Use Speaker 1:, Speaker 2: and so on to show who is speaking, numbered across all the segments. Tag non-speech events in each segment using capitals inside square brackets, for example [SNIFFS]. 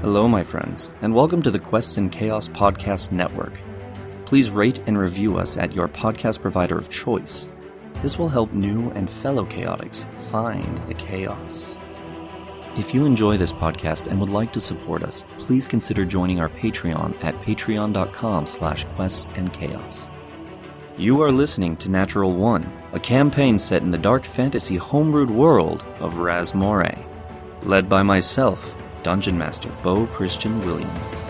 Speaker 1: Hello, my friends, and welcome to the Quests and Chaos Podcast Network. Please rate and review us at your podcast provider of choice. This will help new and fellow chaotics find the chaos. If you enjoy this podcast and would like to support us, please consider joining our Patreon at patreon.com slash quests and chaos. You are listening to Natural One, a campaign set in the dark fantasy homebrewed world of Razmore, led by myself, Dungeon Master Bo Christian Williams.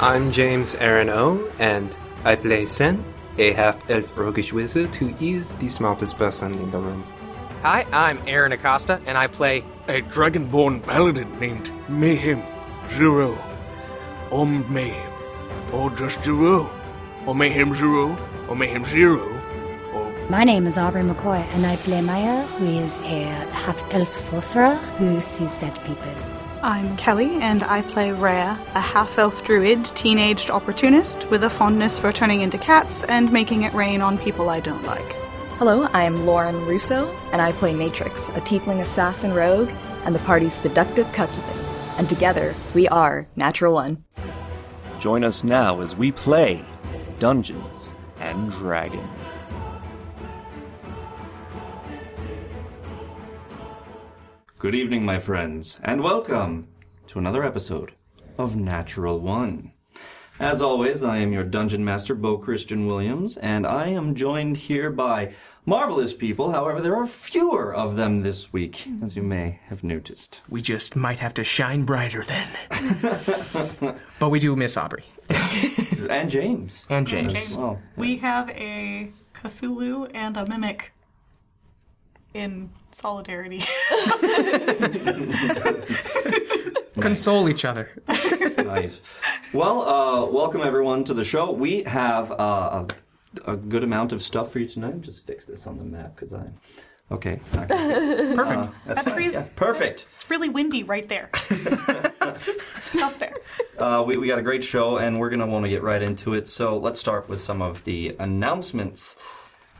Speaker 2: I'm James Aaron O, and I play Sen, a half elf roguish wizard who is the smartest person in the room.
Speaker 3: Hi, I'm Aaron Acosta, and I play.
Speaker 4: a dragonborn paladin named Mayhem Zero. Or Mayhem. Or just Zero. Or Mayhem Zero. Or Mayhem Zero. Or
Speaker 5: My name is Aubrey McCoy, and I play Maya, who is a half elf sorcerer who sees dead people.
Speaker 6: I'm Kelly, and I play Rhea, a half elf druid, teenaged opportunist with a fondness for turning into cats and making it rain on people I don't like.
Speaker 7: Hello, I am Lauren Russo, and I play Matrix, a tiefling assassin rogue, and the party's seductive cuckiness. And together, we are Natural One.
Speaker 1: Join us now as we play Dungeons and Dragons. Good evening, my friends, and welcome to another episode of Natural One. As always, I am your dungeon master, Bo Christian Williams, and I am joined here by marvelous people. However, there are fewer of them this week, as you may have noticed.
Speaker 3: We just might have to shine brighter then. [LAUGHS] but we do miss Aubrey
Speaker 1: And James.
Speaker 3: and James.
Speaker 1: Well,
Speaker 6: We have a Cthulhu and a mimic in solidarity.
Speaker 1: Oh,
Speaker 3: Console each other.
Speaker 1: nice. Well, uh, welcome everyone to the show. We have uh, a, a good amount of stuff for you tonight. Just fix this on the map because I'm okay. [LAUGHS] I can-
Speaker 3: Perfect.
Speaker 6: [LAUGHS]
Speaker 1: That's fine.
Speaker 6: tree's-
Speaker 1: Yeah, perfect.
Speaker 6: It's really windy right [LAUGHS] there. Up there.
Speaker 1: Uh, we, we got a great show, and we're gonna want to get right into it. So let's start with some of the announcements.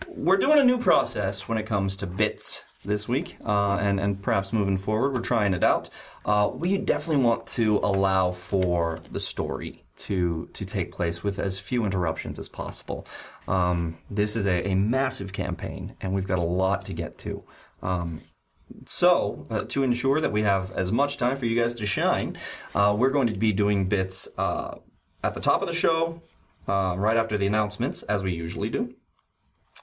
Speaker 1: We're doing a new process when it comes to bits this week, uh, and and perhaps moving forward, we're trying it out. Uh, we definitely want to allow for the story to to take place with as few interruptions as possible. Um, this is a, a massive campaign, and we've got a lot to get to. Um, so, uh, to ensure that we have as much time for you guys to shine, uh, we're going to be doing bits uh, at the top of the show, uh, right after the announcements, as we usually do.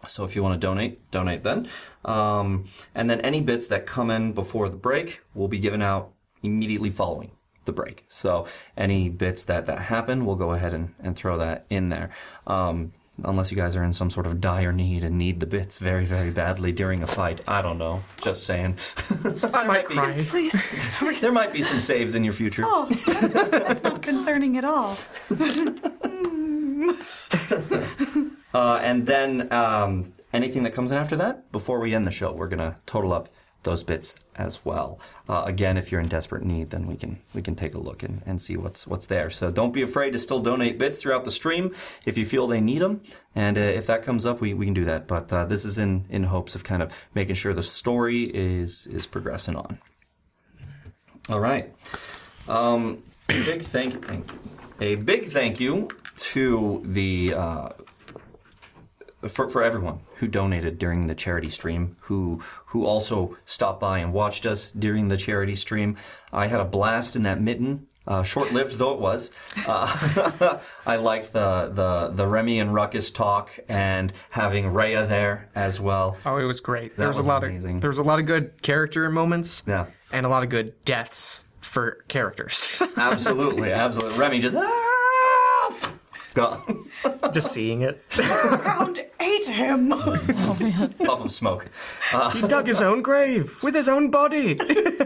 Speaker 1: So, if you want to donate, donate then. Um, and then any bits that come in before the break will be given out immediately following the break. So, any bits that, that happen, we'll go ahead and, and throw that in there. Um, unless you guys are in some sort of dire need and need the bits very, very badly during a fight. I don't know. Just saying. [LAUGHS]
Speaker 3: I might cry.
Speaker 7: [LAUGHS] Please.
Speaker 1: There might be some saves in your future.
Speaker 6: Oh, that's not concerning at all.
Speaker 1: Uh, and then um, anything that comes in after that, before we end the show, we're gonna total up those bits as well. Uh, again, if you're in desperate need, then we can we can take a look and, and see what's what's there. So don't be afraid to still donate bits throughout the stream if you feel they need them. And uh, if that comes up, we, we can do that. But uh, this is in in hopes of kind of making sure the story is is progressing on. All right. Um, big thank you. Thank you. A big thank you to the. Uh, for, for everyone who donated during the charity stream, who who also stopped by and watched us during the charity stream. I had a blast in that mitten, uh, short lived though it was. Uh, [LAUGHS] I liked the, the the Remy and Ruckus talk and having Rhea there as well.
Speaker 3: Oh, it was great. there was,
Speaker 1: was
Speaker 3: a lot
Speaker 1: amazing.
Speaker 3: of there was a lot of good character moments.
Speaker 1: Yeah.
Speaker 3: And a lot of good deaths for
Speaker 1: [LAUGHS]
Speaker 3: characters.
Speaker 1: Absolutely, absolutely. Remy just "Ah!" gone.
Speaker 3: Just seeing it.
Speaker 6: Round eight him.
Speaker 1: puff of smoke.
Speaker 8: He dug his own grave with his own body.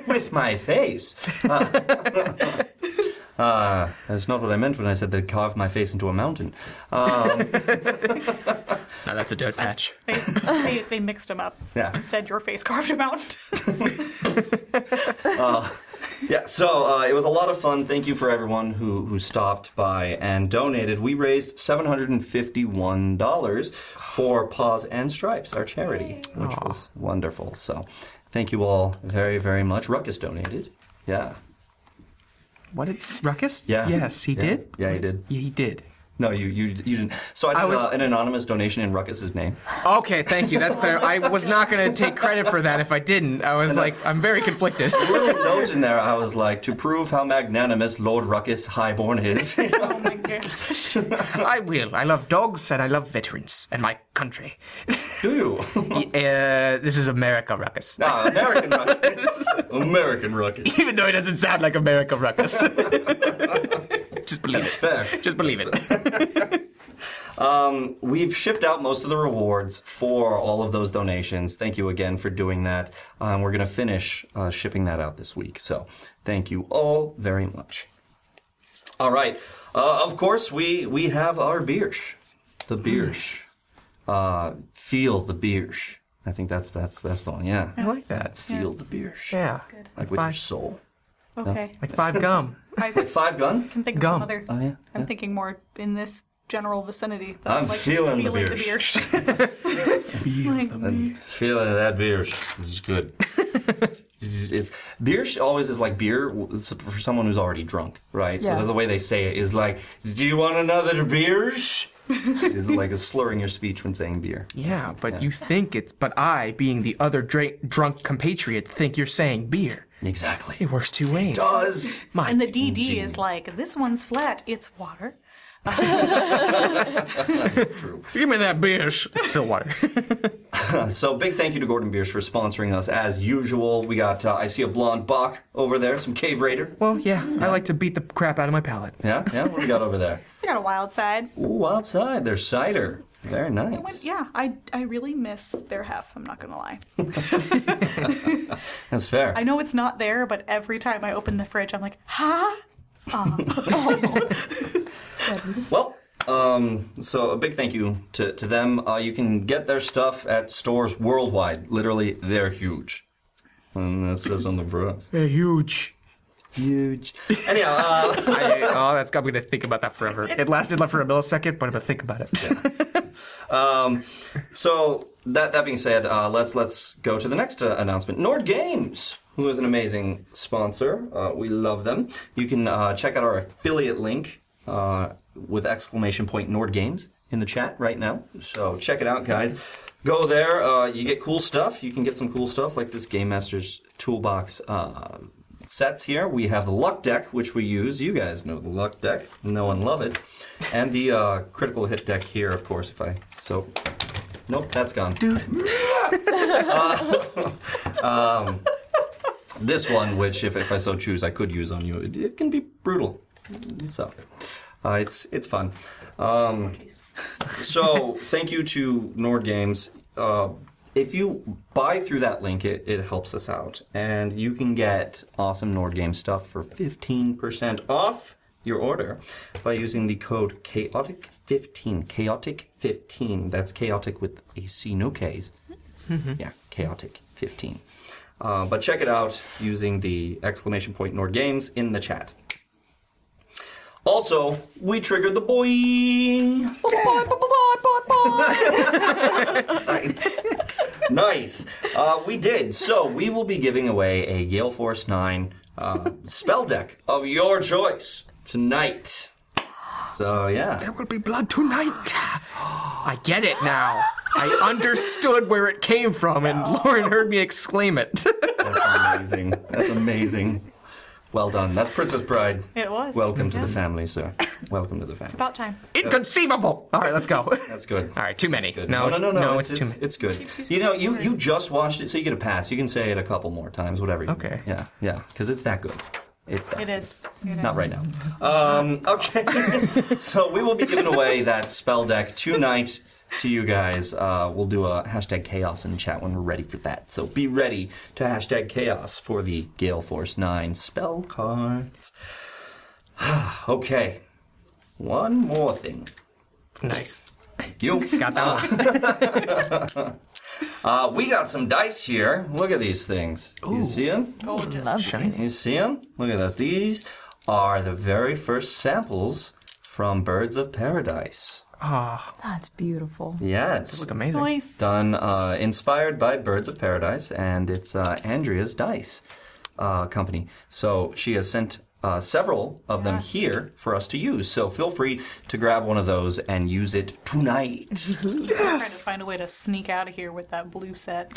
Speaker 1: With my face. [LAUGHS] Uh, uh, that's not what I meant when I said they carved my face into a mountain. Um,
Speaker 8: no, that's a dirt patch.
Speaker 6: they, [LAUGHS] they, they mixed him up.
Speaker 1: Yeah.
Speaker 6: Instead, your face carved him out.
Speaker 1: Yeah, so uh, it was a lot of fun. Thank you for everyone who, who stopped by and donated. We raised $751 for Paws and Stripes, our charity, which was wonderful. So thank you all very, very much. Ruckus donated. Yeah.
Speaker 8: What did Ruckus?
Speaker 1: Yeah.
Speaker 8: Yes, he
Speaker 1: Yeah.
Speaker 8: did.
Speaker 1: Yeah, he did.
Speaker 8: Yeah, he did.
Speaker 1: No, you you, you didn't. So I did
Speaker 8: I was-
Speaker 1: uh, an anonymous donation in Ruckus's name.
Speaker 8: Okay, thank you. That's clear. I was not going to take credit for that if I didn't. I was like, I'm very conflicted.
Speaker 1: Little note in there, I was like, to prove how magnanimous Lord Ruckus Highborn is. [LAUGHS]
Speaker 6: oh my gosh.
Speaker 8: I will. I love dogs and I love veterans and my country.
Speaker 1: Do you?
Speaker 8: Y- uh, this is America Ruckus. [LAUGHS]
Speaker 1: Ah, American Ruckus. American Ruckus.
Speaker 8: Even though it doesn't sound like America Ruckus. [LAUGHS] Just believe it.
Speaker 1: Fair.
Speaker 8: Just believe it.
Speaker 1: We've shipped out most of the rewards for all of those donations. Thank you again for doing that. Um, we're going to finish uh, shipping that out this week. So thank you all very much. All right. Uh, of course, we, we have our beersh. The beersh.
Speaker 8: Mm.
Speaker 1: Uh, feel the beersh. I think that's that's that's the one. Yeah.
Speaker 8: I like that.
Speaker 1: Feel the beersh.
Speaker 8: Yeah.
Speaker 1: Like with your
Speaker 8: Fine.
Speaker 1: soul.
Speaker 6: Okay.
Speaker 8: Like five gum.
Speaker 6: I
Speaker 1: Five gun.
Speaker 6: can think of
Speaker 8: Gum.
Speaker 6: some other.
Speaker 1: Oh, yeah,
Speaker 6: I'm
Speaker 1: yeah.
Speaker 6: thinking more in this general vicinity. that
Speaker 1: I'm feeling the
Speaker 6: feeling
Speaker 1: beer.
Speaker 6: the
Speaker 1: [LAUGHS]
Speaker 6: beer. Like,
Speaker 1: Feeling that beer. This is good. it's beer sh- always is like beer w- s- for someone who's already drunk, right?
Speaker 7: Yeah.
Speaker 1: So the way they say it is like, "Do you want another beer?" It's like slurring your speech when saying beer.
Speaker 8: Yeah, but you think it's. But I, being the other dra- drunk compatriot, think you're saying beer.
Speaker 1: Exactly.
Speaker 8: It works two ways.
Speaker 1: Does
Speaker 8: My
Speaker 6: and the DD is like, this one's flat, it's water.
Speaker 8: Give me that beer. Still [LAUGHS] water.
Speaker 1: so big thank you to Gordon Beers for sponsoring us as usual. We got uh, I see a blonde Bach over there, some Cave Raider.
Speaker 8: well, yeah, I like to beat the crap out of my palate.
Speaker 1: Yeah, yeah. What do we got over there?
Speaker 6: I got a wild side.
Speaker 1: Ooh, outside there's cider. Very
Speaker 6: I went-
Speaker 1: nice.
Speaker 6: yeah, I, I really miss their hef, I'm not going to lie.
Speaker 1: That's fair.
Speaker 6: I know it's not there, but every time I open the fridge, I'm like, huh?
Speaker 1: Well, um, so a big thank you to, to them. Uh, you can get their stuff at stores worldwide. Literally, they're huge. And that says something for us.
Speaker 8: They're huge.
Speaker 1: Huge. Anyhow, uh,
Speaker 8: I, oh, that's I'm gonna think about that forever. It lasted like for a millisecond, but I'm gonna think about it.
Speaker 1: um, so that that being said, uh, let's let's go to the next uh, announcement. Nord Games, who is an amazing sponsor, uh, we love them. You can uh, check out our affiliate link uh, with exclamation point Nord Games in the chat right now. So check it out, guys. Go there. Uh, you get cool stuff. You can get some cool stuff like this Game Master's Toolbox. Uh, sets here. We have the luck deck, which we use. You guys know the luck deck. Know and love it. And the uh, critical hit deck here, of course, if I so. Nope, that's gone. [LAUGHS] Dude. um, this one, which if, if I so choose, I could use on you. It, it can be brutal. So. Uh, it's it's fun. Um, so thank you to Nord Games. Uh, if you buy through that link, it, it helps us out, and you can get awesome Nord Game stuff for fifteen percent off your order by using the code chaotic fifteen chaotic fifteen. That's chaotic with a C, no K's. Yeah, chaotic fifteen. Uh, but check it out using the exclamation point Nord Games in the chat. Also, we triggered the boy. nice. nice. Uh, we did. So we will be giving away a Gale Force 9 uh, spell deck of your choice tonight. So, yeah.
Speaker 8: There will be blood tonight. I get it now. I understood where it came from, and Lauren heard me exclaim it. [LAUGHS]
Speaker 1: That's amazing. That's amazing. Well done. That's Princess Bride.
Speaker 6: It was.
Speaker 1: Welcome to
Speaker 6: Yeah.
Speaker 1: the family, sir. Welcome to the family.
Speaker 6: About time.
Speaker 8: Inconceivable. All right, let's go.
Speaker 3: [LAUGHS]
Speaker 1: That's good.
Speaker 8: All right, too many.
Speaker 1: Good.
Speaker 8: No, it's, no, no, it's, too many.
Speaker 1: it's good. You know, you, you just watched it, so you get a pass. You can say it a couple more times, whatever. You
Speaker 8: Okay.
Speaker 1: Yeah, yeah, because it's that good. It's that
Speaker 6: It is.
Speaker 1: Not right now. [LAUGHS] Um, okay. so we will be giving away that spell deck tonight to you guys. Uh, we'll do a hashtag chaos in the chat when we're ready for that. So be ready to hashtag chaos for the Gale Force 9 spell cards. [SIGHS] okay. One more thing.
Speaker 8: Nice.
Speaker 1: You got that one. uh, we got some dice here. Look at these things. You see them?
Speaker 7: Gorgeous.
Speaker 1: You see them? Look at us. These are the very first samples from Birds of Paradise.
Speaker 7: Ah, that's beautiful.
Speaker 1: Yes.
Speaker 7: They look amazing. Nice.
Speaker 1: Done, uh, inspired by Birds of Paradise, and it's uh, Andrea's Dice uh, Company. So she has sent uh, several of them here for us to use. So feel free to grab one of those and use it tonight.
Speaker 9: Trying to find a way to sneak out of here with that blue
Speaker 1: [LAUGHS]
Speaker 9: set.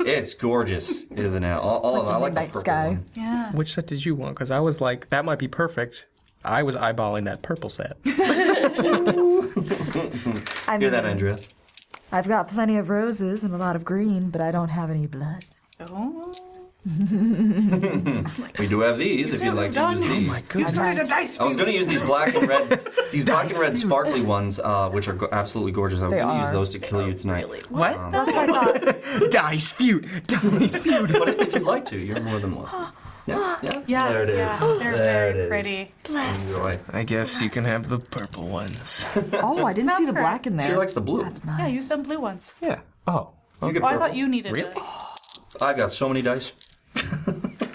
Speaker 1: it's gorgeous, isn't it? All, all of, I like the purple one.
Speaker 9: Yeah.
Speaker 8: [LAUGHS] Which set did you want? Because I was like, that might be perfect. I was eyeballing that purple set.
Speaker 3: [LAUGHS]
Speaker 7: I
Speaker 1: Hear that,
Speaker 7: mean-
Speaker 1: Andrea?
Speaker 7: I've got plenty of roses and a lot of green, but I don't have any blood.
Speaker 9: Oh.
Speaker 1: we do have these if you'd like to use these.
Speaker 9: You started a dice
Speaker 1: I was going to use these black and red, these black and red sparkly ones, uh, which are go- absolutely gorgeous. I was
Speaker 8: They
Speaker 1: going to use
Speaker 8: are.
Speaker 1: those to kill you tonight.
Speaker 8: What?
Speaker 1: Um,
Speaker 8: Dice feud. [LAUGHS] Dice feud.
Speaker 1: but if you'd like to, you're more
Speaker 9: [GASPS]
Speaker 1: than welcome. Yeah, yeah.
Speaker 9: Yeah,
Speaker 1: There it is.
Speaker 9: yeah. They're
Speaker 1: There it
Speaker 9: very
Speaker 1: is.
Speaker 9: pretty.
Speaker 7: Bless.
Speaker 3: I guess you can have the purple ones.
Speaker 7: [LAUGHS] Oh, I didn't see
Speaker 9: That's
Speaker 7: the
Speaker 9: her.
Speaker 7: black in there.
Speaker 1: She likes the blue.
Speaker 9: Yeah, use some blue ones.
Speaker 1: Yeah.
Speaker 8: Oh.
Speaker 1: You get
Speaker 9: Oh, I thought
Speaker 1: purple.
Speaker 9: you needed
Speaker 8: Really?
Speaker 9: it.
Speaker 1: I've got so many dice.
Speaker 8: [LAUGHS]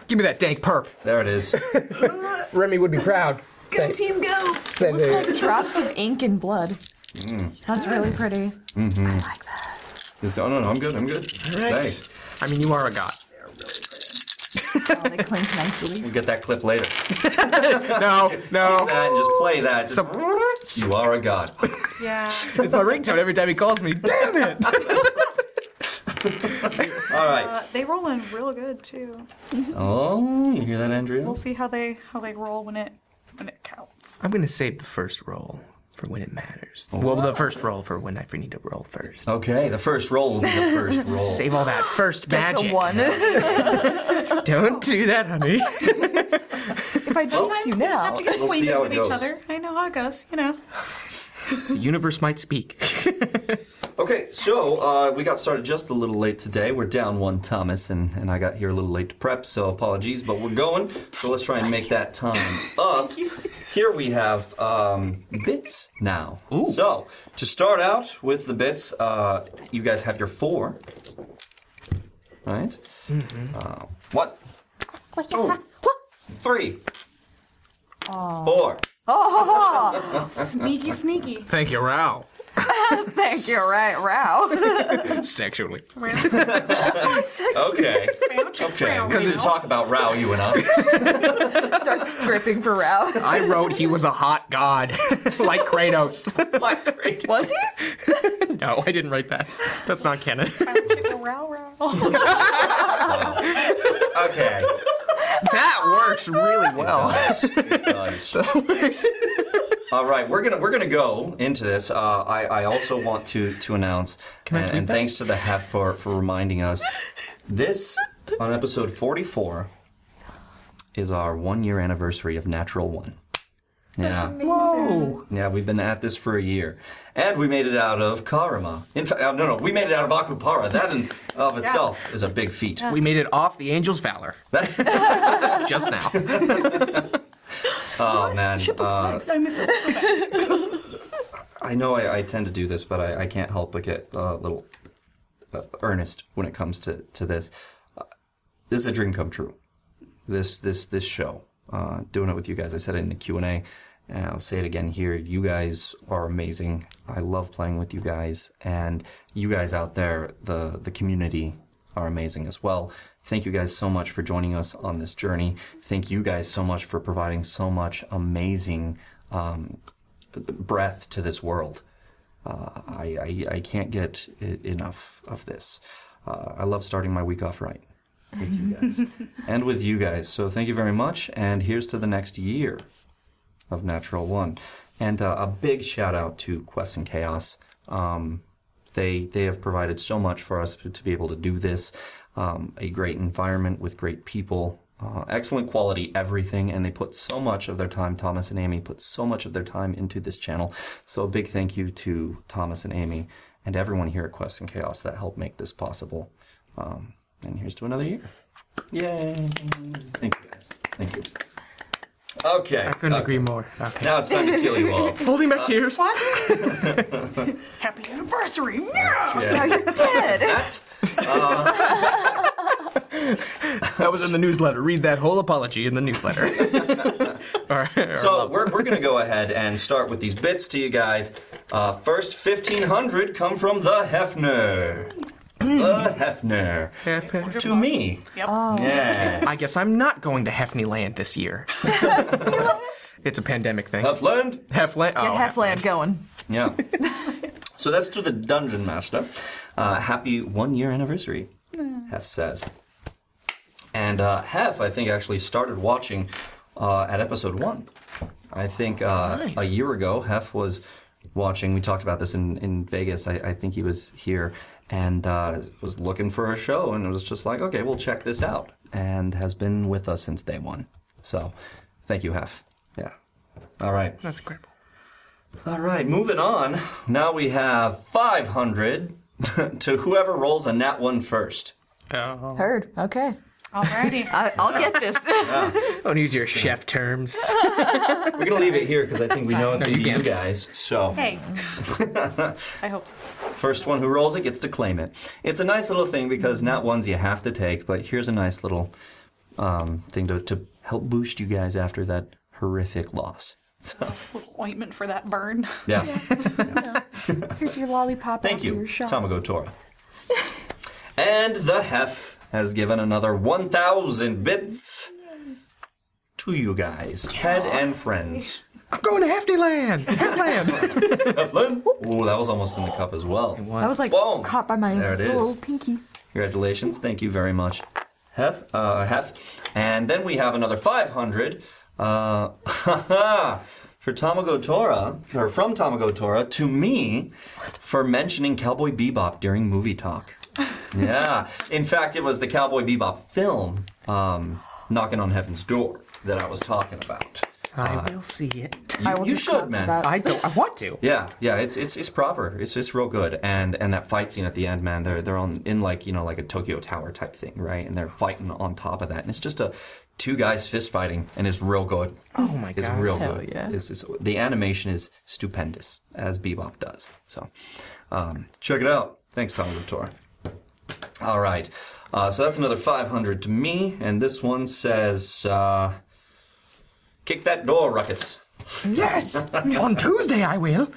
Speaker 8: Give me that dank perp.
Speaker 1: There it is.
Speaker 8: Remy would be proud.
Speaker 7: Go team go!
Speaker 8: Send
Speaker 7: looks
Speaker 8: it.
Speaker 7: like drops of ink and blood.
Speaker 1: Mm.
Speaker 7: That's really pretty.
Speaker 1: Mm-hmm. I like that. oh, no, no, I'm good. I'm good.
Speaker 8: All right.
Speaker 1: Hey,
Speaker 8: I mean, you are a god.
Speaker 7: Oh, they clink nicely.
Speaker 1: we'll get that clip later.
Speaker 3: [LAUGHS]
Speaker 8: No, no.
Speaker 1: Keep that and just play that. Just- you are a god.
Speaker 9: Yeah.
Speaker 8: It's my ringtone every time he calls me. Damn it!
Speaker 1: All right.
Speaker 9: Uh, they roll in real good too.
Speaker 1: Oh, you hear that, Andrea?
Speaker 9: We'll see how they how they roll when it when it counts.
Speaker 8: I'm gonna save the first roll for when it matters. Well, the first roll for when I need to roll first.
Speaker 1: Okay, the first roll will be the first roll.
Speaker 8: Save all that first
Speaker 7: That's
Speaker 8: magic.
Speaker 7: a one.
Speaker 10: [LAUGHS]
Speaker 8: Don't do that, honey.
Speaker 7: if I jinx you
Speaker 9: We just
Speaker 7: now,
Speaker 9: have to get
Speaker 1: We'll see
Speaker 9: acquainted
Speaker 1: how it
Speaker 9: with
Speaker 1: goes.
Speaker 9: each other. I know how it goes. You
Speaker 1: [LAUGHS]
Speaker 9: know.
Speaker 8: the universe might speak.
Speaker 1: Okay, so uh, we got started just a little late today. We're down one Thomas, and, and I got here a little late to prep, so apologies, but we're going. So let's try and make that time up. Here we have um, bits now. So to start out with the bits, uh, you guys have your four, right? Uh, one, two,
Speaker 10: Oh.
Speaker 1: three, four.
Speaker 9: Sneaky, sneaky.
Speaker 8: Thank you, Rao.
Speaker 7: [LAUGHS] thank you, right, Rao. [LAUGHS]
Speaker 8: Sexually.
Speaker 1: Okay. Okay, we need to talk about Rao, you and I.
Speaker 7: Start stripping for Rao.
Speaker 10: [LAUGHS]
Speaker 8: I wrote he was a hot god, [LAUGHS] like Kratos.
Speaker 1: Like, great.
Speaker 7: Was he?
Speaker 8: no, I didn't write that. That's not canon.
Speaker 1: Okay.
Speaker 8: that works really well.
Speaker 1: All right, we're gonna we're gonna go into this. Uh, I I also want to to announce, and, and thanks to the half for for reminding us, this on episode forty four is our one year anniversary of Natural One. Yeah,
Speaker 8: Whoa.
Speaker 1: yeah, we've been at this for a year, and we made it out of Karama. In fact, uh, no, no, we made it out of Akupara. That in of itself is a big feat.
Speaker 8: We made it off the angel's valor. Just now.
Speaker 1: Oh man, uh,
Speaker 9: I miss it.
Speaker 1: I know I, I tend to do this, but I, I can't help but get a little uh, earnest when it comes to to this. Uh, this is a dream come true. This this this show, uh, doing it with you guys. I said it in the Q and A, and I'll say it again here. You guys are amazing. I love playing with you guys, and you guys out there, the the community, are amazing as well. Thank you guys so much for joining us on this journey. Thank you guys so much for providing so much amazing um, breath to this world. Uh, I, I I can't get i- enough of this. Uh, I love starting my week off right with you guys and with you guys. So thank you very much. And here's to the next year of Natural One. And uh, a big shout out to Quest and Chaos. Um, they they have provided so much for us to be able to do this. Um, a great environment with great people, uh, excellent quality everything, and they put so much of their time. Thomas and Amy put so much of their time into this channel. So a big thank you to Thomas and Amy and everyone here at Quest and Chaos that helped make this possible. Um, and here's to another year. Yay! Thank you guys. Thank you. Okay. I
Speaker 8: couldn't agree more. Okay.
Speaker 1: Now it's time to kill you all.
Speaker 8: Holding back tears.
Speaker 9: Happy anniversary!
Speaker 1: Now
Speaker 7: you're dead.
Speaker 10: [LAUGHS]
Speaker 8: That was in the newsletter. Read that whole apology in the newsletter. [LAUGHS]
Speaker 1: So we're, we're going to go ahead and start with these bits to you guys. Uh, first, 1500 come from the Hefner. The Hefner. To me.
Speaker 9: Yep.
Speaker 1: Yes.
Speaker 8: I guess I'm not going to Hefney Land this year. it's a pandemic thing.
Speaker 1: Hefland?
Speaker 8: Hefland. Oh,
Speaker 10: Get Hefland going.
Speaker 1: Yeah. [LAUGHS] so that's to the Dungeon Master. Uh, happy one year anniversary, Hef says. And uh, Hef, I think, actually started watching uh, at episode one. I think uh, a year ago, Hef was watching. We talked about this in, in Vegas. I, I think he was here and uh, was looking for a show and was just like, okay, we'll check this out. And has been with us since day one. So thank you, Hef. Yeah. All right.
Speaker 8: That's great.
Speaker 1: All right, moving on. Now we have 500 [LAUGHS] to whoever rolls a nat one first.
Speaker 8: Oh.
Speaker 10: Heard. Okay.
Speaker 9: [LAUGHS] Alrighty.
Speaker 10: I, I'll get [LAUGHS]
Speaker 7: [LAUGHS]
Speaker 10: this.
Speaker 8: Don't use your chef terms. [LAUGHS]
Speaker 1: We're going to leave it here because I think we know it's
Speaker 8: No,
Speaker 1: going
Speaker 8: you
Speaker 1: to be you
Speaker 8: can't.
Speaker 1: guys. So, [LAUGHS]
Speaker 9: Hey. I hope so.
Speaker 1: first one who rolls it gets to claim it. It's a nice little thing because nat ones you have to take, but here's a nice little um, thing to, to help boost you guys after that horrific loss. So,
Speaker 9: Little ointment for that burn.
Speaker 1: yeah.
Speaker 10: Here's your lollipop
Speaker 1: Thank
Speaker 10: after
Speaker 1: you,
Speaker 10: your shot.
Speaker 1: Tamago Tora. and the Hef has given another 1,000 bits to you guys, Ted and friends.
Speaker 8: I'm going to Hefney Land. Hefland.
Speaker 1: Heflin? Ooh, that was almost in the cup as well. It
Speaker 10: I was like
Speaker 1: Boom.
Speaker 10: caught by my
Speaker 1: There it is.
Speaker 10: little pinky.
Speaker 1: Congratulations. Thank you very much, Hef. Uh, Hef. And then we have another 500 uh, [LAUGHS] for Tamago Tora, or from Tamago Tora to me for mentioning Cowboy Bebop during movie
Speaker 10: [LAUGHS]
Speaker 1: talk. yeah. In fact, it was the Cowboy Bebop film, um, Knocking on Heaven's Door, that I was talking about.
Speaker 8: I will see it.
Speaker 1: You,
Speaker 10: I will
Speaker 1: you
Speaker 10: just
Speaker 1: should,
Speaker 10: talk
Speaker 1: man.
Speaker 10: about-
Speaker 8: I don't. I want to.
Speaker 1: Yeah, yeah, it's it's it's proper. It's it's real good. And and that fight scene at the end, man, they're they're on in like you know like a Tokyo Tower type thing, right? And they're fighting on top of that, and it's just a two guys fist fighting, and it's real good.
Speaker 8: Oh my
Speaker 1: It's
Speaker 8: god.
Speaker 1: real
Speaker 8: Hell
Speaker 1: good.
Speaker 8: Yeah.
Speaker 1: It's, it's, the animation is stupendous, as Bebop does. So, um, check it out. Thanks, Tom Lutor. All right. Uh, so that's another 500 to me, and this one says, uh, kick that door, Ruckus.
Speaker 8: Yes. On Tuesday I will.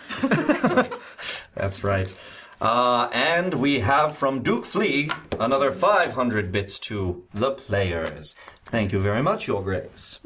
Speaker 1: That's right. Uh, and we have from Duke Fleeg another 500 bits to the players. Thank you very much, Your Grace.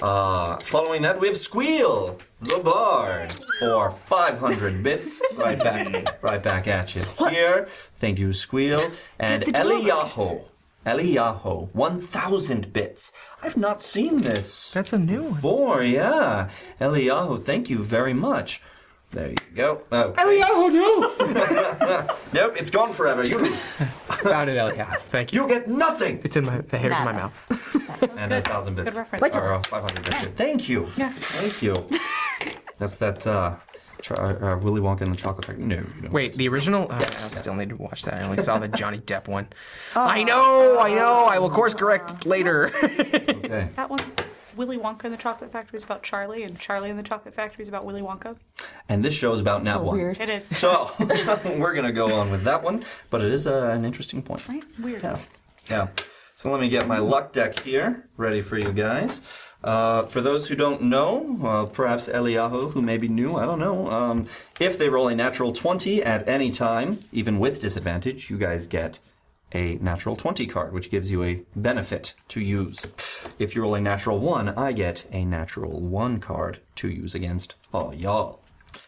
Speaker 1: Uh, following that, we have Squeal, the Bard, for 500 bits. Right back, right back at you here. Thank you, Squeal. And Eliyahu, Eliyahu, 1,000 bits. I've not seen this.
Speaker 8: That's a new one.
Speaker 1: Four, yeah. Eliyahu, thank you very much. There you go. Oh.
Speaker 8: Eliyahu, no.
Speaker 1: [LAUGHS] Nope, it's gone forever. You,
Speaker 8: Found it, Eliyahu. Thank you.
Speaker 1: you get nothing.
Speaker 8: It's in my the hairs in my
Speaker 10: Nada.
Speaker 8: mouth.
Speaker 1: and a thousand bits.
Speaker 9: Good reference.
Speaker 1: Or uh, 500 bits. Thank you.
Speaker 9: [LAUGHS]
Speaker 1: Thank you. That's that uh, tr- uh, Willy Wonka and the Chocolate Factory. No. You don't.
Speaker 8: Wait, the original? Oh, I still need to watch that. I only saw the Johnny Depp one. I know, I know. I will course correct later.
Speaker 1: Okay.
Speaker 9: That one's Willy Wonka and the Chocolate Factory is about Charlie, and Charlie and the Chocolate Factory is about Willy Wonka.
Speaker 1: And this show is about Nat 1.
Speaker 10: weird.
Speaker 9: It is
Speaker 1: So [LAUGHS] we're going to go on with that one, but it is uh, an interesting point.
Speaker 9: right? weird.
Speaker 1: Yeah. So let me get my luck deck here ready for you guys. Uh, for those who don't know, uh, perhaps Eliyahu, who may be new, I don't know. Um, if they roll a natural 20 at any time, even with disadvantage, you guys get a natural 20 card, which gives you a benefit to use. If you roll a natural 1, I get a natural 1 card to use against all y'all.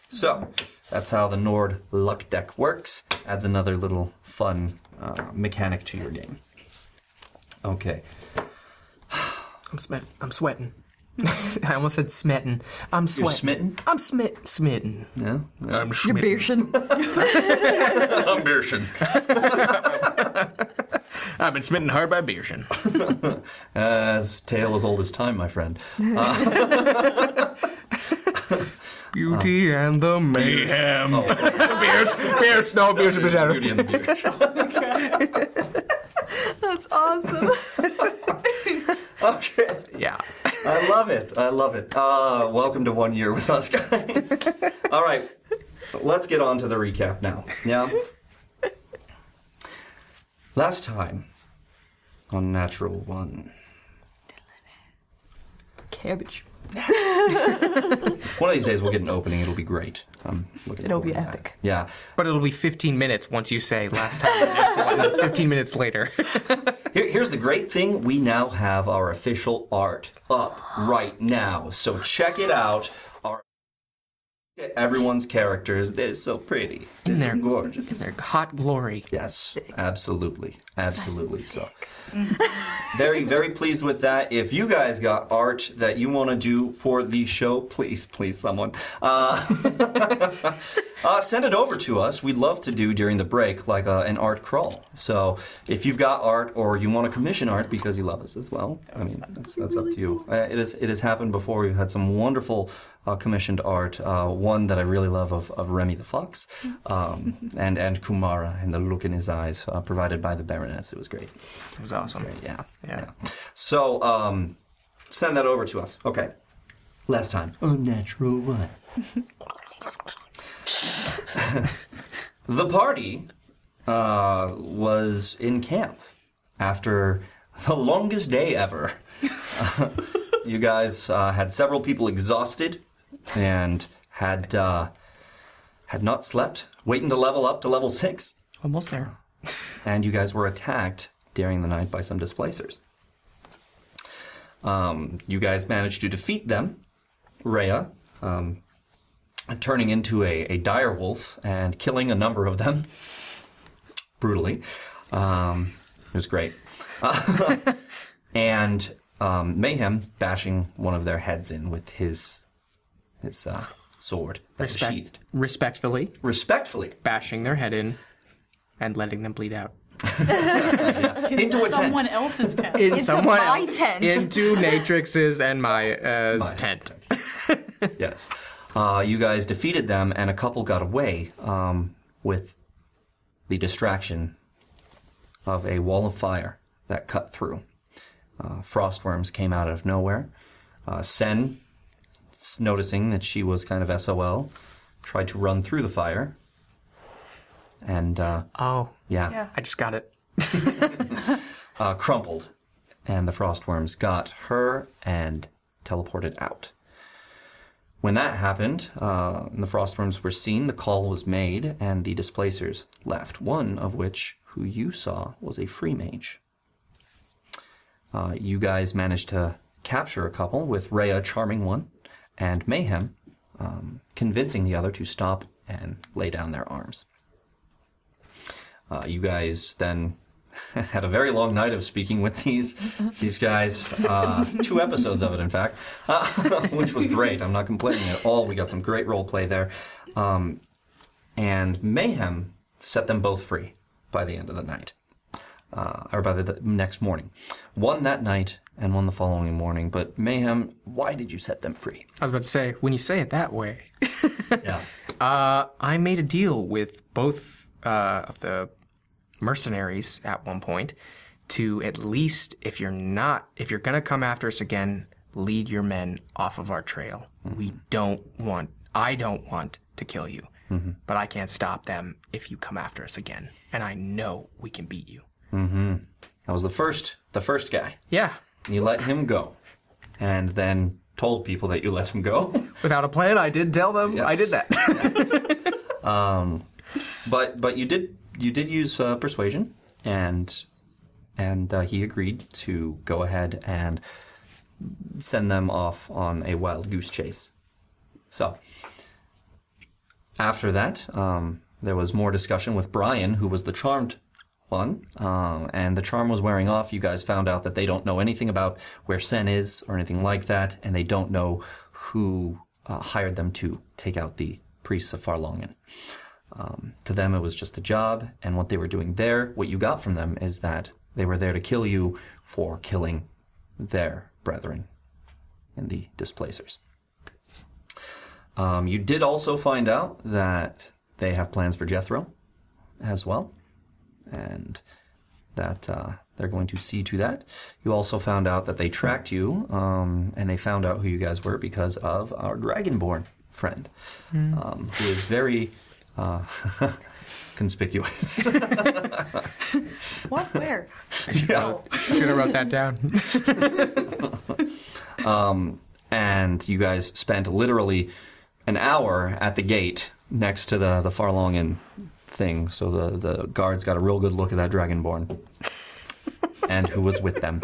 Speaker 1: So that's how the Nord luck deck works. Adds another little fun uh, mechanic to your game. Okay.
Speaker 8: [LAUGHS] I'm smet. I'm sweating. [LAUGHS] I almost said smitten. I'm sweating.
Speaker 1: smitten?
Speaker 8: I'm smit smitten.
Speaker 1: Yeah.
Speaker 4: I'm
Speaker 10: Your
Speaker 4: Schmidt.
Speaker 10: beershin. [LAUGHS]
Speaker 4: I'm Beerson.
Speaker 8: I've been smitten hard by Beerson.
Speaker 1: As tale as old as time, my friend.
Speaker 8: You [LAUGHS] Beauty and the Beast.
Speaker 3: Beers, beers, no, beers are better.
Speaker 10: That's [LAUGHS] awesome.
Speaker 1: [LAUGHS] okay.
Speaker 8: Yeah.
Speaker 1: I love it. I love it. Uh, welcome to one year with us, guys. All right, let's get on to the recap now. Yeah. Last time on Natural One,
Speaker 10: Cabbage.
Speaker 1: one of these days we'll get an opening. It'll be great. Um,
Speaker 10: It'll be epic.
Speaker 1: yeah.
Speaker 8: But it'll be 15 minutes once you say last time. [LAUGHS] 15 minutes later.
Speaker 1: Here, here's the great thing we now have our official art up right now. So check it out. Our, everyone's characters, they're so pretty. They're
Speaker 8: In
Speaker 1: so
Speaker 8: their,
Speaker 1: gorgeous.
Speaker 8: in their hot glory.
Speaker 1: Yes, absolutely. Absolutely. So [LAUGHS] very, very pleased with that. If you guys got art that you want to do for the show, please, please, someone, uh, uh, send it over to us. We'd love to do during the break like uh, an art crawl. So if you've got art or you want to commission art because you love us as well, I mean, that's, that's up to you. Uh, it, is, it has happened before. We've had some wonderful uh, commissioned art. Uh, one that I really love of, of Remy the Fox um, and, and Kumara and the look in his eyes uh, provided by the Baroness. It was great.
Speaker 8: It was awesome.
Speaker 1: yeah.
Speaker 8: Yeah.
Speaker 1: So um, send that over to us. Okay. Last time. Unnatural one. [LAUGHS] the party uh, was in camp after the longest day ever. [LAUGHS] you guys uh, had several people exhausted and had uh, had not slept, waiting to level up to level six,
Speaker 8: Almost there.
Speaker 1: and you guys were attacked during the night by some displacers. Um, you guys managed to defeat them, Rhea, um, turning into a, a dire wolf and killing a number of them [LAUGHS] brutally. Um, it was great. [LAUGHS] and um, Mayhem bashing one of their heads in with his his uh, sword that was
Speaker 8: Respect-
Speaker 1: sheathed.
Speaker 8: Respectfully.
Speaker 1: Respectfully.
Speaker 8: Bashing their head in and letting them bleed out.
Speaker 1: Into a tent.
Speaker 9: someone else's tent.
Speaker 1: [LAUGHS]
Speaker 8: In
Speaker 9: Into
Speaker 8: someone
Speaker 9: my
Speaker 8: else,
Speaker 9: tent.
Speaker 8: Into Natrix's and my, uh, tent.
Speaker 1: [LAUGHS] yes. Uh, you guys defeated them, and a couple got away um, with the distraction of a wall of fire that cut through. Uh, frostworms came out of nowhere. Uh, Sen, s- noticing that she was kind of SOL, tried to run through the fire. And, uh,
Speaker 8: Oh.
Speaker 1: yeah,
Speaker 8: I just got it.
Speaker 1: uh, crumpled. And the frostworms got her and teleported out. When that happened, uh, and the frostworms were seen, the call was made, and the displacers left. One of which, who you saw, was a free mage. Uh, you guys managed to capture a couple, with Rhea charming one, and Mayhem um, convincing the other to stop and lay down their arms. Uh, you guys then [LAUGHS] had a very long night of speaking with these these guys. Uh, two episodes of it, in fact, uh, [LAUGHS] which was great. I'm not complaining at all. We got some great role play there, um, and mayhem set them both free by the end of the night, uh, or by the d- next morning. One that night and one the following morning. But mayhem, why did you set them free?
Speaker 8: I was about to say, when you say it that way,
Speaker 1: yeah.
Speaker 8: uh, I made a deal with both uh, of the mercenaries at one point to at least, if you're not, if you're gonna come after us again, lead your men off of our trail. We don't want, I don't want to kill you, but I can't stop them if you come after us again, and I know we can beat you.
Speaker 1: Mm-hmm. That was the first the first guy.
Speaker 8: Yeah.
Speaker 1: You let him go, and then told people that you let him go. [LAUGHS]
Speaker 8: Without a plan, I did tell them I did that. [LAUGHS]
Speaker 1: Um, but but you did you did use uh, persuasion, and and uh, he agreed to go ahead and send them off on a wild goose chase. So after that, um, there was more discussion with Brian, who was the charmed one, um, and the charm was wearing off. You guys found out that they don't know anything about where Sen is or anything like that, and they don't know who uh, hired them to take out the priests of Farlongen. Um, to them, it was just a job, and what they were doing there, what you got from them is that they were there to kill you for killing their brethren and the displacers. Um, you did also find out that they have plans for Jethro as well, and that uh, they're going to see to that. You also found out that they tracked you, um, and they found out who you guys were because of our Dragonborn friend,
Speaker 11: Hmm.
Speaker 1: um, who is very uh, [LAUGHS] conspicuous. [LAUGHS]
Speaker 9: What? Where? Oh,
Speaker 1: yeah.
Speaker 8: Should have wrote that down.
Speaker 1: um, and you guys spent literally an hour at the gate next to the the Farlongan thing. So the the guards got a real good look at that dragonborn, and who was with them.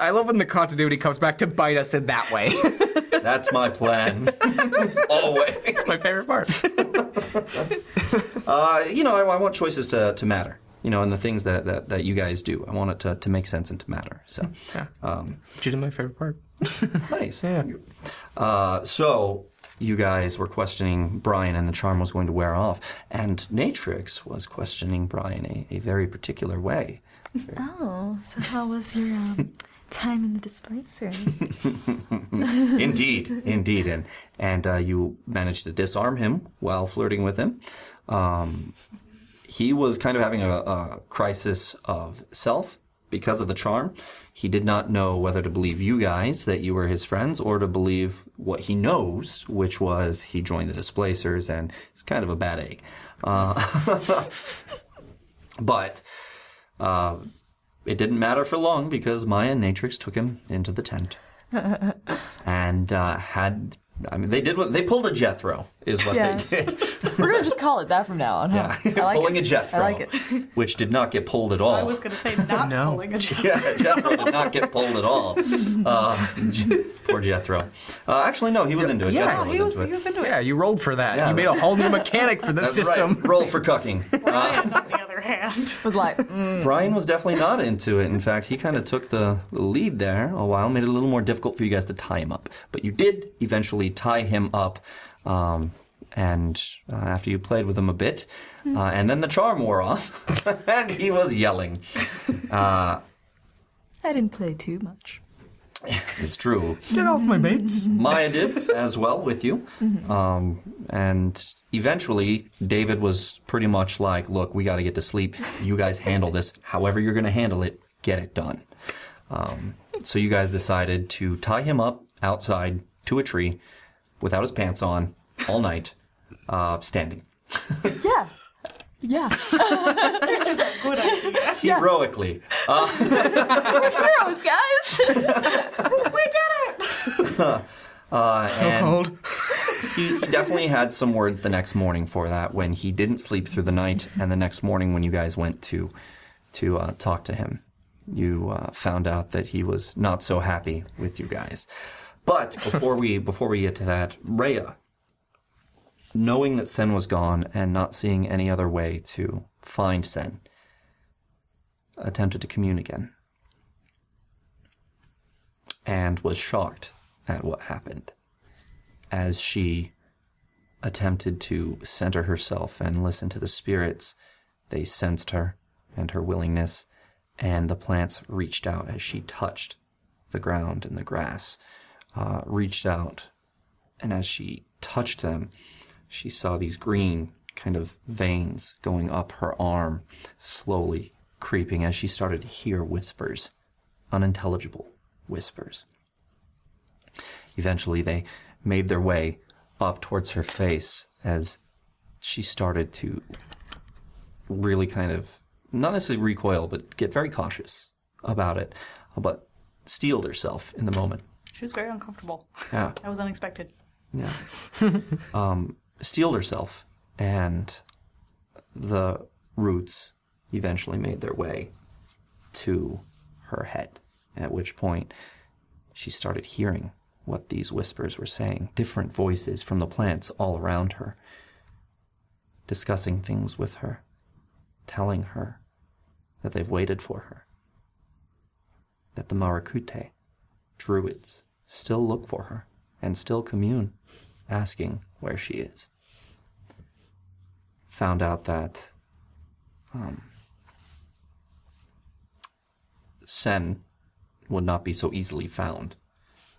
Speaker 8: I love when the continuity comes back to bite us in that way. [LAUGHS]
Speaker 1: That's my plan. Always. It's
Speaker 8: my favorite part.
Speaker 1: Uh, you know, I, I want choices to, to matter. You know, and the things that, that, that you guys do, I want it to, to make sense and to matter. So, um,
Speaker 8: you did my favorite part.
Speaker 1: nice. Uh, so you guys were questioning Brian, and the charm was going to wear off. And Natrix was questioning Brian a, a very particular way.
Speaker 10: Oh, so how was your um, time in the displacers?
Speaker 1: indeed, indeed, and and uh, you managed to disarm him while flirting with him. Um, he was kind of having a, a crisis of self because of the charm. He did not know whether to believe you guys that you were his friends or to believe what he knows, which was he joined the Displacers and it's kind of a bad egg. Uh, [LAUGHS] but uh, it didn't matter for long because Maya and Natrix took him into the tent and uh, had I mean they did what they pulled a Jethro is what
Speaker 10: Yeah.
Speaker 1: they did,
Speaker 10: We're gonna just call it that from now on. Huh? [LAUGHS] I like
Speaker 1: Pulling
Speaker 10: it.
Speaker 1: a Jethro.
Speaker 10: I like it.
Speaker 1: which did not get pulled at all.
Speaker 9: I was going to say
Speaker 1: [LAUGHS]
Speaker 9: not pulling a job.
Speaker 1: yeah, Jethro did not get pulled at all. [LAUGHS] Uh, Je- poor Jethro. Uh, actually, no, he was into it.
Speaker 8: Yeah,
Speaker 1: Jethro was
Speaker 8: he was-
Speaker 1: into it.
Speaker 8: he was
Speaker 9: into it.
Speaker 8: Yeah, you rolled for that.
Speaker 1: Yeah.
Speaker 8: you made a whole new mechanic for this
Speaker 1: That's right.
Speaker 8: system.
Speaker 1: Roll for cucking. Uh,
Speaker 9: other hand.
Speaker 10: Was [LAUGHS] like, mm,
Speaker 1: Brian was definitely not into it. In fact, he kind of took the, the lead there a while, made it a little more difficult for you guys to tie him up. But you did eventually tie him up, um, and uh, after you played with him a bit, uh, and then the charm wore off, [LAUGHS] and he was yelling. Uh,
Speaker 10: I didn't play too much.
Speaker 1: it's true.
Speaker 8: Get off my mates.
Speaker 1: Maya did as well with you.
Speaker 10: Mhm.
Speaker 1: Um, and eventually, David was pretty much like, look, we got to get to sleep. You guys handle this. However, you're going to handle it, get it done. Um, so you guys decided to tie him up outside to a tree without his pants on all night, uh, standing.
Speaker 10: Yeah.
Speaker 7: [LAUGHS]
Speaker 10: Yeah.
Speaker 9: this is a good idea.
Speaker 1: Heroically. Uh,
Speaker 10: We're heroes, guys. [LAUGHS] we did it.
Speaker 1: Uh,
Speaker 10: So
Speaker 1: and
Speaker 10: cold.
Speaker 1: he, he definitely had some words the next morning for that when he didn't sleep through the night, and the next morning when you guys went to to uh, talk to him, you uh, found out that he was not so happy with you guys. But before we before we get to that, Rhea, knowing that Sen was gone and not seeing any other way to find Sen, attempted to commune again, and was shocked at what happened as she attempted to center herself and listen to the spirits, they sensed her and her willingness, and the plants reached out as she touched the ground and the grass, uh, reached out, and as she touched them, she saw these green kind of veins going up her arm, slowly creeping as she started to hear whispers, unintelligible whispers. Eventually, they made their way up towards her face as she started to really kind of not necessarily recoil, but get very cautious about it, but steeled herself in the moment.
Speaker 9: She was very uncomfortable.
Speaker 1: Yeah.
Speaker 9: That was unexpected.
Speaker 1: Yeah. um, steeled herself, and the roots eventually made their way to her head, at which point she started hearing what these whispers were saying different voices from the plants all around her, discussing things with her, telling her that they've waited for her, that the Marakute druids still look for her and still commune, asking where she is. Found out that um, Sen would not be so easily found,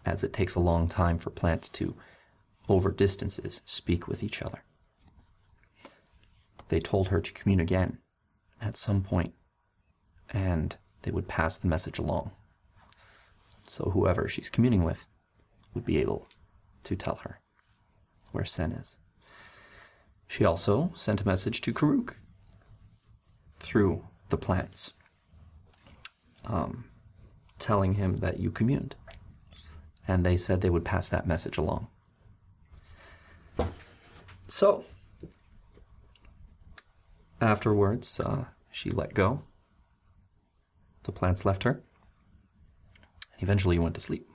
Speaker 1: as it takes a long time for plants to over distances speak with each other. They told her to commune again at some point, and they would pass the message along. So whoever she's communing with would be able to tell her where Sen is. She also sent a message to Karuk through the plants, um, telling him that you communed. And they said they would pass that message along. So, afterwards, uh, she let go. The plants left her. And eventually, went to sleep.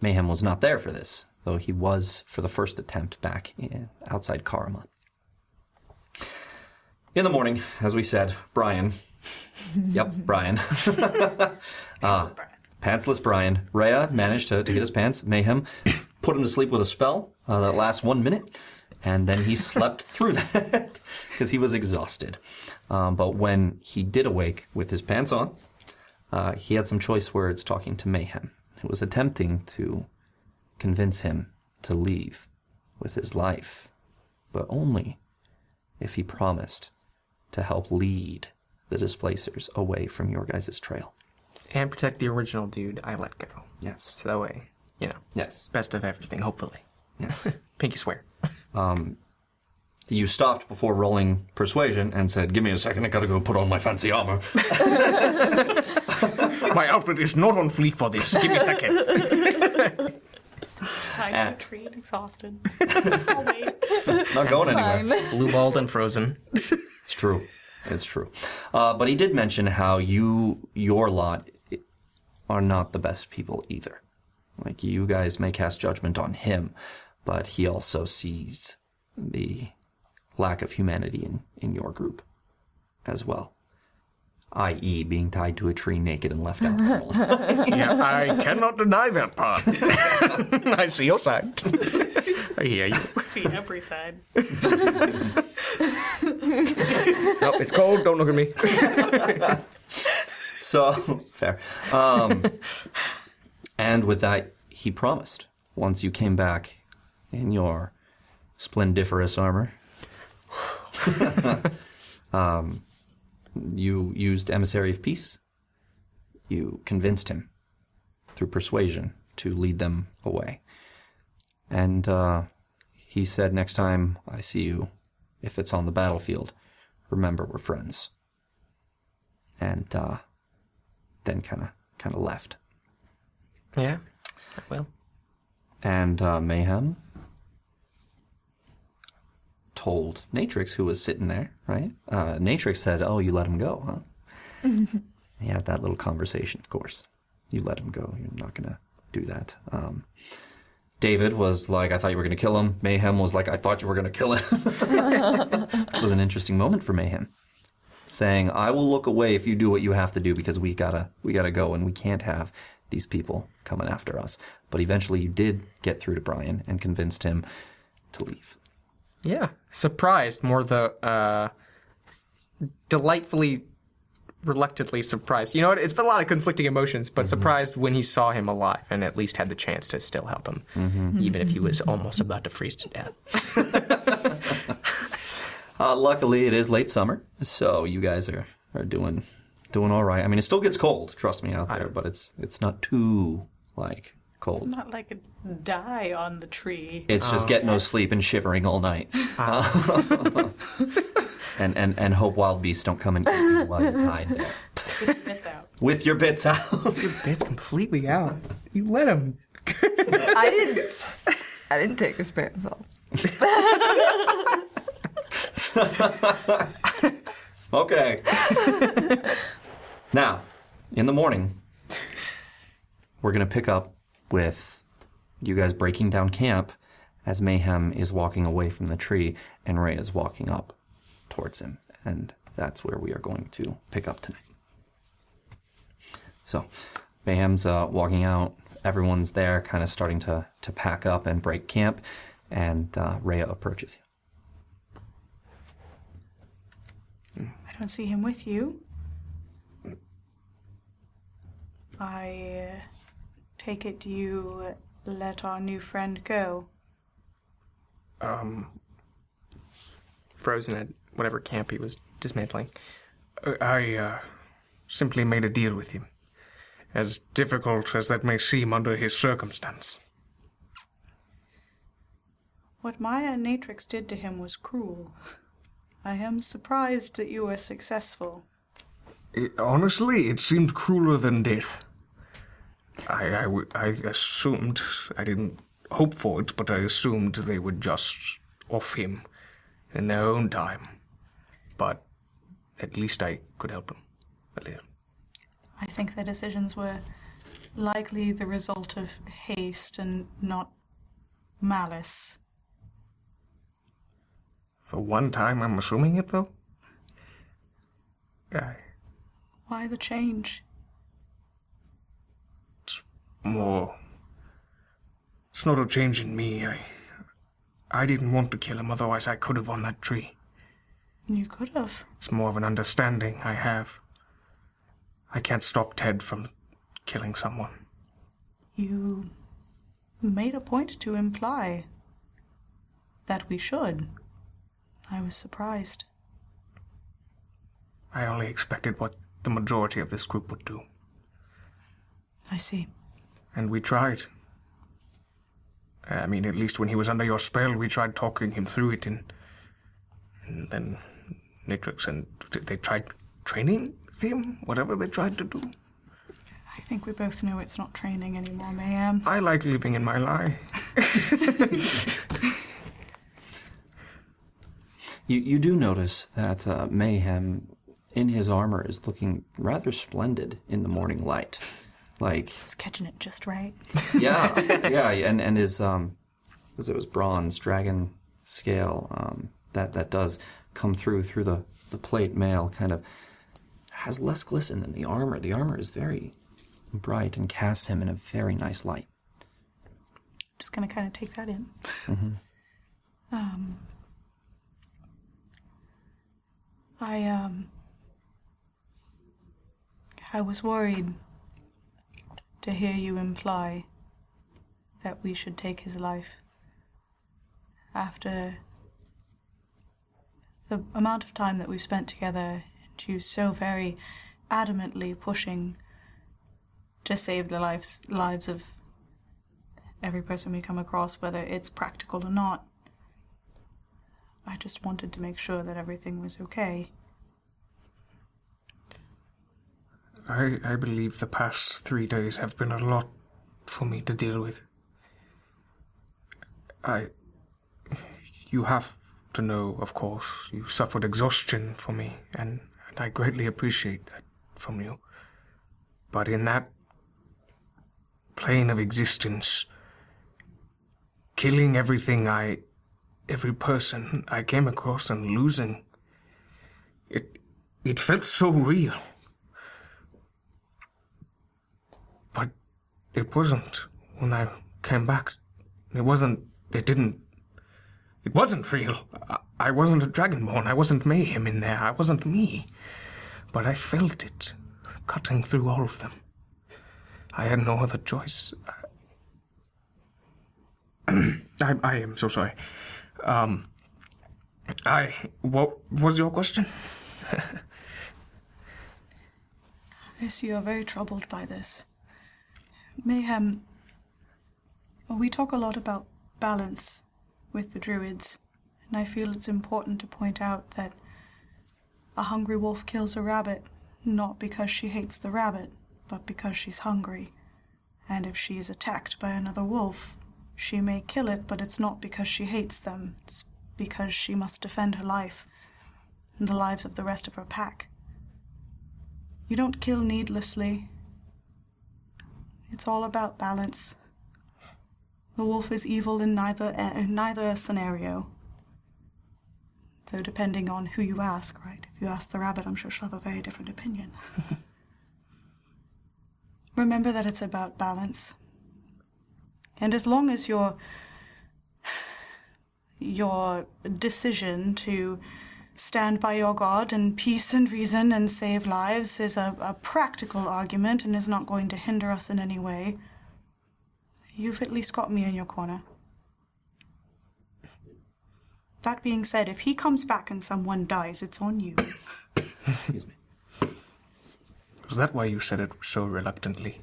Speaker 1: Mayhem was not there for this, though he was for the first attempt back in, outside Karama. In the morning, as we said, Brian. yep, Brian. [LAUGHS] uh, pantsless Brian. Rhea managed to, to get his pants. Mayhem put him to sleep with a spell uh, that lasts one minute, and then he slept through that because he was exhausted. Um, but when he did awake with his pants on, uh, he had some choice words talking to Mayhem, who was attempting to convince him to leave with his life, but only if he promised to help lead the displacers away from your guys' trail.
Speaker 8: And protect the original dude I let go.
Speaker 1: Yes.
Speaker 8: So that way, you know.
Speaker 1: Yes.
Speaker 8: Best of everything, hopefully.
Speaker 1: Yes.
Speaker 8: [LAUGHS] Pinky swear.
Speaker 1: Um, you stopped before rolling persuasion and said, "Give me a second. I gotta go put on my fancy
Speaker 8: [LAUGHS]
Speaker 1: armor."
Speaker 3: My outfit is not on fleek for this. Give me a second.
Speaker 9: Tied to a tree and exhausted.
Speaker 1: Not going anywhere.
Speaker 8: [LAUGHS] Blue balled and frozen.
Speaker 1: It's true. It's true. Uh, but he did mention how you, your lot, i- are not the best people either. Like, you guys may cast judgment on him, but he also sees the lack of humanity in, in your group as well. I.e., being tied to a tree naked and left out.
Speaker 3: yeah, I cannot deny that part.
Speaker 8: [LAUGHS] I see your side. I hear you.
Speaker 9: See every side.
Speaker 8: Nope, it's cold. Don't look at me.
Speaker 1: So [LAUGHS] fair. Um, and with that, he promised once you came back in your splendiferous armor, [LAUGHS] um, you used emissary of peace. You convinced him through persuasion to lead them away. And uh, he said, "Next time I see you, if it's on the battlefield, remember we're friends." And uh, then kind of kind of left.
Speaker 8: [LAUGHS] Yeah. Well.
Speaker 1: And uh, Mayhem told Natrix, who was sitting there, right? Uh, Natrix said, "Oh, you let him go, huh?" They had that little conversation, of course. You let him go. You're not gonna do that. Um, David was like, "I thought you were gonna kill him." Mayhem was like, "I thought you were gonna kill him." [LAUGHS] it was an interesting moment for Mayhem, saying, "I will look away if you do what you have to do because we gotta we gotta go and we can't have these people coming after us." But eventually, you did get through to Brian and convinced him to leave.
Speaker 8: Yeah. Surprised, more the uh, delightfully, reluctantly surprised. You know, what? it's been a lot of conflicting emotions, but surprised when he saw him alive and at least had the chance to still help him,
Speaker 1: Mhm.
Speaker 8: even if he was almost about to freeze to death.
Speaker 1: Uh, luckily, it is late summer, so you guys are, are doing doing all right. I mean, it still gets cold, trust me, out there, but it's it's not too like cold.
Speaker 9: It's not like a die on the tree.
Speaker 1: It's just get no sleep and shivering all night. [LAUGHS] and, and and hope wild beasts don't come and eat you while you're tied there.
Speaker 9: It's out.
Speaker 1: With your bits out.
Speaker 8: your bits completely out. You let him.
Speaker 7: I didn't. I didn't take his pants off.
Speaker 1: Okay. now, in the morning, we're going to pick up with you guys breaking down camp as Mayhem is walking away from the tree and Ray is walking up towards him. And that's where we are going to pick up tonight. So, Mayhem's uh, walking out. Everyone's there, kind of starting to, to pack up and break camp. And uh, Rhea approaches you.
Speaker 9: I don't see him with you. I uh, take it you let our new friend go
Speaker 8: um, frozen at whatever camp he was dismantling.
Speaker 12: I uh, simply made a deal with him, as difficult as that may seem under his circumstance.
Speaker 6: What Maya and Natrix did to him was cruel. I am surprised that you were successful.
Speaker 12: It- honestly, it seemed crueler than death. I, I, w- I assumed, I didn't hope for it, but I assumed they would just off him in their own time. But at least I could help him a little.
Speaker 6: I think their decisions were likely the result of haste and not malice.
Speaker 12: For one time, I'm assuming it, though? I,
Speaker 6: Why the change?
Speaker 12: more. It's not a change in me. I, I didn't want to kill him, otherwise I could have on that tree.
Speaker 6: You could have.
Speaker 12: It's more of an understanding I have. I can't stop Ted from killing someone.
Speaker 6: You made a point to imply that we should. I was surprised.
Speaker 12: I only expected what the majority of this group would do,
Speaker 6: I see.
Speaker 12: and we tried. I mean, at least when he was under your spell, we tried talking him through it, and, and then Nitrix and they tried training him, whatever they tried to do.
Speaker 6: I think we both know it's not training anymore, Mayhem.
Speaker 12: I like living in my lie.
Speaker 1: You, you do notice that uh, Mayhem, in his armor, is looking rather splendid in the morning light. Like,
Speaker 6: It's catching it just right.
Speaker 1: yeah, yeah, and and his um, because it was bronze dragon scale um, that that does come through through the the plate mail kind of has less glisten than the armor. The armor is very bright and casts him in a very nice light.
Speaker 6: Just gonna kind of take that in.
Speaker 1: Mhm.
Speaker 6: [LAUGHS] Um, I um, I was worried to hear you imply that we should take his life after the amount of time that we've spent together and you so very adamantly pushing to save the lives lives of every person we come across, whether it's practical or not. I just wanted to make sure that everything was okay.
Speaker 12: I, I believe the past three days have been a lot for me to deal with. I. You have to know, of course, you suffered exhaustion for me, and, and I greatly appreciate that from you. But in that plane of existence, killing everything I. every person I came across and losing. It. it felt so real. But it wasn't when I came back. It wasn't. It didn't. It wasn't real. I, I wasn't a dragonborn. I wasn't mayhem in there. I wasn't me. But I felt it cutting through all of them. I had no other choice. [CLEARS THROAT] I, I am so sorry. Um, I. What was your question?
Speaker 6: I see you're very troubled by this. Mayhem, we talk a lot about balance with the druids, and I feel it's important to point out that a hungry wolf kills a rabbit not because she hates the rabbit, but because she's hungry. And if she is attacked by another wolf, she may kill it, but it's not because she hates them, it's because she must defend her life and the lives of the rest of her pack. You don't kill needlessly. It's all about balance. The wolf is evil in neither uh, in neither scenario. Though depending on who you ask, right? If you ask the rabbit, I'm sure she'll have a very different opinion. Remember that it's about balance. And as long as your your decision to stand by your God and peace and reason and save lives is a, a practical argument and is not going to hinder us in any way. You've at least got me in your corner. That being said, if he comes back and someone dies, it's on you.
Speaker 1: Excuse me.
Speaker 12: Was that why you said it so reluctantly?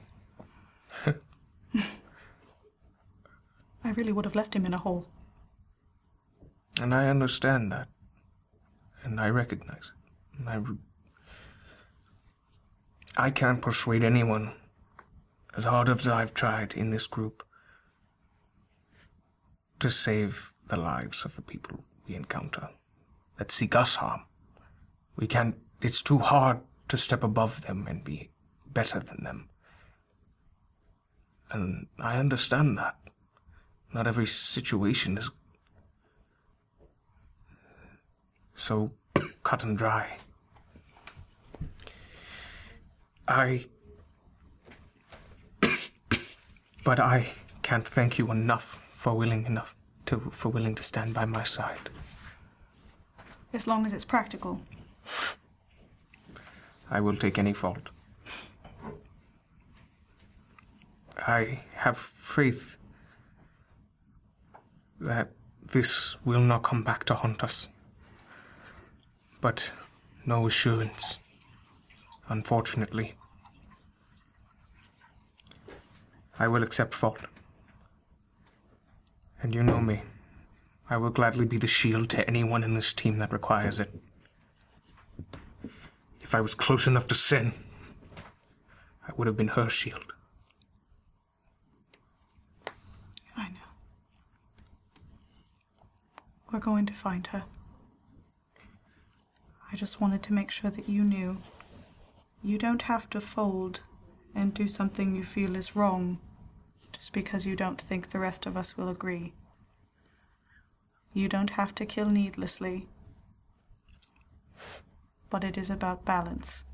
Speaker 6: I really would have left him in a hole.
Speaker 12: And I understand that. And I recognize it. And I, re- I can't persuade anyone, as hard as I've tried in this group, to save the lives of the people we encounter that seek us harm. We can't, it's too hard to step above them and be better than them. And I understand that. Not every situation is so cut and dry. I. [COUGHS] But I can't thank you enough for willing enough to for willing to stand by my side.
Speaker 6: As long as it's practical.
Speaker 12: I will take any fault. I have faith that this will not come back to haunt us. But no assurance, unfortunately. I will accept fault. And you know me. I will gladly be the shield to anyone in this team that requires it. If I was close enough to Sin, I would have been her shield.
Speaker 6: I know. We're going to find her. I just wanted to make sure that you knew you don't have to fold and do something you feel is wrong just because you don't think the rest of us will agree. You don't have to kill needlessly, but it is about balance.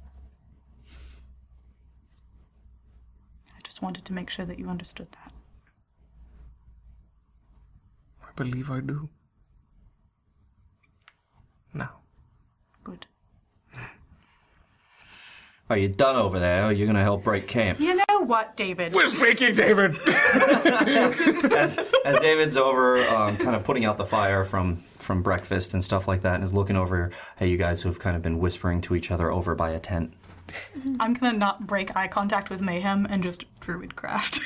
Speaker 6: I just wanted to make sure that you understood that.
Speaker 12: I believe I do. Now.
Speaker 1: Are you done over there? Or are you going to help break camp?
Speaker 6: You know what, David?
Speaker 12: We're speaking, David!
Speaker 1: as, as David's over, um, kind of putting out the fire from from breakfast and stuff like that, and is looking over at you guys who've kind of been whispering to each other over by a tent.
Speaker 6: I'm gonna not break eye contact with Mayhem and just Druidcraft.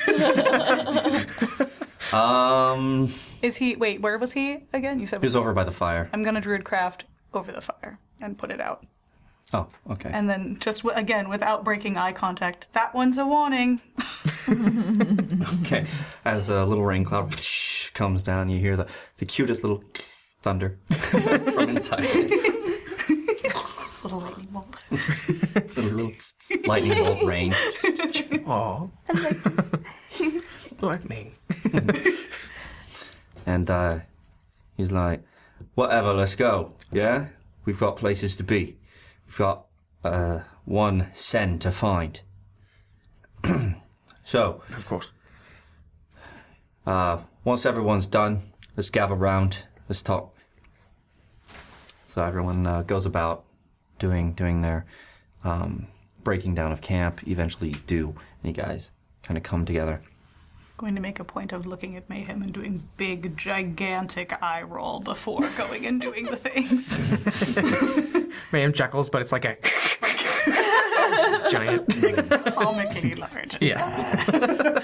Speaker 1: Um,
Speaker 6: [LAUGHS] is he. Wait, where was he again? You said.
Speaker 1: who's over by the fire?
Speaker 6: I'm gonna Druidcraft over the fire and put it out.
Speaker 1: Oh, okay.
Speaker 6: And then just w- again, without breaking eye contact, that one's a warning. [LAUGHS]
Speaker 1: [LAUGHS] okay. As a little rain cloud [LAUGHS] comes down, you hear the, the cutest little [LAUGHS] thunder from
Speaker 12: [LAUGHS]
Speaker 1: inside.
Speaker 6: Little lightning bolt.
Speaker 1: [LAUGHS] the little lightning bolt
Speaker 6: [LAUGHS]
Speaker 1: rain.
Speaker 12: Aw. [LAUGHS] Lightning.
Speaker 1: [LAUGHS] And uh, he's like, whatever, let's go. Yeah? We've got places to be. We've got uh, one sen to find. [CLEARS THROAT] so.
Speaker 12: Of course.
Speaker 1: Uh, once everyone's done, let's gather round. Let's talk. So everyone uh, goes about doing doing their um, breaking down of camp. Eventually, you do and you guys kind of come together.
Speaker 6: Going to make a point of looking at Mayhem and doing big, gigantic eye roll before [LAUGHS] going and doing the things. [LAUGHS]
Speaker 8: Mayhem chuckles, but it's like a. [LAUGHS] it's giant. [LAUGHS]
Speaker 6: Comically large.
Speaker 8: Yeah.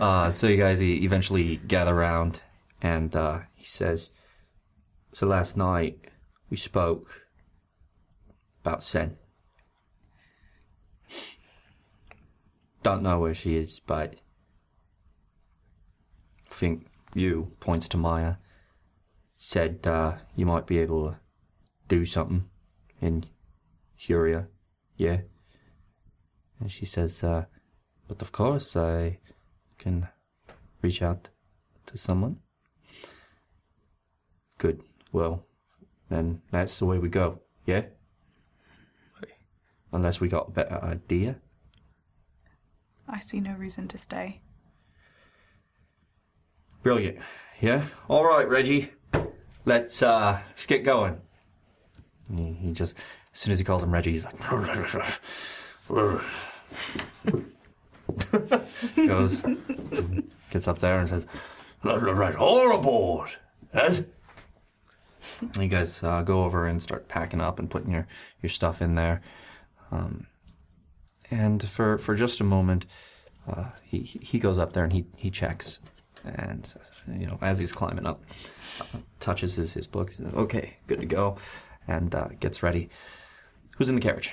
Speaker 1: uh, so you guys e- eventually gather round, and uh, he says, "So last night we spoke about Sen. Don't know where she is, but I think you points to Maya said uh, you might be able to do something in Huria, yeah." And she says, uh, "But of course, I." can reach out to someone. Good. Well, then that's the way we go. Yeah. Unless we got a better idea.
Speaker 6: I see no reason to stay.
Speaker 1: Brilliant. Yeah. All right, Reggie. Let's uh, let's get going. He, he just as soon as he calls him Reggie, he's like [LAUGHS] goes gets up there and says,
Speaker 13: Right, all aboard. Yes?
Speaker 1: And you guys uh, go over and start packing up and putting your, your stuff in there. Um, and for, for just a moment, uh, he, he goes up there and he, he checks. And, you know, as he's climbing up, uh, touches his, his book. Says, okay, good to go. And uh, gets ready. Who's in the carriage?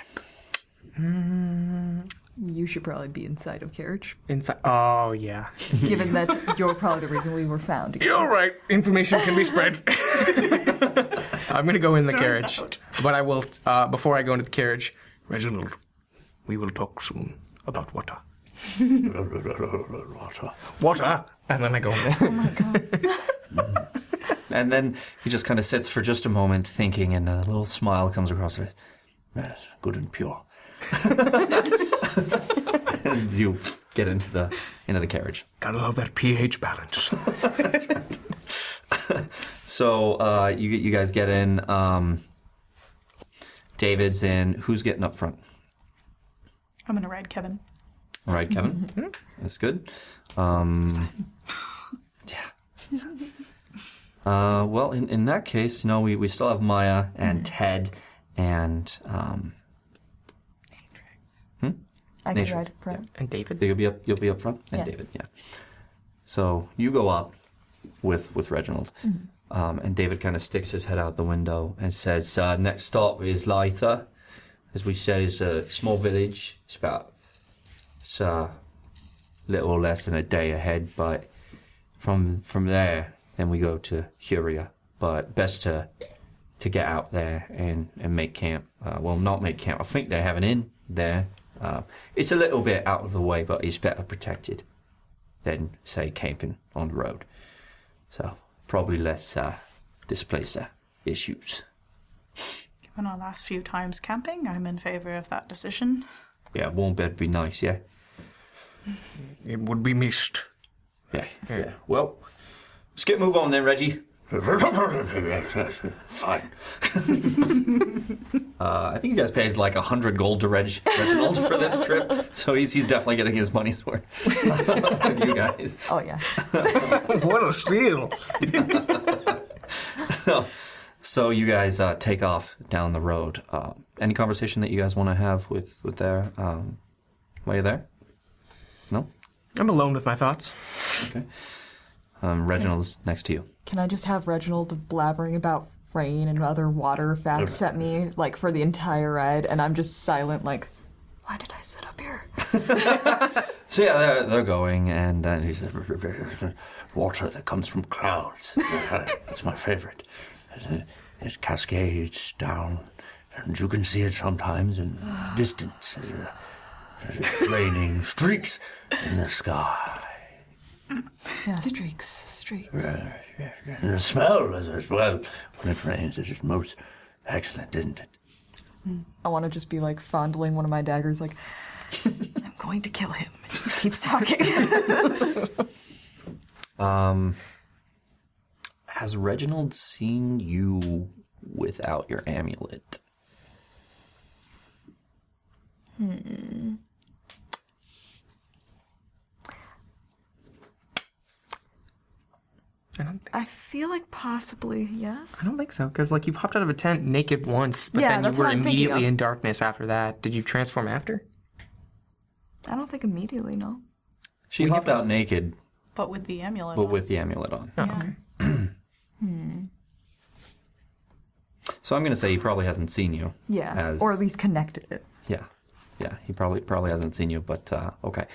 Speaker 10: Mm, you should probably be inside of
Speaker 8: [LAUGHS]
Speaker 10: carriage,
Speaker 8: Inside. Oh yeah.
Speaker 10: given that you're probably the reason we were found.
Speaker 8: You're right. Information can be spread. I'm gonna go in the carriage, but I will uh, before I go into the carriage. Reginald, we will talk soon about water.
Speaker 12: water.
Speaker 8: Water, and then I go in there.
Speaker 1: And then he just kind of sits for just a moment thinking, and a little smile comes across his face. Yes, good and pure. [LAUGHS] and you get into the into the carriage.
Speaker 12: Gotta love that pH balance.
Speaker 1: So uh, you you guys get in. Um, David's in. Who's getting up front?
Speaker 6: I'm gonna ride Kevin.
Speaker 1: All right, Kevin. That's good. Um, Uh, well, in, in that case, you know, we, we still have Maya and Ted and um, Natrix. Hmm?
Speaker 10: I can
Speaker 1: Natrix,
Speaker 10: ride up front.
Speaker 1: And David. You'll be up. You'll be up front. And
Speaker 10: Yeah.
Speaker 1: David. Yeah. So you go up with with Reginald,
Speaker 10: Mhm.
Speaker 1: um, and David kind of sticks his head out the window and says, uh, "Next stop is Lytha, as we said, is a small village. It's about it's a little less than a day ahead, but from from there, then we go to Huria. But best to to get out there and and make camp. Uh, well, not make camp. I think they have an inn there. Uh, it's a little bit out of the way, but it's better protected than say camping on the road. So probably less uh, displacer issues.
Speaker 6: Given our last few times camping, I'm in favor of that decision.
Speaker 1: Yeah, warm bed be nice. Yeah.
Speaker 8: It would be missed.
Speaker 1: Yeah. Yeah. Well, let's get move on then, Reggie. [LAUGHS] Fine. [LAUGHS] uh, I think you guys paid like a hundred gold to Reg- Reginald for this trip, [LAUGHS] so he's he's definitely getting his money's worth. [LAUGHS] Of you guys.
Speaker 10: Oh yeah.
Speaker 8: what a steal!
Speaker 1: so, so you guys uh, take off down the road. Uh, any conversation that you guys want to have with with there? Um, while you're there, no.
Speaker 8: I'm alone with my thoughts.
Speaker 1: Okay. Um, Reginald's next to you.
Speaker 10: Can I just have Reginald blabbering about rain and other water facts at me, like for the entire ride, and I'm just silent, like, why did I sit up here?
Speaker 1: So yeah, they're, they're going, and uh, he says, "Water that comes from clouds. [LAUGHS] It's my favorite. It, it cascades down, and you can see it sometimes in distance. Uh, it's raining streaks in the sky,
Speaker 10: Yeah, [LAUGHS] streaks, streaks.
Speaker 1: and the smell as, as well. When it rains, it is most excellent, isn't it?
Speaker 10: I want to just be like fondling one of my daggers,
Speaker 7: [LAUGHS]
Speaker 10: like, I'm going to kill him. He keeps talking.
Speaker 7: [LAUGHS]
Speaker 1: Um, has Reginald seen you without your amulet?
Speaker 10: Hmm.
Speaker 14: I feel like possibly yes.
Speaker 8: I don't think so, because like you've hopped out of a tent naked once, but
Speaker 14: Yeah,
Speaker 8: then
Speaker 14: that's
Speaker 8: you were
Speaker 14: what I'm thinking
Speaker 8: immediately
Speaker 14: of.
Speaker 8: in darkness after that. Did you transform after?
Speaker 10: I don't think immediately, no.
Speaker 1: She hopped out naked,
Speaker 6: But with the amulet.
Speaker 1: but with the amulet on.
Speaker 10: Hmm.
Speaker 1: So I'm going to say he probably hasn't seen you.
Speaker 10: Yeah,
Speaker 1: As,
Speaker 10: or at least connected it.
Speaker 1: yeah, yeah. He probably probably hasn't seen you, but uh, okay.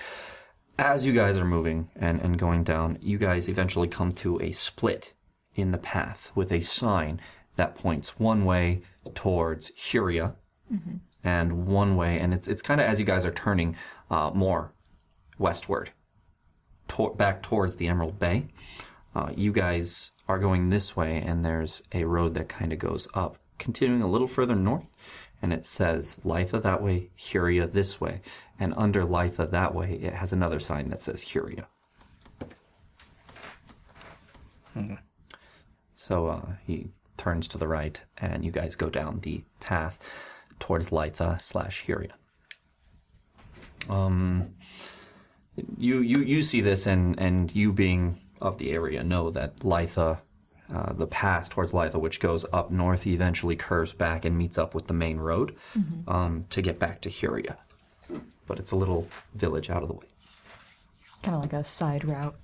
Speaker 1: As you guys are moving and and going down, you guys eventually come to a split in the path with a sign that points one way towards Huria
Speaker 12: Mhm.
Speaker 1: and one way, and it's it's kind of as you guys are turning uh, more westward, to- back towards the Emerald Bay. Uh, you guys are going this way, and there's a road that kind of goes up, continuing a little further north, and it says Litha that way, Huria this way, and under Litha that way, it has another sign that says Huria. So uh, he turns to the right, and you guys go down the path towards Litha slash Huria. Um, you you you see this, and and you being of the area know that Litha
Speaker 2: uh, the path towards Litha, which goes up north, eventually curves back and meets up with the main road
Speaker 15: Mhm.
Speaker 2: um, to get back to Huria. But it's a little village out of the way.
Speaker 10: Kind of like a side route.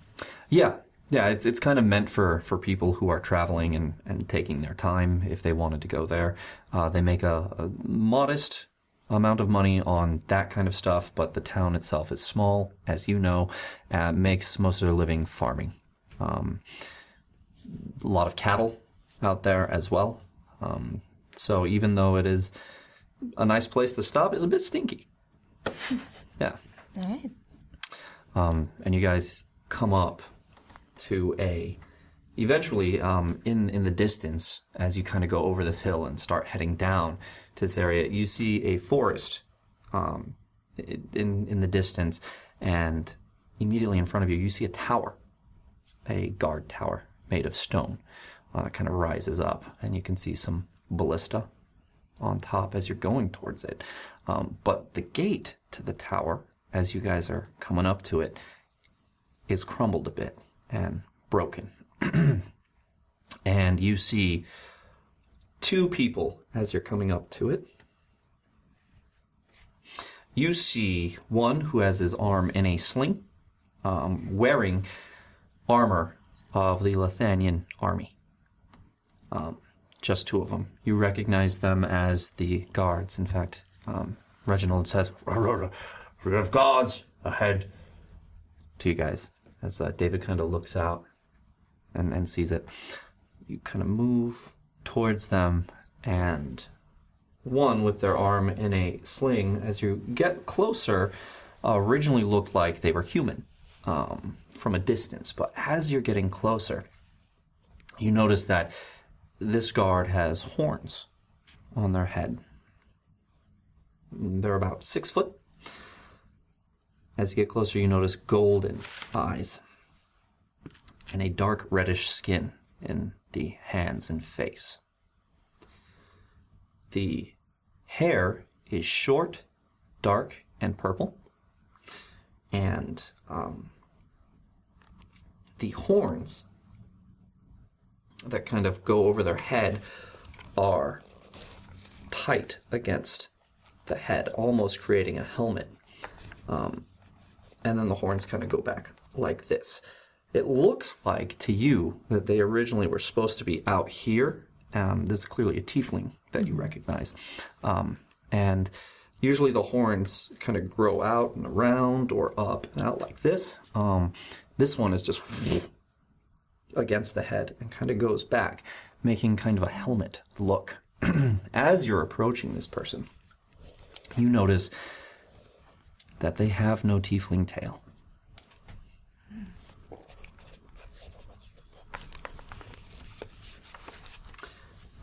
Speaker 2: Yeah, yeah, it's it's kind of meant for for people who are traveling and and taking their time if they wanted to go there. Uh, they make a, a modest amount of money on that kind of stuff, but the town itself is small, as you know, uh, makes most of their living farming. Um, a lot of cattle out there as well. Um, so even though it is a nice place to stop, it's a bit stinky. Yeah.
Speaker 10: All right.
Speaker 2: Um, and you guys come up to a. Eventually, um, in in the distance, as you kind of go over this hill and start heading down to this area, you see a forest um, i- in in the distance, and immediately in front of you, you see a tower, a guard tower made of stone, uh, kind of rises up, and you can see some ballista on top as you're going towards it. Um, but the gate to the tower, as you guys are coming up to it, is crumbled a bit and broken. and you see two people as you're coming up to it. You see one who has his arm in a sling, um, wearing armor of the Lethanian army. Um, just two of them. You recognize them as the guards. In fact, um, Reginald says, "We have guards ahead." To you guys, as uh, David kind of looks out and and sees it, you kind of move towards them, and one with their arm in a sling. As you get closer, uh, originally looked like they were human um, from a distance, but as you're getting closer, you notice that this guard has horns on their head. They're about six foot. As you get closer, you notice golden eyes and a dark reddish skin in the hands and face. The hair is short, dark, and purple. And um, the horns that kind of go over their head are tight against the head, almost creating a helmet. Um, and then the horns kind of go back like this. It looks like to you that they originally were supposed to be out here. Um, this is clearly a tiefling that you recognize. Um, and usually the horns kind of grow out and around or up and out like this. Um, this one is just against the head and kind of goes back, making kind of a helmet look. [CLEARS THROAT] As you're approaching this person, you notice that they have no tiefling tail.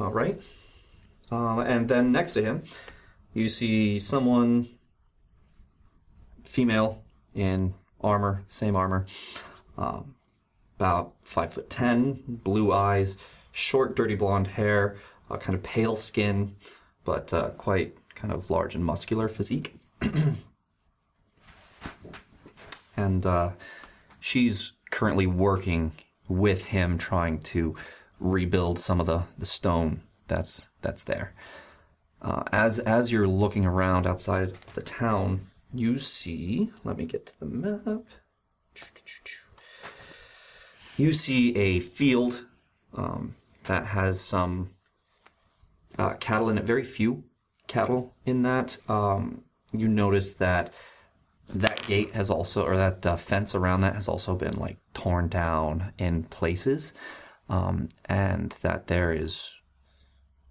Speaker 2: All right. Um, and then next to him, you see someone, female in armor, same armor, um, about five foot ten, blue eyes, short, dirty blonde hair, uh, kind of pale skin, but uh, quite kind of large and muscular physique. and uh, she's currently working with him, trying to rebuild some of the, the stone that's that's there. Uh, as as you're looking around outside the town, you see. Let me get to the map. You see a field um, that has some uh, cattle in it. Very few cattle in that. Um, you notice that that gate has also, or that uh, fence around that has also been like torn down in places, um, and that there is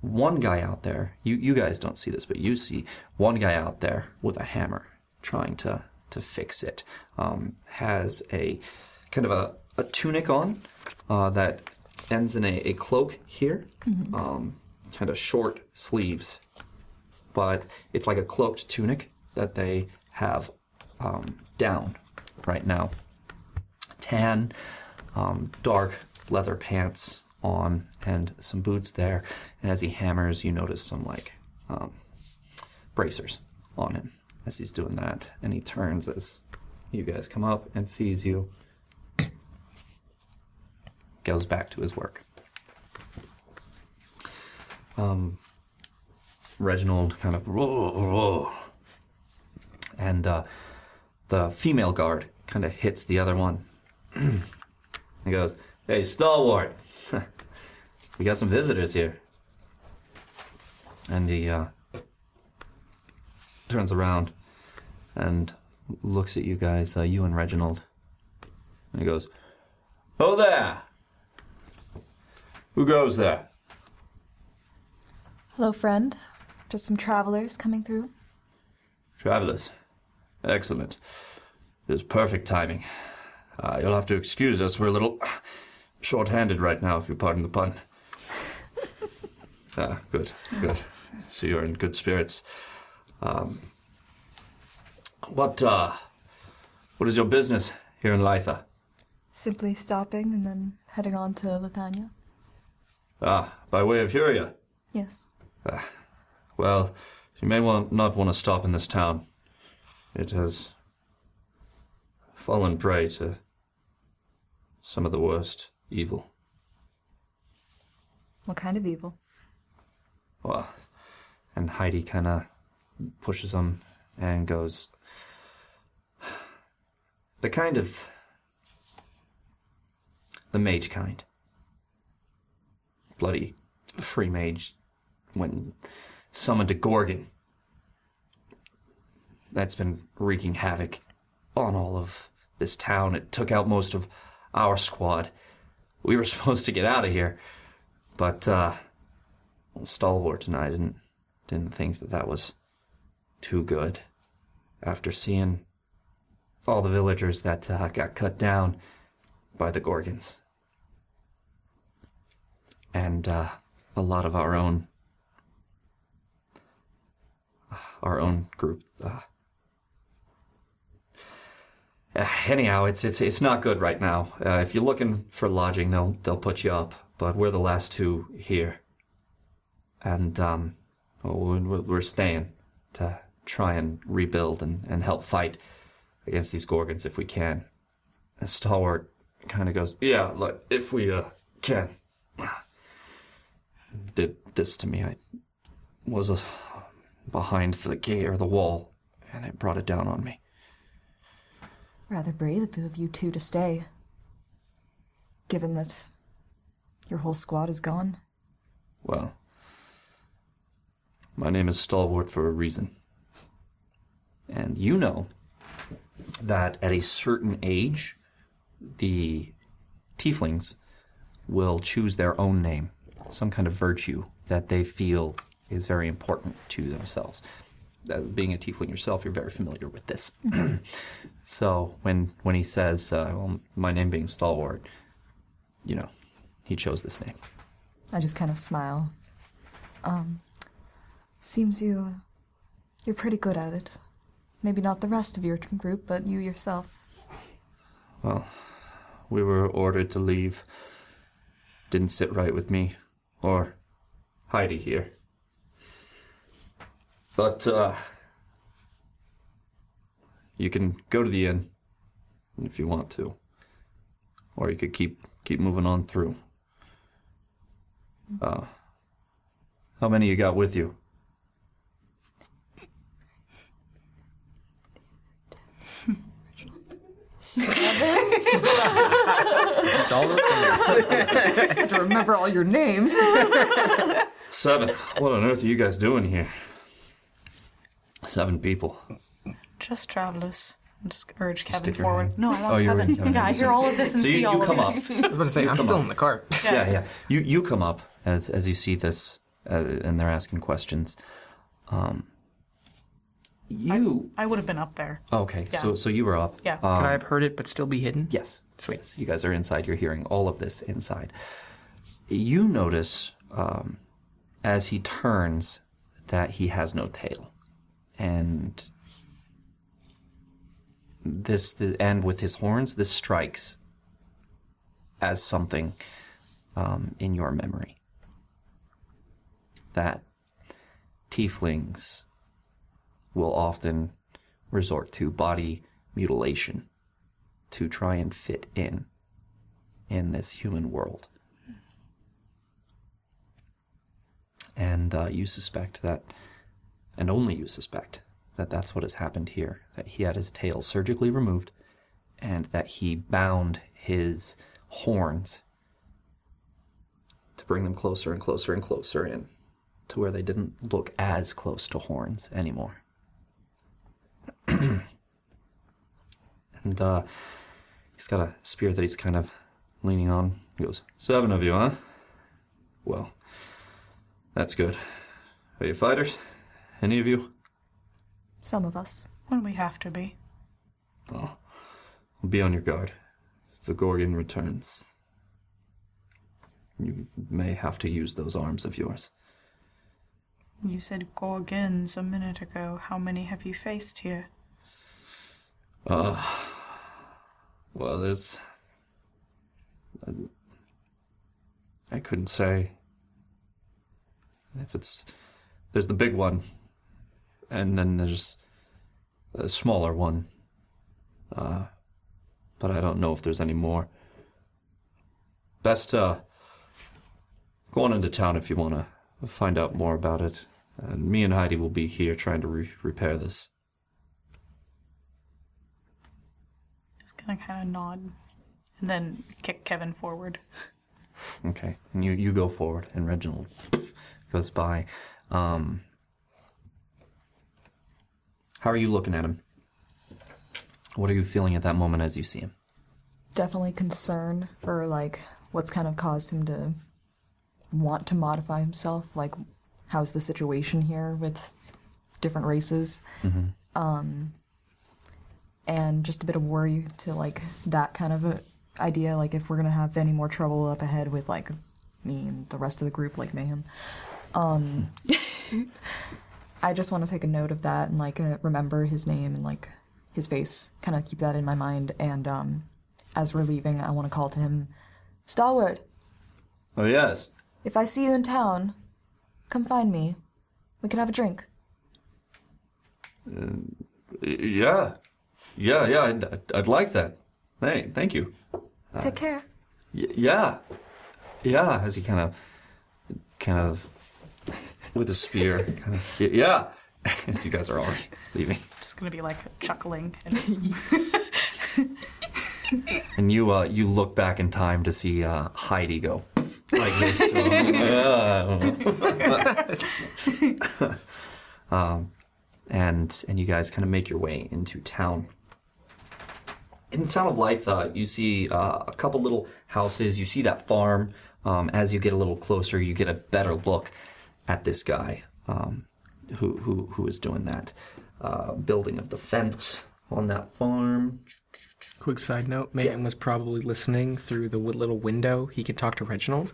Speaker 2: one guy out there. You you guys don't see this, but you see one guy out there with a hammer trying to to fix it. Um, has a kind of a, a tunic on uh, that ends in a, a cloak here,
Speaker 15: Mhm.
Speaker 2: um, kind of short sleeves but it's like a cloaked tunic that they have um, down right now. Tan, um, dark leather pants on, and some boots there. And as he hammers, you notice some like um, bracers on him as he's doing that. And he turns as you guys come up and sees you. Goes back to his work.
Speaker 1: Um, Reginald kind of, "Whoa, whoa." and uh, the female guard kind of hits the other one. he goes, "Hey, stalwart, we got some visitors here." And he uh, turns around and looks at you guys, uh, you and Reginald. And he goes, "Oh there, who goes there?"
Speaker 10: Hello, friend. Just some travelers coming through.
Speaker 1: Travelers. Excellent. It is perfect timing. Uh, you'll have to excuse us. We're a little short-handed right now, if you pardon the pun. [LAUGHS] ah, good, good. So you're in good spirits. Um, what, uh, what is your business here in Litha?
Speaker 10: Simply stopping and then heading on to Lithania.
Speaker 1: Ah, by way of Huria.
Speaker 10: Yes.
Speaker 1: Ah, well, you may want, not want to stop in this town. It has fallen prey to some of the worst evil.
Speaker 10: What kind of evil?
Speaker 1: Well, and Heidi kind of pushes him and goes, the kind of the mage kind, bloody free mage, went and summoned a gorgon. That's been wreaking havoc on all of this town. It took out most of our squad. We were [LAUGHS] supposed to get out of here, but uh, Stalwart and I didn't didn't think that that was too good. After seeing all the villagers that uh, got cut down by the Gorgons, and uh, a lot of our own uh, our own group. Uh, [SIGHS] uh, anyhow, it's it's it's not good right now. Uh, if you're looking for lodging, they'll they'll put you up. But we're the last two here, and um, we're, we're staying to try and rebuild and, and help fight against these gorgons if we can. And Stalwart kind of goes, "Yeah, like if we uh, can." [SIGHS] Did this to me. I was uh, behind the gate or the wall, and it brought it down on me.
Speaker 16: Rather brave of you two to stay, given that your whole squad is gone.
Speaker 1: Well, my name is Stalwart for a reason. And you know that at a certain age, the tieflings will choose their own name, some kind of virtue that they feel is very important to themselves. Uh, being a tiefling yourself, you're very familiar with this. [CLEARS THROAT] so when when he says, uh, well, "My name being Stalwart," you know, he chose this name.
Speaker 16: I just kind of smile.
Speaker 10: Um, seems you, you're pretty good at it. Maybe not the rest of your group, but you yourself.
Speaker 1: Well, we were ordered to leave. Didn't sit right with me or Heidi here. But uh, you can go to the inn if you want to, or you could keep keep moving on through. Uh, how many you got with you?
Speaker 16: it's
Speaker 8: all
Speaker 16: I have to remember all your names.
Speaker 1: Seven. What on earth are you guys doing here? Seven people.
Speaker 9: Just travelers. I'm just urge
Speaker 1: Just
Speaker 9: Kevin
Speaker 1: stick your
Speaker 9: forward.
Speaker 1: hand-
Speaker 9: No, I want
Speaker 1: Oh, you're
Speaker 9: Kevin.
Speaker 1: in Kevin.
Speaker 9: [LAUGHS] Yeah, I hear all of this and
Speaker 1: So
Speaker 9: see
Speaker 1: you, you
Speaker 9: all
Speaker 1: come
Speaker 9: of
Speaker 1: up.
Speaker 9: this.
Speaker 8: say,
Speaker 1: You
Speaker 8: I'm
Speaker 1: come
Speaker 8: still
Speaker 1: up.
Speaker 8: in the car.
Speaker 1: Yeah.
Speaker 9: Yeah.
Speaker 1: yeah, You you come up as as you see this, uh, and they're asking questions. Um, you.
Speaker 9: I would have been up there.
Speaker 1: Okay,
Speaker 9: Yeah.
Speaker 1: so so you were up. Um,
Speaker 9: Yeah.
Speaker 8: Could I have heard it but still be hidden?
Speaker 1: Yes. Sweet. You guys are inside. You're hearing all of this inside. You notice um, as he turns that he has no tail, and this the, and with his horns, this strikes as something um, in your memory that tieflings will often resort to body mutilation to try and fit in in this human world. and uh, you suspect that, and only you suspect that that's what has happened here. That he had his tail surgically removed, and that he bound his horns to bring them closer and closer and closer in to where they didn't look as close to horns anymore. [CLEARS THROAT] and uh, he's got a spear that he's kind of leaning on. He goes, Seven of you, huh? Well, that's good. Are you fighters? Any of you?
Speaker 10: Some of us.
Speaker 9: When we have to be.
Speaker 1: Well, be on your guard. If the Gorgon returns, you may have to use those arms of yours.
Speaker 9: You said Gorgons a minute ago. How many have you faced here?
Speaker 1: Uh, well, there's. I, I couldn't say. If it's. There's the big one, and then there's a smaller one. Uh, but I don't know if there's any more. Best, uh. Go on into town if you want to find out more about it. And me and Heidi will be here trying to re- repair this.
Speaker 9: Just gonna kind of nod and then kick Kevin forward.
Speaker 1: Okay. And you, you go forward, and Reginald goes by. Um, how are you looking at him? What are you feeling at that moment as you see him?
Speaker 10: Definitely concern for like what's kind of caused him to want to modify himself. Like, how's the situation here with different races?
Speaker 1: Mhm.
Speaker 10: Um, and just a bit of worry to like that kind of a idea. Like, if we're gonna have any more trouble up ahead with like me and the rest of the group, like mayhem. Um, I just want to take a note of that and like uh, remember his name and like his face, kind of keep that in my mind. And um, as we're leaving, I want to call to him, Stalwart.
Speaker 1: Oh, yes.
Speaker 10: If I see you in town, come find me. We can have a drink.
Speaker 1: Uh, yeah. Yeah, yeah, I'd, I'd- I'd like that. Hey, thank you. Uh,
Speaker 10: Take care.
Speaker 1: Y- yeah, yeah. As he kind of, kind of, with a spear, kind of, y- yeah. [LAUGHS] As you guys are already leaving,
Speaker 9: Just gonna be like chuckling. And [LAUGHS]
Speaker 1: and you uh, you look back in time to see uh, Heidi go like this. uh, Yeah. [LAUGHS] um, and and you guys kind of make your way into town. In the town of Litha, you see uh, a couple little houses. You see that farm. Um, as you get a little closer, you get a better look at this guy um, who, who who is doing that uh, building of the fence on that farm.
Speaker 8: Quick side note: Mayhem was probably listening through the wi- little window. He could talk to Reginald,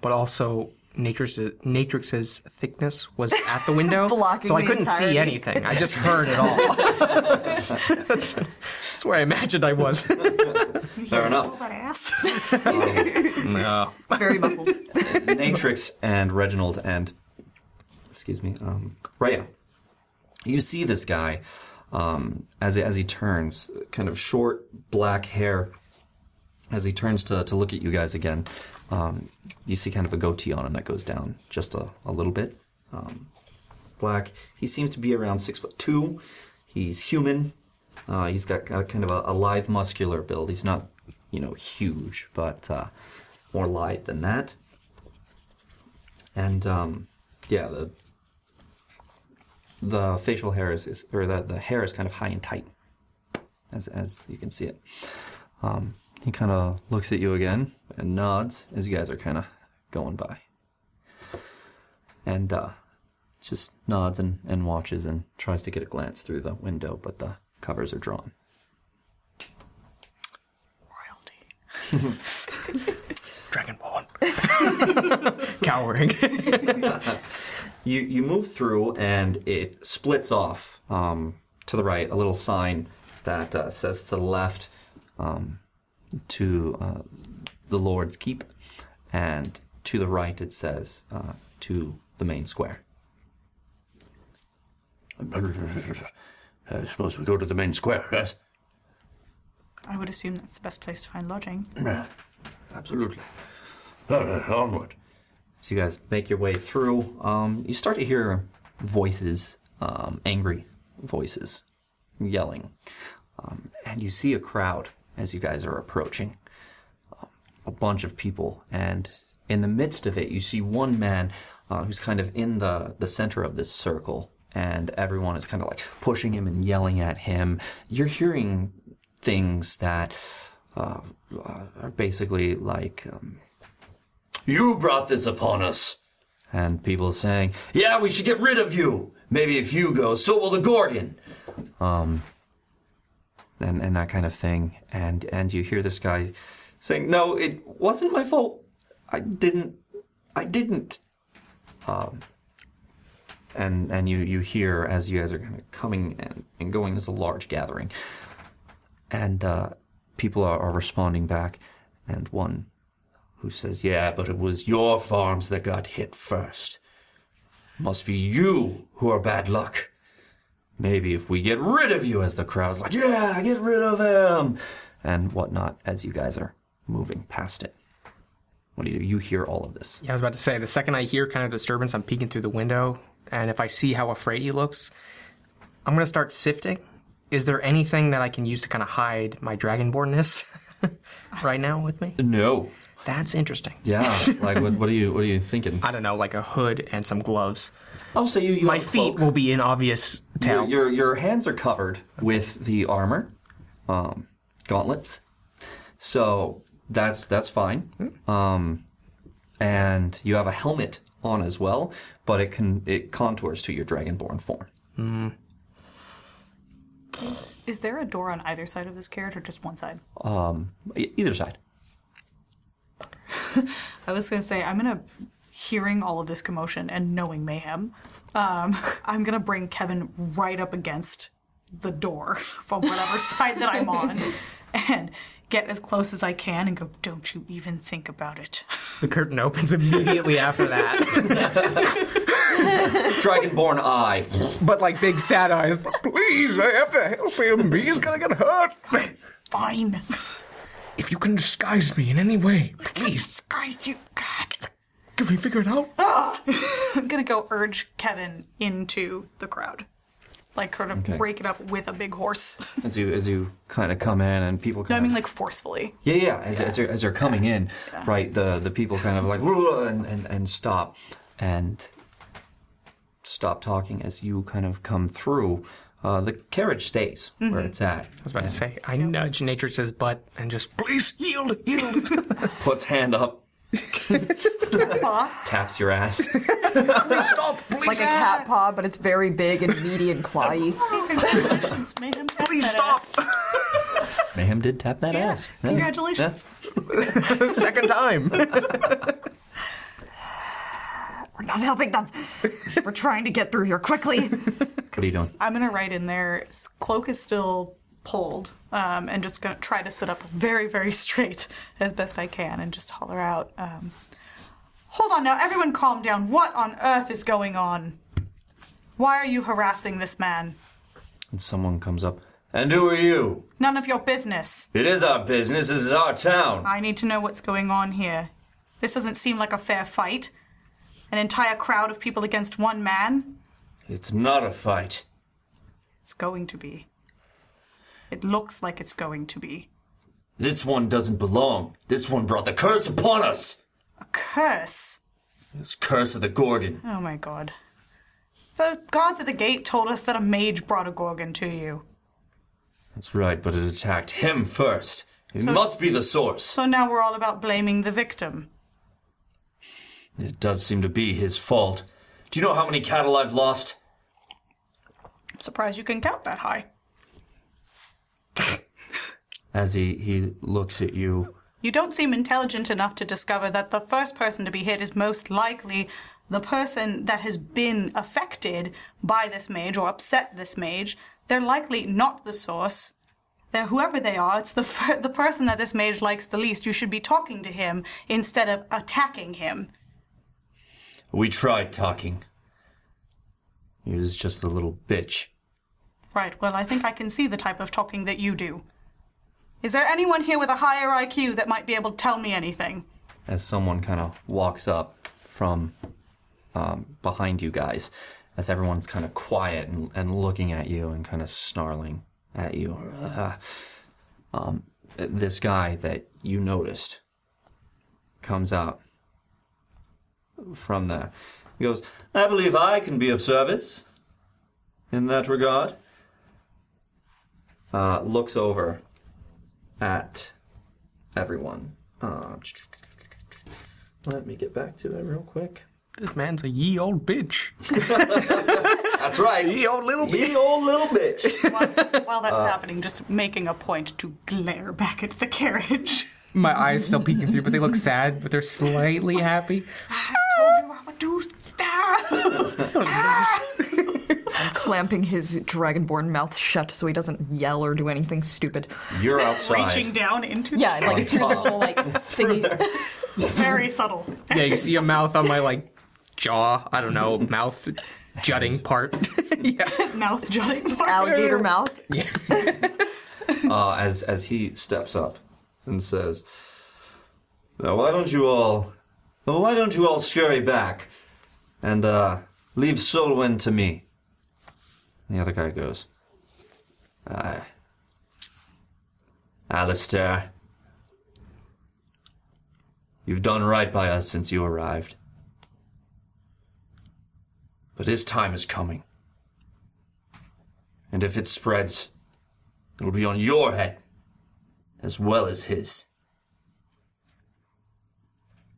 Speaker 8: but also Natrix's, Natrix's thickness was at the window,
Speaker 16: Blocking
Speaker 8: so I
Speaker 16: the
Speaker 8: couldn't see
Speaker 16: entirety.
Speaker 8: anything. I just heard it all. [LAUGHS] that's, that's where I imagined I
Speaker 1: [LAUGHS]
Speaker 8: was. [LAUGHS]
Speaker 1: Fair enough.
Speaker 9: that ass.
Speaker 1: No.
Speaker 9: Very muffled.
Speaker 1: Natrix and Reginald and excuse me, um, Raya. You see this guy um, as as he turns, kind of short black hair. As he turns to, to look at you guys again, um, you see kind of a goatee on him that goes down just a, a little bit. Um, black. He seems to be around six foot two. He's human. Uh, he's got a, kind of a, a lithe, muscular build. He's not, you know, huge, but uh, more lithe than that. And um, yeah, the the facial hair is, is or the, the hair is kind of high and tight, as as you can see it. Um, he kind of looks at you again and nods as you guys are kind of going by, and uh, just nods and, and watches and tries to get a glance through the window, but the covers are drawn.
Speaker 8: Dragonborn, cowering.
Speaker 1: you you move through and it splits off um, to the right. A little sign that uh, says to the left um, to uh, the Lord's Keep, and to the right it says uh, to the main square.
Speaker 17: [LAUGHS] I suppose we go to the main square, yes?
Speaker 9: [LAUGHS] I would assume that's the best place to find lodging.
Speaker 17: Absolutely. Uh, Onward.
Speaker 1: So you guys make your way through. Um, you start to hear voices, um, angry voices, yelling, um, and you see a crowd as you guys are approaching. Um, a bunch of people, and in the midst of it, you see one man uh, who's kind of in the the center of this circle, and everyone is kind of like pushing him and yelling at him. You're hearing things that uh, are basically like. Um,
Speaker 17: You brought this upon us.
Speaker 1: and people saying,
Speaker 17: Yeah, we should get rid of you. Maybe if you go, so will the Gorgon.
Speaker 1: um, and and that kind of thing. And and you hear this guy saying, "No, it wasn't my fault. I didn't. I didn't." Um, and and you you hear as you guys are kind of coming and, and going. There's a large gathering, and uh, people are, are responding back. And one
Speaker 17: Who says, Yeah, but it was your farms that got hit first. Must be you who are bad luck. Maybe if we get rid of you, as the crowd's like, Yeah,
Speaker 1: yeah, get rid of him, and whatnot. As you guys are moving past it, what do you do? You hear all of this.
Speaker 8: Yeah, I was about to say, the second I hear kind of disturbance, I'm peeking through the window, and if I see how afraid he looks, I'm going to start sifting. Is there anything that I can use to kind of hide my dragonbornness [LAUGHS] right now with me?
Speaker 1: No.
Speaker 8: That's interesting.
Speaker 1: Yeah, like what, what are you what are you thinking?
Speaker 8: I don't know, like a hood and some gloves.
Speaker 1: Oh, so you, you
Speaker 8: my feet will be in obvious
Speaker 1: Your,
Speaker 8: town.
Speaker 1: your your hands are covered with the armor, um, gauntlets, so that's that's fine.
Speaker 6: Hmm.
Speaker 1: Um, and you have a helmet on as well, but it can it contours to your dragonborn form.
Speaker 6: Is, is there a door on either side of this carriage or just one side?
Speaker 1: Um, e- either
Speaker 6: [LAUGHS]
Speaker 1: side.
Speaker 6: I was gonna say I'm gonna hearing all of this commotion and knowing mayhem. Um, [LAUGHS] I'm gonna bring Kevin right up against the door [LAUGHS] from whatever side that I'm on, and get as close as I can and go. Don't you even think about it. [LAUGHS]
Speaker 8: The curtain opens [LAUGHS] immediately after that.
Speaker 1: Dragonborn eye.
Speaker 8: But like big sad eyes.
Speaker 11: Please, I have to help him. He's gonna get hurt.
Speaker 6: Fine. [LAUGHS]
Speaker 11: If you can disguise me in any way,
Speaker 6: Please, guys, you God.
Speaker 11: can we figure it out?
Speaker 6: Ah! I'm gonna go urge Kevin into the crowd, like sort of
Speaker 1: Okay.
Speaker 6: break it up with a big horse. [LAUGHS]
Speaker 1: As you as you kind of come in and people.
Speaker 6: No, I
Speaker 1: Kind
Speaker 6: mean like [LAUGHS] forcefully.
Speaker 1: Yeah, yeah. As, as, they're, as they're coming in, right, the, the people kind of like, "Whoa," and, and, and stop and stop talking as you kind of come through. Uh, the carriage stays where
Speaker 8: Mhm.
Speaker 1: it's at. I
Speaker 8: was about to say, I nudge Natrix's butt and just, please, yield, yield.
Speaker 1: Puts hand up, taps your ass.
Speaker 10: Stop, please. Like a cat paw, but it's very big and meaty and clawy.
Speaker 6: Please stop.
Speaker 1: Mayhem did tap that
Speaker 6: Yeah,
Speaker 1: ass.
Speaker 6: congratulations.
Speaker 8: [LAUGHS] Second
Speaker 6: [LAUGHS]
Speaker 8: time. [LAUGHS]
Speaker 6: We're not helping
Speaker 10: [LAUGHS]
Speaker 6: them. We're trying to get through here quickly.
Speaker 1: What are you doing?
Speaker 6: I'm gonna write in there. s- Cloak is still pulled, um, and just gonna try to sit up very, very [LAUGHS] straight as best I can, and just holler out. Um, Hold on now, everyone, calm down. What on earth is going on? Why are you harassing this man?
Speaker 1: And someone comes up.
Speaker 17: and who are you?
Speaker 6: None of your business.
Speaker 17: It is our business. This is our town.
Speaker 6: I need to know what's going on here. This doesn't seem like a fair fight. An entire crowd of people against one man?
Speaker 17: It's not a fight.
Speaker 6: It's going to be. It looks like it's going to be.
Speaker 17: This one doesn't belong. This one brought the curse upon us.
Speaker 6: Curse!
Speaker 17: This curse of the Gorgon.
Speaker 6: Oh my god. The guards at the gate told us that a mage brought a gorgon to you.
Speaker 17: That's right, but it attacked him first. It
Speaker 6: So-
Speaker 17: must be the source.
Speaker 6: So now we're all about blaming the victim.
Speaker 17: It does seem to be his fault. Do you know how many cattle I've lost?
Speaker 6: I'm surprised you can count that high.
Speaker 1: As he, he looks at you,
Speaker 6: You don't seem intelligent enough to discover that the first person to be hit is most likely the person that has been affected by this mage or upset this mage. They're likely not the source. They're whoever they are. It's the fir- the person that this mage likes the least. You should be talking to him instead of attacking him.
Speaker 17: We tried talking. He was just a little bitch.
Speaker 6: Right. Well, I think I can see the type of talking that you do. Is there anyone here with a higher IQ that might be able to tell me anything?
Speaker 1: as someone kind of walks up, from um, behind you guys as everyone's kind of quiet and, and looking at you and kind of snarling at you. [SIGHS] Uh, um, this guy that you noticed comes out from there.
Speaker 17: He goes, I believe I can be of service in that regard.
Speaker 1: uh, looks over at everyone. Uh, let me get back to it real quick.
Speaker 8: This man's a ye old bitch.
Speaker 1: That's right.
Speaker 8: [LAUGHS] Ye old little bitch.
Speaker 1: Ye old little bitch.
Speaker 8: [LAUGHS]
Speaker 6: While that's
Speaker 8: Uh,
Speaker 6: happening, just making a point to glare back at the carriage.
Speaker 8: My eyes still peeking through, but they look sad, but they're slightly happy.
Speaker 10: Clamping his dragonborn mouth shut so he doesn't yell or do anything stupid.
Speaker 1: You're outside.
Speaker 6: [LAUGHS] Reaching down into
Speaker 10: Yeah,
Speaker 6: the
Speaker 10: like through the little like
Speaker 6: [LAUGHS]
Speaker 10: thingy.
Speaker 6: Very subtle.
Speaker 8: Yeah, you see a mouth on my like jaw. I don't know, mouth jutting part. [LAUGHS]
Speaker 6: mouth jutting.
Speaker 10: [LAUGHS] Alligator mouth.
Speaker 1: [LAUGHS] uh, as as he steps up and says, "Now, why don't you all, well, why don't you all scurry back, and uh, leave Solwyn to me?"
Speaker 17: The other guy goes, Aye. Alistair, you've done right by us since you arrived. But his time is coming. And if it spreads, it'll be on your head as well as his.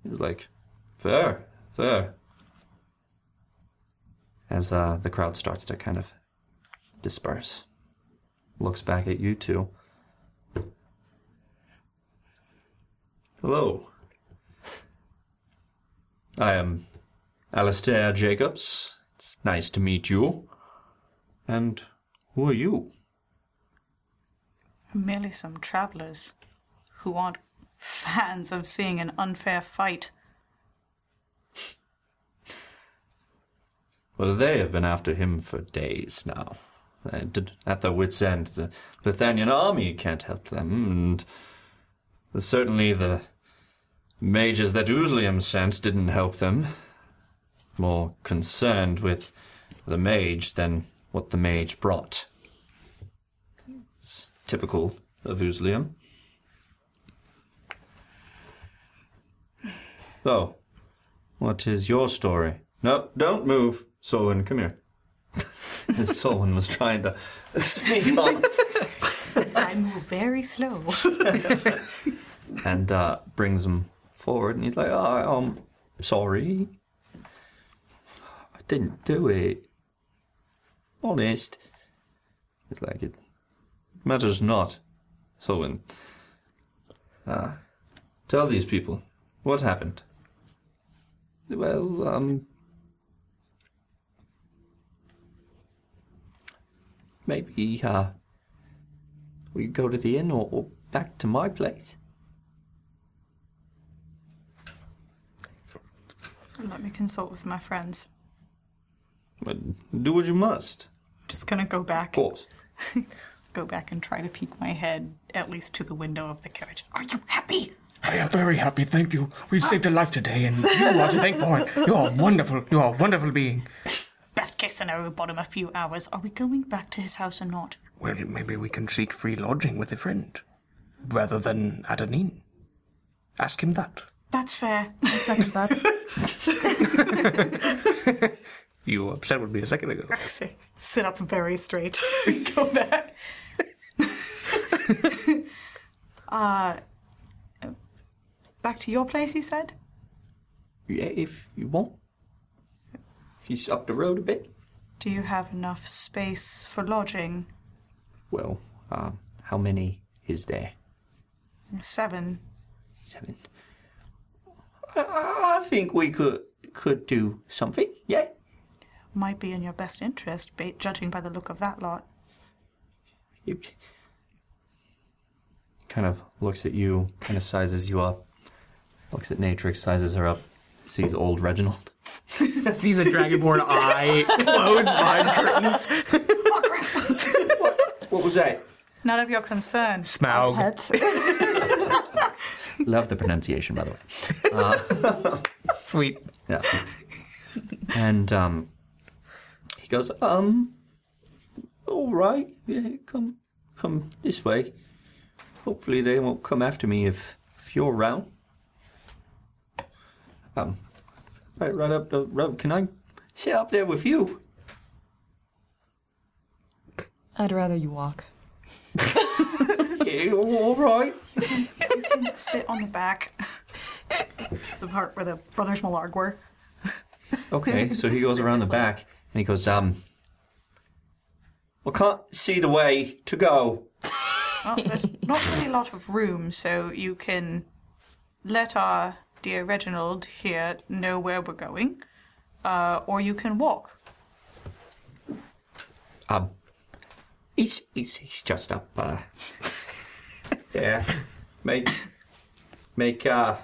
Speaker 1: He's like, "Fair, fair." As uh, the crowd starts to kind of disperse, looks back at you two. Hello.
Speaker 17: I am Alistair Jacobs. It's nice to meet you. And who are you?
Speaker 6: Merely some travelers who aren't fans of seeing an unfair fight.
Speaker 17: Well, they have been after him for days now. They're d- at their wits' end. The Lithanian army can't help them, and certainly the mages that Uslium sent didn't help them. More concerned with the mage than what the mage brought. It's typical of Uslium. Oh,
Speaker 1: So, what is your story? No, don't move. Solon, come here. [LAUGHS] Solon was trying to [LAUGHS] sneak on
Speaker 6: I move very slow.
Speaker 1: and uh, brings him forward, and he's like, oh, I'm sorry. I didn't do it. Honest. He's like, it
Speaker 17: Matters not, Solwyn. Uh, tell these people what happened.
Speaker 1: Well, um. Maybe, uh. We could go to the inn or, or back to my place.
Speaker 6: [LAUGHS] Let me consult with my friends.
Speaker 17: But do what you must.
Speaker 6: Just gonna go back. Of
Speaker 17: course.
Speaker 6: go back and try to peek my head at least to the window of the carriage. Are you happy?
Speaker 11: I am very happy, thank you. We've saved a life today, and you are to thank for it. You are wonderful. You are a wonderful being.
Speaker 6: Best case scenario, bottom a few hours. Are we going back to his house or not?
Speaker 8: Well, maybe we can seek free lodging with a friend rather than at an inn. Ask him that.
Speaker 6: That's fair. [LAUGHS]
Speaker 10: Second that.
Speaker 8: You upset with me a second ago.
Speaker 6: Say, sit up very straight. [LAUGHS] go back. [LAUGHS] uh, back to your place, you said?
Speaker 1: Yeah, if you want. If you up the road a bit.
Speaker 6: Do you have enough space for lodging?
Speaker 1: Well, um, how many is there?
Speaker 6: Seven.
Speaker 1: Seven. I, I think we could could do something. Yeah.
Speaker 6: Might be in your best interest, ba- judging by the look of that lot.
Speaker 1: kind of looks at you, kind of sizes you up, looks at Natrix, sizes her up, sees old Reginald.
Speaker 8: Sees a dragonborn eye close behind curtains.
Speaker 1: What was that?
Speaker 6: None of your concern.
Speaker 8: Smaug.
Speaker 6: Pet.
Speaker 1: Love the pronunciation, by the way. Uh,
Speaker 8: Sweet.
Speaker 1: Yeah. And um, he goes, um, all right, yeah, come, come this way. Hopefully they won't come after me if, if you're around. Um, right, right up the road. Can I sit up there with you?
Speaker 10: I'd rather you walk.
Speaker 1: yeah, all right.
Speaker 6: You can sit on the back. [LAUGHS] the part where the brothers Malarg were.
Speaker 1: Okay, so he goes around the back and he goes, um, I can't see the way to go.
Speaker 6: Well, Oh, there's not really a lot of room, so you can let our dear Reginald here know where we're going, uh, or you can walk.
Speaker 1: Um, he's he's, he's just up. Uh, [LAUGHS] yeah, make make uh,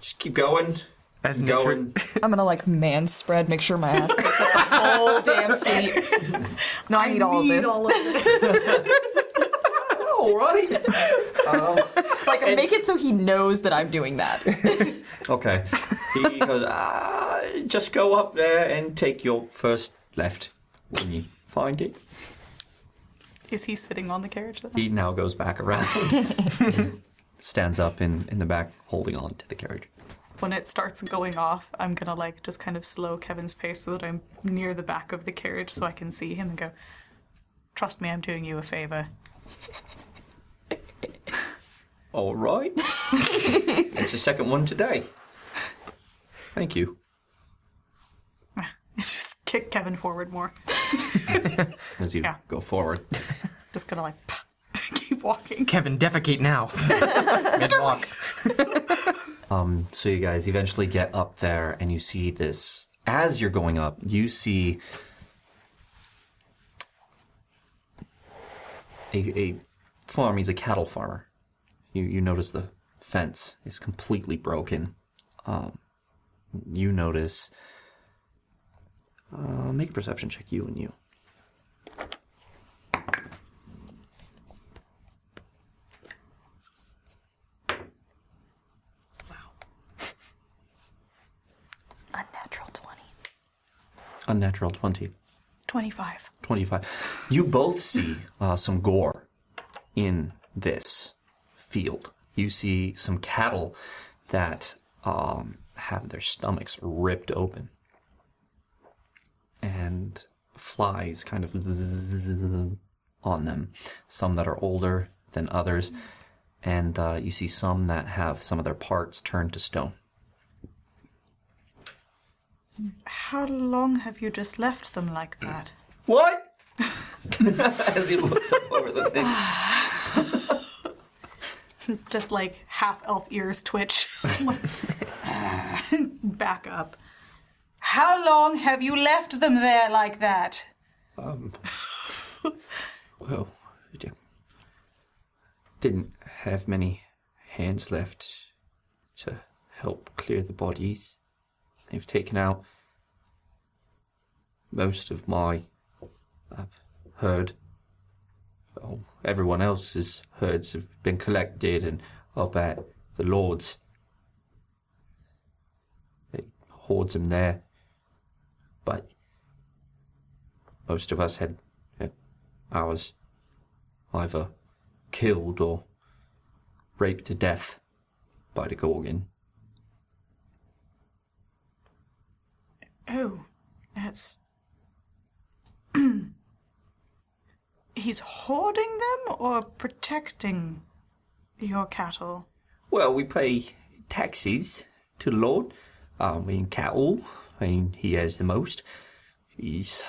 Speaker 1: just keep going. That's going.
Speaker 10: I'm gonna like man spread, make sure my ass takes up the whole damn seat.
Speaker 6: [LAUGHS]
Speaker 10: No, I, need, all of
Speaker 6: need
Speaker 10: this.
Speaker 6: all
Speaker 1: all right.
Speaker 10: like make it so he knows that I'm doing that.
Speaker 1: Okay, he goes. Uh, just go up there and take your first left when you find it.
Speaker 6: [LAUGHS] Is he sitting on the carriage? That
Speaker 1: He now goes back around, stands up in in the back, holding on to the carriage.
Speaker 6: when it starts going off, I'm gonna like just kind of slow Kevin's pace so that I'm near the back of the carriage so I can see him and go, Trust me, I'm doing you a favor. [LAUGHS]
Speaker 1: All right. it's the second one today. Thank you.
Speaker 6: just kick Kevin forward more.
Speaker 1: As you
Speaker 6: Yeah.
Speaker 1: go forward.
Speaker 6: Just gonna like [LAUGHS] keep walking.
Speaker 8: Kevin, defecate [LAUGHS] now. Mid walk.
Speaker 1: Um, so you guys eventually get up there and you see this. As you're going up, you see a, a farm. He's a cattle farmer. You, you notice the fence is completely broken. Um, you notice. Uh, make a perception check, you and you. Unnatural 20.
Speaker 6: 25.
Speaker 1: 25. You both see uh, some gore in this field. You see some cattle that um, have their stomachs ripped open. And flies kind of zzzz on them. Some that are older than others. And uh, you see some that have some of their parts turned to stone.
Speaker 6: How long have you just left them like that?
Speaker 1: What? [LAUGHS] As he looks up over the thing.
Speaker 6: just like half elf ears twitch. [LAUGHS] Like, Back up. How long have you left them there like that?
Speaker 17: Um. well, I di- didn't have many hands left to help clear the bodies. They've taken out most of my uh, herd. Well, everyone else's herds have been collected and up at the Lord's. They hoards them there. But most of us had, had ours either killed or raped to death by the Gorgon.
Speaker 6: Oh, that's. [CLEARS THROAT] He's hoarding them or protecting your cattle?
Speaker 17: Well, we pay taxes to the Lord. I mean, cattle. I mean, he has the most. He's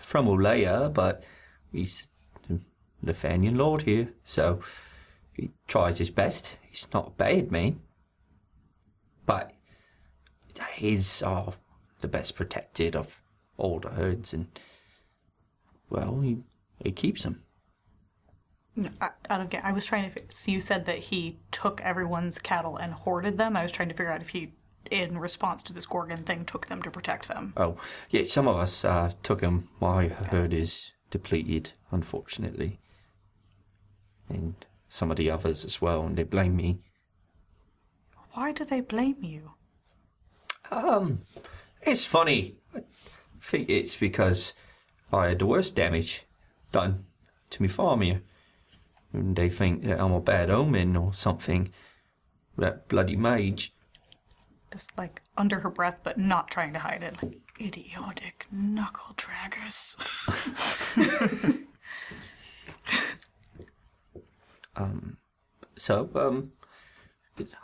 Speaker 17: from Olea, but he's the Lefanian Lord here, so he tries his best. He's not a bad man. But his are the best protected of all the herds, and, well, he, he keeps them.
Speaker 6: No, I, I don't get. I was trying to. fi- So you said that he took everyone's cattle and hoarded them. I was trying to figure out if he, in response to this Gorgon thing, took them to protect them.
Speaker 17: Oh, yeah, some of us uh, took 'em. My herd is depleted, unfortunately. And some of the others as well, and they blame me
Speaker 6: Why do they blame you?
Speaker 1: Um, it's funny. I think it's because I had the worst damage done to me farm here. And they think that I'm a bad omen or something. That bloody mage.
Speaker 6: Just like under her breath, but not trying to hide it. Like, idiotic knuckle draggers. [LAUGHS]
Speaker 1: Um, so, um,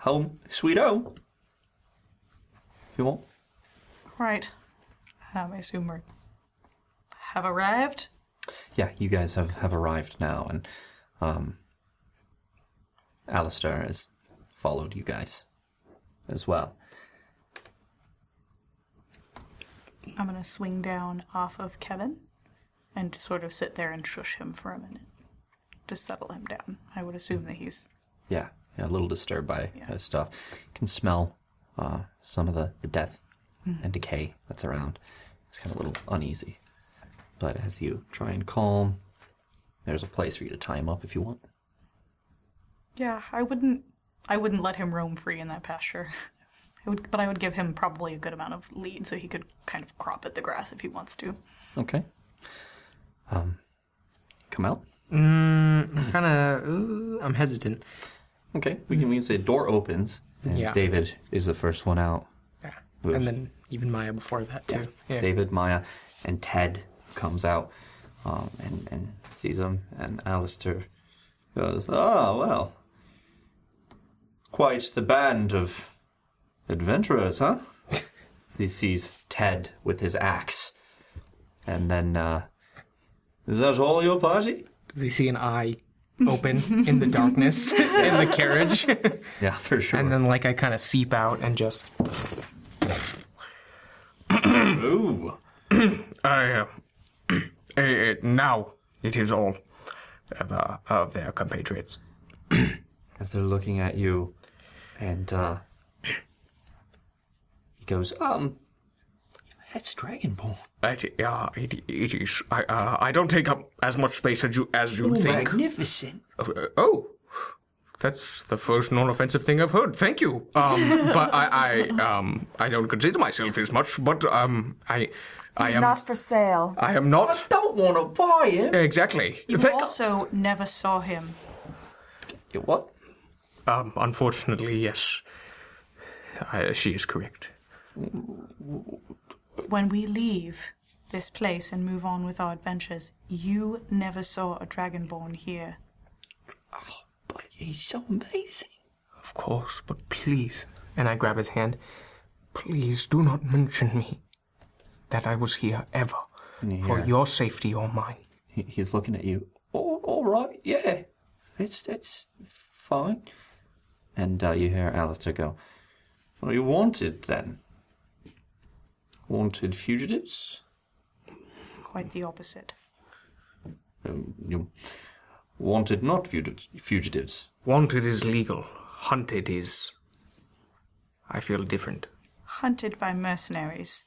Speaker 1: home, sweet home. If you want.
Speaker 6: Right. Um, I assume we have arrived.
Speaker 1: Yeah, you guys have, have arrived now, and um, Alistair has followed you guys as well.
Speaker 6: I'm going to swing down off of Kevin and just sort of sit there and shush him for a minute. Just settle him down. I would assume that he's.
Speaker 1: Yeah, yeah a little disturbed by uh, stuff. You can smell uh, some of the, the death
Speaker 6: Mhm.
Speaker 1: and decay that's around. It's kind of a little uneasy. But as you try and calm, there's a place for you to tie him up if you want.
Speaker 6: Yeah, I wouldn't. I wouldn't let him roam free in that pasture. I would, but I would give him probably a good amount of lead so he could kind of crop at the grass if he wants to.
Speaker 1: Okay. Um, come out.
Speaker 8: Mm, kind of. I'm hesitant.
Speaker 1: Okay, we can we can say door opens. And
Speaker 8: Yeah.
Speaker 1: David is the first one out.
Speaker 8: Yeah.
Speaker 1: With
Speaker 8: And then even Maya before that too. Yeah.
Speaker 1: David, Maya, and Ted comes out um, and and sees him, and Alistair goes, "Ah, well, quite the band of adventurers, [LAUGHS] huh?" he sees Ted with his axe, and then uh, is that all your party?
Speaker 8: Does he see an eye open in the darkness [LAUGHS] in the carriage?
Speaker 1: yeah, [LAUGHS] for sure.
Speaker 8: And then like I kind of seep out and just.
Speaker 1: Ooh.
Speaker 12: I, uh, [CLEARS THROAT] eh, eh, now it is all of, uh, of their compatriots.
Speaker 1: As they're looking at you, and uh, he goes, "Um, that's Dragonborn."
Speaker 12: It, yeah, it, it is. I, uh, I don't take up as much space as you as you
Speaker 1: Ooh,
Speaker 12: think.
Speaker 1: magnificent.
Speaker 12: Uh, Oh, that's the first non-offensive thing I've heard. Thank you. Um, but I, I, um, I don't consider myself as much. But um, I, I
Speaker 10: He's
Speaker 12: am.
Speaker 10: not for sale.
Speaker 12: I am not.
Speaker 1: don't want to buy it.
Speaker 12: Exactly.
Speaker 6: You
Speaker 12: Thank-
Speaker 6: also never saw him.
Speaker 1: what?
Speaker 12: Um, unfortunately, yes. I, she is correct.
Speaker 6: When we leave this place and move on with our adventures, you never saw a dragonborn here.
Speaker 1: He's so amazing.
Speaker 12: Of course, but please. And I grab his hand. Please do not mention me that I was here ever for
Speaker 1: Yeah.
Speaker 12: your safety or mine.
Speaker 1: He, he's looking at you. All, all right, yeah, it's it's fine. And uh, you hear Alistair go, "What are you wanted then? Wanted fugitives?
Speaker 6: Quite the opposite.
Speaker 1: Um, you wanted not fugit- fugitives?
Speaker 12: Wanted is legal. Hunted is. I feel different.
Speaker 6: Hunted by mercenaries.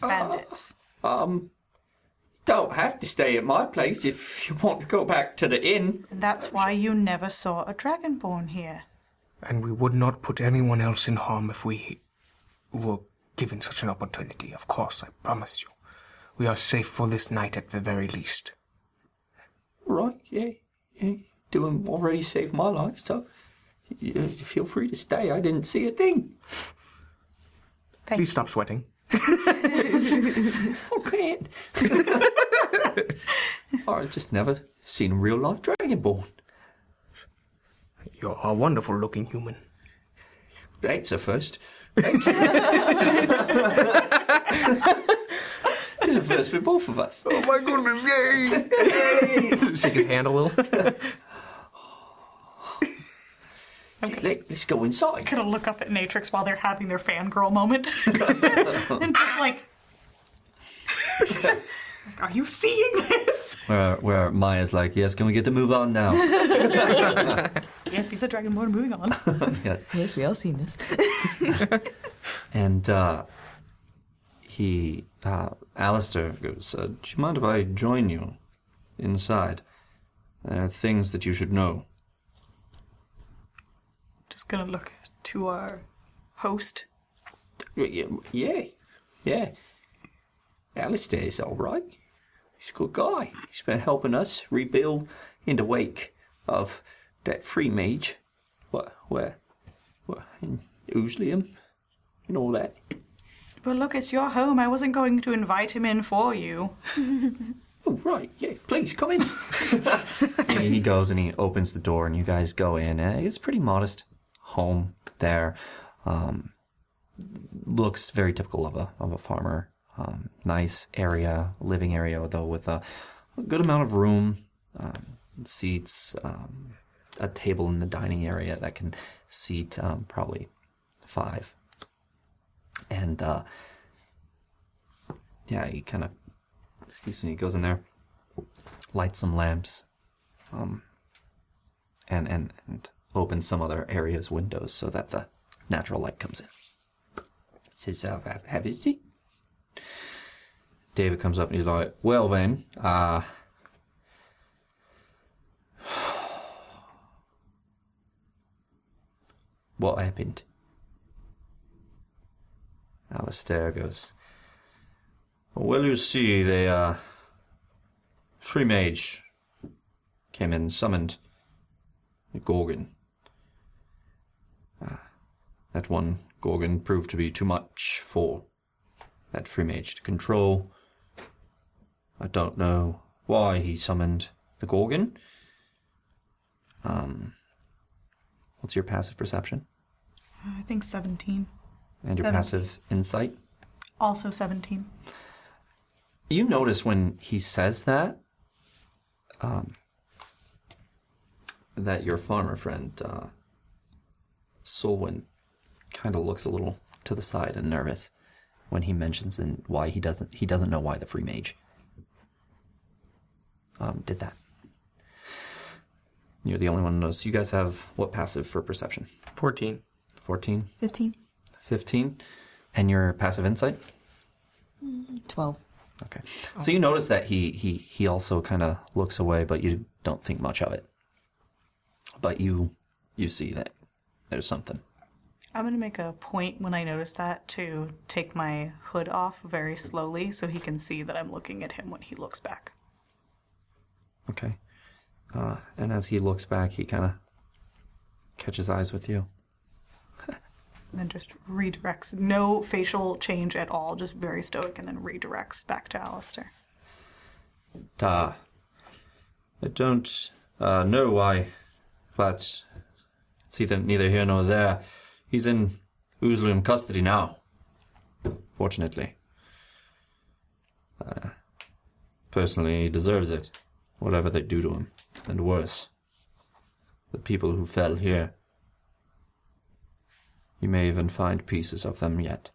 Speaker 6: Bandits.
Speaker 1: Um, don't have to stay at my place if you want to go back to the inn."
Speaker 6: That's why you never saw a dragonborn here.
Speaker 12: And we would not put anyone else in harm if we were given such an opportunity, of course, I promise you. We are safe for this night at the very least.
Speaker 1: Right, yeah, yeah. Doing already saved my life, so y- y- feel free to stay. I didn't see a thing.
Speaker 12: Please stop sweating.
Speaker 1: okay. [LAUGHS] I've just never seen a real life dragonborn.
Speaker 12: You are a wonderful looking human.
Speaker 1: That's a first. [LAUGHS] It's a first for both of us.
Speaker 12: Oh my goodness, yay! Shake his hand a little.
Speaker 1: Let, us go inside.
Speaker 6: Gonna look up at Natrix while they're having their fangirl moment. [LAUGHS] and just like. [LAUGHS] Are you seeing this?
Speaker 1: Where, where Maya's like, yes, can we get the move on now?
Speaker 6: Yes, he's a dragonborn. Moving on.
Speaker 1: Yeah.
Speaker 10: Yes, we all seen this.
Speaker 1: And uh, he, uh, Alistair goes, uh, Do you mind if I join you inside? There are things that you should know.
Speaker 6: [LAUGHS] Just gonna look at to our host.
Speaker 18: Yeah, yeah, yeah. Alistair's all right. He's a good guy. He's been helping us rebuild in the wake of that free mage. What, where, what, in Ooslium and all that.
Speaker 6: But look, it's your home. I wasn't going to invite him in for you.
Speaker 18: oh, right. Yeah, please come in.
Speaker 1: [LAUGHS] And he goes and he opens the door, and you guys go in. Uh, It's a pretty modest home there. Um, looks very typical of a of a farmer. Um, nice area, living area though, with a, a good amount of room, um, seats, um, a table in the dining area that can seat um, probably five. And uh, yeah, he kind of excuse me, he goes in there, lights some lamps, um, and and and opens some other areas' windows so that the natural light comes in. Says, uh, "Have- "Have you seen?" David comes up and he's like, "Well then, uh, [SIGHS]
Speaker 18: What happened? Alistair goes,
Speaker 1: Well, you see, the uh, free mage came in, summoned a Gorgon. Ah, that one Gorgon proved to be too much for that free mage to control. I don't know why he summoned the Gorgon. Um, what's your passive perception
Speaker 6: I think 17.
Speaker 1: and your
Speaker 6: Seven.
Speaker 1: passive insight?
Speaker 6: Also 17.
Speaker 1: You notice when he says that, um, that your farmer friend, uh, Solwyn, kind of looks a little to the side and nervous when he mentions and why he doesn't he doesn't know why the free mage um, did that. You're the only one who knows. You guys have what passive for perception? Fourteen. Fourteen.
Speaker 10: 15.
Speaker 1: Fifteen. And your passive insight?
Speaker 10: 12.
Speaker 1: Okay. So you notice that he he he also kind of looks away, but you don't think much of it. But you you see that there's something.
Speaker 6: I'm going to make a point when I notice that to take my hood off very slowly so he can see that I'm looking at him when he looks back.
Speaker 1: Okay. Uh, and as he looks back, he kind of catches eyes with you.
Speaker 6: And then just redirects. No facial change at all, just very stoic, and then redirects back to Alistair.
Speaker 1: Uh,
Speaker 6: I
Speaker 1: don't uh, know why, but it's either neither here nor there. He's in Uzlum custody now, fortunately. Uh, personally, he deserves it, whatever they do to him, and worse. The people who fell here. You may even find pieces of them yet.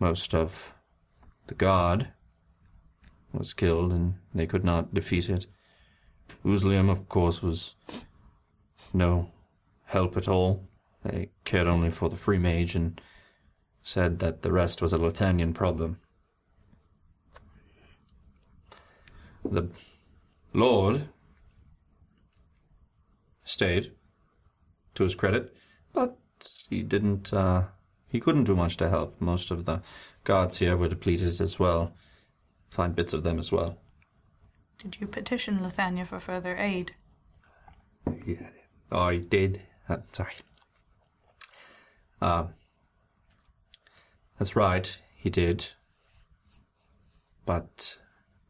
Speaker 1: Most of the guard was killed and they could not defeat it. Uzlium, of course, was no help at all. They cared only for the free mage and said that the rest was a Latanian problem. The Lord stayed, to his credit, but he didn't, uh, he couldn't do much to help. Most of the guards here were depleted as well. Find bits of them as well.
Speaker 6: Did you petition Lathania for further aid?
Speaker 1: Yeah, I did. Uh, sorry. Um, that's right, he did. But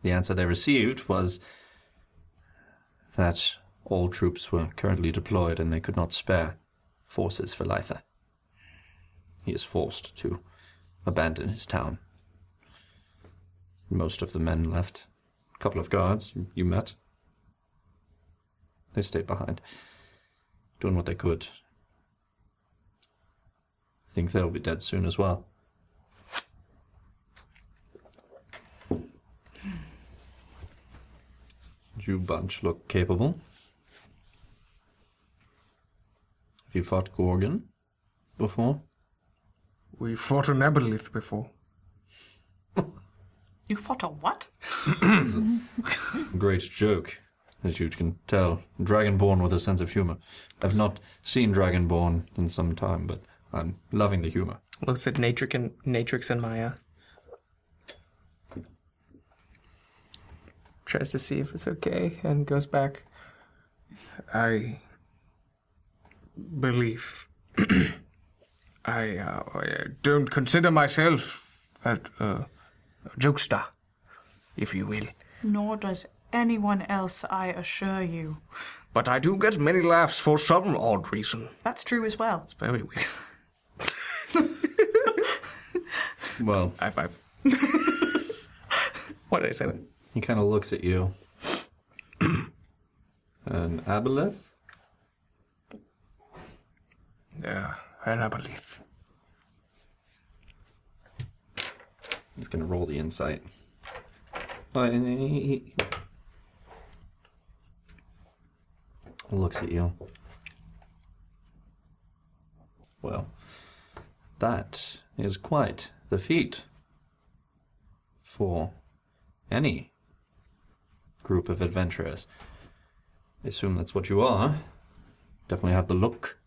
Speaker 1: the answer they received was that all troops were currently deployed and they could not spare forces for Lytha. He is forced to abandon his town. Most of the men left. A couple of guards you met. They stayed behind, doing what they could. I think they'll be dead soon as well. You bunch look capable. Have you fought Gorgon before?
Speaker 12: [LAUGHS] We fought an aboleth before.
Speaker 6: You fought a what?
Speaker 1: Great joke. as you can tell, Dragonborn with a sense of humor. I've not seen Dragonborn in some time, but I'm loving the humor.
Speaker 8: Looks at Natrix and Natrix and Maya. Tries to see if it's okay and goes back.
Speaker 12: I believe [CLEARS THROAT] I, uh, I don't consider myself a, a jokester, if you will.
Speaker 6: Nor does anyone else, I assure you.
Speaker 12: But I do get many laughs for some odd reason.
Speaker 6: That's true as well.
Speaker 12: It's very weird.
Speaker 1: Well,
Speaker 12: high five. Why did I say that?
Speaker 1: He kind of looks at you. and Aboleth?
Speaker 12: Yeah, and Aboleth.
Speaker 1: He's going to roll the insight. Uh, he- he- he looks at you. Well, that is quite the feat for any group of adventurers. I assume that's what you are. Definitely have the look.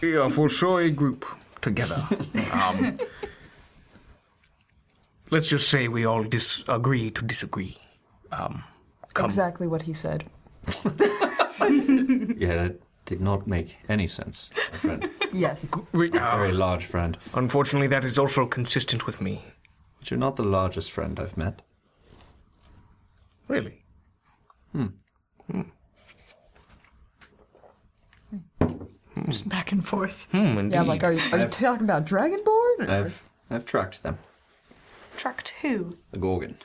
Speaker 12: We are for sure a group together. Um, let's just say we all disagree to disagree. Um, come-
Speaker 10: Exactly what he said.
Speaker 1: Yeah, that did not make any sense, my friend.
Speaker 10: Yes.
Speaker 1: Very large friend.
Speaker 12: Uh, Unfortunately, that is also consistent with me.
Speaker 1: But you're not the largest friend I've met.
Speaker 12: Really?
Speaker 1: Hmm.
Speaker 6: Just back and forth.
Speaker 8: Hmm,
Speaker 10: yeah, I'm like, are you, are you
Speaker 1: I've-
Speaker 10: talking about Dragonborn? or-
Speaker 1: I've I've tracked them.
Speaker 6: Tracked who?
Speaker 1: The Gorgon.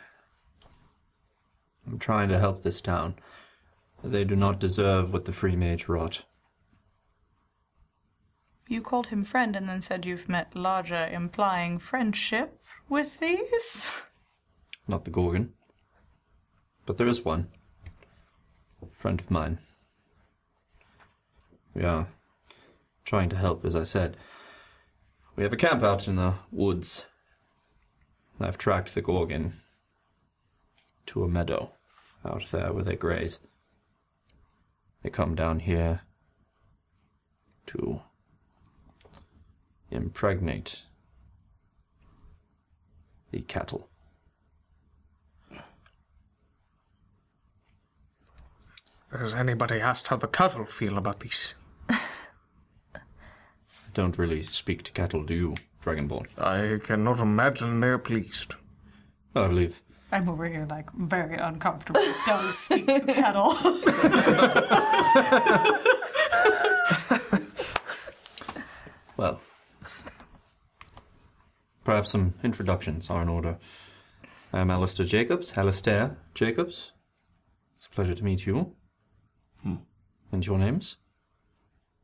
Speaker 1: I'm trying to help this town. They do not deserve what the free mage wrought.
Speaker 6: You called him friend and then said you've met larger, implying friendship with these?
Speaker 1: Not the Gorgon. But there is one. friend of mine. We are trying to help, as I said. We have a camp out in the woods. I've tracked the Gorgon to a meadow out there where they graze. They come down here to impregnate the cattle.
Speaker 12: Has anybody asked how the cattle feel about these?
Speaker 1: don't really speak to cattle, do you, Dragonborn?
Speaker 12: I cannot imagine they're pleased.
Speaker 1: I believe.
Speaker 6: I'm over here, like, very uncomfortable. Does speak to cattle.
Speaker 1: Well, [LAUGHS] perhaps some introductions are in order. I'm Alistair Jacobs. Alistair Jacobs. It's a pleasure to meet you. And your names?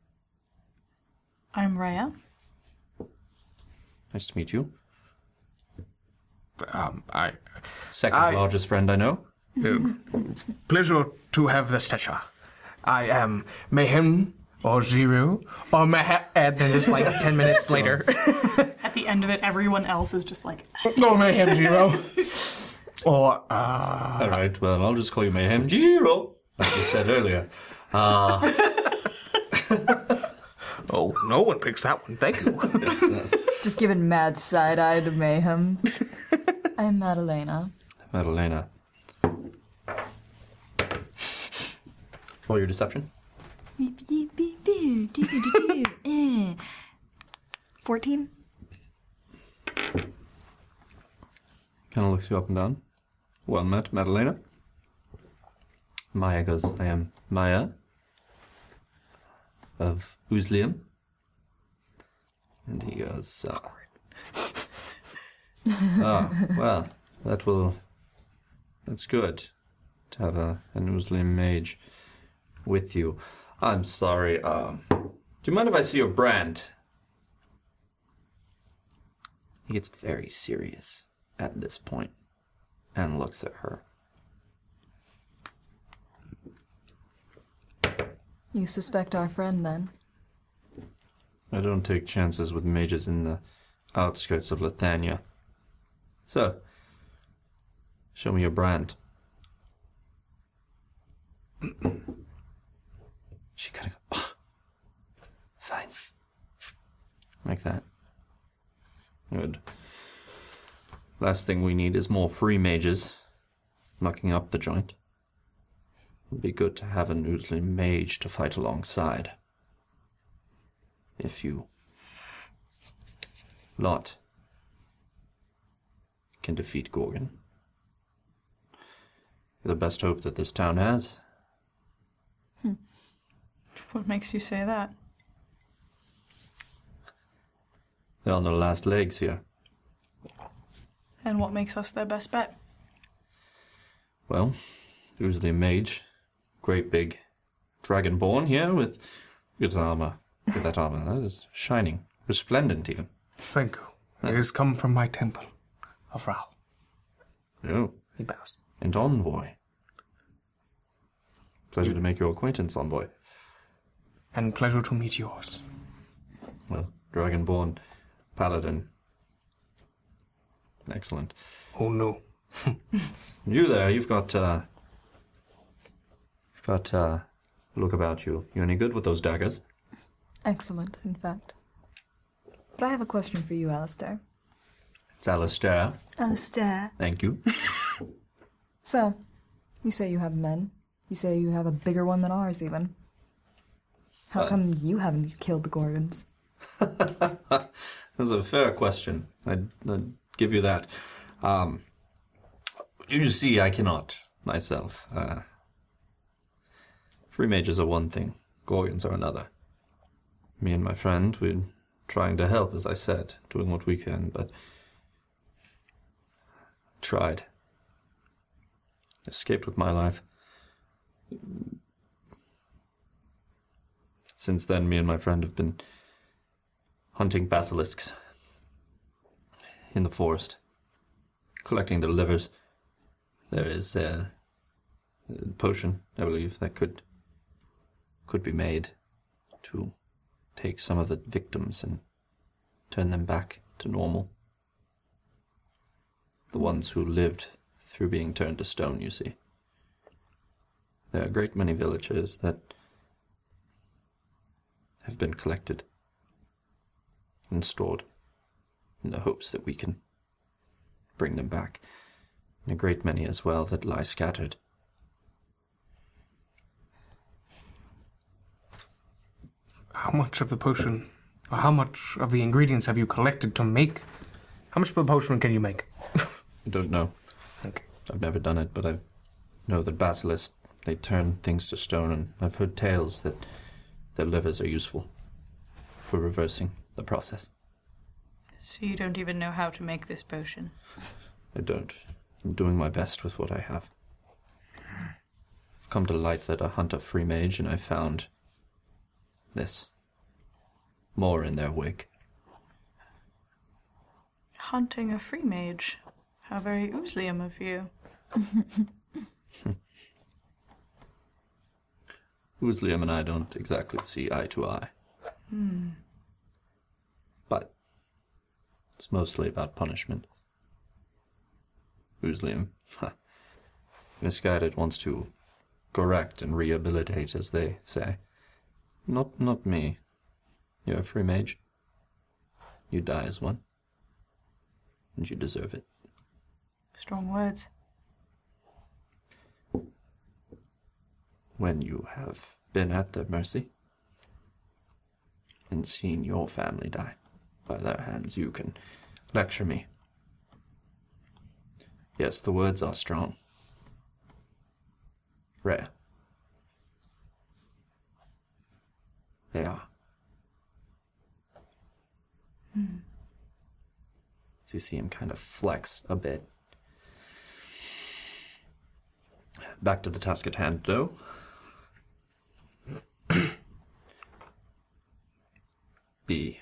Speaker 6: [LAUGHS] I'm Raya.
Speaker 1: Nice to meet you.
Speaker 12: Um, I. uh,
Speaker 1: Second largest friend I know.
Speaker 12: pleasure to have the stature. I am Mayhem or Zero or Mayhem. And then just like 10 minutes later.
Speaker 6: At the end of it, everyone else is just like,
Speaker 12: No, Mayhem Zero. [LAUGHS] Or, uh.
Speaker 1: All right, well, I'll just call you Mayhem Jiro, like you said earlier. Uh,
Speaker 12: oh, no one picks that one. Thank you.
Speaker 10: Just giving mad side eye to mayhem. [LAUGHS] I'm Madalena.
Speaker 1: Madalena. [LAUGHS] Roll your deception.
Speaker 10: [LAUGHS] Eh. 14?
Speaker 1: Kind of looks you up and down. Well met, Madalena. Maya goes, I am Maya of Uzlium. And he goes, ah. ah, well, that will. That's good to have a, an Uzlium mage with you. I'm sorry, um. Do you mind if I see your brand? He gets very serious at this point and looks at her.
Speaker 10: You suspect our friend then?
Speaker 1: I don't take chances with mages in the outskirts of Lithania. So, Show me your brand. [CLEARS THROAT] She kind of go, fine. Like that. Good. Last thing we need is more free mages mucking up the joint. It'd be good to have an Oozlin mage to fight alongside. If you lot can defeat Gorgon. The best hope that this town has.
Speaker 6: What makes you say that?
Speaker 1: They're on their last legs here.
Speaker 6: And what makes us their best bet?
Speaker 1: Well, usually a mage, great big dragonborn here with good armor. Look at that armor, that is shining, resplendent even.
Speaker 12: [LAUGHS] Thank you. It has come from my temple of Ra.
Speaker 1: Oh.
Speaker 12: He bows.
Speaker 1: And Envoy. Pleasure to make your acquaintance, Envoy.
Speaker 12: And pleasure to meet yours.
Speaker 1: Well, Dragonborn Paladin. Excellent.
Speaker 12: Oh no.
Speaker 1: [LAUGHS] You there, you've got, uh. You've got, uh. Look about you. You any good with those daggers?
Speaker 10: Excellent, in fact. But I have a question for you, Alistair.
Speaker 1: It's Alistair.
Speaker 10: Alistair.
Speaker 1: Thank you.
Speaker 10: So, you say you have men. You say you have a bigger one than ours, even. How
Speaker 1: Uh,
Speaker 10: come you haven't killed the Gorgons?
Speaker 1: That's a fair question. I'd, I'd give you that. Um, you see, I cannot myself. Uh, free mages are one thing, Gorgons are another. Me and my friend, we're trying to help, as I said, doing what we can, but. Tried. Escaped with my life. Since then, me and my friend have been hunting basilisks in the forest, collecting their livers. There is a, a potion, I believe, that could could be made to take some of the victims and turn them back to normal. The ones who lived through being turned to stone, you see. There are a great many villages that have been collected and stored in the hopes that we can bring them back, and a great many as well that lie scattered.
Speaker 12: How much of the potion, or how much of the ingredients have you collected to make? How much of the potion can you make?
Speaker 1: I don't know. I've never done it, but I know that basilisks they turn things to stone, and I've heard tales that their livers are useful for reversing the process.
Speaker 19: So you don't even know how to make this potion.
Speaker 1: I don't. I'm doing my best with what I have. I've come to light that I hunt a free mage, and I found this. More in their wake.
Speaker 6: Hunting a free mage. How very Oozlium of you.
Speaker 1: Oozlium and I don't exactly see eye to eye,
Speaker 6: Hmm.
Speaker 1: but it's mostly about punishment. Oozlium, ha, misguided, wants to correct and rehabilitate, as they say. Not, not me. You're a free mage. You die as one, and you deserve it.
Speaker 6: Strong words.
Speaker 1: when you have been at their mercy and seen your family die by their hands, you can lecture me. Yes, the words are strong, rare. They are.
Speaker 6: Hmm.
Speaker 1: So you see him kind of flex a bit. Back to the task at hand, though. the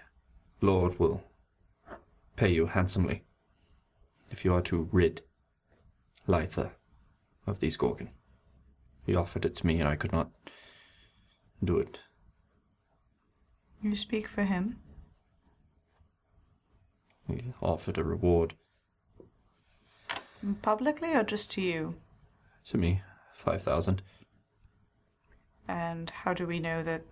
Speaker 1: Lord will pay you handsomely if you are to rid Lytha of these Gorgon. He offered it to me, and I could not do it.
Speaker 6: You speak for him.
Speaker 1: He offered a reward.
Speaker 6: Publicly or just to you?
Speaker 1: To me, 5,000.
Speaker 6: And how do we know that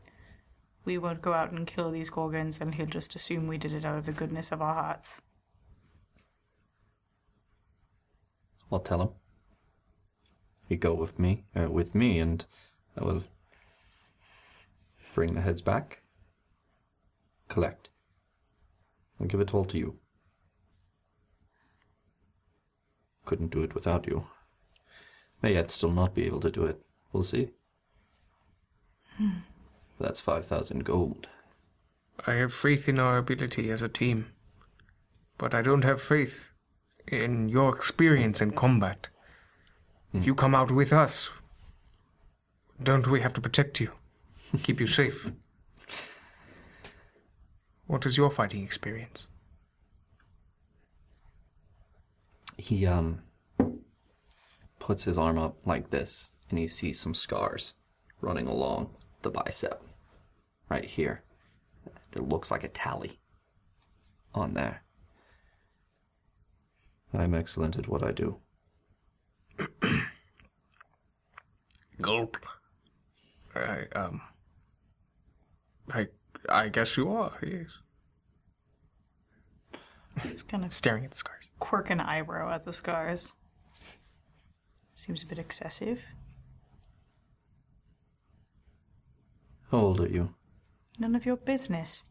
Speaker 6: we won't go out and kill these Gorgons and he'll just assume we did it out of the goodness of our hearts?
Speaker 1: I'll tell him. You go with me, uh, with me, and I will bring the heads back. Collect. I'll give it all to you. Couldn't do it without you. May yet still not be able to do it. We'll see.
Speaker 20: Hmm.
Speaker 1: That's five thousand gold.
Speaker 12: I have faith in our ability as a team, but I don't have faith in your experience in combat. If you come out with us, don't we have to protect you, keep you safe? What is your fighting experience?
Speaker 1: He um puts his arm up like this, and you see some scars running along the bicep, right here. It looks like a tally on there. I'm excellent at what I do.
Speaker 12: Gulp. I um. I I guess you are. Yes.
Speaker 6: Just kind of
Speaker 12: Staring at the scars.
Speaker 6: quirk an eyebrow at the scars. Seems a bit excessive.
Speaker 1: How old are you?
Speaker 6: None of your business.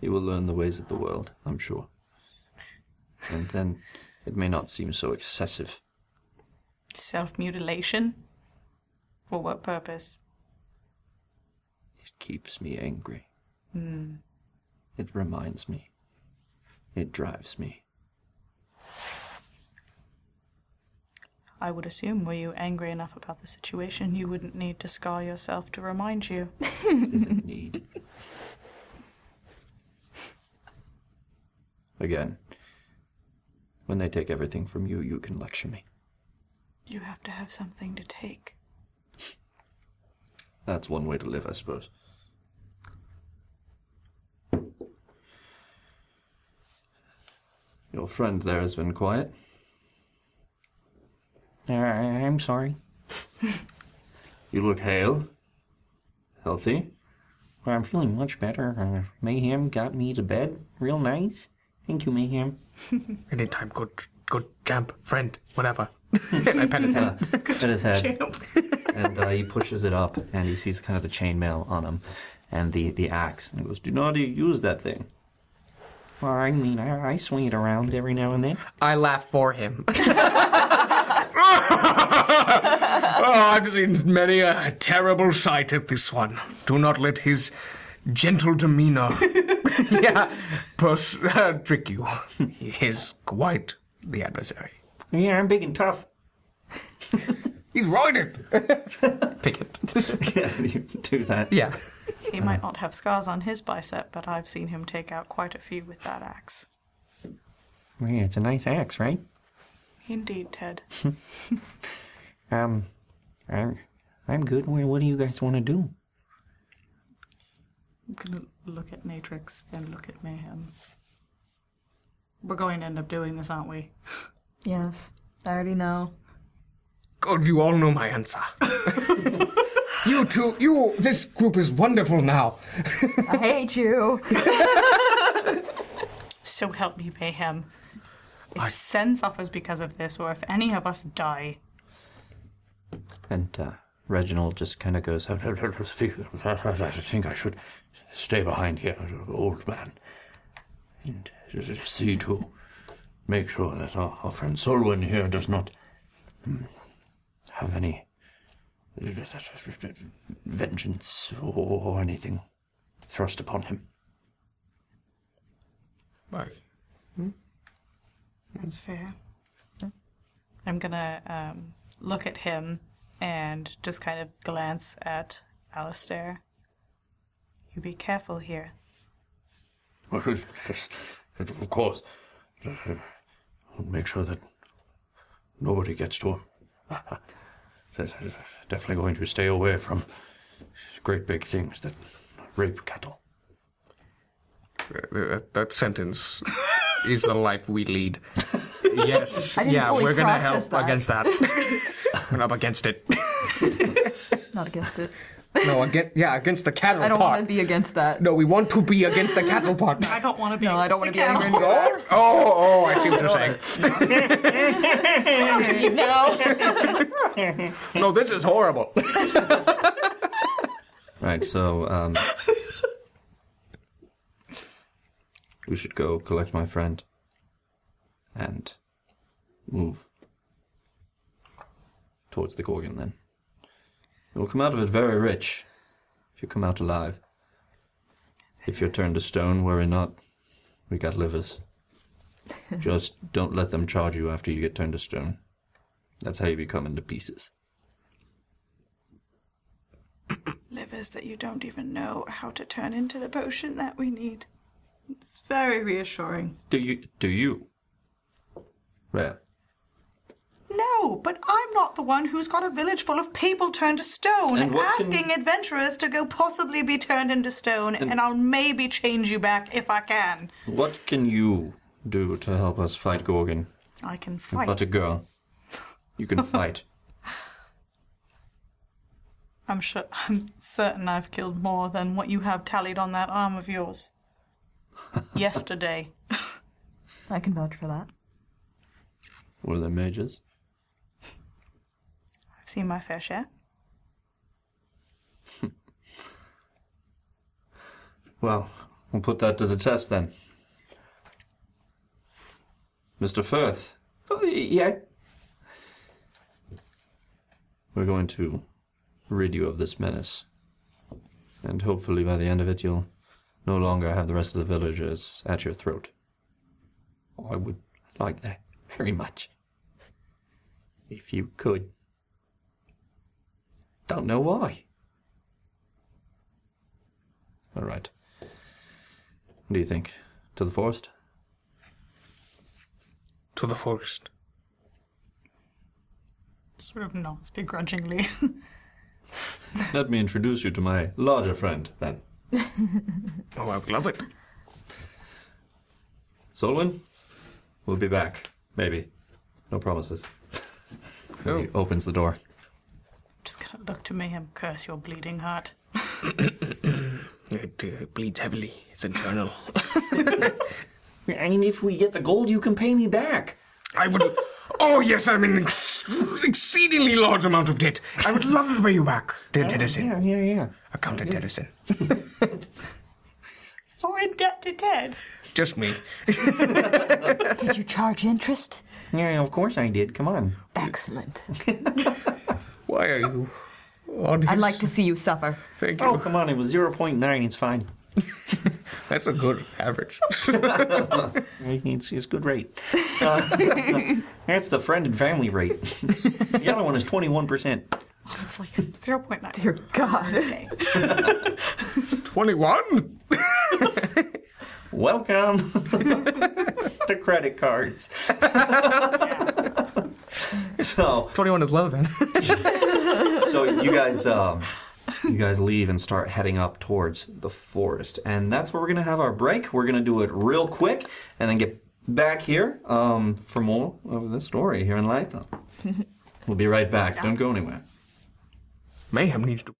Speaker 1: You will learn the ways of the world, I'm sure. And then it may not seem so excessive.
Speaker 6: Self mutilation? For what purpose?
Speaker 1: It keeps me angry.
Speaker 6: Hmm.
Speaker 1: It reminds me. It drives me.
Speaker 6: I would assume, were you angry enough about the situation, you wouldn't need to scar yourself to remind you.
Speaker 1: Isn't need. Again, when they take everything from you, you can lecture me.
Speaker 6: [LAUGHS] You have to have something to take.
Speaker 1: That's one way to live, I suppose. Your friend there has been quiet.
Speaker 21: Uh,
Speaker 1: I'm sorry. You look hale, healthy.
Speaker 21: Well, I'm feeling much better. Uh, Mayhem got me to bed real nice. Thank you, Mayhem.
Speaker 12: Anytime, good, good champ, friend, whatever. [LAUGHS] and I pet
Speaker 1: [LAUGHS]
Speaker 12: his head.
Speaker 1: at his head, [LAUGHS] and uh, he pushes it up, and he sees kind of the chainmail on him, and the the axe, and he goes, "Do not use that thing."
Speaker 21: Well, I mean, I, I swing it around every now and then.
Speaker 8: I laugh for him. [LAUGHS]
Speaker 12: [LAUGHS] oh, I've seen many a terrible sight at this one. Do not let his gentle [LAUGHS] demeanor yeah, pers- [LAUGHS] uh, trick you. He is quite the adversary.
Speaker 21: Yeah, I'm big and tough.
Speaker 12: He's roided.
Speaker 8: Pick it.
Speaker 1: [LAUGHS] yeah, you do that.
Speaker 8: Yeah.
Speaker 6: He might not have scars on his bicep, but I've seen him take out quite a few with that axe.
Speaker 21: Well, yeah, it's a nice axe, right?
Speaker 6: Indeed, Ted.
Speaker 21: Um, I'm, I'm good. What what do you guys want to do?
Speaker 6: I'm gonna look at Natrix and look at Mayhem. We're going to end up doing this, aren't we?
Speaker 10: Yes, I already know.
Speaker 12: God, you all know
Speaker 8: [LAUGHS]
Speaker 12: my answer. you two, you, this group is wonderful [LAUGHS] now.
Speaker 10: I hate you. [LAUGHS]
Speaker 6: So help me, Mayhem. If Sen suffers because of this, or if any of us die,
Speaker 1: And uh, Reginald just kind of goes, "I think I should stay behind here, old man, and see to make sure that our, our friend Solwyn here does not mm, have any vengeance or anything thrust upon him."
Speaker 12: Bye.
Speaker 6: That's fair. I'm gonna um, look at him and just kind of glance at Alistair. You be careful here.
Speaker 1: [LAUGHS] Of course, uh, make sure that nobody gets to him. [LAUGHS] Definitely going to stay away from great big things that rape cattle.
Speaker 22: Uh,
Speaker 10: [LAUGHS]
Speaker 12: That, that sentence is the life we lead.
Speaker 22: yes.
Speaker 10: I didn't
Speaker 22: yeah,
Speaker 10: fully
Speaker 22: we're gonna help
Speaker 10: process that.
Speaker 22: against that.
Speaker 10: [LAUGHS]
Speaker 22: we're up against it.
Speaker 10: Not against it.
Speaker 22: No, against yeah, against the cattle
Speaker 10: I don't
Speaker 22: part.
Speaker 10: want to be against that.
Speaker 22: No, we want to be against the cattle
Speaker 10: [LAUGHS]
Speaker 22: part.
Speaker 10: I don't want to be. No, I don't want to be anywhere near
Speaker 8: [LAUGHS]
Speaker 22: Oh, oh, I see what you're saying.
Speaker 10: that. [LAUGHS] You know.
Speaker 22: No, this is horrible.
Speaker 8: Right, so um, we should go collect my friend and move towards the Gorgon then. You'll come out of it very rich if you come out alive. If you're turned to stone, worry not. We got livers. Just don't let them charge you after you get turned to stone. That's how you become into pieces.
Speaker 23: Livers that you don't even know how to turn into the potion that we need. It's very reassuring.
Speaker 8: Do you? Do you? Well,
Speaker 6: No, but I'm not the one who's got a village full of people turned to stone,
Speaker 8: And what can-
Speaker 6: asking adventurers to go possibly be turned into stone, and, I'll maybe change you back if I can.
Speaker 8: what can you do to help us fight Gorgon?
Speaker 6: I can
Speaker 8: You're
Speaker 6: fight.
Speaker 8: Not a girl. You can fight.
Speaker 6: I'm sure. [LAUGHS] I'm certain I've killed more than what you have tallied on that arm of
Speaker 12: [LAUGHS]
Speaker 6: yours. Yesterday.
Speaker 10: I can vouch for that.
Speaker 8: Were they mages?
Speaker 6: I've seen my fair share.
Speaker 8: Well, we'll put that to the test then. Mr. Firth,
Speaker 24: Oh,
Speaker 1: yeah.
Speaker 8: we're going to rid you of this menace. And hopefully by the end of it, you'll no longer have the rest of the villagers at your throat.
Speaker 24: Oh,
Speaker 8: I would like that very much. If you could. Don't know why. All right. What do you think? To the forest?
Speaker 12: To the forest.
Speaker 6: Sort of nods begrudgingly. [LAUGHS]
Speaker 8: Let me introduce you to my larger friend, then.
Speaker 12: Oh, I would love it.
Speaker 8: Solwyn, we'll be back. Maybe. No promises. He opens the door.
Speaker 6: Just gonna look to Mayhem, curse your bleeding heart.
Speaker 12: It uh, bleeds heavily. It's internal.
Speaker 24: I mean, if we get the gold, you can pay me back.
Speaker 12: I would. Oh yes, I'm in ex- exceedingly large amount of debt. I would love to pay you back, dear Edison.
Speaker 24: Yeah, yeah, yeah.
Speaker 12: Accountant Edison.
Speaker 6: Or in debt to Ted.
Speaker 12: Just me.
Speaker 24: Did you charge interest? Yeah, of course I did. Come on. Excellent.
Speaker 12: Why are you?
Speaker 10: I'd like to see you suffer.
Speaker 12: Thank
Speaker 24: Oh, come on. It was 0.9. It's fine.
Speaker 12: [LAUGHS] That's a good average.
Speaker 24: [LAUGHS] it's, it's good rate. Uh, [LAUGHS] that's the friend and family rate. the other one is 21%.
Speaker 10: It's like
Speaker 6: 0.9.
Speaker 10: Dear God. [LAUGHS]
Speaker 12: Twenty-one.
Speaker 24: Welcome [LAUGHS] to credit cards. [LAUGHS]
Speaker 1: So
Speaker 12: twenty-one is low then. [LAUGHS]
Speaker 1: so you guys, um, you guys leave and start heading up towards the forest, and that's where we're gonna have our break. We're gonna do it real quick, and then get back here um, for more of the story here in Lytham. We'll be right back. Don't go anywhere.
Speaker 12: Mayhem needs to.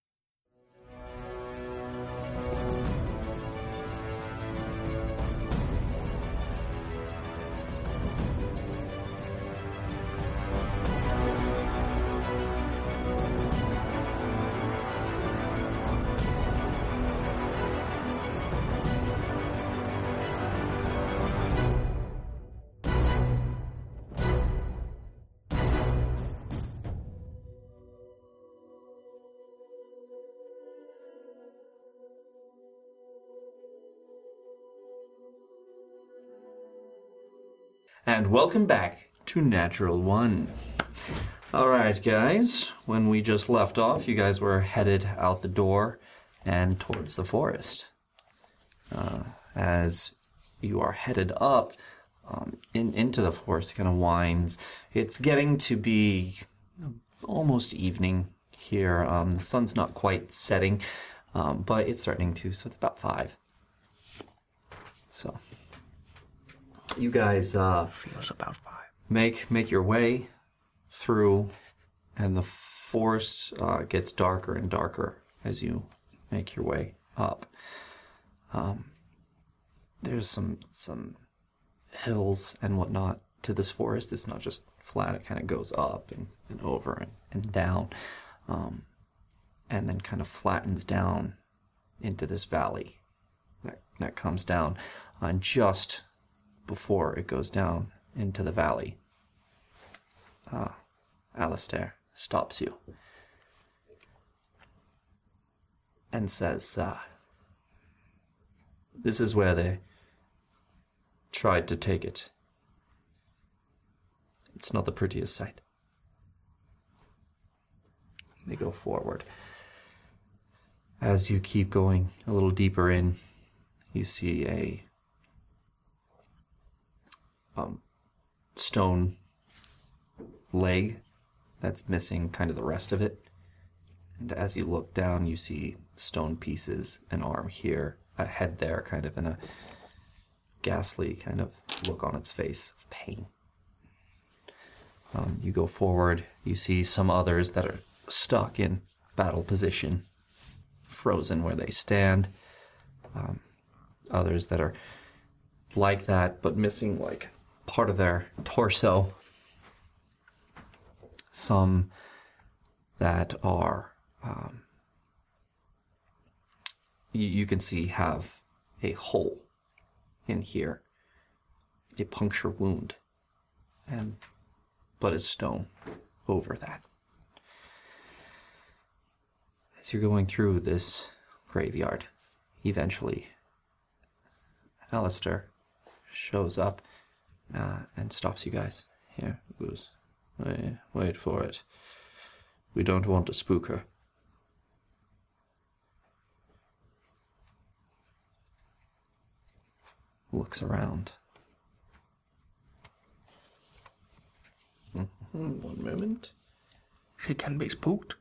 Speaker 1: And welcome back to Natural One. All right, guys. When we just left off, you guys were headed out the door and towards the forest. Uh, as you are headed up um, in, into the forest, it kind of winds. It's getting to be almost evening here. Um, the sun's not quite setting, um, but it's threatening to, so it's about five. So you guys uh
Speaker 12: feels about five
Speaker 1: make make your way through, and the forest uh, gets darker and darker as you make your way up. Um, there's some some hills and whatnot to this forest. It's not just flat; it kind of goes up and, and over and, and down, um, and then kind of flattens down into this valley that, that comes down. And just before it goes down into the valley, ah, Alistair stops you and says, uh, This is where they tried to take it. It's not the prettiest sight. They go forward. As you keep going a little deeper in, you see a um, stone leg that's missing kind of the rest of it. And as you look down, you see stone pieces, an arm here, a head there, kind of in a ghastly kind of look on its face of pain. Um, you go forward, you see some others that are stuck in battle position, frozen where they stand. Um, others that are like that, but missing like part of their torso. Some that are, um, you, you can see, have a hole in here, a puncture wound, and but it's stone over that. As you're going through this graveyard, eventually, Alistair shows up uh, and stops you guys.
Speaker 17: Here, Goose. Wait, wait for it. We don't want to spook her.
Speaker 1: Looks around.
Speaker 11: Mhm, One moment. She can be spooked.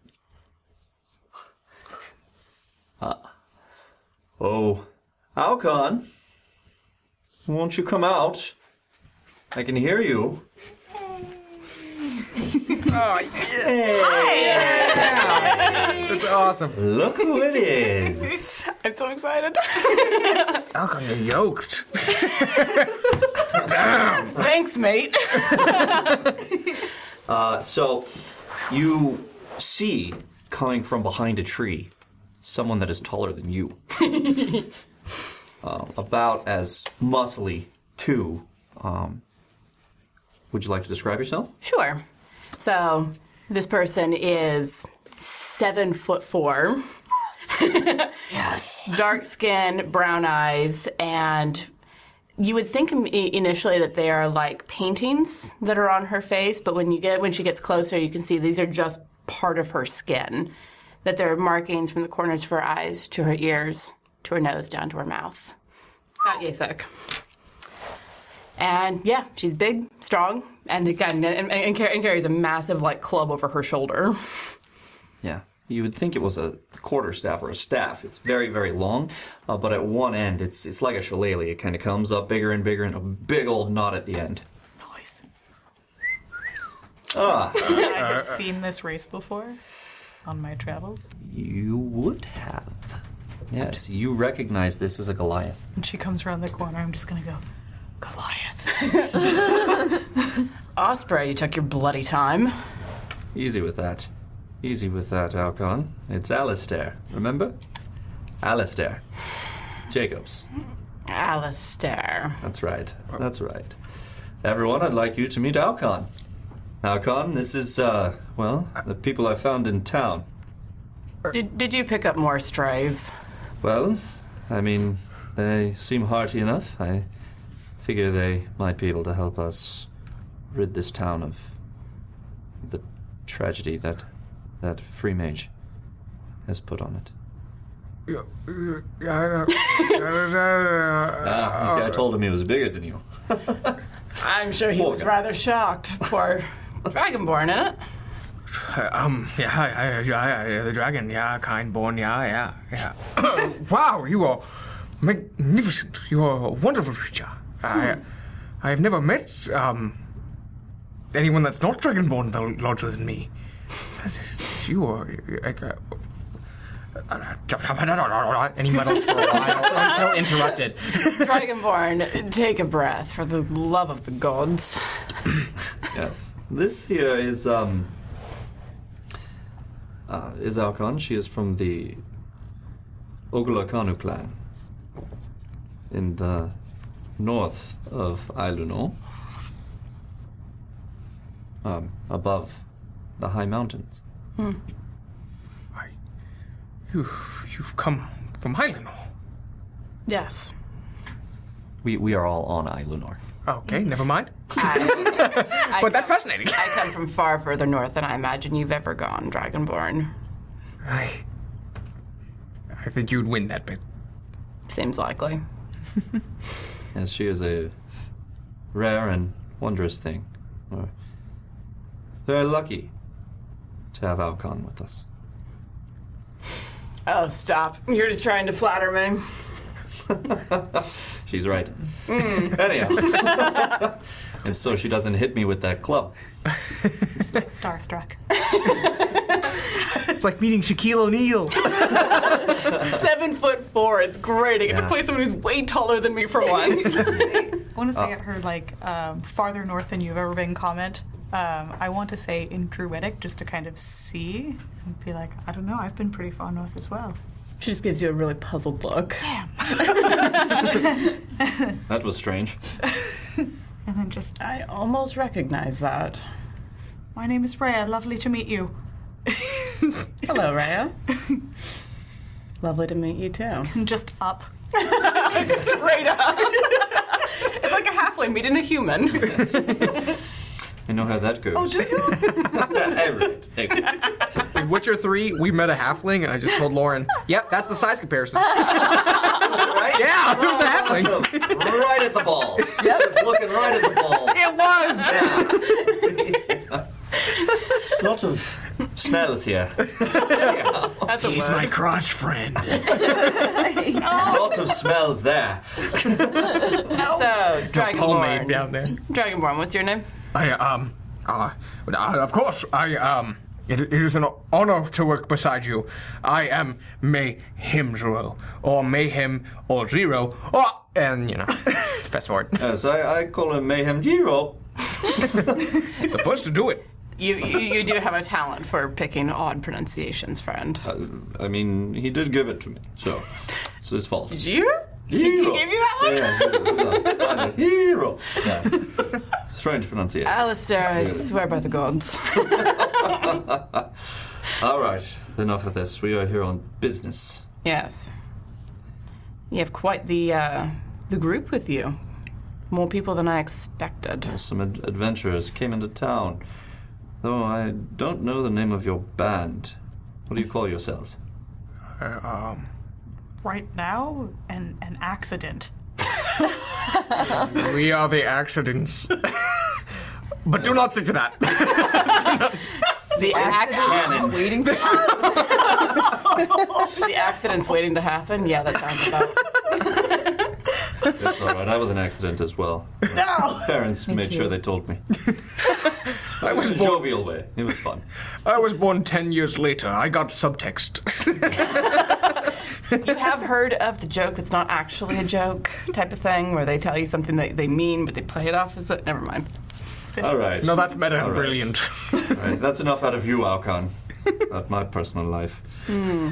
Speaker 17: Ah. Oh. Alcon? Won't you come out? I can hear you.
Speaker 8: [LAUGHS] Oh,
Speaker 11: Hi!
Speaker 8: That's awesome.
Speaker 17: Look who it is.
Speaker 8: I'm so excited.
Speaker 11: Alcon, you're yoked.
Speaker 12: Thanks, mate.
Speaker 1: Uh, so you see coming from behind a tree someone that is taller than
Speaker 8: [LAUGHS]
Speaker 1: you, uh, about as muscly too. Um, would you like to describe yourself?
Speaker 12: Sure. So this person is seven foot four. yes. Dark skin, brown eyes, and you would think im- initially that they are like paintings that are on her face, but when you get when she gets closer, you can see these are just part of her skin. That there are markings from the corners of her eyes to her ears, to her nose, down to her mouth. About yay thick. And yeah, she's big, strong, and again, and, and, car- and carries a massive like club over her shoulder.
Speaker 1: Yeah. You would think it was a quarter staff or a staff. It's very, very long, uh, but at one end, it's it's like a shillelagh. It kind of comes up bigger and bigger, and a big old knot at the end.
Speaker 6: Noise.
Speaker 1: Ah,
Speaker 6: [LAUGHS] I've seen this race before on my travels.
Speaker 1: You would have. Yes, you recognize this as a Goliath.
Speaker 6: When she comes around the corner, I'm just gonna go.
Speaker 12: Osprey, you took your bloody time.
Speaker 17: Easy with that. Easy with that, Alcon. It's Alistair, remember? Alistair. Jacobs.
Speaker 12: Alistair.
Speaker 17: That's right. That's right. Everyone, I'd like you to meet Alcon. Alcon, this is, uh, well, the people I found in town.
Speaker 12: Did, did you pick up more strays?
Speaker 17: Well, I mean, they seem hearty enough. I figure they might be able to help us rid this town of the tragedy that that free mage has put on it.
Speaker 11: Yeah, yeah, yeah, yeah,
Speaker 17: Ah, you see, I told him he was bigger than you.
Speaker 12: I'm sure he was rather shocked. Poor Dragonborn, innit?
Speaker 11: yeah. Um, yeah, yeah, yeah, yeah, the dragon, yeah, kind born, yeah, yeah, yeah. [COUGHS] wow, you are
Speaker 12: Hmm.
Speaker 11: magnificent. You are a wonderful creature. I, I have never met, um,
Speaker 12: anyone that's not dragonborn though larger than me. You are. I,
Speaker 11: uh,
Speaker 12: I,
Speaker 8: And he muddles for a while until interrupted.
Speaker 12: [LAUGHS]
Speaker 10: Dragonborn, take a breath for the love of the gods.
Speaker 25: Yes. This here is um uh, is Alcon. She is from the Ogulakanu clan in the north of Ilunor, um, above the high mountains.
Speaker 12: Hmm. You, you've come from Hylanor.
Speaker 10: Yes.
Speaker 25: We we are all on Ilunor.
Speaker 12: Okay, never mind.
Speaker 10: I
Speaker 12: but that's fascinating.
Speaker 10: I come from far further north than I imagine you've ever gone, Dragonborn.
Speaker 12: I, I think you'd win that bit.
Speaker 10: Seems likely.
Speaker 1: Yes, she is a rare and wondrous thing.
Speaker 25: Uh,
Speaker 1: We're very lucky to have Alcon with us.
Speaker 10: Oh, stop. You're just trying to flatter me.
Speaker 1: She's right.
Speaker 10: Mm. [LAUGHS]
Speaker 1: Anyhow. And so she doesn't hit me with that club.
Speaker 6: It's like starstruck.
Speaker 26: It's like meeting Shaquille O'Neal.
Speaker 10: Seven foot four. It's great. I get to
Speaker 26: Yeah.
Speaker 10: play someone who's way taller than me for
Speaker 12: [LAUGHS]
Speaker 10: once.
Speaker 6: I want to say
Speaker 10: Uh.
Speaker 6: at her like um, farther north than you've ever been comment. Um, I want to say in Druidic just to kind of see and be like, I don't know, I've been pretty far north as well.
Speaker 10: she just gives you a really puzzled look.
Speaker 6: Damn.
Speaker 1: That was strange.
Speaker 6: And then just,
Speaker 10: I almost recognize that.
Speaker 6: My name is Raya. Lovely to meet you. [LAUGHS]
Speaker 10: Hello, Raya. Lovely to meet you too.
Speaker 6: Just up.
Speaker 10: Straight up. it's like a halfling meeting a human.
Speaker 1: I know how that goes.
Speaker 10: Oh, do
Speaker 1: [LAUGHS]
Speaker 10: you?
Speaker 8: In Witcher 3, we met a halfling, and I just told Lauren, yep, that's the size comparison. [LAUGHS]
Speaker 27: Right?
Speaker 8: Yeah, there was a halfling.
Speaker 27: right at the balls.
Speaker 8: Yep.
Speaker 27: Just looking right at the balls.
Speaker 8: It was!
Speaker 1: Lot of smells here.
Speaker 10: That's
Speaker 26: He's my crotch
Speaker 10: [LAUGHS]
Speaker 26: friend.
Speaker 10: Oh.
Speaker 1: Lots of smells there.
Speaker 10: So, Dragonborn.
Speaker 12: down there.
Speaker 10: Dragonborn, what's your name?
Speaker 12: I um, uh, uh, of course I um. It, it is an honor to work beside you. I am Mayhem Zero, or Mayhem, or Zero, or
Speaker 10: [LAUGHS]
Speaker 12: and you know, fast forward.
Speaker 1: Yes, I, I call him Mayhem Zero.
Speaker 12: the first to do it.
Speaker 10: You, you you do have a talent for picking odd pronunciations, friend.
Speaker 12: Uh,
Speaker 1: I mean, he did give it to me, so it's his fault.
Speaker 10: Zero? He
Speaker 1: Zero.
Speaker 10: gave you that one? [LAUGHS]
Speaker 1: Yeah, Zero. Yeah. Strange pronunciation.
Speaker 10: Alistair, I swear by the gods.
Speaker 1: All right, enough of this. We are here on business.
Speaker 10: Yes. You have quite the uh, the group with you. More people than I expected.
Speaker 1: Some ad- adventurers came into town. Though I don't know the name of your band. What do you call yourselves?
Speaker 12: um,
Speaker 6: Right now, an an accident.
Speaker 12: we are the accidents, [LAUGHS] but do not stick to that.
Speaker 10: The accidents [LAUGHS]
Speaker 28: waiting
Speaker 10: to The accidents waiting to happen? Yeah, that sounds about
Speaker 1: That's all right. I was an accident as well.
Speaker 10: No!
Speaker 1: Parents
Speaker 10: Me
Speaker 1: made
Speaker 10: too.
Speaker 1: sure they told me.
Speaker 12: I
Speaker 1: was
Speaker 12: was
Speaker 1: a
Speaker 12: born-
Speaker 1: jovial way. It was fun.
Speaker 12: I was born ten years later. I got subtext.
Speaker 10: You have heard of the joke that's not actually a joke type of thing, where they tell you something that they mean, but they play it off as a. Never mind.
Speaker 1: All right.
Speaker 12: No, that's meta and
Speaker 1: brilliant. That's enough out of you, Alcon. About my personal life.
Speaker 10: Hmm.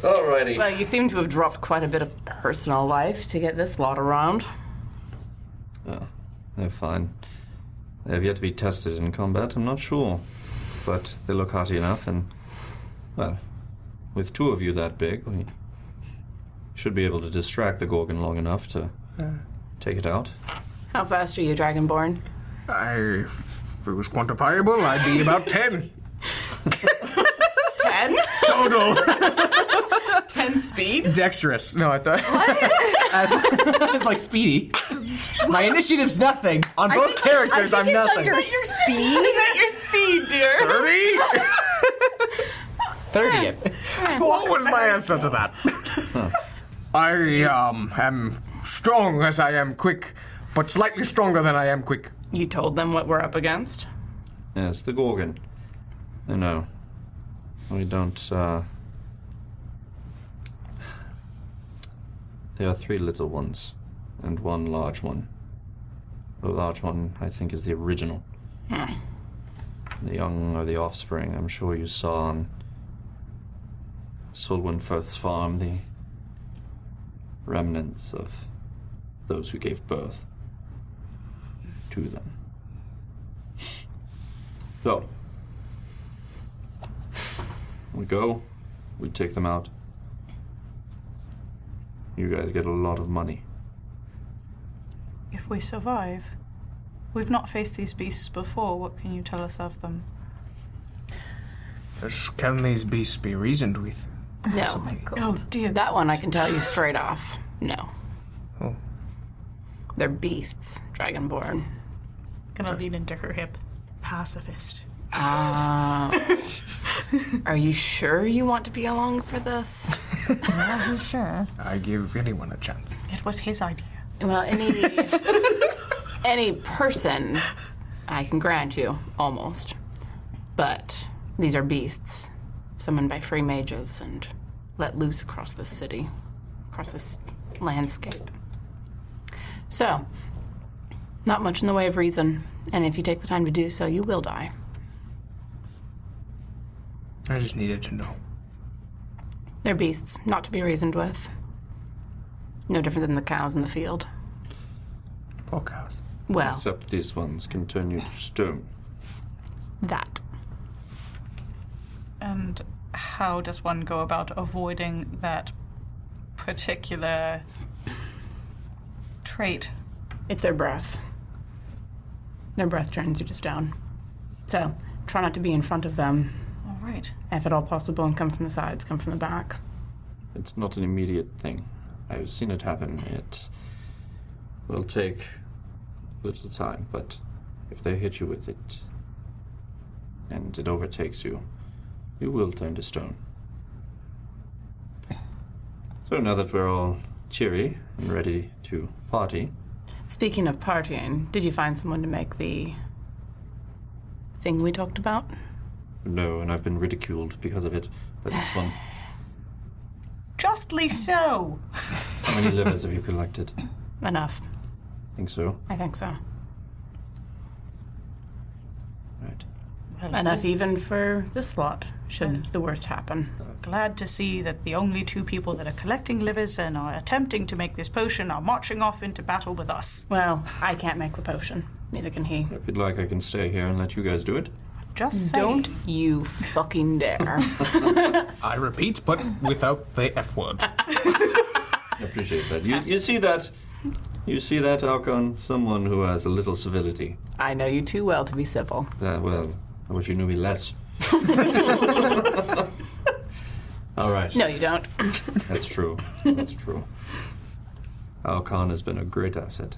Speaker 1: Alrighty.
Speaker 10: Well, you seem to have dropped quite a bit of personal life to get this lot around.
Speaker 1: Oh, they're fine. They have yet to be tested in combat, I'm not sure. But they look hearty enough, and, well, with two of you that big, we should be able to distract the Gorgon long enough to
Speaker 10: Uh.
Speaker 1: take it out.
Speaker 10: How fast are you, Dragonborn?
Speaker 12: I, if it was quantifiable, I'd be about ten.
Speaker 10: [LAUGHS] Ten?
Speaker 12: Total.
Speaker 10: Ten speed?
Speaker 8: Dexterous. No, I thought. as, as [LAUGHS] like speedy. My initiative's nothing. On
Speaker 10: I
Speaker 8: both
Speaker 10: think-
Speaker 8: characters,
Speaker 10: I
Speaker 8: I'm
Speaker 10: think it's
Speaker 8: nothing.
Speaker 10: under speed. [LAUGHS] Not your speed, dear.
Speaker 12: 30? [LAUGHS]
Speaker 8: 30th.
Speaker 12: What was my answer to that? [LAUGHS] I um, am strong as I am quick, but slightly stronger than I am quick.
Speaker 10: You told them what we're up against?
Speaker 1: Yes, the Gorgon. I know. We don't, uh. There are three little ones and one large one. The large one, I think, is the original. The young are the offspring. I'm sure you saw on Solwyn Firth's farm the remnants of those who gave birth to them. So, we go, we take them out. You guys get a lot of money.
Speaker 6: If we survive, we've not faced these beasts before. What can you tell us of them?
Speaker 8: Can these beasts be reasoned with?
Speaker 12: No. Oh, dear. That one I can tell you straight off. No.
Speaker 8: Oh.
Speaker 12: They're beasts, Dragonborn.
Speaker 6: Gonna lean into her hip. Pacifist.
Speaker 12: Uh, are you sure you want to be along for this?
Speaker 10: Yeah, sure.
Speaker 8: I give anyone a chance.
Speaker 6: It was his idea.
Speaker 12: Well, any any person, I can grant you almost, but these are beasts, summoned by free mages and let loose across this city, across this landscape. So, not much in the way of reason, and if you take the time to do so, you will die.
Speaker 8: I just needed to know.
Speaker 12: They're beasts, not to be reasoned with. No different than the cows in the field.
Speaker 8: Poor cows.
Speaker 12: Well,
Speaker 1: Except these ones can turn you to stone.
Speaker 12: that.
Speaker 6: And how does one go about avoiding that particular trait?
Speaker 12: It's their breath. Their breath turns you to stone. So try not to be in front of them.
Speaker 6: All right.
Speaker 12: If at all possible, and come from the sides, come from the back.
Speaker 1: It's not an immediate thing. I've seen it happen. It will take little time, but if they hit you with it and it overtakes you, you will turn to stone. So now that we're all cheery and ready to party,
Speaker 12: Speaking of partying, did you find someone to make the thing we talked about?
Speaker 1: no, and I've been ridiculed because of it, but this one,
Speaker 6: Justly so.
Speaker 1: how
Speaker 12: [LAUGHS]
Speaker 1: many livers have you collected?
Speaker 12: Enough.
Speaker 1: think so.
Speaker 12: I think so.
Speaker 1: Right.
Speaker 12: Enough even for this lot, should the worst happen.
Speaker 6: Glad to see that the only two people that are collecting livers and are attempting to make this potion are marching off into battle with us.
Speaker 12: Well, I can't make the potion. Neither can he.
Speaker 1: If you'd like, I can stay here and let you guys do it.
Speaker 6: Just
Speaker 12: Don't you fucking dare.
Speaker 8: I repeat, but without the F word.
Speaker 1: I appreciate that. You, you see that? You see that, Alcon? Someone who has a little civility.
Speaker 12: I know you too well to be civil.
Speaker 1: Uh, well, I wish you knew me less. All right.
Speaker 12: No, you don't.
Speaker 1: That's true. That's true. Alcon has been a great asset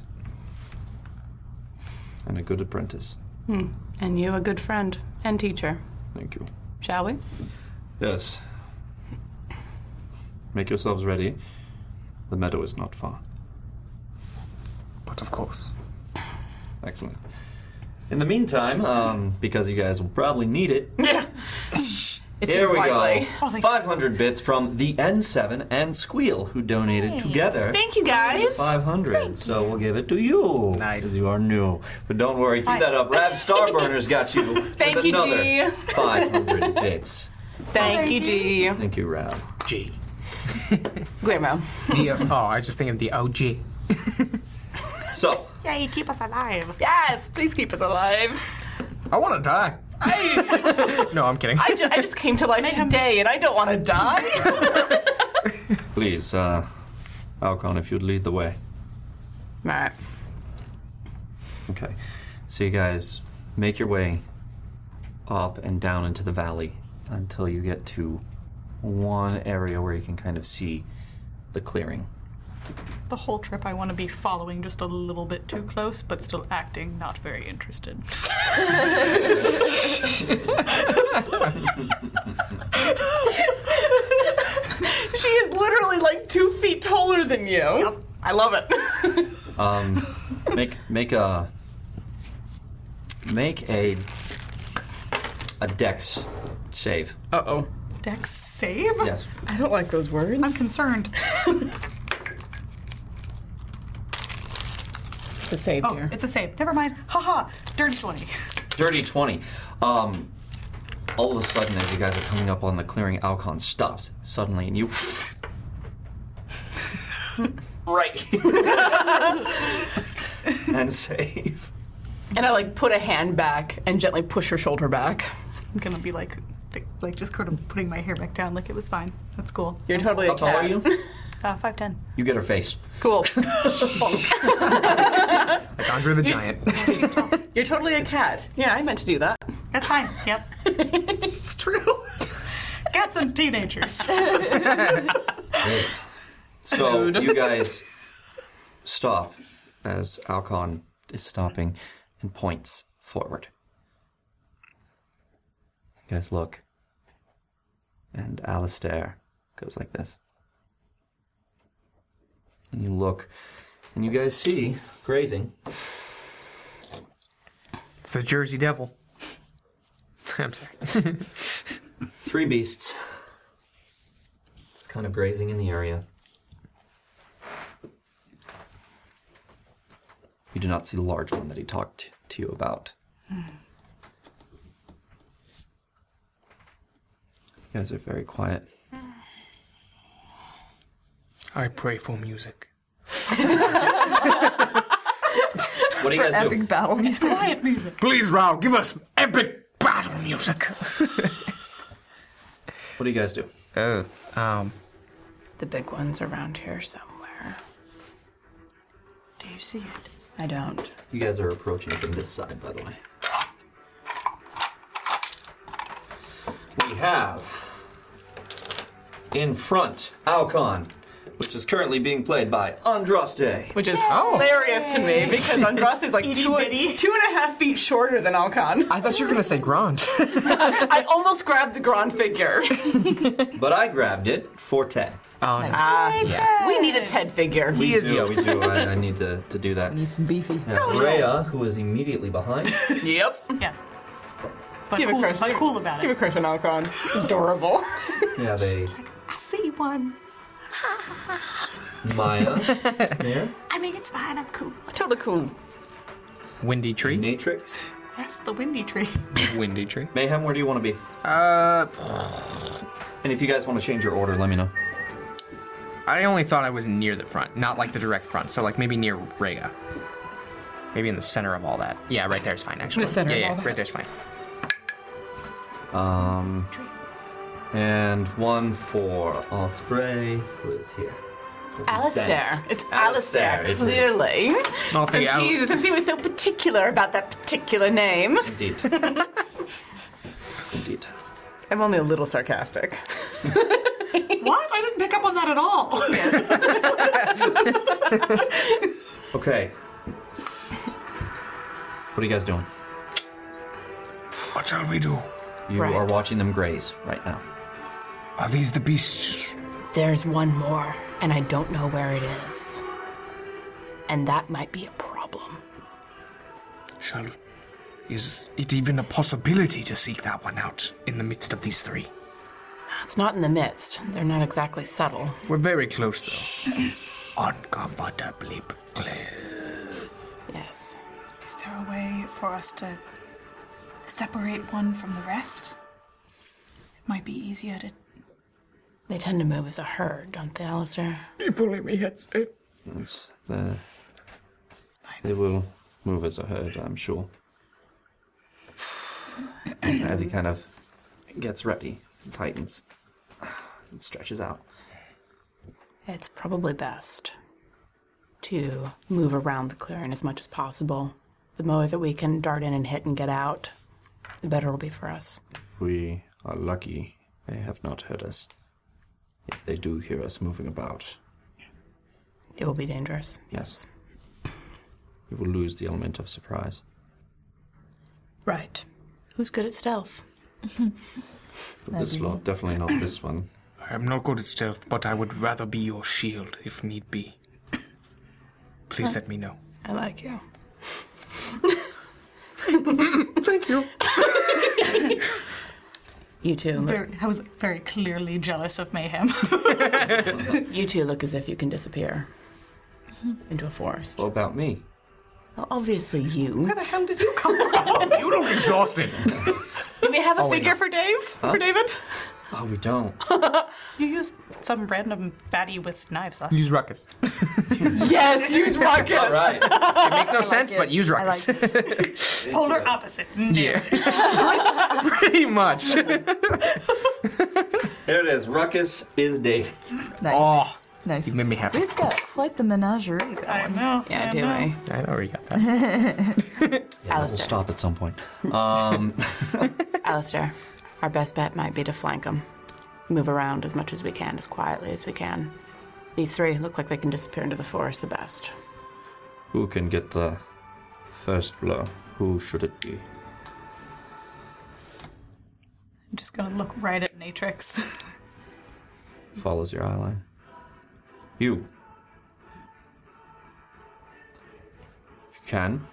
Speaker 1: and a good apprentice.
Speaker 12: Hmm. And you, a good friend and teacher.
Speaker 1: Thank you.
Speaker 12: Shall we?
Speaker 1: Yes. Make yourselves ready. The meadow is not far.
Speaker 8: But of course.
Speaker 1: Excellent. In the meantime, um, because you guys will probably need it,
Speaker 12: [LAUGHS]
Speaker 1: Here we go.
Speaker 12: Oh,
Speaker 1: 500 bits from the N7 and Squeal, who donated together.
Speaker 12: Thank you, guys.
Speaker 1: 500. so we'll give it to you. Nice. You are new. But don't worry, keep
Speaker 12: fine.
Speaker 1: that up. Rav Starburner's got
Speaker 12: [LAUGHS]
Speaker 1: you. with
Speaker 12: Thank you,
Speaker 1: another
Speaker 12: G.
Speaker 1: 500 bits.
Speaker 12: Thank you, G.
Speaker 1: Thank you, Rav.
Speaker 8: G.
Speaker 12: Guillermo.
Speaker 8: The, uh, oh, I was just thinking of the OG.
Speaker 1: So,
Speaker 12: Yeah, you keep us alive. Yes, please keep us alive.
Speaker 8: I want to die. no, I'm kidding.
Speaker 12: [LAUGHS] I, ju- I just came to life today and I don't want to [LAUGHS] die.
Speaker 1: please, uh, Alcon, if you'd lead the way.
Speaker 12: Right.
Speaker 1: Okay. So you guys make your way up and down into the valley until you get to one area where you can kind of see the clearing.
Speaker 6: The whole trip I want to be following just a little bit too close, but still acting not
Speaker 10: [LAUGHS]
Speaker 6: very interested.
Speaker 12: she is literally like two feet taller than you. I love it. [LAUGHS]
Speaker 1: Um, make make a make a a dex save.
Speaker 10: Uh oh. Dex save?
Speaker 1: Yes.
Speaker 10: I don't like those words. I'm
Speaker 6: concerned.
Speaker 10: [LAUGHS] it's a save
Speaker 6: oh, it's a save. Never mind. Haha. Dirty 20.
Speaker 1: Dirty 20. Um, all of a sudden, as you guys are coming up on the clearing, Alcon stops suddenly, and you. [LAUGHS] right. and save.
Speaker 10: And I like put a hand back and gently push her shoulder back.
Speaker 6: I'm gonna be like, th- like just kind of putting my hair back down, like it was fine. That's cool.
Speaker 10: You're totally
Speaker 1: How tall are you?
Speaker 6: Uh, five ten.
Speaker 1: You get her face.
Speaker 10: Cool.
Speaker 8: Like Andre the Giant.
Speaker 10: You're totally a cat. Yeah, I meant to do that.
Speaker 6: That's fine.
Speaker 10: [LAUGHS]
Speaker 6: Yep.
Speaker 10: it's [LAUGHS] true.
Speaker 6: Got some teenagers.
Speaker 1: So you guys stop as Alcon is stopping and points forward. You guys look, and Alistair goes like this. And you look, and you guys see grazing.
Speaker 8: It's the Jersey Devil. I'm sorry.
Speaker 1: Three beasts. It's kind of grazing in the area. You do not see the large one that he talked to you about. You guys are very quiet.
Speaker 12: I pray for music.
Speaker 1: What do you
Speaker 29: For
Speaker 1: guys do?
Speaker 29: epic battle music.
Speaker 6: Quiet music.
Speaker 12: Please, Rao, give us epic battle music.
Speaker 1: What do you guys do?
Speaker 8: Oh, um,
Speaker 10: The big one's around here somewhere. Do you see it? I don't.
Speaker 1: You guys are approaching from this side, by the way. We have in front Alcon, which is currently being played by Andraste.
Speaker 10: Which is hilarious to me because Andras is like two, two and a half feet shorter than Alcon.
Speaker 8: I thought you were going to say Grand.
Speaker 10: I almost grabbed the Grand figure.
Speaker 1: But I grabbed it for 10.
Speaker 8: Oh,
Speaker 10: Ah, We need a Ted figure.
Speaker 1: we do, we do. I,
Speaker 29: [LAUGHS]
Speaker 1: I need to, to do that.
Speaker 29: Need some beefy.
Speaker 1: Now, Rhea, who is
Speaker 29: [LAUGHS]
Speaker 1: immediately behind,
Speaker 10: Yep.
Speaker 6: Yes.
Speaker 10: give a crush. Give, cool about it. Give a crush on Alcon.
Speaker 6: [LAUGHS]
Speaker 10: Adorable.
Speaker 1: yeah, they
Speaker 6: I see one.
Speaker 1: Maya.
Speaker 29: [LAUGHS]
Speaker 1: yeah.
Speaker 6: I mean, it's fine. I'm cool.
Speaker 10: Totally cool.
Speaker 8: Windy Tree.
Speaker 1: Natrix.
Speaker 6: That's the windy tree.
Speaker 8: Windy Tree.
Speaker 1: Mayhem, where do you want to be?
Speaker 8: Uh,
Speaker 1: And if you guys want to change your order, let me know.
Speaker 8: I only thought I was near the front, not like the direct front. So like maybe near Rhea. Maybe in the center of all that. Yeah, right there is fine actually.
Speaker 10: center
Speaker 8: yeah,
Speaker 10: of
Speaker 8: yeah,
Speaker 10: all that.
Speaker 8: right there's fine.
Speaker 1: Um, and one for Osprey, who is here.
Speaker 10: Alistair. It's
Speaker 1: Alistair,
Speaker 10: Alistair,
Speaker 1: it is.
Speaker 10: clearly.
Speaker 8: I'll
Speaker 10: Since,
Speaker 8: think Al-
Speaker 10: he, since he was so particular about that particular name.
Speaker 1: Indeed. Indeed.
Speaker 10: I'm only a little sarcastic.
Speaker 6: [LAUGHS] what? I didn't pick up on that at all.
Speaker 1: Okay. What are you guys doing?
Speaker 12: What shall we do?
Speaker 1: You
Speaker 12: Right.
Speaker 1: are watching them graze right now.
Speaker 12: Are these the beasts?
Speaker 10: [LAUGHS] There's one more, and I don't know where it is. And that might be a problem.
Speaker 12: Shall. Is it even a possibility to seek that one out in the midst of these three?
Speaker 10: It's not in the midst. They're not exactly subtle.
Speaker 12: We're very close, though. Uncomfortably close.
Speaker 10: Yes.
Speaker 6: Is there a way for us to separate one from the rest? It might be easier to.
Speaker 10: They tend to move as a herd, don't they, Alistair?
Speaker 12: If only we had it.
Speaker 30: It's
Speaker 1: Uh,
Speaker 30: the, they will move as a herd, I'm sure.
Speaker 1: [CLEARS THROAT] As he kind of gets ready, tightens, and stretches out.
Speaker 10: It's probably best to move around the clearing as much as possible. The more that we can dart in and hit and get out, the better it'll be for us.
Speaker 30: We are lucky they have not heard us. If they do hear us moving about,
Speaker 10: It will be dangerous.
Speaker 30: yes, we will lose the element of surprise.
Speaker 10: Right. Who's good at stealth?
Speaker 30: But this lot, definitely not this one.
Speaker 12: I am not good at stealth, but I would rather be your shield if need be. Please
Speaker 10: Huh.
Speaker 12: let me know.
Speaker 10: I like you.
Speaker 12: Thank you. You too. look-
Speaker 6: Very, I was very clearly jealous of Mayhem.
Speaker 12: you two look as if you can disappear
Speaker 10: Mm-hmm.
Speaker 12: into a forest.
Speaker 1: What about me?
Speaker 12: Obviously, you.
Speaker 10: Where the hell did you come
Speaker 12: from?
Speaker 8: You look exhausted.
Speaker 6: Do we have
Speaker 1: a Oh, wait, figure no.
Speaker 6: for Dave?
Speaker 1: Huh?
Speaker 6: For David?
Speaker 1: Oh, we
Speaker 10: [LAUGHS]
Speaker 1: don't.
Speaker 6: you used some random baddie with knives last
Speaker 8: Use ruckus.
Speaker 6: Yes, use ruckus.
Speaker 8: All right. It makes no sense, but use
Speaker 6: I
Speaker 8: ruckus. [LAUGHS]
Speaker 6: Polar
Speaker 1: uh,
Speaker 6: opposite. Mm,
Speaker 8: yeah. Pretty much.
Speaker 12: [LAUGHS]
Speaker 1: There it is. Ruckus is Dave.
Speaker 10: Nice.
Speaker 8: Oh,
Speaker 10: nice.
Speaker 8: You made me happy.
Speaker 10: We've got quite the menagerie going. I
Speaker 6: know.
Speaker 12: Yeah, I do know. I?
Speaker 8: I know where you got that.
Speaker 1: Yeah, we'll stop at some point.
Speaker 12: Um. Alistair, our best bet might be to flank them. Move around as much as we can, as quietly as we can. These three look like they can disappear into the forest the best.
Speaker 17: Who can get the first blow? Who should it be?
Speaker 6: I'm just gonna look right at Natrix.
Speaker 17: Follows your eye line. You. If you can,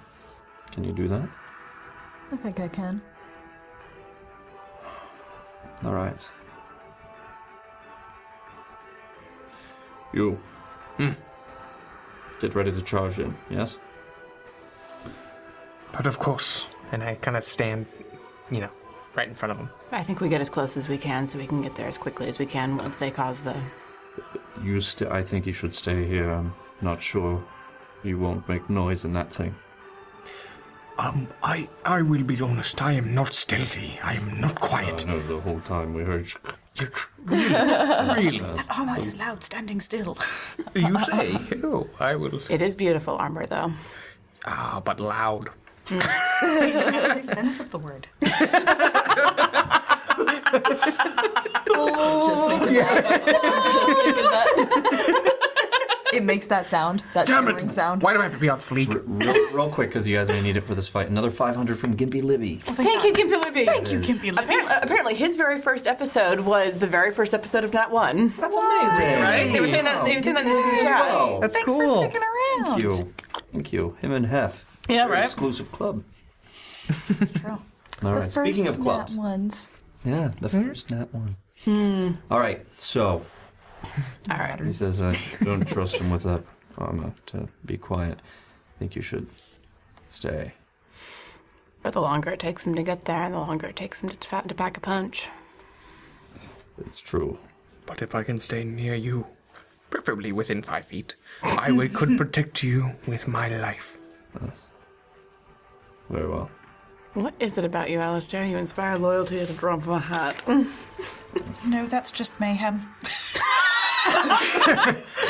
Speaker 17: can you do that?
Speaker 10: I think I can.
Speaker 17: All right. You.
Speaker 11: Hmm.
Speaker 17: Get ready to charge in, yes?
Speaker 8: But of course. And I kind of stand, you know, right in front of him.
Speaker 12: I think we get as close as we can so we can get there as quickly as we can once they cause the.
Speaker 17: You st- I think you should stay here. I'm not sure you won't make noise in that thing.
Speaker 11: Um, I, I will be honest. I am not stealthy. I am not quiet.
Speaker 8: Uh,
Speaker 17: I know the whole time we heard.
Speaker 11: really?
Speaker 6: That armor is
Speaker 1: Mm.
Speaker 6: loud standing still.
Speaker 8: You say. [LAUGHS] Oh, I will.
Speaker 12: It is beautiful
Speaker 10: [LAUGHS]
Speaker 12: armor, though.
Speaker 8: Ah, but loud.
Speaker 6: Every sense of the word.
Speaker 10: [LAUGHS] It makes that sound. That
Speaker 1: Damn it!
Speaker 10: shivering sound.
Speaker 8: Why do I have to be on fleek?
Speaker 1: [LAUGHS] real, real quick, because you guys may need it for this fight. Another 500 from Gimpy Libby.
Speaker 12: Thank you, Gimpy Libby. Thank
Speaker 1: you, Gimpy
Speaker 12: Libby. Apparently, his very first episode was the very first episode of Nat One.
Speaker 1: That's amazing.
Speaker 12: Right? They were saying that. They were saying that in the chat.
Speaker 1: Wow.
Speaker 8: That's
Speaker 1: Thanks
Speaker 8: cool.
Speaker 1: for
Speaker 8: sticking
Speaker 10: around.
Speaker 1: Thank you. Thank you. Him and Hef.
Speaker 12: Yeah,
Speaker 1: Very
Speaker 12: right?
Speaker 1: Exclusive club. That's true. All
Speaker 10: The
Speaker 1: right. Speaking
Speaker 10: first
Speaker 1: of
Speaker 10: nat
Speaker 1: clubs.
Speaker 10: ones.
Speaker 1: Yeah, the first nat one.
Speaker 10: Hmm.
Speaker 1: All right, so.
Speaker 12: All right.
Speaker 17: He says, I don't trust him with that armor to be quiet. I think you should stay.
Speaker 12: But the longer it takes him to get there, and the longer it takes him to, fa- to pack a punch.
Speaker 17: It's true.
Speaker 8: But if I can stay near you, preferably within five feet, I will, [LAUGHS] could protect you with my life.
Speaker 17: Very well.
Speaker 12: What is it about you, Alistair? You inspire loyalty at a drop of a hat.
Speaker 6: no, that's just mayhem.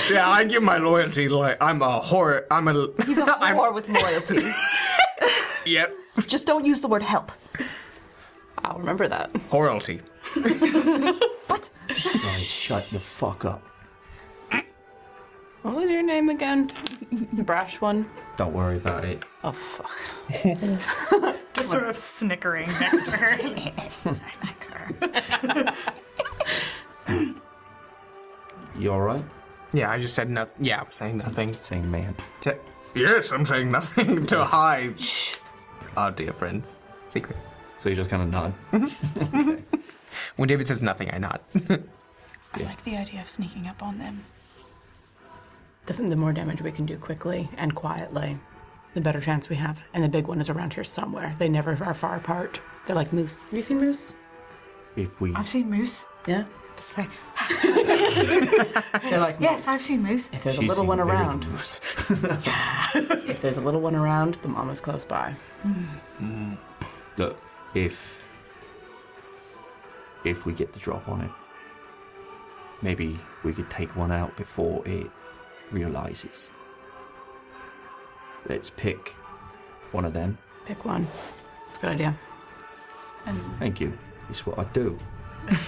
Speaker 8: Yeah, I give my loyalty like I'm a horror. [LAUGHS] I'm a.
Speaker 10: He's a whore with loyalty.
Speaker 8: [LAUGHS] Yep,
Speaker 10: Just don't use the word help.
Speaker 12: I'll remember that.
Speaker 8: horalty.
Speaker 1: Shut the fuck up.
Speaker 12: What was your name again? Brash one.
Speaker 1: Don't worry about it.
Speaker 12: Oh fuck.
Speaker 6: Just sort of snickering next to her.
Speaker 17: You alright?
Speaker 8: Yeah, I just said nothing. Yeah, I was saying nothing.
Speaker 1: Saying man.
Speaker 8: To- yes, I'm saying nothing [LAUGHS] to hide. Shh. Our dear friends. Secret.
Speaker 17: So you just kind of nod.
Speaker 8: When David says nothing, I nod.
Speaker 6: [LAUGHS] I like the idea of sneaking up on them.
Speaker 12: The, the more damage we can do quickly and quietly, the better chance we have. And the big one is around here somewhere. They never are far apart. They're like moose. Have you seen moose?
Speaker 17: If we.
Speaker 6: seen moose.
Speaker 12: Yeah.
Speaker 6: This way.
Speaker 12: They're like
Speaker 6: Yes, I've seen moose.
Speaker 12: If there's a little one around, [LAUGHS] if there's a little one around, the mom is close by.
Speaker 17: Look, if. If we get the drop on it, maybe we could take one out before it realizes. Let's pick one of them.
Speaker 12: Pick one. It's a good idea.
Speaker 17: Thank you. It's what I do.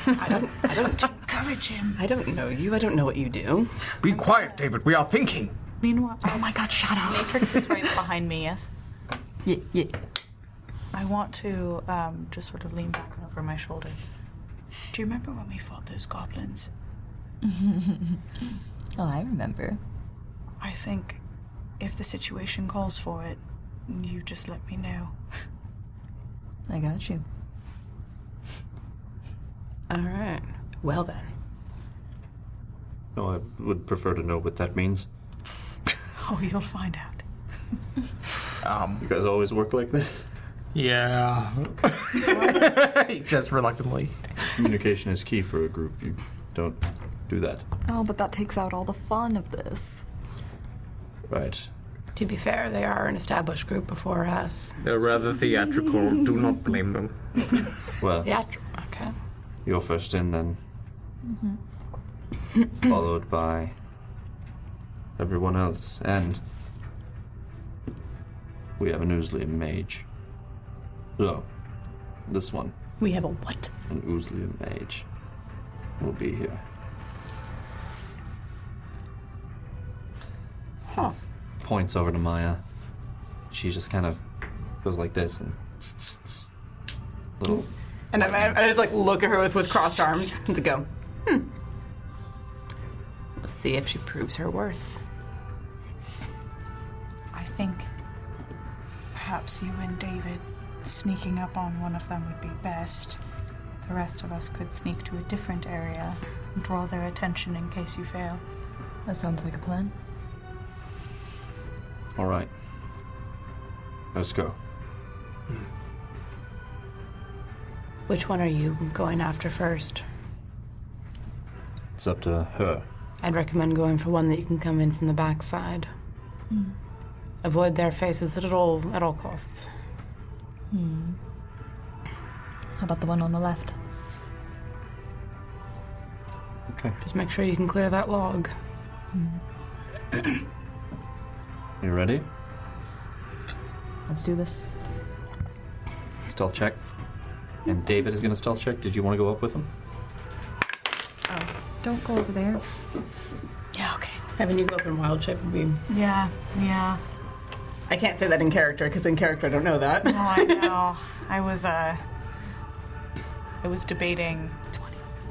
Speaker 12: I don't encourage him. I don't know you. I don't know what you do.
Speaker 8: Be quiet, David. We are thinking.
Speaker 6: Meanwhile, oh
Speaker 10: my god, shut up.
Speaker 6: Matrix is right behind me, yes?
Speaker 10: Yeah, yeah.
Speaker 6: I want to um, just sort of lean back over my shoulder. Do you remember when we fought those goblins?
Speaker 10: oh, I remember.
Speaker 6: I think if the situation calls for it, you just let me know.
Speaker 10: I got you.
Speaker 12: All right. Well then.
Speaker 1: No, I would prefer to know what that means.
Speaker 6: [LAUGHS] Oh, you'll find out.
Speaker 1: Um, you guys always work like
Speaker 17: [LAUGHS]
Speaker 1: this?
Speaker 8: Yeah. [LAUGHS] he says reluctantly.
Speaker 1: Communication is key for a group. You don't do that.
Speaker 10: Oh, but that takes out all the fun of this.
Speaker 1: Right.
Speaker 12: To be fair, they are an established group before us.
Speaker 2: They're rather theatrical. Do not blame them.
Speaker 1: Well,
Speaker 12: Theatr- okay.
Speaker 1: you're first in, then
Speaker 12: Mm-hmm.
Speaker 1: followed by everyone else, and we have an Oozlium mage. So, this one,
Speaker 12: We have a what?
Speaker 1: an Oozlium mage, will be here.
Speaker 12: Huh.
Speaker 1: Points over to Maya. She just kind of goes like this and
Speaker 12: Mm.
Speaker 1: little
Speaker 12: And I'm, I just like look at her with, with crossed arms and go, hmm. Let's see if she proves her worth.
Speaker 6: I think perhaps you and David sneaking up on one of them would be best. The rest of us could sneak to a different area, and draw their attention in case you fail.
Speaker 10: That sounds like a plan.
Speaker 1: All right. Let's go.
Speaker 12: Which one are you going after first?
Speaker 1: It's up to her.
Speaker 12: I'd recommend going for one that you can come in from the backside.
Speaker 1: Hmm.
Speaker 12: Avoid their faces at all at all costs.
Speaker 10: Hmm. How about the one on the left?
Speaker 1: Okay.
Speaker 12: Just make sure you can clear that log.
Speaker 1: You ready?
Speaker 10: Let's do this.
Speaker 1: Stealth check. And David is going to stealth check. Did you want to go up with him?
Speaker 10: Don't go over there.
Speaker 12: Yeah, okay. Having you go up in wild shape would be.
Speaker 6: Yeah, yeah.
Speaker 12: I can't say that in character because in character I don't know that.
Speaker 6: No,
Speaker 12: [LAUGHS]
Speaker 6: I know. I was uh, I was debating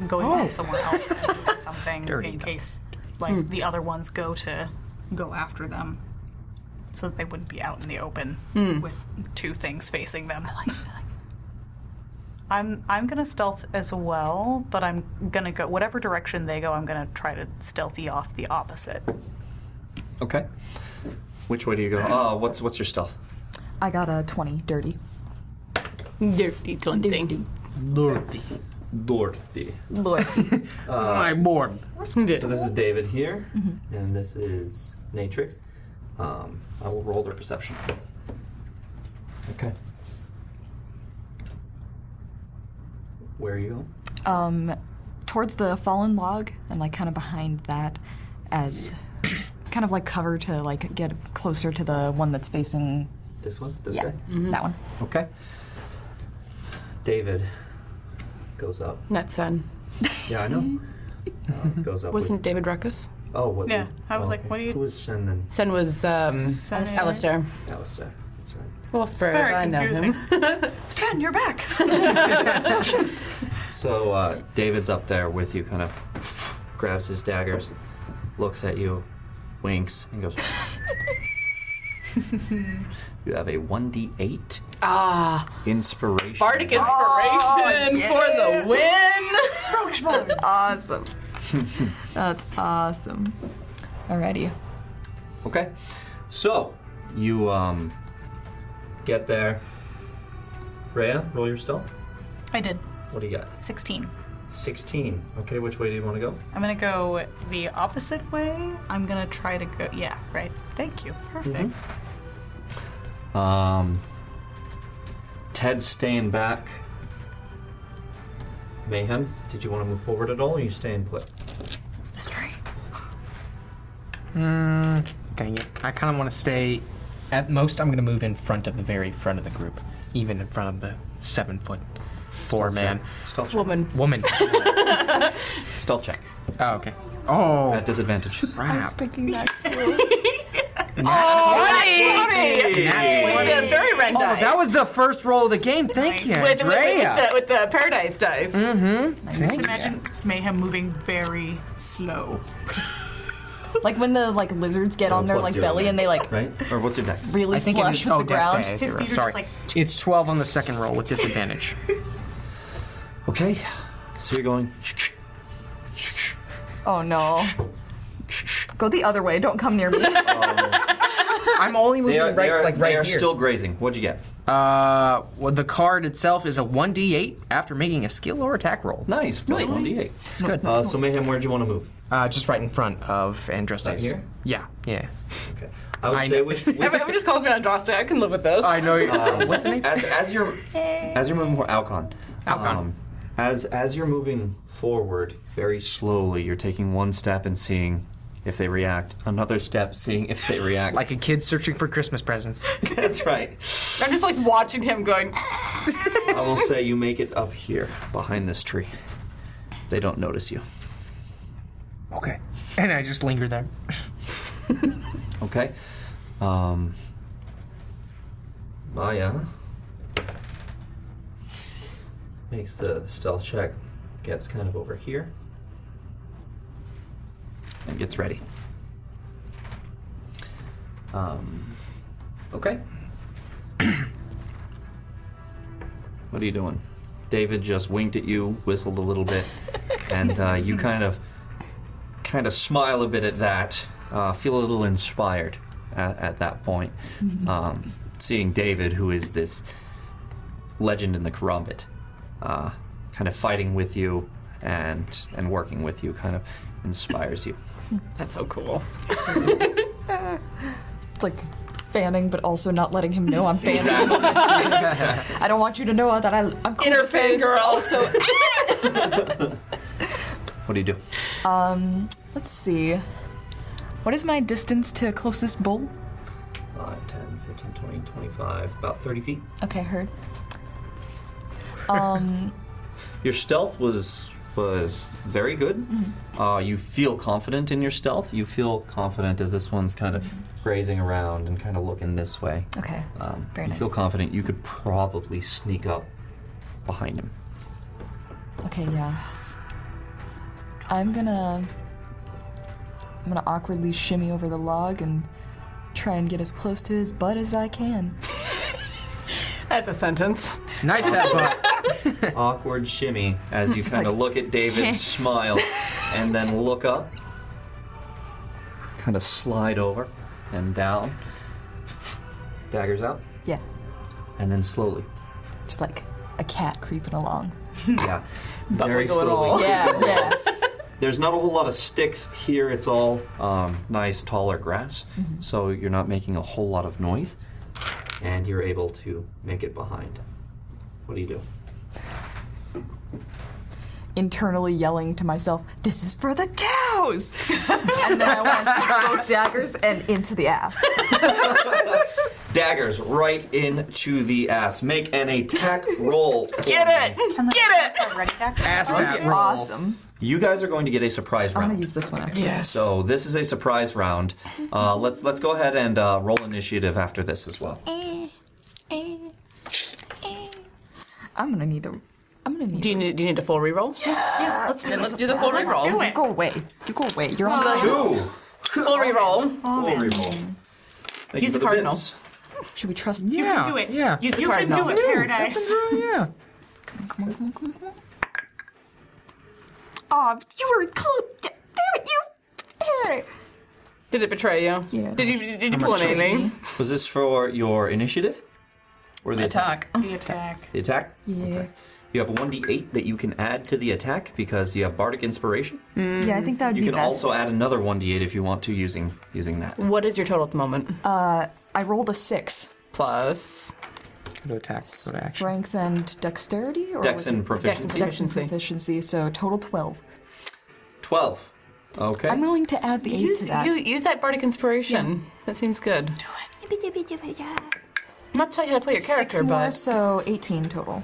Speaker 6: going
Speaker 12: Oh.
Speaker 6: somewhere else and
Speaker 12: [LAUGHS]
Speaker 6: doing something
Speaker 12: Dirty Hmm.
Speaker 6: in case like the other ones go to go after them, so that they wouldn't be out in the open
Speaker 12: Mm.
Speaker 6: with two things facing them. I like, I'm I'm gonna stealth as well, but I'm gonna go whatever direction they go. I'm gonna try to stealthy off the opposite.
Speaker 1: Okay. Which way do [COUGHS] you go? Oh, what's what's your stealth?
Speaker 10: I got a 20 dirty.
Speaker 12: Dirty 20. Dirty.
Speaker 1: Dorothy. Dorothy.
Speaker 12: Lord.
Speaker 1: My
Speaker 8: board.
Speaker 1: So this is David here, and this is Natrix. Um, I will roll their perception. Okay. Where are you going?
Speaker 10: Um, towards the fallen log and like kind of behind that as [COUGHS] kind of like cover to like get closer to the one that's facing
Speaker 1: This one? This
Speaker 10: yeah,
Speaker 1: guy?
Speaker 12: Mm-hmm.
Speaker 10: That one.
Speaker 1: Okay. David goes up.
Speaker 12: That's son.
Speaker 1: Yeah, I know. Uh, goes up.
Speaker 12: Wasn't
Speaker 1: with,
Speaker 12: David Ruckus?
Speaker 1: oh, what?
Speaker 12: Yeah, I was like,
Speaker 1: what do you? Who was Sen then?
Speaker 12: Sen was um,
Speaker 1: Sen.
Speaker 12: Alistair.
Speaker 1: Alistair. That's right.
Speaker 12: Well,
Speaker 6: It's
Speaker 12: Spurs,
Speaker 6: very
Speaker 12: I know him.
Speaker 6: confusing. Stan, you're back.
Speaker 1: So uh, David's up there with you, kind of grabs his daggers, looks at you, winks, and goes. [LAUGHS] you have a one d eight
Speaker 12: Ah.
Speaker 1: inspiration.
Speaker 12: Bardic inspiration for the win!
Speaker 10: Roguish That's
Speaker 12: [LAUGHS]
Speaker 10: awesome. That's awesome. Alrighty.
Speaker 1: Okay. So you um get there. Rhea, roll your stealth.
Speaker 6: I did
Speaker 1: What do you got?
Speaker 6: 16.
Speaker 1: Sixteen. Okay, which way do you want to go?
Speaker 6: I'm gonna go the opposite way. I'm gonna try to go. Yeah, right. Thank you. Perfect.
Speaker 12: Mm-hmm.
Speaker 1: Um, Ted's staying back. Mayhem, did you want to move forward at all, or you staying put?
Speaker 6: This tree.
Speaker 8: Mm, dang it. I kind of want to stay. At most, I'm going to move in front of the very front of the group, even in front of the seven foot four man.
Speaker 1: Stealth
Speaker 12: Woman.
Speaker 8: [LAUGHS] Woman.
Speaker 1: Stealth check.
Speaker 8: Oh, okay. Oh.
Speaker 1: [LAUGHS]
Speaker 8: At
Speaker 1: disadvantage.
Speaker 8: Crap.
Speaker 10: thinking that
Speaker 8: Oh,
Speaker 12: With the very red
Speaker 8: Oh,
Speaker 12: dice.
Speaker 8: that was the first roll of the game. Thank you,
Speaker 12: with, with, the-
Speaker 8: Andrea.
Speaker 12: with, the, with the paradise dice.
Speaker 8: Mm-hmm. Thank you.
Speaker 6: Imagine Mayhem moving very slow.
Speaker 10: Like when the like lizards get on their
Speaker 8: plus
Speaker 10: like
Speaker 8: zero,
Speaker 10: belly and they like
Speaker 1: right? Or what's your dex?
Speaker 10: really
Speaker 8: I think it
Speaker 10: flush
Speaker 8: is.
Speaker 10: with
Speaker 8: oh,
Speaker 10: the
Speaker 8: dex,
Speaker 10: ground.
Speaker 8: yeah, yeah,
Speaker 10: His
Speaker 8: zero.
Speaker 10: feet are
Speaker 8: Sorry,
Speaker 10: just like
Speaker 8: [LAUGHS] it's twelve on the second roll with disadvantage.
Speaker 1: Okay, So you're going.
Speaker 10: Oh no. Go the other way. Don't come
Speaker 12: [LAUGHS]
Speaker 10: near me.
Speaker 8: I'm only moving
Speaker 1: They are,
Speaker 8: right,
Speaker 1: they are,
Speaker 8: like
Speaker 1: they
Speaker 8: right
Speaker 1: are
Speaker 8: here.
Speaker 1: still grazing. What'd you get?
Speaker 8: Uh, well, the card itself is a 1d8 after making a skill or attack roll.
Speaker 1: Nice. Plus Nice. 1d8.
Speaker 8: It's good.
Speaker 1: Uh, so Mayhem, where'd you want to move?
Speaker 8: Uh, just right in front of Androstes.
Speaker 1: Right here?
Speaker 8: Yeah, yeah.
Speaker 1: Okay. I would say with-
Speaker 8: [LAUGHS]
Speaker 12: Everyone just calls me Andraste. I can live with those.
Speaker 8: I know you-
Speaker 1: Um,
Speaker 8: Uh, What's the name?
Speaker 1: As, as you're as you're moving for Alcon. um,
Speaker 12: Alcon.
Speaker 1: as as you're moving forward very slowly, you're taking one step and seeing if they react. Another step, seeing if they react. [LAUGHS]
Speaker 8: like a kid searching for Christmas presents.
Speaker 1: That's right.
Speaker 12: I'm just like watching him going. "Ah."
Speaker 1: I will say you make it up here behind this tree. They don't notice you.
Speaker 8: Okay. And I just linger there.
Speaker 1: Okay. Um, Maya makes the stealth check, gets kind of over here, and gets ready. Um, okay. [CLEARS THROAT] what are you doing? David just winked at you, whistled a little bit, and uh, you kind of kind of smile a bit at that, uh, feel a little inspired at, at that point.
Speaker 31: Mhm.
Speaker 1: Um, seeing David, who is this legend in the Karambit, uh, kind of fighting with you and and working with you, kind of inspires you.
Speaker 12: That's so cool.
Speaker 10: it's like fanning, but also not letting him know I'm fanning.
Speaker 1: Exactly.
Speaker 12: [LAUGHS]
Speaker 10: I don't want you to know that I, I'm cool
Speaker 12: Inner
Speaker 10: with things, but Also,
Speaker 12: fangirl.
Speaker 10: [LAUGHS]
Speaker 1: What do you do?
Speaker 10: um, let's see. What is my distance to closest bull?
Speaker 1: 5, 10, 15, 20, 25, about 30 feet.
Speaker 10: Okay, heard. Um,
Speaker 1: Your stealth was was very good. Uh, you feel confident in your stealth. You feel confident as this one's kind of grazing around and kind of looking this way.
Speaker 10: Okay.
Speaker 12: Uh,
Speaker 1: Um,
Speaker 10: Very
Speaker 1: you feel
Speaker 10: nice.
Speaker 1: confident you could probably sneak up behind him.
Speaker 10: okay, yeah. I'm gonna, I'm gonna awkwardly shimmy over the log and try and get as close to his butt as I can.
Speaker 12: That's a sentence.
Speaker 8: Knife that
Speaker 1: butt. Awkward shimmy as
Speaker 10: [LAUGHS]
Speaker 1: you
Speaker 10: Just
Speaker 1: kind of
Speaker 10: like-
Speaker 1: look at
Speaker 10: [LAUGHS]
Speaker 1: David, smile, and then look up. Kind of slide over and down. Daggers out.
Speaker 10: Yeah.
Speaker 1: And then slowly.
Speaker 10: Just like a cat creeping along. [LAUGHS]
Speaker 1: Yeah. very
Speaker 10: wiggle at
Speaker 12: Oh.
Speaker 10: all.
Speaker 1: slowly.
Speaker 10: Oh, Yeah, yeah.
Speaker 1: There's not a whole lot of sticks here. It's all um, nice, taller grass.
Speaker 10: Mm-hmm.
Speaker 31: Mhm.
Speaker 1: So you're not making a whole lot of noise. And you're able to make it behind. What do you do?
Speaker 10: [LAUGHS] internally yelling to myself, "This is for the
Speaker 12: [LAUGHS]
Speaker 10: cows!" and then I want to go daggers and into the ass.
Speaker 12: Oh.
Speaker 1: Daggers right into the ass. Make an
Speaker 10: [LAUGHS]
Speaker 1: attack roll.
Speaker 10: Get it! Get it!
Speaker 8: Ass
Speaker 1: that roll.
Speaker 10: Awesome.
Speaker 1: You guys are going to get a surprise
Speaker 10: I'm
Speaker 1: round.
Speaker 10: gonna use this one actually.
Speaker 1: So this is a surprise round. Uh, let's let's go ahead and uh, roll initiative after this as well.
Speaker 10: I'm gonna need a. I'm gonna need.
Speaker 12: Do you need, do you need a full reroll? Yeah. yeah let's,
Speaker 10: This
Speaker 12: then let's
Speaker 10: is
Speaker 12: do the
Speaker 10: a-
Speaker 12: full
Speaker 10: let's
Speaker 12: reroll.
Speaker 10: do it. Go away. You go away. You're on
Speaker 12: Two.
Speaker 10: the
Speaker 12: Full reroll.
Speaker 1: Full reroll. Thank you
Speaker 12: Use
Speaker 1: for
Speaker 12: the cardinal.
Speaker 1: bits.
Speaker 10: Should we trust?
Speaker 12: You can do it. Yeah. Use the
Speaker 10: You can
Speaker 12: cardinal.
Speaker 10: do it,
Speaker 12: New.
Speaker 10: Paradise.
Speaker 12: That's
Speaker 8: yeah.
Speaker 10: Come on, come on, come on, come on. Aw, you were close. D- Damn it, [LAUGHS] you.
Speaker 12: Did it betray you? Yeah. Did you did you
Speaker 1: I'm
Speaker 12: pull an
Speaker 1: betrayed.
Speaker 12: Amy?
Speaker 1: Was this for your initiative or the attack?
Speaker 12: The [LAUGHS] attack.
Speaker 1: The attack.
Speaker 10: Yeah.
Speaker 1: You have a 1d8 that you can add to the attack because you have bardic inspiration.
Speaker 10: Yeah, I think that would
Speaker 1: You
Speaker 10: be
Speaker 1: can
Speaker 10: Mhm. best.
Speaker 1: also add another 1d8 if you want to using using that.
Speaker 12: What is your total at the moment?
Speaker 10: Uh, I rolled a six.
Speaker 12: Plus.
Speaker 8: Go to attack. Go to action.
Speaker 10: Strength and dexterity, or
Speaker 1: Dex
Speaker 10: was
Speaker 1: and
Speaker 10: it-
Speaker 1: proficiency.
Speaker 10: Dex and proficiency, So total twelve.
Speaker 1: 12. Okay.
Speaker 10: I'm willing to add the eight
Speaker 12: Use,
Speaker 10: to that.
Speaker 12: use, use that bardic inspiration. That seems good. Do
Speaker 10: it.
Speaker 12: I'm not telling you how to play your character,
Speaker 10: Six more,
Speaker 12: but
Speaker 10: so eighteen total.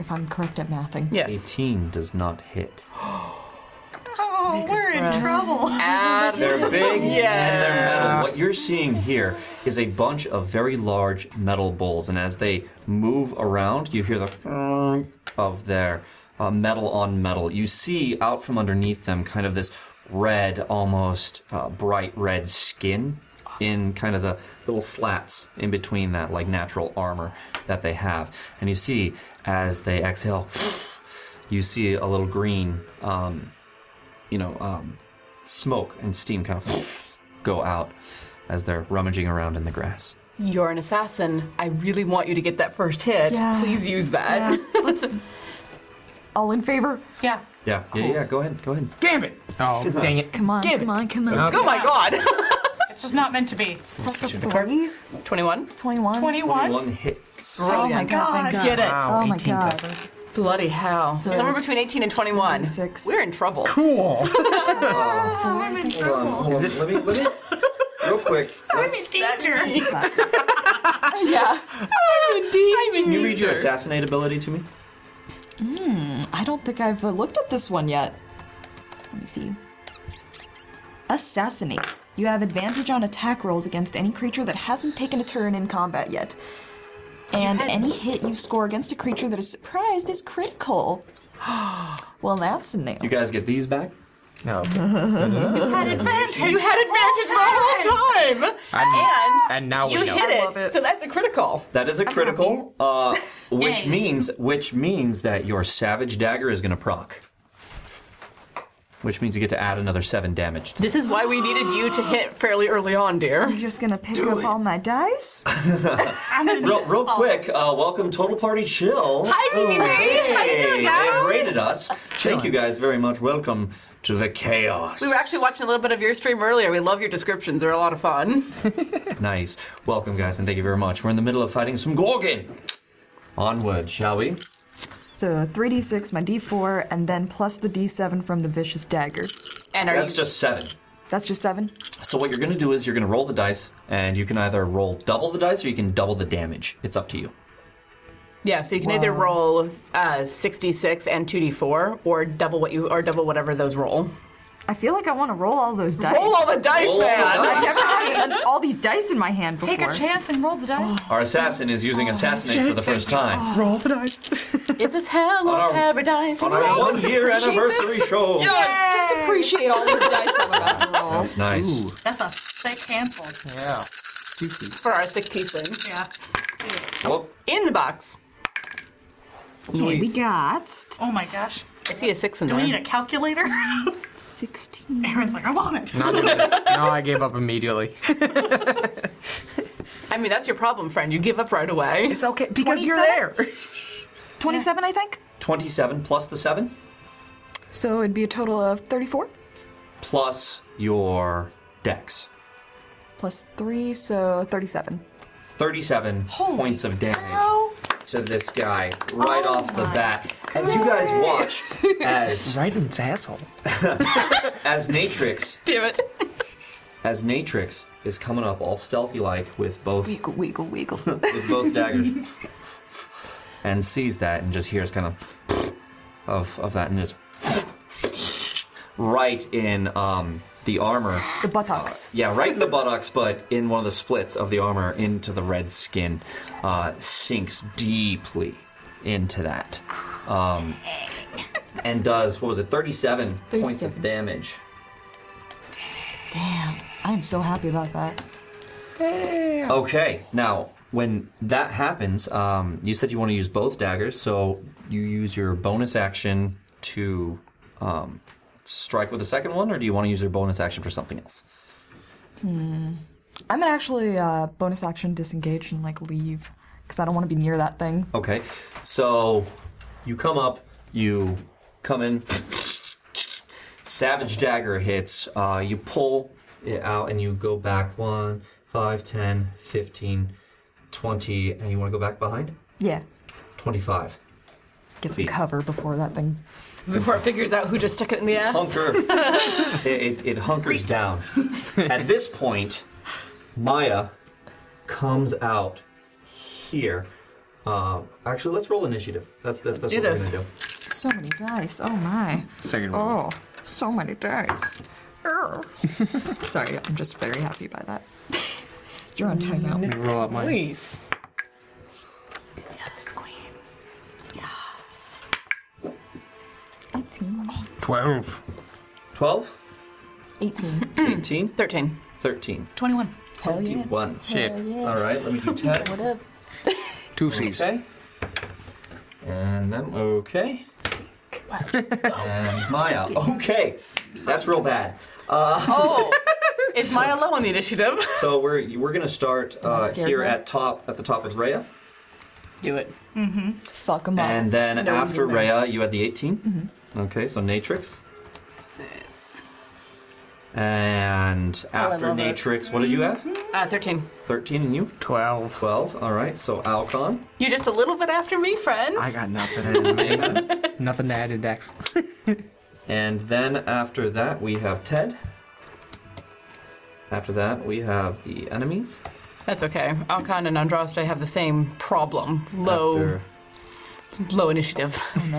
Speaker 10: If I'm correct at mathing.
Speaker 1: 18 does not [GASPS] hit.
Speaker 32: Oh, we're in trouble.
Speaker 1: [LAUGHS] They're big and they're metal.
Speaker 32: Yes.
Speaker 1: What you're seeing here is a bunch of very large metal bowls, and as they move around, you hear the clunk of their uh, metal on metal. You see out from underneath them kind of this red, almost uh, bright red skin in kind of the little slats in between that, like natural armor that they have. And you see as they exhale, you see a little green, um, you know, um, smoke and steam kind of go out as they're rummaging around in the grass.
Speaker 12: You're an assassin. I really want you to get that first hit.
Speaker 10: Yeah.
Speaker 12: Please use that. [LAUGHS] Oh
Speaker 10: Let's. All in favor?
Speaker 6: Yeah.
Speaker 1: Yeah, yeah, yeah. Go ahead, go ahead.
Speaker 8: Damn it! Oh, dang it.
Speaker 10: Come on,
Speaker 8: Give
Speaker 10: come on, come on.
Speaker 8: Okay. Oh
Speaker 12: my god. [LAUGHS]
Speaker 6: it's just not meant to be.
Speaker 10: Plus a three?
Speaker 12: 21.
Speaker 10: 21.
Speaker 1: 21 hits.
Speaker 10: Oh my
Speaker 12: Brilliant.
Speaker 10: god, thank
Speaker 12: Get it.
Speaker 10: Oh my god.
Speaker 12: Bloody hell.
Speaker 10: So
Speaker 12: Somewhere
Speaker 10: it's
Speaker 12: between 18 and 21. We're in trouble.
Speaker 8: Cool.
Speaker 1: Hold on,
Speaker 12: Oh.
Speaker 1: hold on. Um, Let me, let me,
Speaker 12: [LAUGHS]
Speaker 1: real quick. Let's,
Speaker 12: Danger. [LAUGHS]
Speaker 10: yeah.
Speaker 1: can you read your assassinate ability to me?
Speaker 10: Hmm, I don't think I've uh, looked at this one yet. Let me see. Assassinate. You have advantage on attack rolls against any creature that hasn't taken a turn in combat yet. And any hit you score against a creature that is surprised is critical. [GASPS] well, that's new.
Speaker 1: You guys get these back?
Speaker 8: No.
Speaker 12: had advantage. You had advantage the whole time.
Speaker 8: I'm- and now we
Speaker 12: you
Speaker 8: know.
Speaker 12: hit
Speaker 8: I
Speaker 12: it. So that's a critical.
Speaker 1: That is a critical,
Speaker 12: [LAUGHS]
Speaker 1: uh, which means which means that your savage dagger is going to proc. Which means you get to add another seven damage.
Speaker 12: This is why we needed you to hit fairly early on, dear.
Speaker 10: You're just gonna pick up all my
Speaker 8: [LAUGHS]
Speaker 10: dice?
Speaker 1: real, real quick, uh, welcome Total Party Chill.
Speaker 12: Oh. Hi, TBC. How you doing,
Speaker 1: Hey,
Speaker 12: guys?
Speaker 1: They rated us. Thank you guys very much. Welcome to the chaos.
Speaker 12: We were actually watching a little bit of your stream earlier. We love your descriptions; they're a lot of fun.
Speaker 1: Nice. Welcome, guys, and thank you very much. We're in the middle of fighting some Gorgon. Onward, shall we?
Speaker 10: So 3d6, my d4, and then plus the d7 from the vicious dagger.
Speaker 12: And
Speaker 1: That's just seven.
Speaker 10: That's just seven?
Speaker 1: So what you're going to do is you're going to roll the dice, and you can either roll double the dice or you can double the damage. It's up to you.
Speaker 12: Yeah, so you can either roll uh, 66 and 2d4, or double what you, or double whatever those roll.
Speaker 10: I feel like I want to roll all those dice.
Speaker 12: Roll all the dice, Roll all man. the dice.
Speaker 10: I've never had an- all these dice in my hand before.
Speaker 6: Take a chance and roll the dice.
Speaker 1: Our assassin is using assassinate for the first time.
Speaker 8: Roll the dice.
Speaker 12: Is this hell
Speaker 1: On
Speaker 12: or
Speaker 1: our-
Speaker 12: paradise?
Speaker 1: on our
Speaker 12: Yeah.
Speaker 1: one year
Speaker 12: Just appreciate
Speaker 1: anniversary
Speaker 12: this.
Speaker 1: show.
Speaker 12: Yeah.
Speaker 10: Just appreciate all these dice I'm about to roll.
Speaker 1: That's nice.
Speaker 6: That's a thick handful.
Speaker 8: Yeah.
Speaker 12: For our thick tiefling.
Speaker 6: Yeah.
Speaker 12: In the box.
Speaker 10: Okay, we got.
Speaker 6: Oh my gosh.
Speaker 12: I see a six in
Speaker 6: Do
Speaker 12: there.
Speaker 6: we need a calculator? [LAUGHS]
Speaker 10: 16.
Speaker 6: Aaron's like, I want it. [LAUGHS]
Speaker 8: Not doing it. No, I gave up immediately.
Speaker 12: I mean, that's your problem, friend. You give up right away. It's
Speaker 8: okay
Speaker 10: because you're 27? [LAUGHS] 27, I think.
Speaker 1: 27 plus the 7
Speaker 10: So it'd be a total of 34
Speaker 1: plus your dex.
Speaker 10: plus 3, so 37.
Speaker 1: 37 points of damage to this guy right off the bat. As you guys watch as
Speaker 8: right in its asshole.
Speaker 1: as Natrix
Speaker 12: [LAUGHS] Damn it.
Speaker 1: as Natrix is coming up all stealthy like with both
Speaker 10: Wiggle, wiggle, wiggle.
Speaker 1: with both daggers and sees that and just hears kind of of of that and just right in um the armor
Speaker 10: The buttocks.
Speaker 1: Yeah, right in the buttocks, but in one of the splits of the armor into the red skin, uh, sinks deeply into that, um, and does what was it, thirty-seven points of
Speaker 10: 37.
Speaker 1: damage.
Speaker 10: Damn. I am so happy about that. Damn.
Speaker 1: Okay, now when that happens, um, you said you want to use both daggers, so you use your bonus action to um, strike with the second one, or do you want to use your bonus action for something else?
Speaker 10: Hmm. I'm gonna actually uh, bonus action disengage and like leave because I don't want to be near that thing.
Speaker 1: Okay, so you come up, you come in, savage dagger hits, uh, you pull it out, and you go back 1, 5, 10, 15, 20, and you want to go back behind?
Speaker 10: Yeah.
Speaker 1: 25.
Speaker 10: Get some cover before that thing.
Speaker 12: Before it figures out who just stuck it in the ass.
Speaker 1: Hunker. it, it, it hunkers down. At this point, Maya comes out here. Uh, actually, let's roll initiative. That, that, that's
Speaker 10: do
Speaker 1: what
Speaker 10: this.
Speaker 1: we're going to do.
Speaker 10: So many dice. Oh my.
Speaker 8: Second
Speaker 10: Oh, so many dice. Err. [LAUGHS] Sorry, I'm just very happy by that. [LAUGHS] You're on timeout.
Speaker 8: Let me roll out mine.
Speaker 10: Please. Yes, queen. Yes.
Speaker 1: 12. 12?
Speaker 10: 18.
Speaker 1: 18. 18?
Speaker 12: 13.
Speaker 1: 13.
Speaker 6: 21.
Speaker 10: Hell yeah.
Speaker 1: 21.
Speaker 8: Shit. Hell yeah.
Speaker 1: All right, let me do 10.
Speaker 10: What up?
Speaker 8: Two C's.
Speaker 1: Okay. And then, okay. And Maya. Okay. That's real bad. Uh,
Speaker 12: Oh, is Maya low on the initiative?
Speaker 1: so we're we're gonna start
Speaker 12: I'm
Speaker 1: uh,
Speaker 12: scared
Speaker 1: here
Speaker 12: now.
Speaker 1: at top at the top of Rhea,
Speaker 12: Do it.
Speaker 10: Mm-hmm. Fuck them up.
Speaker 1: and then
Speaker 10: No,
Speaker 1: after
Speaker 10: no, no.
Speaker 1: Rhea, you had the 18
Speaker 12: Mm-hmm.
Speaker 1: Okay, so Natrix,
Speaker 12: Sits.
Speaker 1: and after
Speaker 12: Oh, love it.
Speaker 1: Natrix, what did you have?
Speaker 12: Uh, 13.
Speaker 1: Thirteen, and you?
Speaker 8: Twelve.
Speaker 1: Twelve. All right. So Alcon.
Speaker 12: You're just a little bit after me, friend.
Speaker 8: I got
Speaker 12: [LAUGHS]
Speaker 8: nothing. nothing to add to Dex.
Speaker 1: And then after that, we have Ted. After that, we have the enemies.
Speaker 12: That's okay. Alkan and Andraste have the same problem. Low, low [LAUGHS] initiative.
Speaker 1: Yeah.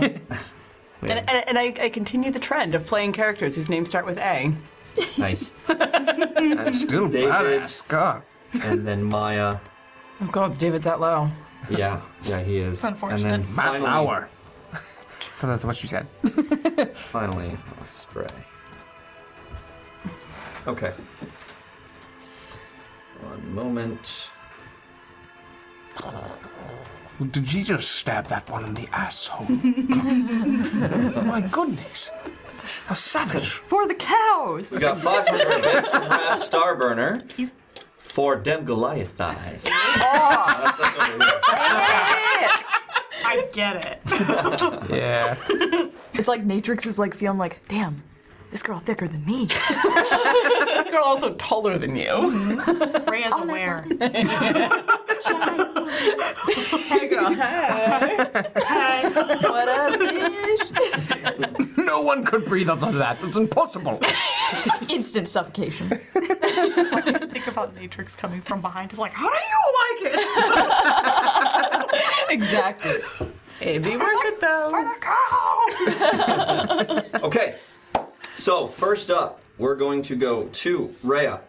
Speaker 12: And, and, and I, I continue the trend of playing characters whose names start with A. [LAUGHS]
Speaker 1: Nice. and
Speaker 8: still
Speaker 1: David.
Speaker 8: God.
Speaker 1: And then Maya.
Speaker 12: Oh, God, David's that low.
Speaker 1: Yeah, yeah, he is.
Speaker 12: It's unfortunate.
Speaker 1: And then
Speaker 12: My
Speaker 1: finally,
Speaker 12: flower.
Speaker 8: that's what you said.
Speaker 1: finally, a spray. Okay. One moment.
Speaker 11: Did you just stab that one in the
Speaker 12: [LAUGHS]
Speaker 11: asshole? My goodness. How savage.
Speaker 16: For the cows!
Speaker 1: We got 500 bits from Raph Starburner. He's for Dem Goliath thighs.
Speaker 6: I get it.
Speaker 8: [LAUGHS] yeah.
Speaker 10: It's like Natrix is like feeling like, damn, this girl thicker than me.
Speaker 12: this girl also taller than you.
Speaker 6: Rhea's aware.
Speaker 12: [LAUGHS] Hey, girl. [LAUGHS] Hey.
Speaker 10: What up, bitch?
Speaker 8: No one could breathe under that. That's [LAUGHS] impossible.
Speaker 10: Instant suffocation.
Speaker 6: Think about Matrix coming from behind. It's like, how do
Speaker 12: you like it? [LAUGHS]
Speaker 10: exactly.
Speaker 12: It'd be worth it though.
Speaker 1: okay. So, first up, we're going to go to Rhea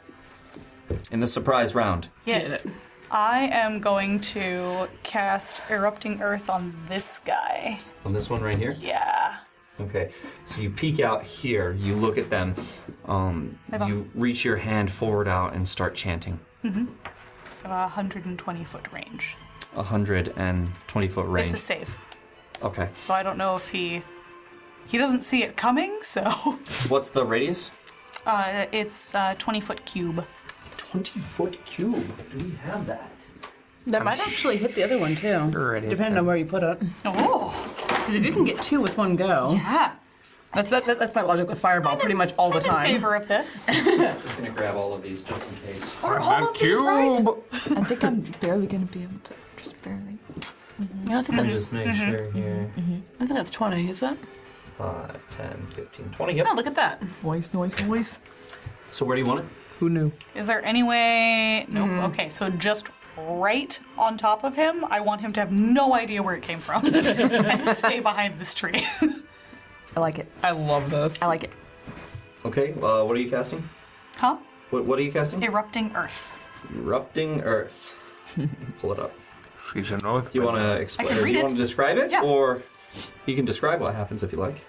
Speaker 1: in the surprise round.
Speaker 6: Yes. I am going to cast Erupting Earth on this guy.
Speaker 1: On this one right here?
Speaker 6: Yeah.
Speaker 1: Okay, so you peek out here, you look at them, um,
Speaker 6: Hey, Bob.
Speaker 1: you reach your hand forward out and start chanting.
Speaker 6: Mm-hmm. A 120 foot range.
Speaker 1: 120 foot range.
Speaker 6: It's a save.
Speaker 1: okay,
Speaker 6: So I don't know if he. He doesn't see it coming, so. [LAUGHS]
Speaker 1: what's the radius?
Speaker 6: Uh, it's a 20 foot cube.
Speaker 1: 20 foot cube? Do we have that?
Speaker 12: That
Speaker 6: I'm
Speaker 12: might actually hit the other one too,
Speaker 8: it hits
Speaker 12: depending
Speaker 8: him.
Speaker 12: on where you put it.
Speaker 6: Oh,
Speaker 12: because if you can get two with one go,
Speaker 6: yeah,
Speaker 12: that's that, that- that's my logic with fireball, pretty much all the time.
Speaker 6: favor of this.
Speaker 1: just gonna grab all of these just in case.
Speaker 10: Or all of these, right? [LAUGHS] I think I'm barely gonna be able to. Just barely.
Speaker 12: I don't think
Speaker 1: Let me
Speaker 12: that's.
Speaker 1: just make
Speaker 6: Mm-hmm.
Speaker 1: sure here.
Speaker 12: I think that's twenty. Is that?
Speaker 1: 5, 10, 15, 20, yep.
Speaker 12: Oh, look at that.
Speaker 10: Noise, noise, noise.
Speaker 1: So where do you want it?
Speaker 8: Who knew?
Speaker 6: Is there any way? Nope.
Speaker 1: Hmm.
Speaker 6: Okay, so just right on top of him. I want him to have no idea where it came from [LAUGHS] and stay behind this tree. [LAUGHS]
Speaker 10: I like it.
Speaker 12: I love this.
Speaker 10: I like it.
Speaker 1: Okay, uh, what are you casting?
Speaker 6: Huh?
Speaker 1: What, what are you casting?
Speaker 6: Erupting Earth.
Speaker 1: Erupting
Speaker 6: [LAUGHS]
Speaker 1: Earth. Pull it up.
Speaker 11: She's an earth.
Speaker 1: Do you want to
Speaker 6: I
Speaker 1: explain?
Speaker 6: can
Speaker 1: Do
Speaker 6: read
Speaker 1: you
Speaker 6: it.
Speaker 1: want to describe it,
Speaker 6: Yeah.
Speaker 1: or you can describe what happens if you like?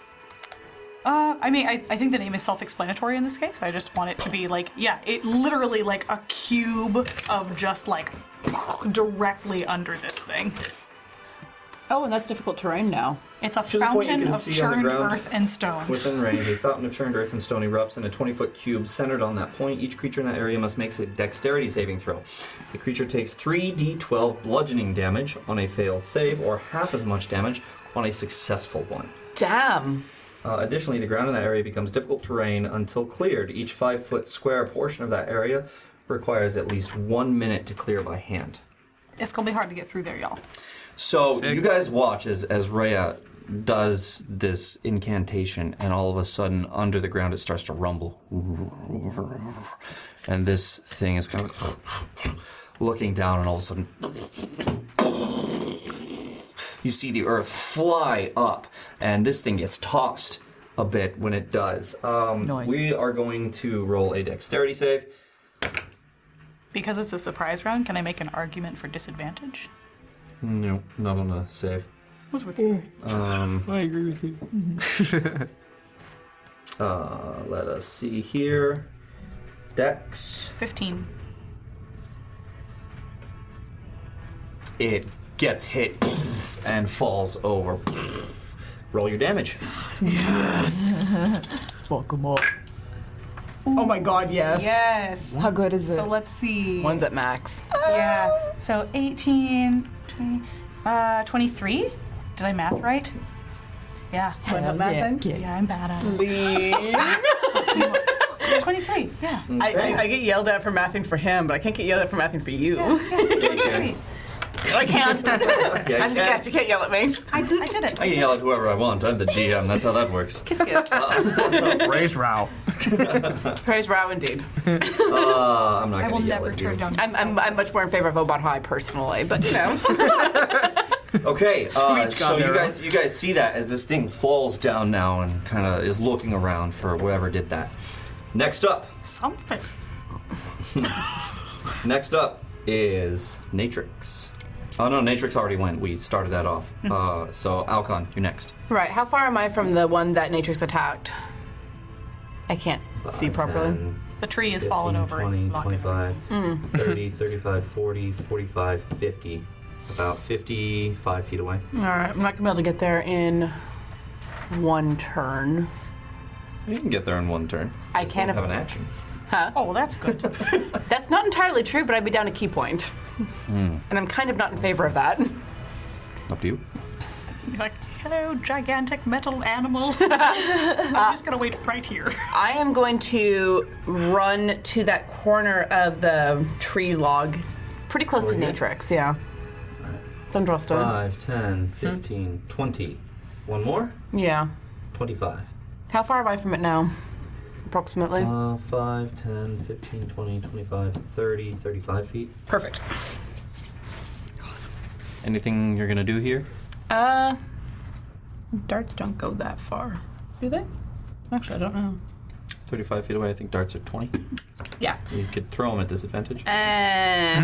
Speaker 6: Uh, I mean, I, I think the name is self-explanatory in this case. I just want it to be like, yeah, it literally like a cube of just like directly under this thing.
Speaker 12: Oh, and that's difficult terrain now.
Speaker 6: It's a
Speaker 1: To the point you
Speaker 6: fountain
Speaker 1: can
Speaker 6: of
Speaker 1: see on the
Speaker 6: churned
Speaker 1: ground.
Speaker 6: earth and stone.
Speaker 1: Within range, a fountain of churned earth and stone erupts in a 20 foot cube centered on that point. Each creature in that area must make a dexterity saving throw. The creature takes 3d12 bludgeoning damage on a failed save, or half as much damage on a successful one.
Speaker 12: Damn.
Speaker 1: Uh, additionally, the ground in that area becomes difficult terrain until cleared. Each 5 foot square portion of that area requires at least one minute to clear by hand.
Speaker 6: It's gonna be hard to get through there, y'all.
Speaker 1: So you guys watch as as Rhea does this incantation, and all of a sudden, under the ground, it starts to rumble, and this thing is kind of looking down, and all of a sudden, you see the earth fly up, and this thing gets tossed a bit when it does. Um, We are going to roll a dexterity save.
Speaker 6: Because it's a surprise round, can I make an argument for disadvantage?
Speaker 1: No, not on a save.
Speaker 6: What's with you?
Speaker 1: Um,
Speaker 11: [LAUGHS] I agree with you.
Speaker 1: [LAUGHS] Uh, let us see here. Dex.
Speaker 6: 15.
Speaker 1: It gets hit and falls over.
Speaker 33: Roll your damage.
Speaker 10: Yes. Fuck them up.
Speaker 12: Oh my god, yes.
Speaker 6: Yes.
Speaker 10: How good is it?
Speaker 6: So let's see.
Speaker 12: One's at max.
Speaker 6: Yeah. So 18, 20, uh, 23? Did I math right? Yeah.
Speaker 9: Do I not Hell math yeah, then? kid.
Speaker 6: Yeah, I'm bad
Speaker 10: Hmm.
Speaker 6: at it. 23, yeah.
Speaker 12: I, I, I get yelled at for mathing for him, but I can't get yelled at for mathing for you. [LAUGHS] I can't.
Speaker 17: you
Speaker 12: I'm the
Speaker 17: can.
Speaker 12: guest. You can't yell at me.
Speaker 6: I
Speaker 10: Hmm.
Speaker 6: did, I did it.
Speaker 17: I can yell at whoever I want. I'm the GM. That's how that works.
Speaker 1: Uh,
Speaker 12: Kiss, kiss.
Speaker 17: Raise row.
Speaker 12: Praise Rao indeed.
Speaker 17: Uh, I'm not going to yell at you.
Speaker 12: I'm, I'm, I'm much more in favor of Obot High personally, but you know.
Speaker 11: [LAUGHS]
Speaker 1: Okay,
Speaker 17: uh,
Speaker 1: each
Speaker 17: so you
Speaker 1: Gondor.
Speaker 17: guys,
Speaker 1: you guys see that as this thing falls down now and kind of is looking around for whatever did that. Next up,
Speaker 6: Something.
Speaker 1: next up is Natrix. Oh no, Natrix already went. We started that off.
Speaker 12: Hmm.
Speaker 1: Uh, so Alcon, you're next.
Speaker 12: Right. How far am I from the one that Natrix attacked? I can't see properly.
Speaker 6: The tree has fallen over. it's blocking.
Speaker 1: 25,
Speaker 12: Mm.
Speaker 1: 30, 35, 40, 45, 50. About 55 feet away.
Speaker 12: All right. I'm not gonna be able to get there in one turn.
Speaker 17: you can get there in one turn.
Speaker 12: I
Speaker 17: Just
Speaker 12: can
Speaker 17: won't
Speaker 12: if-
Speaker 17: have an action.
Speaker 12: Huh? Oh, well, that's
Speaker 8: [LAUGHS]
Speaker 12: good. that's not entirely true, but I'd be down a key point,
Speaker 17: Hmm.
Speaker 12: and I'm kind of not in favor of that.
Speaker 17: Up to you.
Speaker 6: Like, hello, gigantic metal
Speaker 8: [LAUGHS]
Speaker 6: animal. [LAUGHS]
Speaker 12: I'm
Speaker 6: just gonna wait right here.
Speaker 12: I am going to run to that corner of the tree log, pretty
Speaker 17: Oh,
Speaker 12: close to
Speaker 1: Over here?
Speaker 12: Natrix. Yeah, it's undrasted.
Speaker 1: 5,
Speaker 12: Hmm.
Speaker 1: 10, 15, 20. One more?
Speaker 12: yeah.
Speaker 1: 25.
Speaker 12: How far am I from it now? Approximately.
Speaker 1: Uh, 5, 10, 15, 20, 25, 30, 35 feet.
Speaker 12: Perfect.
Speaker 17: Anything you're gonna do here?
Speaker 12: Uh, darts don't go that far, do they? Actually, I don't know.
Speaker 17: 35 feet away. I think darts are 20.
Speaker 12: Yeah.
Speaker 17: You could throw them at disadvantage.
Speaker 12: Uh,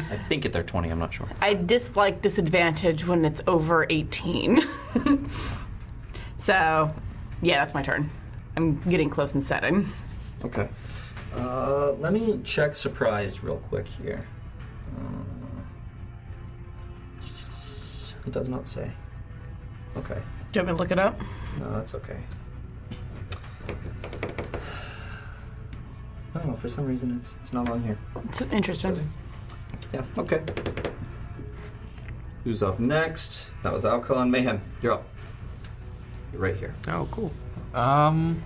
Speaker 17: I think if they're 20, I'm not sure.
Speaker 12: I dislike disadvantage when it's over 18. [LAUGHS] so, yeah, that's my turn. I'm getting close and setting.
Speaker 1: Okay. Uh, let me check surprised real quick here. Uh, it does not say. Okay.
Speaker 12: Do you want me to look it up?
Speaker 1: No, that's okay. [SIGHS] I don't know. Oh, For some reason, it's it's not on here.
Speaker 12: It's interesting.
Speaker 1: Yeah. Okay. Who's up next? That was Alcon Mayhem. You're up. You're right here.
Speaker 8: Oh, cool. Um,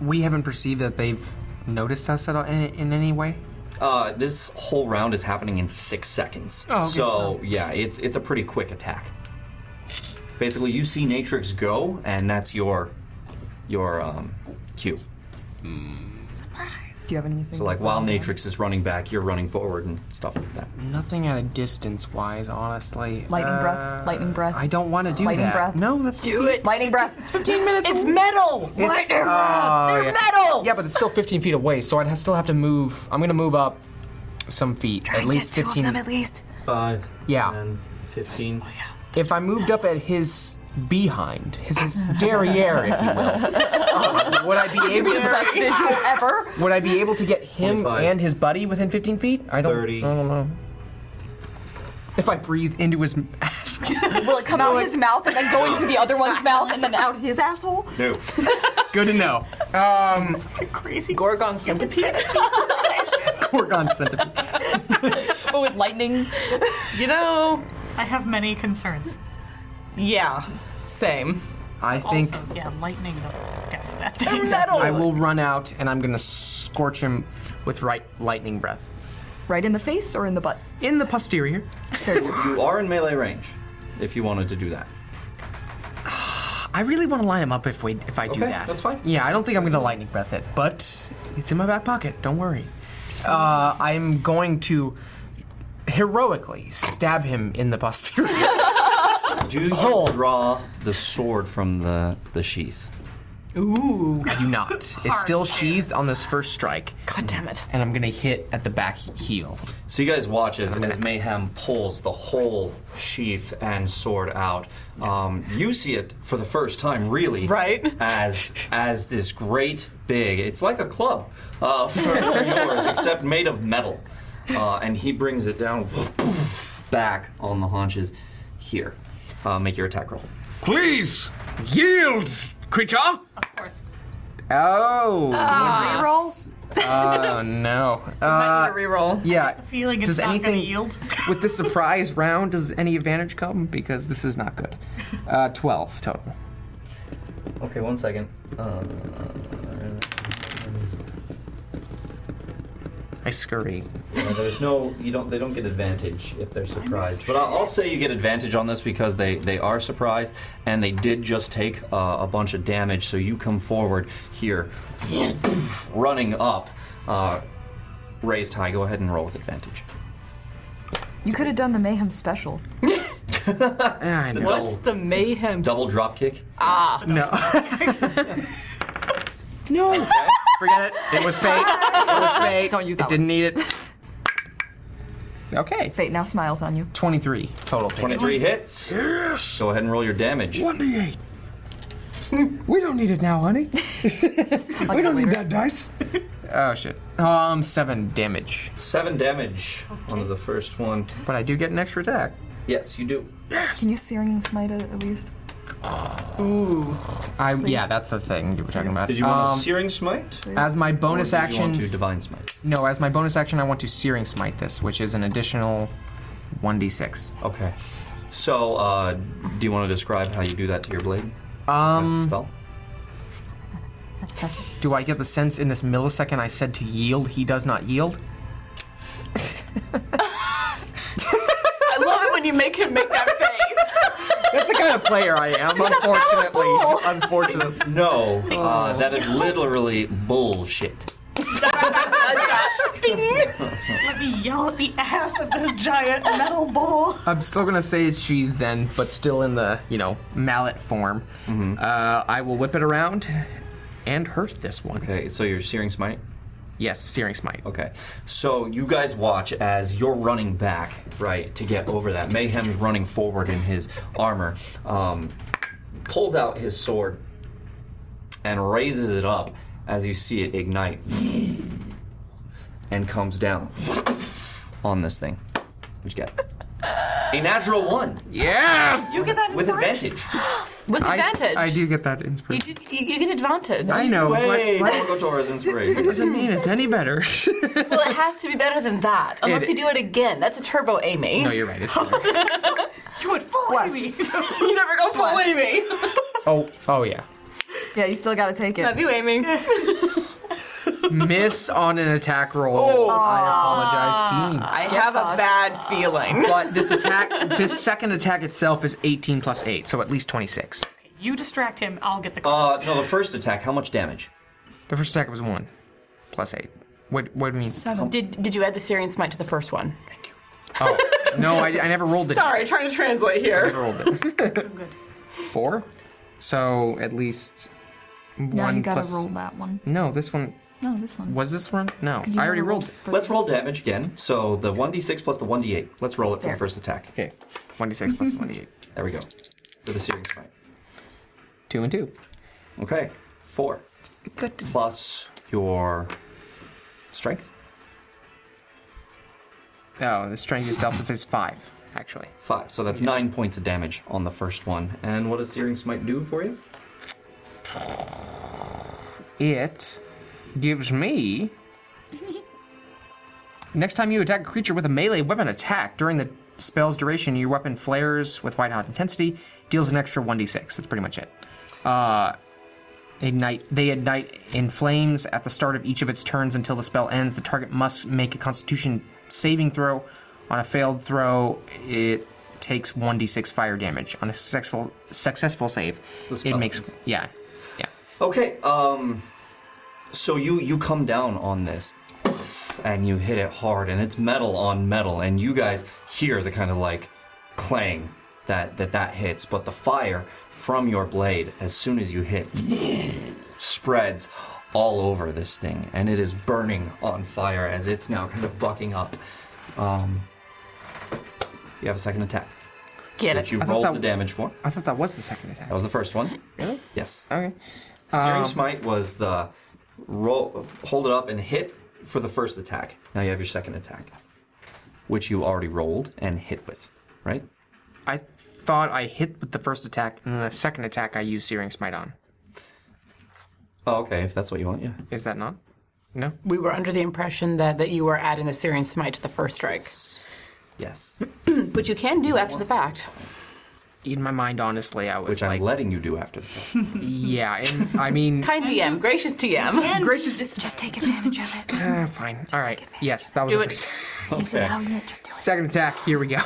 Speaker 8: we haven't perceived that they've noticed us at all in, in any way.
Speaker 1: Uh, this whole round is happening in six seconds.
Speaker 8: Oh, okay,
Speaker 1: so
Speaker 8: so-
Speaker 1: yeah, it's it's a pretty quick attack. Basically, you see Natrix go, and that's your your um, cue.
Speaker 10: Surprise. Do you have anything?
Speaker 1: So like while Natrix is running back, you're running forward and stuff like that.
Speaker 8: Nothing at a distance wise, honestly.
Speaker 10: Lightning
Speaker 8: Uh,
Speaker 10: breath. Lightning breath.
Speaker 8: I don't want to do
Speaker 10: lightning
Speaker 8: that.
Speaker 10: breath.
Speaker 8: No, let's
Speaker 10: do it. Lightning breath. It's
Speaker 8: 15 minutes.
Speaker 12: It's uh, metal.
Speaker 8: It's-
Speaker 10: lightning
Speaker 8: oh,
Speaker 10: breath. They're
Speaker 8: yeah.
Speaker 10: metal.
Speaker 8: Yeah, but it's still 15 feet away, so I'd ha- still have to move. I'm gonna move up some feet, at least 15.
Speaker 10: least.
Speaker 1: Five.
Speaker 8: Yeah.
Speaker 1: And 15. Oh, yeah.
Speaker 8: If I moved up at his behind,
Speaker 10: [LAUGHS]
Speaker 8: his, his derriere, if you will, um, would I be able?
Speaker 10: the best visual ever.
Speaker 8: Would I be able to get him
Speaker 10: 25.
Speaker 8: and his buddy within 15 feet? I don't. 30. I don't know. If I breathe into his [LAUGHS] ass.
Speaker 10: Will it come out his mouth and then go into the other one's mouth and then out his asshole?
Speaker 1: No. [LAUGHS]
Speaker 8: Good to know. Um,
Speaker 6: crazy
Speaker 12: Gorgon centipede.
Speaker 8: Gorgon centipede.
Speaker 10: but with lightning.
Speaker 12: You know,
Speaker 6: I have many concerns.
Speaker 12: Yeah, same.
Speaker 8: I think
Speaker 6: Also, yeah, lightning.
Speaker 10: Oh,
Speaker 6: [LAUGHS] though. Yeah, that
Speaker 12: They're
Speaker 6: thing.
Speaker 12: metal.
Speaker 8: I will run out and I'm gonna scorch him with right lightning breath.
Speaker 10: Right in the face or in the butt?
Speaker 8: In the posterior.
Speaker 1: you are in melee range, if you wanted to do that.
Speaker 8: I really want to line him up if we if I do
Speaker 1: Okay,
Speaker 8: that.
Speaker 1: that's fine.
Speaker 8: Yeah, I don't think I'm gonna lightning breath it, but it's in my back pocket. Don't worry. Uh, I'm going to heroically stab him in the posterior.
Speaker 1: Do you
Speaker 8: Oh.
Speaker 1: draw the sword from the the sheath?
Speaker 8: Ooh. I do not. It's still sheathed on this first strike.
Speaker 10: God damn it.
Speaker 8: And I'm gonna hit at the back heel.
Speaker 1: So you guys watch as, as Mayhem pulls the whole sheath and sword out. Um, you see it for the first time, really, right? As as this great big, it's like a club uh, [LAUGHS] for, for yours, except made of metal. Uh, and he brings it down back on the haunches here. Uh, make your attack roll.
Speaker 11: Please yield, creature. Of
Speaker 6: course.
Speaker 8: Oh.
Speaker 6: Ah.
Speaker 8: yes. Oh no. Uh,
Speaker 12: reroll.
Speaker 8: Yeah.
Speaker 6: feeling it's
Speaker 8: does
Speaker 6: not gonna
Speaker 8: anything
Speaker 6: yield.
Speaker 8: with the surprise round? Does any advantage come because this is not good? Uh, Twelve total.
Speaker 1: Okay, one second. Uh,
Speaker 8: I scurry.
Speaker 1: Uh, there's no, you don't. They don't get advantage if they're surprised. But I'll, I'll say you get advantage on this because they they are surprised and they did just take uh, a bunch of damage. So you come forward here, running up, uh, raised high. Go ahead and roll with advantage.
Speaker 10: You could have done the mayhem special.
Speaker 8: I
Speaker 1: know.
Speaker 12: What's the mayhem?
Speaker 1: Double drop kick.
Speaker 12: Ah.
Speaker 8: [LAUGHS] No.
Speaker 12: no.
Speaker 8: Forget it. It was [LAUGHS] fake. It was fake. Don't use that. It didn't need it. Okay.
Speaker 10: Fate now smiles on you.
Speaker 8: 23 total.
Speaker 1: 23 hits. Yes. Go ahead and roll your damage.
Speaker 11: 1d8. we don't need it now, honey. we don't need that dice.
Speaker 8: Oh shit. Um, seven damage.
Speaker 1: Seven damage on the first one.
Speaker 8: But I do get an extra attack.
Speaker 1: Yes, you do.
Speaker 10: Can you searing smite it at least?
Speaker 8: Ooh. I yeah,
Speaker 10: Please.
Speaker 8: that's the thing you were talking about.
Speaker 1: Did you want
Speaker 8: Um,
Speaker 1: a searing smite?
Speaker 8: As my bonus
Speaker 1: or did you
Speaker 8: action,
Speaker 1: want to divine smite.
Speaker 8: No, as my bonus action, I want to searing smite this, which is an additional one d six.
Speaker 1: Okay. So, uh, do you want to describe how you do that to your blade?
Speaker 8: Um,
Speaker 1: spell.
Speaker 8: Do I get the sense in this millisecond I said to yield, he does not yield?
Speaker 12: I love it when you make him make that face.
Speaker 8: That's the kind of player I [LAUGHS] am, unfortunately. [LAUGHS] Unfortunately.
Speaker 1: No, uh, that is literally bullshit.
Speaker 6: Let me yell at the ass of this giant metal ball.
Speaker 8: I'm still gonna say it's she then, but still in the you know mallet form. Uh, I will whip it around and hurt this one.
Speaker 1: Okay, so you're searing smite?
Speaker 8: Yes, searing smite.
Speaker 1: Okay. So you guys watch as you're running back, right, to get over that. Mayhem's running forward in his armor, um, pulls out his sword, and raises it up as you see it ignite and comes down on this thing. What'd you get? A natural one.
Speaker 8: Yes!
Speaker 12: You get that
Speaker 1: With advantage.
Speaker 12: With advantage.
Speaker 11: I, I do get that
Speaker 12: You,
Speaker 11: inspiration.
Speaker 12: do, you, you get advantage.
Speaker 11: I know, but-
Speaker 1: Way
Speaker 11: but-
Speaker 1: Tora's inspiration.
Speaker 11: It
Speaker 8: [LAUGHS]
Speaker 11: doesn't mean it's any better.
Speaker 12: well, it has to be better than that. Unless
Speaker 11: It-
Speaker 12: you do it again. That's a turbo Amy.
Speaker 8: No, you're right. [LAUGHS] It's
Speaker 12: You would full Amy. [LAUGHS] you never go full
Speaker 10: Bless.
Speaker 12: Amy.
Speaker 8: oh, oh yeah.
Speaker 10: Yeah, you still gotta take it.
Speaker 12: Love you, Amy.
Speaker 8: Miss on an attack roll.
Speaker 12: Oh.
Speaker 8: I apologize, team.
Speaker 12: I have a bad feeling.
Speaker 8: But this attack, this second attack itself is 18 plus 8, so at least 26.
Speaker 6: You distract him, I'll get the
Speaker 1: Uh, no, the first attack, how much damage?
Speaker 8: The first attack was 1 plus 8. What, what do you mean?
Speaker 12: Did, did you add the Syrian smite to the first one?
Speaker 8: Oh, no, I, I never rolled the
Speaker 12: Sorry, trying to translate
Speaker 8: I
Speaker 12: here.
Speaker 8: never rolled it. Four? So at least
Speaker 10: Now
Speaker 8: one
Speaker 10: you gotta
Speaker 8: plus-
Speaker 10: roll that one.
Speaker 8: No, this one.
Speaker 10: No, this one.
Speaker 8: Was this one? No.
Speaker 10: 'Cause you
Speaker 8: I already
Speaker 10: never
Speaker 8: rolled.
Speaker 10: rolled
Speaker 1: Let's roll damage again. So the 1d6 plus the 1d8. Let's roll it for
Speaker 8: There.
Speaker 1: the first attack.
Speaker 8: Okay. 1d6 plus 1d8.
Speaker 1: There we go. For the searing smite.
Speaker 8: Two and two.
Speaker 1: Okay. Four.
Speaker 8: Good.
Speaker 1: Plus your strength.
Speaker 8: Oh, the strength itself is five, actually.
Speaker 1: Five. So that's nine points of damage on the first one. And what does searing smite do for you?
Speaker 8: It gives me. Next time you attack a creature with a melee weapon attack, during the spell's duration, your weapon flares with white hot intensity, deals an extra 1d6. That's pretty much it. Uh, ignite. They ignite in flames at the start of each of its turns until the spell ends. The target must make a constitution saving throw. On a failed throw, it takes 1d6 fire damage. On a successful successful save, it makes. Yeah. Yeah.
Speaker 1: Okay, um so you you come down on this and you hit it hard and it's metal on metal and you guys hear the kind of like clang that that that hits but the fire from your blade as soon as you hit spreads all over this thing and it is burning on fire as it's now kind of bucking up um you have a second attack
Speaker 12: Get
Speaker 1: which
Speaker 12: it.
Speaker 1: you
Speaker 8: I thought
Speaker 1: rolled
Speaker 8: that-
Speaker 1: the damage for
Speaker 8: I thought that was the second attack.
Speaker 1: that was the first one
Speaker 8: [LAUGHS] Really?
Speaker 1: yes
Speaker 8: Okay.
Speaker 1: Searing
Speaker 8: Um,
Speaker 1: Smite was the roll, hold it up and hit for the first attack. Now you have your second attack, which you already rolled and hit with, right?
Speaker 8: I thought I hit with the first attack, and then the second attack I used Searing Smite on.
Speaker 1: Oh, okay. If that's what you want, yeah.
Speaker 8: Is that not? No.
Speaker 12: We were under the impression that, that you were adding the Syrian Smite to the first strike.
Speaker 1: Yes.
Speaker 8: hmm,
Speaker 12: but you can do after the fact.
Speaker 8: In my mind, honestly, I was
Speaker 1: Which
Speaker 8: like,
Speaker 1: I'm letting you do after the fact.
Speaker 8: yeah,
Speaker 1: [LAUGHS]
Speaker 8: and I mean,
Speaker 12: Kind DM, gracious DM.
Speaker 8: And Gracious-
Speaker 12: just,
Speaker 5: take advantage of
Speaker 8: [LAUGHS]
Speaker 5: it.
Speaker 8: Ah, fine. All right. Yes, that was
Speaker 12: Do
Speaker 8: the
Speaker 12: it.
Speaker 8: first-
Speaker 5: He's allowing it. Just do
Speaker 8: Second attack. Here we
Speaker 12: [LAUGHS]
Speaker 8: go.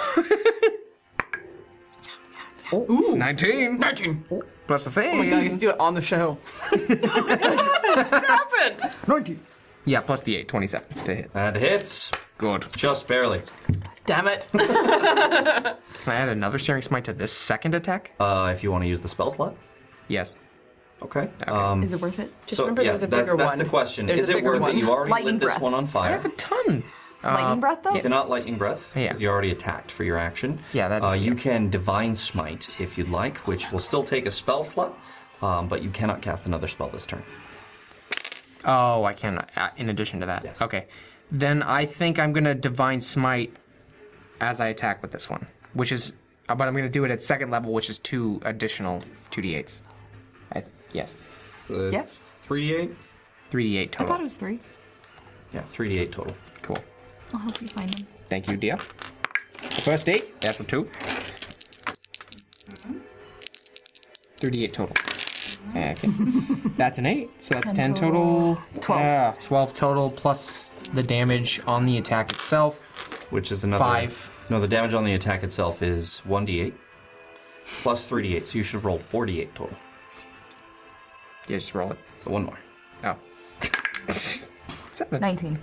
Speaker 8: Ooh, 19.
Speaker 12: 19.
Speaker 8: Plus a thing.
Speaker 12: Oh my god, you can do it on the show. what happened?
Speaker 8: 19. Yeah, plus the 8, 27 to hit.
Speaker 1: That hits.
Speaker 8: Good.
Speaker 1: Just barely.
Speaker 12: Damn it.
Speaker 8: Can I add another Searing Smite to this second attack?
Speaker 1: Uh, if you want to use the spell slot.
Speaker 8: Yes.
Speaker 1: Okay. Um,
Speaker 10: Is it worth it?
Speaker 1: so, yeah, that's, that's the question. is it worth it? You already
Speaker 10: Lightning
Speaker 1: lit this
Speaker 10: breath.
Speaker 1: one on fire.
Speaker 8: [LAUGHS] uh,
Speaker 10: Lightning breath, though.
Speaker 1: You cannot lightning breath because you already attacked for your action. Yeah, that. Uh, you can divine smite if you'd like, which will still take a spell slot, um, but you cannot cast another spell this turn.
Speaker 8: Oh, I can. Uh, in addition to that. Okay. Then I think I'm going to Divine Smite as I attack with this one, which is. uh, But I'm going to do it at second level, which is two additional 2d8s. I th- yes.
Speaker 10: Yep.
Speaker 1: 3d8?
Speaker 8: 3d8
Speaker 10: I
Speaker 8: total.
Speaker 10: thought it was three.
Speaker 1: Yeah, 3d8 total.
Speaker 8: Cool.
Speaker 10: I'll help you find them.
Speaker 8: Thank you, dear. The first eight, that's a two.
Speaker 10: Mm-hmm.
Speaker 8: 38 total. Okay. [LAUGHS] that's an eight, so that's
Speaker 10: Mm-hmm. Ten
Speaker 8: 10, total. 12. Yeah, 12 total plus the damage on the attack itself.
Speaker 1: Which is another
Speaker 8: Five.
Speaker 1: No, the damage on the attack itself is 1d8 plus 3d8. So you should have rolled 4d8 total.
Speaker 8: Yeah, just roll it.
Speaker 1: So one more.
Speaker 8: Oh.
Speaker 10: 19.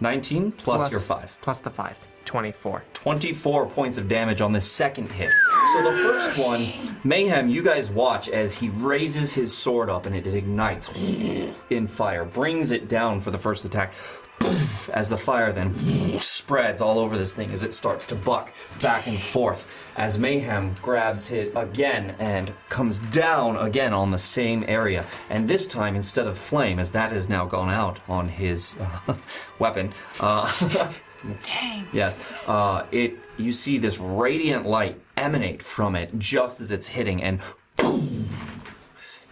Speaker 1: 19 plus,
Speaker 8: Plus-
Speaker 1: your 5.
Speaker 8: Plus the 5. 24.
Speaker 1: 24 points of damage on this second hit. So the first one, Mayhem, you guys watch as he raises his sword up and it ignites in fire, brings it down for the first attack. Poof, As the fire then spreads all over this thing as it starts to buck back and forth, as Mayhem grabs it again and comes down again on the same area. And this time, instead of flame, as that has now gone out on his [LAUGHS] weapon, uh, [LAUGHS]
Speaker 9: Dang.
Speaker 1: Yes. Uh, it you see this radiant light emanate from it just as it's hitting and boom,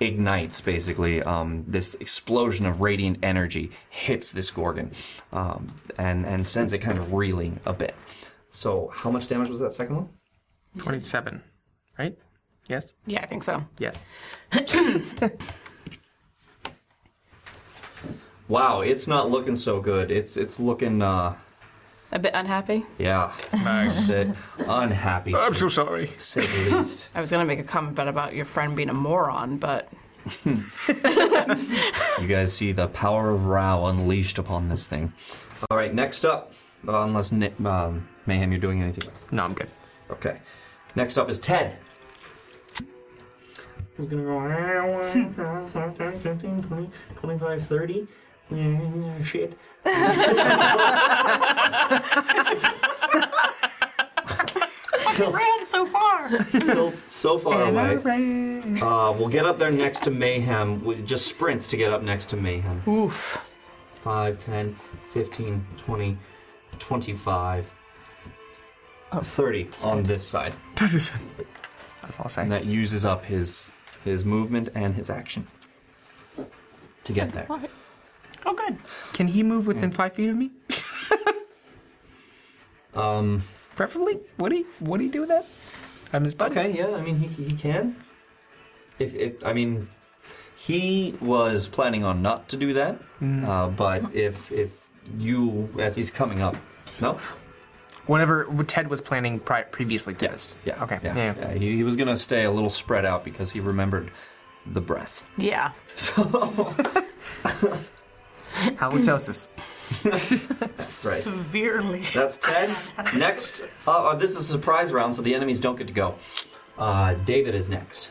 Speaker 1: ignites basically um, this explosion of radiant energy hits this gorgon um, and and sends it kind of reeling a bit. So how much damage was that second one?
Speaker 8: 27. Right? Yes?
Speaker 12: Yeah, I think so.
Speaker 8: Yes.
Speaker 1: Wow, it's not looking so good. It's it's looking uh,
Speaker 12: A bit unhappy.
Speaker 1: yeah,
Speaker 12: Nice.
Speaker 1: Shit. unhappy.
Speaker 12: I'm so
Speaker 1: sorry. Say the least.
Speaker 12: I was going to make a comment about your friend being a moron, but
Speaker 1: You guys see the power of Rao unleashed upon this thing. All right, next up, uh, unless Ni- um, Mayhem, you're doing anything else?
Speaker 8: No, I'm good.
Speaker 1: Okay. Next up is Ted.
Speaker 33: We're gonna go 15, 20, 25, 30. Mm, Shit.
Speaker 6: I ran so far.
Speaker 1: so, so far away. Uh, we'll get up there next to Mayhem. We just sprints to get up next to Mayhem.
Speaker 12: Oof.
Speaker 1: 5, 10, 15, 20, 25, 30 on this side.
Speaker 8: That's all i say.
Speaker 1: And that uses up his his movement and his action to get there.
Speaker 12: Oh, good.
Speaker 8: Can he move within five feet of me?
Speaker 1: Um,
Speaker 8: Preferably? Would he? Would he do that? I'm his buddy.
Speaker 1: Okay, yeah. I mean, he, he can. If, if I mean, he was planning on not to do that,
Speaker 8: Mm.
Speaker 1: uh, but if if you as he's coming up, no.
Speaker 8: Whatever Ted was planning pri- previously to this.
Speaker 1: Yeah.
Speaker 8: Okay.
Speaker 1: Yeah.
Speaker 8: Yeah.
Speaker 1: yeah, he, he was gonna stay a little spread out because he remembered the breath.
Speaker 12: yeah.
Speaker 8: Halitosis.
Speaker 1: That's right.
Speaker 6: Severely.
Speaker 1: That's
Speaker 8: [LAUGHS]
Speaker 1: Ted. next, uh, uh, this is a surprise round, so the enemies don't get to go. Uh, David is next.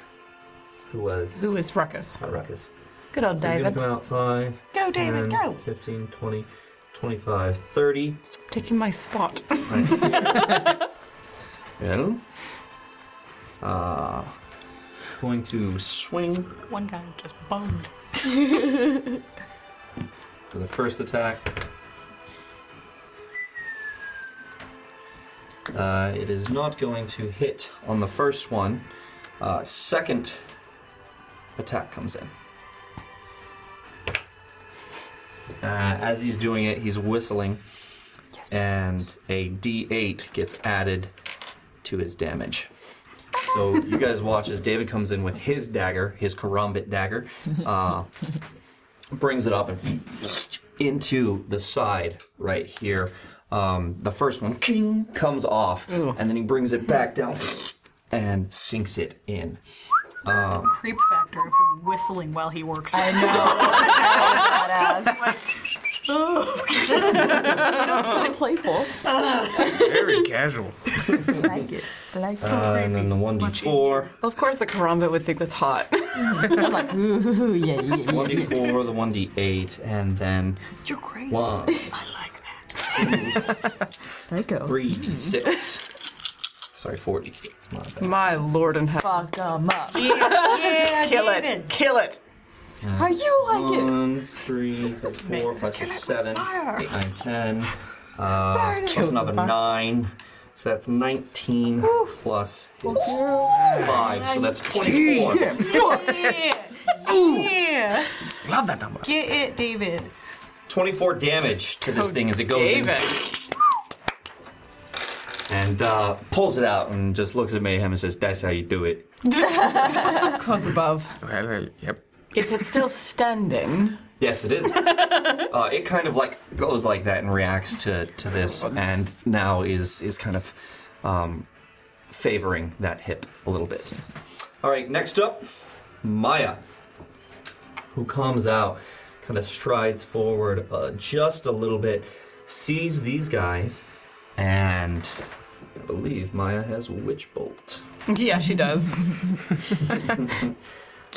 Speaker 1: Who was?
Speaker 12: Who is Ruckus?
Speaker 1: Ruckus.
Speaker 12: Good old
Speaker 1: So he's gonna
Speaker 12: David.
Speaker 1: come out five.
Speaker 12: Go,
Speaker 1: 10,
Speaker 12: David, go.
Speaker 1: 15, 20, 25,
Speaker 12: [LAUGHS]
Speaker 1: 30.
Speaker 12: Taking my spot.
Speaker 1: Well, uh, going to swing
Speaker 6: One guy just boned.
Speaker 1: for the first attack. Uh, it is not going to hit on the first one. Uh, second attack comes in. Uh, as he's doing it, he's whistling, and a D8 gets added to his damage. So you guys watch as David comes in with his dagger, his karambit dagger, uh, brings it up and into the side right here. Um, the first one king, comes off, and then he brings it back down and sinks it in. Um,
Speaker 6: Creep factor of him whistling while he works. I
Speaker 16: [LAUGHS]
Speaker 6: know.
Speaker 16: Just so playful.
Speaker 11: Very casual.
Speaker 16: like it. Like
Speaker 1: Uh, and then the 1d4.
Speaker 12: Of course, a karamba would think that's hot.
Speaker 16: I'm like, ooh, yeah, yeah, yeah.
Speaker 1: 1d4, the 1d8, and then.
Speaker 16: You're crazy.
Speaker 1: One,
Speaker 16: [LAUGHS] Psycho.
Speaker 1: three, six. Sorry, 46. My bad.
Speaker 12: My lord in heaven.
Speaker 16: Fuck them up.
Speaker 12: Kill it. Kill it.
Speaker 16: How you like it?
Speaker 1: One, three, that's four, five, six, seven, eight, nine, ten. Uh,
Speaker 16: Burn it.
Speaker 1: plus another
Speaker 16: Fire.
Speaker 1: nine. So that's 19 plus his
Speaker 16: Yeah.
Speaker 1: five. So that's
Speaker 16: 19.
Speaker 1: 24.
Speaker 6: Yeah.
Speaker 1: Love that number.
Speaker 6: Get it, David.
Speaker 1: 24 damage to
Speaker 12: Oh,
Speaker 1: this thing as it goes in
Speaker 6: David.
Speaker 17: And uh, pulls it out and just looks at Mayhem and says, That's how you do it.
Speaker 12: Clouds above.
Speaker 17: yep.
Speaker 12: If it's still standing.
Speaker 1: Yes, it is. uh, it kind of like goes like that and reacts to, to this, and now is is kind of um, favoring that hip a little bit. All right, next up, Maya, who comes out, kind of strides forward uh, just a little bit, sees these guys, and I believe Maya has witch bolt.
Speaker 12: Yeah, she does.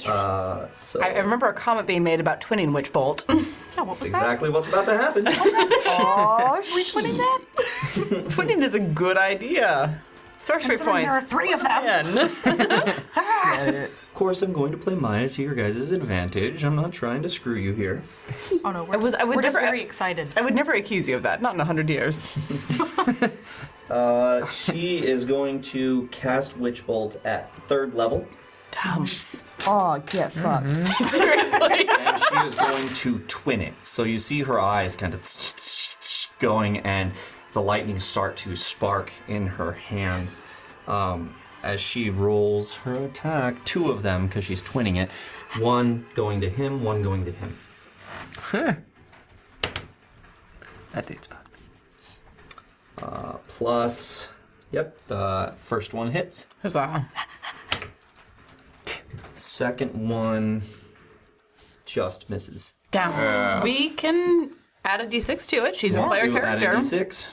Speaker 1: Uh, so
Speaker 12: I, I remember a comment being made about twinning Witch Bolt.
Speaker 1: that's exactly what's about to happen.
Speaker 12: Aw, we twinning that? twinning is a good idea. Sorcery
Speaker 6: Considering
Speaker 12: points.
Speaker 6: there are three of them.
Speaker 1: Of course, I'm going to play Maya to your guys' advantage. I'm not trying to screw you here.
Speaker 6: oh no, we're,
Speaker 12: I was, I would
Speaker 6: we're just
Speaker 12: never-
Speaker 6: very excited.
Speaker 12: I would never accuse you of that. Not in a hundred [LAUGHS] years.
Speaker 1: Uh, she is going to cast Witch Bolt at third level.
Speaker 16: Oh, get
Speaker 6: Mm-hmm.
Speaker 16: fucked.
Speaker 12: Seriously.
Speaker 1: and she is going to twin it. So you see her eyes kind of going, and the lightning start to spark in her hands. Um, as she rolls her attack, two of them, because she's twinning it, one going to him, one going to him.
Speaker 8: That date's bad.
Speaker 1: Uh, plus, yep, the first one hits.
Speaker 12: Huzzah.
Speaker 1: Second one just misses.
Speaker 12: Down.
Speaker 1: Yeah.
Speaker 12: We can add a d6 to it. She's a
Speaker 1: Want
Speaker 12: player
Speaker 1: to Uh, add a
Speaker 12: character.
Speaker 1: D6?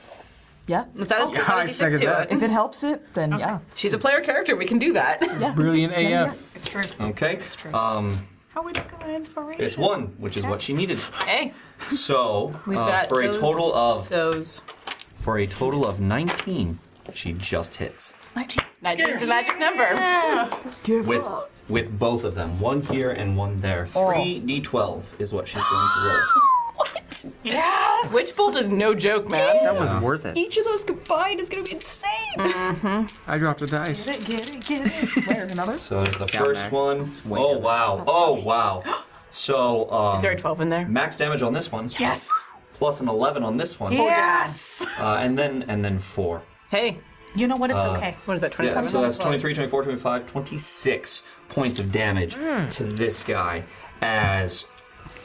Speaker 16: Yeah.
Speaker 12: Let's add a, let's add a d6 to it.
Speaker 16: If it helps it, then yeah.
Speaker 12: She's a player character. We can do that. Yeah.
Speaker 11: Brilliant AF.
Speaker 6: It's true.
Speaker 1: Okay. It's true. Um,
Speaker 6: How we look at inspiration?
Speaker 1: Oh. it's one, which is what she
Speaker 12: [LAUGHS]
Speaker 1: needed.
Speaker 12: Hey,
Speaker 1: So
Speaker 12: we've
Speaker 1: uh,
Speaker 12: got
Speaker 1: for
Speaker 12: those-
Speaker 1: a total of
Speaker 12: those.
Speaker 1: for a total of 19, she just hits
Speaker 12: 19 is a magic number.
Speaker 1: with with both of them, one here and one there.
Speaker 12: Oh.
Speaker 1: Three d12 is what she's going to roll.
Speaker 12: Yes. Witch bolt is no joke, man.
Speaker 1: That was worth it.
Speaker 16: Each of those combined is gonna be insane.
Speaker 8: Mm-hmm. I dropped a dice.
Speaker 16: Get it, get it, get it. Where another?
Speaker 1: So there's the
Speaker 8: Down
Speaker 1: first
Speaker 8: there.
Speaker 1: one. Oh wow! Oh wow! So um,
Speaker 12: [GASPS] Is there a 12 in there?
Speaker 1: max damage on this one?
Speaker 12: Yes.
Speaker 1: Plus an 11 on this one.
Speaker 12: Yes.
Speaker 1: Uh, and then and then four.
Speaker 12: Hey.
Speaker 6: You know what?
Speaker 1: It's Uh, okay.
Speaker 12: What is that?
Speaker 1: Yeah,
Speaker 12: 27?
Speaker 1: so that's 23, 24, 25, 26 points of damage
Speaker 12: Hmm.
Speaker 1: to this guy as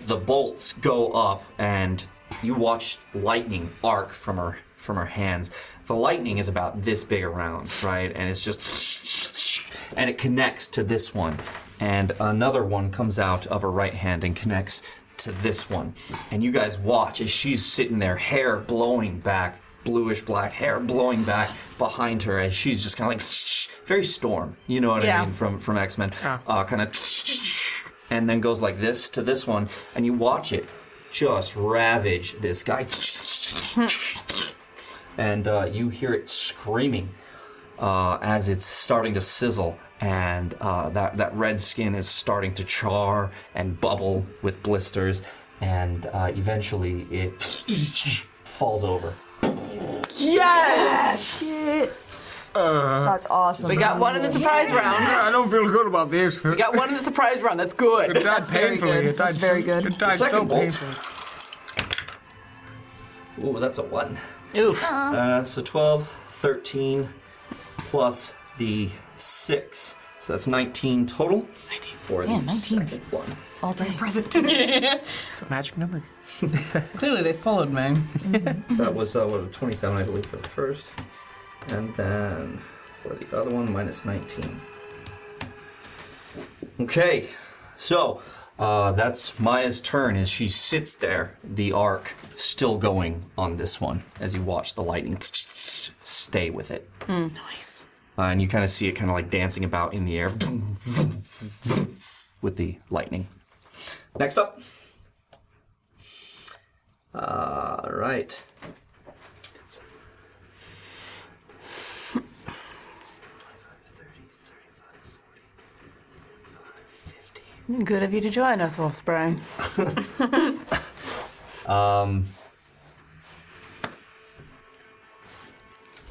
Speaker 1: the bolts go up and you watch lightning arc from her from her hands. The lightning is about this big around, right? And it's just and it connects to this one. And another one comes out of her right hand and connects to this one. And you guys watch as she's sitting there, hair blowing back, bluish black hair blowing back behind her as she's just kind of like very storm, you know what I
Speaker 33: Yeah.
Speaker 1: mean, from from X Men, uh, kind of, [LAUGHS] and then goes like this to this one, and you watch it just ravage this guy, [LAUGHS] and uh, you hear it screaming uh, as it's starting to sizzle. And uh, that, that red skin is starting to char and bubble with [LAUGHS] blisters, and uh, eventually it falls over
Speaker 12: Yes!
Speaker 10: Shit.
Speaker 11: Uh,
Speaker 10: That's awesome.
Speaker 12: We got one in the surprise round.
Speaker 11: I don't feel good about this.
Speaker 12: We got one in the surprise round. That's good.
Speaker 11: It died
Speaker 12: That's very
Speaker 11: painfully.
Speaker 12: good.
Speaker 11: It died
Speaker 12: That's very good.
Speaker 11: It died so
Speaker 1: Second bolt.
Speaker 11: painfully.
Speaker 1: Ooh, that's a one.
Speaker 12: Oof.
Speaker 1: Uh, so 12, 13, plus the 6. So that's 19 total. 19. For
Speaker 10: Man,
Speaker 1: the
Speaker 10: 19's
Speaker 1: second one.
Speaker 10: All day
Speaker 12: present.
Speaker 8: It's a magic number.
Speaker 12: Clearly, they followed me.
Speaker 1: that was, uh, what, 27, I believe, for the first. And then for the other one, minus 19. Okay, so uh, that's Maya's turn as she sits there, the arc still going on this one as you watch the lightning stay with it.
Speaker 12: Nice.
Speaker 1: Uh, and you kind of see it kind of like dancing about in the air with the lightning. Next up. All right.
Speaker 12: Good of you to join us, Osprey.
Speaker 1: Um,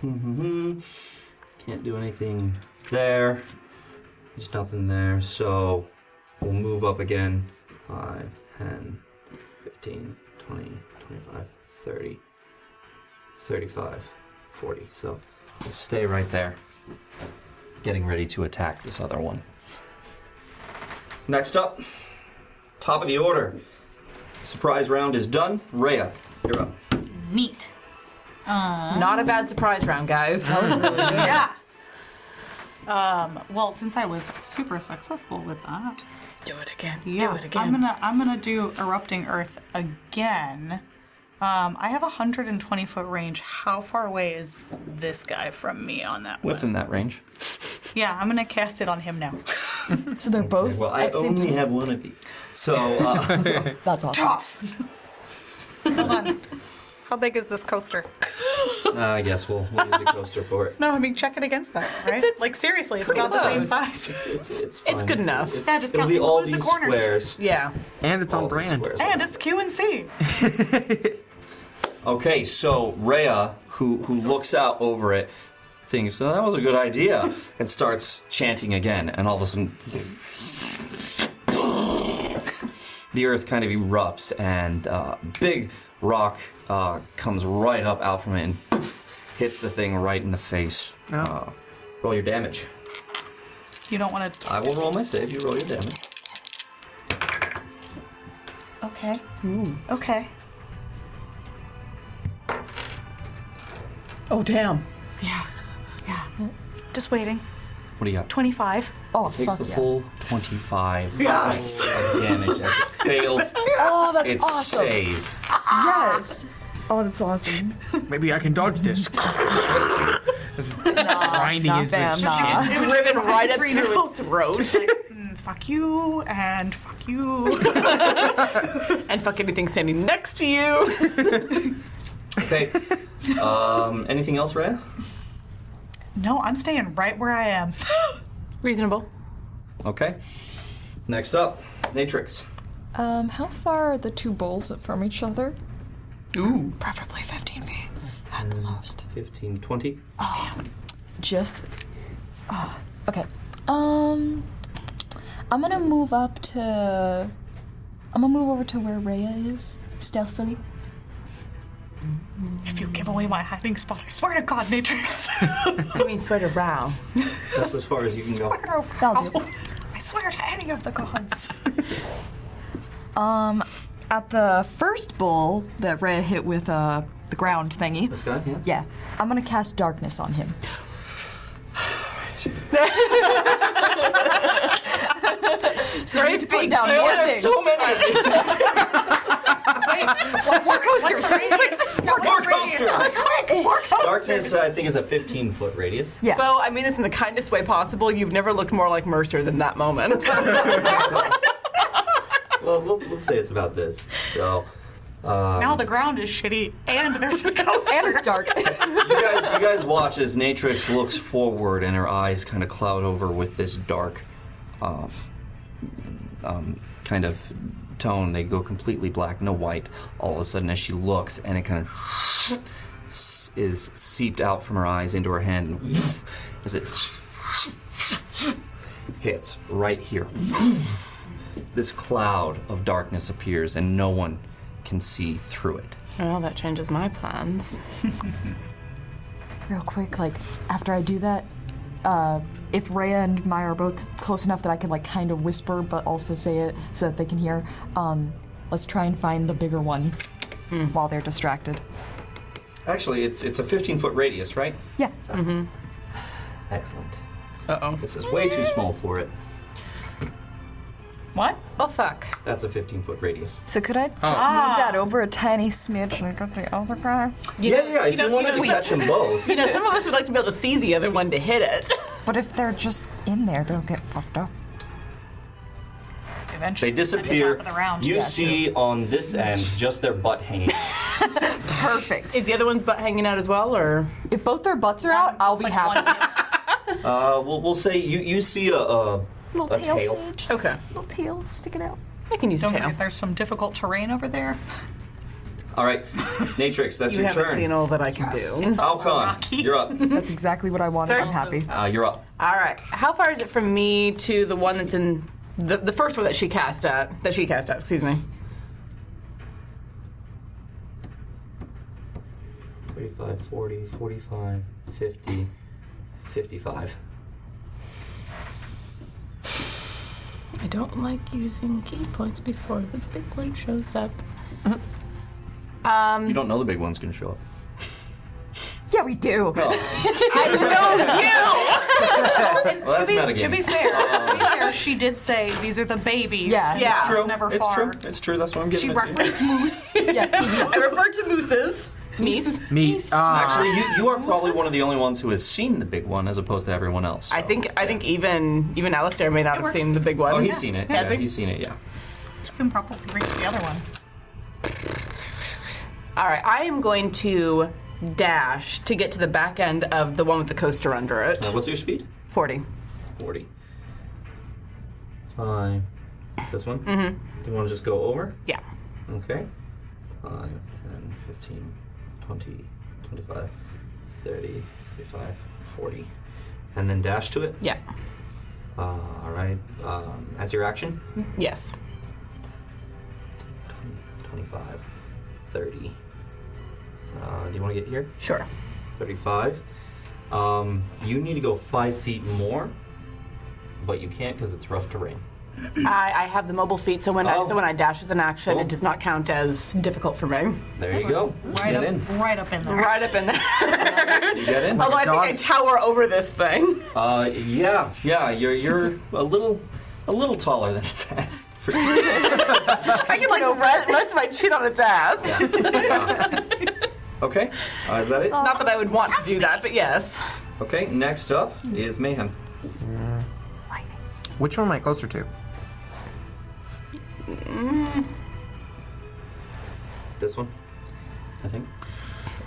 Speaker 1: Mm-hmm. can't do anything there. There's nothing there, so we'll move up again. 5, 10, 15, 20, 25, 30, 35, 40. So we'll stay right there, getting ready to attack this other one. Next up, top of the order. Surprise round is done. Rhea, you're up.
Speaker 12: Neat. Not a bad surprise round, guys. That was really good.
Speaker 6: yeah. Um, well, since I was super successful with that,
Speaker 12: do it again.
Speaker 6: Yeah,
Speaker 12: do it again.
Speaker 6: I'm gonna I'm gonna do erupting earth again. Um, I have a hundred and twenty foot range. How far away is this guy from me on that one?
Speaker 1: Within that range.
Speaker 6: Yeah, I'm gonna cast it on him
Speaker 12: [LAUGHS]
Speaker 6: now.
Speaker 10: So they're both.
Speaker 1: Well, I
Speaker 10: at same
Speaker 1: only
Speaker 10: time.
Speaker 1: have one of these. So, uh,
Speaker 10: That's awesome.
Speaker 6: Tough. Hold on. How big is this coaster?
Speaker 1: I guess we'll, we'll use the coaster for it.
Speaker 6: No, I mean check it against that, right? like seriously, it's
Speaker 12: pretty
Speaker 6: about the same
Speaker 12: close.
Speaker 6: size.
Speaker 1: It's, it's, it's,
Speaker 12: It's
Speaker 1: fine.
Speaker 12: good enough.
Speaker 1: It's,
Speaker 6: Yeah, just
Speaker 1: it'll
Speaker 6: count-
Speaker 1: be all
Speaker 6: include the
Speaker 1: these
Speaker 6: corners.
Speaker 1: squares.
Speaker 12: Yeah.
Speaker 8: And it's on brand.
Speaker 6: And it's Q and C.
Speaker 1: Okay, so Rhea, who, who looks out over it, thinks, oh, that was a good idea, and starts chanting again, and all of a sudden, the earth kind of erupts, and uh, big rock uh, comes right up out from it and poof, hits the thing right in the face.
Speaker 8: Oh.
Speaker 1: Uh, roll your damage.
Speaker 6: You don't want to.
Speaker 1: I will roll my save, you roll your damage.
Speaker 6: Okay. Okay.
Speaker 12: Oh damn.
Speaker 6: Yeah. Yeah. Just waiting.
Speaker 1: What do you got?
Speaker 6: Twenty-five.
Speaker 10: Oh,
Speaker 1: Takes the full 25
Speaker 6: Yes!
Speaker 1: points of damage as it fails
Speaker 10: [LAUGHS] Oh, that's
Speaker 1: its
Speaker 10: awesome.
Speaker 1: save.
Speaker 10: Yes.
Speaker 6: Ah.
Speaker 10: Oh, that's awesome.
Speaker 11: Maybe I can dodge [LAUGHS] this. Just grinding
Speaker 10: not
Speaker 11: into
Speaker 10: them,
Speaker 11: its
Speaker 10: nah.
Speaker 11: shin.
Speaker 12: [LAUGHS] driven right up
Speaker 6: Three
Speaker 12: through
Speaker 6: now.
Speaker 12: its throat.
Speaker 6: Just like, mm, fuck you and fuck you. [LAUGHS]
Speaker 12: and fuck anything standing next to you.
Speaker 1: Okay. Um, anything else, Rhea?
Speaker 6: No, I'm staying right where I am.
Speaker 12: Reasonable.
Speaker 1: Okay. Next up, Natrix.
Speaker 16: Um, how far are the two bowls from each other?
Speaker 12: Ooh.
Speaker 16: Preferably 15 feet.
Speaker 1: 15, 20.
Speaker 16: Just. ah, okay. Um, I'm gonna move up to. I'm gonna move over to where Rhea is stealthily.
Speaker 6: if you give away my hiding spot, I swear to God, Matrix. [LAUGHS]
Speaker 12: I mean, spread a row.
Speaker 1: That's as far as you can go.
Speaker 6: I swear to any of the gods.
Speaker 10: Um, at the first bull that Rhea hit with uh, the ground thingy.
Speaker 1: This guy, yeah.
Speaker 10: Yeah, I'm gonna cast darkness on him. so you
Speaker 12: Great
Speaker 10: need to put
Speaker 12: big
Speaker 10: down
Speaker 12: deal.
Speaker 10: [LAUGHS] more
Speaker 12: There's
Speaker 10: things.
Speaker 12: [LAUGHS] so
Speaker 1: many.
Speaker 10: more coasters.
Speaker 12: More
Speaker 1: coasters.
Speaker 12: Quick, more
Speaker 1: Darkness, I think, is a 15 foot radius.
Speaker 10: Yeah.
Speaker 12: Bo, I mean this in the kindest way possible. You've never looked more like Mercer than that [LAUGHS] moment.
Speaker 1: Well, we'll, we'll say it's about this. So. Um,
Speaker 6: now the ground is shitty and there's
Speaker 10: [LAUGHS]
Speaker 6: a ghost.
Speaker 10: and it's dark.
Speaker 1: you guys, you guys watch as Natrix looks forward and her eyes kind of cloud over with this dark, um, um, kind of tone. They go completely black, no white. All of a sudden, as she looks, and it kind of s- [SNIFFS] is seeped out from her eyes into her hand and [SNIFFS] as it hits right here. [SNIFFS] This cloud of darkness appears and no one can see through it.
Speaker 12: Well, that changes my plans.
Speaker 10: Real quick, like after I do that, uh, if Rhea and Maya are both close enough that I can like kind of whisper but also say it so that they can hear, um, let's try and find the bigger one
Speaker 6: Hmm.
Speaker 10: while they're distracted.
Speaker 1: Actually, it's it's a 15 foot radius, right?
Speaker 10: Yeah.
Speaker 6: Hmm.
Speaker 1: Mm-hmm. Excellent. Uh oh. This is way too small for it.
Speaker 12: What? Oh fuck.
Speaker 1: That's a 15 foot radius.
Speaker 16: So could I just
Speaker 1: Oh.
Speaker 6: Ah.
Speaker 16: move that over a tiny smidge and go to the other guy?
Speaker 1: yeah, yeah. If you, want to catch them both,
Speaker 12: You know, some of us would like to be able to see the other one to hit it.
Speaker 16: But if they're just in there, they'll get fucked up.
Speaker 1: they disappear.
Speaker 12: At the top of the round.
Speaker 1: you
Speaker 12: Yeah,
Speaker 1: see on this end just their butt hanging.
Speaker 12: Perfect. Is the other one's butt hanging out as well, or
Speaker 10: if both their butts are out, I'll be [LAUGHS] happy.
Speaker 1: uh, we'll, we'll say you you see a, a, a tail.
Speaker 12: Okay.
Speaker 10: Little tail sticking out.
Speaker 12: I can use
Speaker 6: Don't Forget, there's some difficult terrain over there.
Speaker 1: All right, Natrix, that's
Speaker 6: You
Speaker 1: your
Speaker 6: haven't
Speaker 1: turn.
Speaker 6: seen
Speaker 12: all that I can
Speaker 6: Yes.
Speaker 12: do. It's all
Speaker 1: [LAUGHS] Alcon,
Speaker 12: rocky.
Speaker 1: you're up.
Speaker 10: That's exactly what I wanted.
Speaker 12: Sorry.
Speaker 10: I'm happy.
Speaker 1: Uh, you're up.
Speaker 12: All right. How far is it from me to the one that's in the, the first one that she cast at? That she cast at. Excuse me.
Speaker 1: 35, 40, 45, 50, 55.
Speaker 12: I don't like using key points before the big one shows up. Um,
Speaker 1: You don't know the big one's gonna show up.
Speaker 10: Yeah, we do.
Speaker 6: I know you.
Speaker 1: Well, that's
Speaker 6: to, be,
Speaker 1: not a
Speaker 6: to
Speaker 1: game.
Speaker 6: be fair, to be fair, she did say these are the babies.
Speaker 1: yeah. It's true.
Speaker 6: Never
Speaker 1: it's true.
Speaker 6: far.
Speaker 1: It's true. That's what I'm
Speaker 6: She
Speaker 1: getting. at.
Speaker 6: [LAUGHS] referenced
Speaker 10: [LAUGHS]
Speaker 6: moose.
Speaker 12: I referred to mooses. Meese.
Speaker 1: Meat.
Speaker 8: uh,
Speaker 1: Actually, you, you are probably one of the only ones who has seen the big one as opposed to everyone else.
Speaker 12: I think I think even even Alistair may not have seen the big one.
Speaker 1: Oh, he's seen it.
Speaker 12: Has
Speaker 1: Yeah,
Speaker 12: he?
Speaker 1: he's seen it, yeah.
Speaker 6: You can probably reach the other one.
Speaker 12: All right, I am going to dash to get to the back end of the one with the coaster under it.
Speaker 1: Uh, what's your speed?
Speaker 12: 40.
Speaker 1: 40. Five. This one?
Speaker 12: Mhm.
Speaker 1: Do you want to just go over?
Speaker 12: Yeah.
Speaker 1: Okay. 5, 10, 15, 20, 25, 30, 35, 40. And then dash to it?
Speaker 12: Yeah.
Speaker 1: Uh, all right. Um, that's your action?
Speaker 12: Mm-hmm. Yes.
Speaker 1: 25, 30. Uh, do you want to get here?
Speaker 12: Sure.
Speaker 1: 35. Um, you need to go five feet more, but you can't because it's rough terrain.
Speaker 12: I, I have the mobile feet, so when I,
Speaker 8: Oh.
Speaker 12: so when I dash as an action,
Speaker 1: Cool.
Speaker 12: it does not count as difficult for me.
Speaker 1: There you go.
Speaker 6: Right
Speaker 1: get
Speaker 6: up, Oh.
Speaker 1: in.
Speaker 6: right up in there.
Speaker 12: Right up
Speaker 8: [LAUGHS]
Speaker 12: in there. [LAUGHS]
Speaker 1: You get in.
Speaker 12: Although I think I tower over this thing.
Speaker 8: Oh.
Speaker 1: Uh, yeah, yeah. You're you're a little a little taller than its ass. For sure.
Speaker 6: [LAUGHS]
Speaker 12: I can like rest, rest my chin on its ass.
Speaker 1: Okay, uh, is that it?
Speaker 12: [LAUGHS] Not that I would want to do that, but yes.
Speaker 1: Okay, next up
Speaker 6: Hmm.
Speaker 1: is Mayhem.
Speaker 8: Which one am I closer to?
Speaker 1: This one, I think.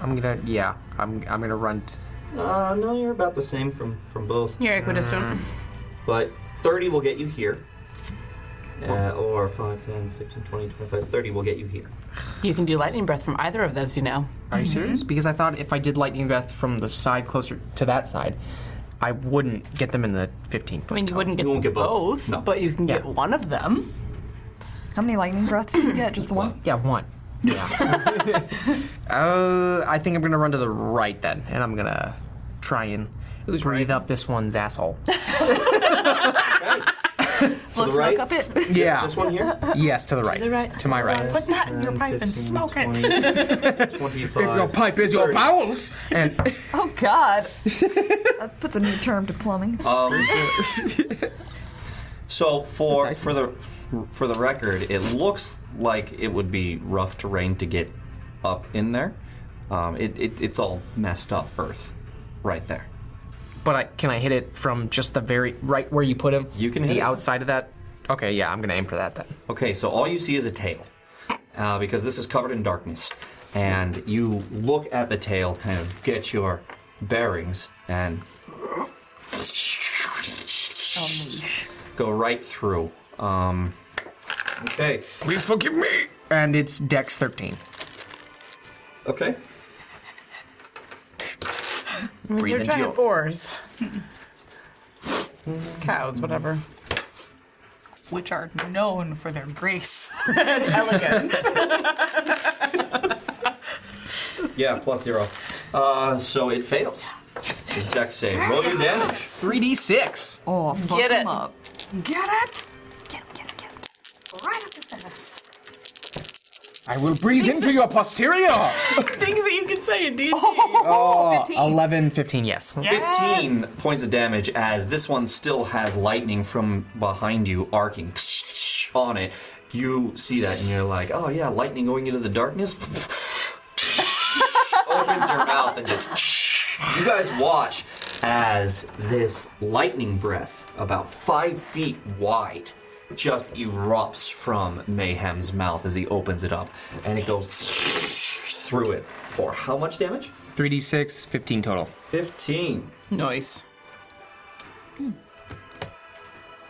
Speaker 8: I'm gonna yeah. I'm I'm gonna run. T-
Speaker 1: Uh, no, you're about the same from from both.
Speaker 12: You're equidistant. Mm.
Speaker 1: But 30 will get you here. Uh, or 5, 10, 15, 20, 25, 30 will get you here.
Speaker 12: You can do lightning breath from either of those, you know.
Speaker 8: Are you serious? Because I thought if I did lightning breath from the side closer to that side, I wouldn't get them in the 15 foot.
Speaker 12: I mean, you wouldn't get,
Speaker 8: won't get both.
Speaker 12: both,
Speaker 8: No.
Speaker 12: but you can get one of them.
Speaker 16: How many lightning breaths do you get? Just the one?
Speaker 8: Yeah, one.
Speaker 11: [LAUGHS]
Speaker 8: Uh, I think I'm gonna run to the right then, and I'm gonna try and breathe up this one's
Speaker 11: [LAUGHS]
Speaker 8: asshole.
Speaker 16: Blow
Speaker 8: the
Speaker 16: smoke
Speaker 8: right?
Speaker 16: up it?
Speaker 8: yeah. This one
Speaker 6: [LAUGHS]
Speaker 8: here. Yes, to the right. To the
Speaker 12: right.
Speaker 8: To my right.
Speaker 6: Put that in your pipe and smoke it. [LAUGHS]
Speaker 1: 25.
Speaker 8: If your pipe is your bowels, and
Speaker 16: Oh God! that puts a new term to plumbing.
Speaker 1: Um, so for for the for the record, it looks like it would be rough terrain to get up in there. Um, it, it it's all messed up earth, right there.
Speaker 8: but I, can I hit it from just the very right where you put him? You
Speaker 1: can
Speaker 8: the
Speaker 1: hit it.
Speaker 8: outside of that. Okay, yeah, I'm gonna aim for that then.
Speaker 1: Okay, so all you see is a tail, uh, because this is covered in darkness. And you look at the tail, kind of get your bearings, and go right through. Um, okay.
Speaker 8: Please forgive me. And it's Dex 13.
Speaker 1: Okay.
Speaker 12: I mean, they're
Speaker 8: breathe into
Speaker 12: giant
Speaker 8: your [LAUGHS]
Speaker 12: boars. Cows, whatever.
Speaker 9: Which are known for their
Speaker 6: [LAUGHS]
Speaker 9: grace
Speaker 12: and
Speaker 9: elegance.
Speaker 1: Yeah, plus zero. Uh, so it fails. Yes, Dex save. Roll your damage.
Speaker 8: 3d6.
Speaker 10: Oh,
Speaker 12: Get it.
Speaker 9: Get it? Get it, get it, get it. Right up the sentence.
Speaker 8: I will breathe into your posterior.
Speaker 12: Things that you can say in D&D.
Speaker 8: Oh, 11, 15, yes.
Speaker 1: 15 points of damage as this one still has lightning from behind you arcing on it. You see that and you're like, oh yeah, lightning going into the darkness? [LAUGHS] Opens your mouth and just. You guys watch as this lightning breath, about five feet wide, just erupts from Mayhem's mouth as he opens it up. And it goes through it for how much damage?
Speaker 8: 3d6, 15 total.
Speaker 1: 15.
Speaker 12: Nice.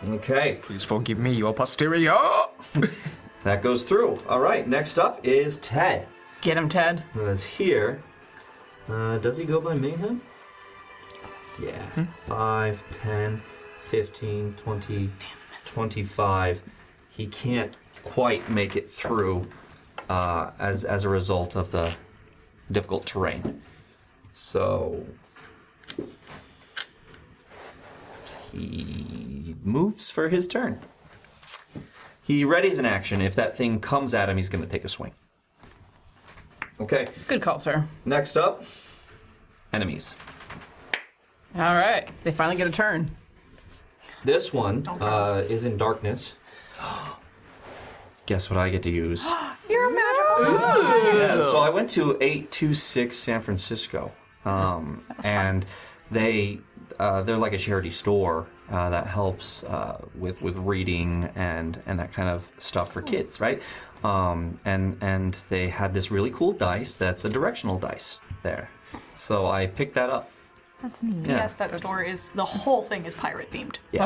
Speaker 1: Okay.
Speaker 8: Please forgive me, your posterior.
Speaker 1: that goes through. All right, next up is Ted.
Speaker 12: Get him, Ted.
Speaker 1: Who is here. Uh, does he go by Mayhem? Yeah. 5, 10, 15, 20, 25. He can't quite make it through uh, as, as a result of the difficult terrain. So. He moves for his turn. He readies an action. If that thing comes at him, he's going to take a swing. Okay.
Speaker 12: Good call, sir.
Speaker 1: Next up, enemies.
Speaker 12: All right. They finally get a turn.
Speaker 1: This one
Speaker 9: Oh,
Speaker 1: uh, is in darkness. Guess what I get to use?
Speaker 9: [GASPS] You're a magical
Speaker 1: yeah, so I went to 826 San Francisco, um, and they uh, they're like a charity store uh, that helps uh, with with reading and and that kind of stuff for kids, right? Um, and and they had this really cool dice that's a directional dice there, so I picked that up.
Speaker 10: That's neat.
Speaker 1: Yeah.
Speaker 6: yes, that store is the whole thing is pirate themed.
Speaker 1: Yeah.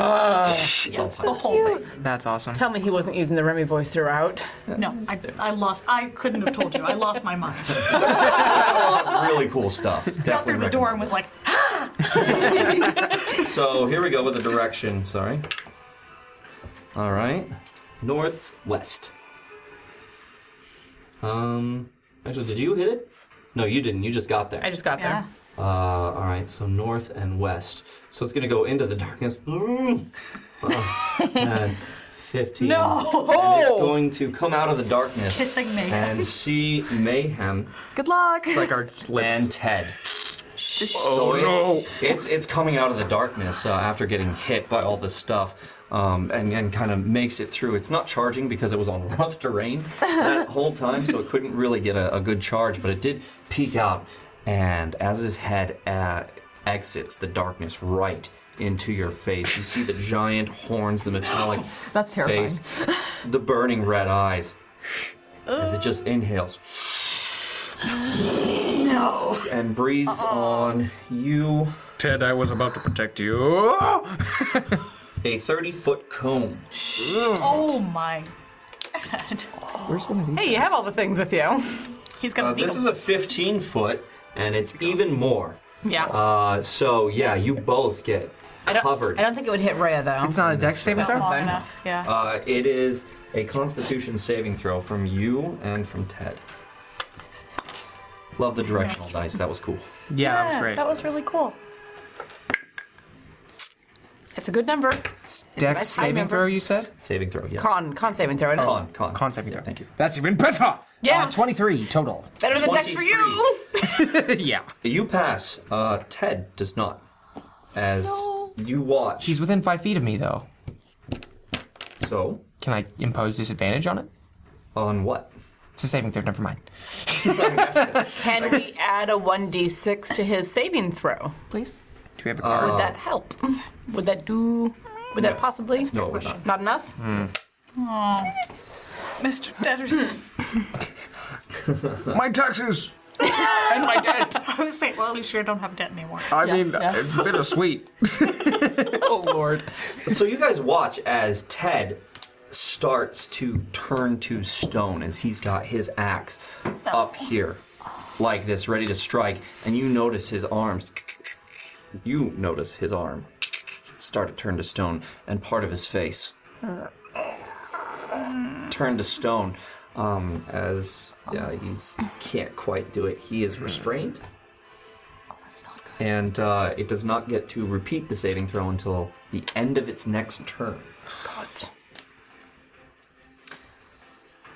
Speaker 6: That's the whole thing.
Speaker 8: That's awesome.
Speaker 12: Tell me he wasn't using the Remy voice throughout.
Speaker 6: No, I, I lost. I couldn't have told you. I lost my mind.
Speaker 1: really cool stuff.
Speaker 6: Got through
Speaker 1: Definitely
Speaker 6: the door and was like,
Speaker 1: So here we go with the direction. Sorry. All right, northwest. Um, actually, did you hit it? No, you didn't. You just got there.
Speaker 12: I just got there.
Speaker 1: Uh, all right. So north and west. So it's gonna go into the darkness. [LAUGHS] Oh, and Fifteen.
Speaker 9: No!
Speaker 1: And it's going to come out of the darkness.
Speaker 9: Kissing Mayhem.
Speaker 1: And see mayhem.
Speaker 10: Good luck.
Speaker 1: And Ted. So it- It's it's coming out of the darkness uh, after getting hit by all this stuff, um, and and kind of makes it through. It's not charging because it was on [LAUGHS] rough terrain that whole time, so it couldn't really get a, a good charge. But it did peek out, and as his head uh, exits the darkness right into your face, you see the giant horns, the metallic
Speaker 10: That's terrifying.
Speaker 1: face, the burning red eyes, as it just inhales
Speaker 9: no.
Speaker 1: and breathes on you.
Speaker 11: Ted, I was about to protect you.
Speaker 1: a 30 foot cone.
Speaker 6: oh my god. [LAUGHS]
Speaker 1: Where's one of
Speaker 12: Hey, you have all the things with you.
Speaker 6: He's
Speaker 1: Uh,
Speaker 6: gonna. be
Speaker 1: this is a 15 foot, and it's even more.
Speaker 12: Yeah.
Speaker 1: Uh, so, yeah, you both get
Speaker 12: I don't,
Speaker 1: covered.
Speaker 12: I don't think it would hit Rhea though.
Speaker 8: It's not a dex saving
Speaker 12: That's
Speaker 8: throw?
Speaker 12: long
Speaker 6: enough. Yeah.
Speaker 1: Uh, it is a constitution saving throw from you and from Ted. Love the directional dice. That was cool.
Speaker 6: That was really cool.
Speaker 12: It's a good number. It's a high
Speaker 8: Dex saving
Speaker 12: number.
Speaker 8: throw, you said?
Speaker 1: Saving throw, yeah.
Speaker 12: Con, con saving throw. I know.
Speaker 1: con.
Speaker 8: Con saving throw. thank you. That's even better.
Speaker 12: Yeah.
Speaker 8: Uh, 23 total.
Speaker 12: Better than Dex for you.
Speaker 8: yeah.
Speaker 1: You pass. Uh, Ted does not. As you watch.
Speaker 8: He's within five feet of me, though.
Speaker 1: So?
Speaker 8: Can I impose disadvantage on it?
Speaker 1: On what?
Speaker 8: It's a saving throw, never mind.
Speaker 12: Can we add a 1d6 to his saving throw, please?
Speaker 8: Do we have a card?
Speaker 12: would that help? Would that do? Would that
Speaker 8: No.
Speaker 12: possibly?
Speaker 8: No, it would not.
Speaker 12: Not enough.
Speaker 9: Oh. Mr. Dederson.
Speaker 11: My taxes!
Speaker 9: and my debt. I was saying, well, you sure don't have debt anymore.
Speaker 11: I mean, it's bittersweet.
Speaker 1: oh lord. So you guys watch as Ted starts to turn to stone as he's got his axe up here like this ready to strike and you notice his arms you notice his arm start to turn to stone and part of his face turn to stone um, as yeah, he's can't quite do it. He is restrained. And uh, it does not get to repeat the saving throw until the end of its next turn.
Speaker 12: God.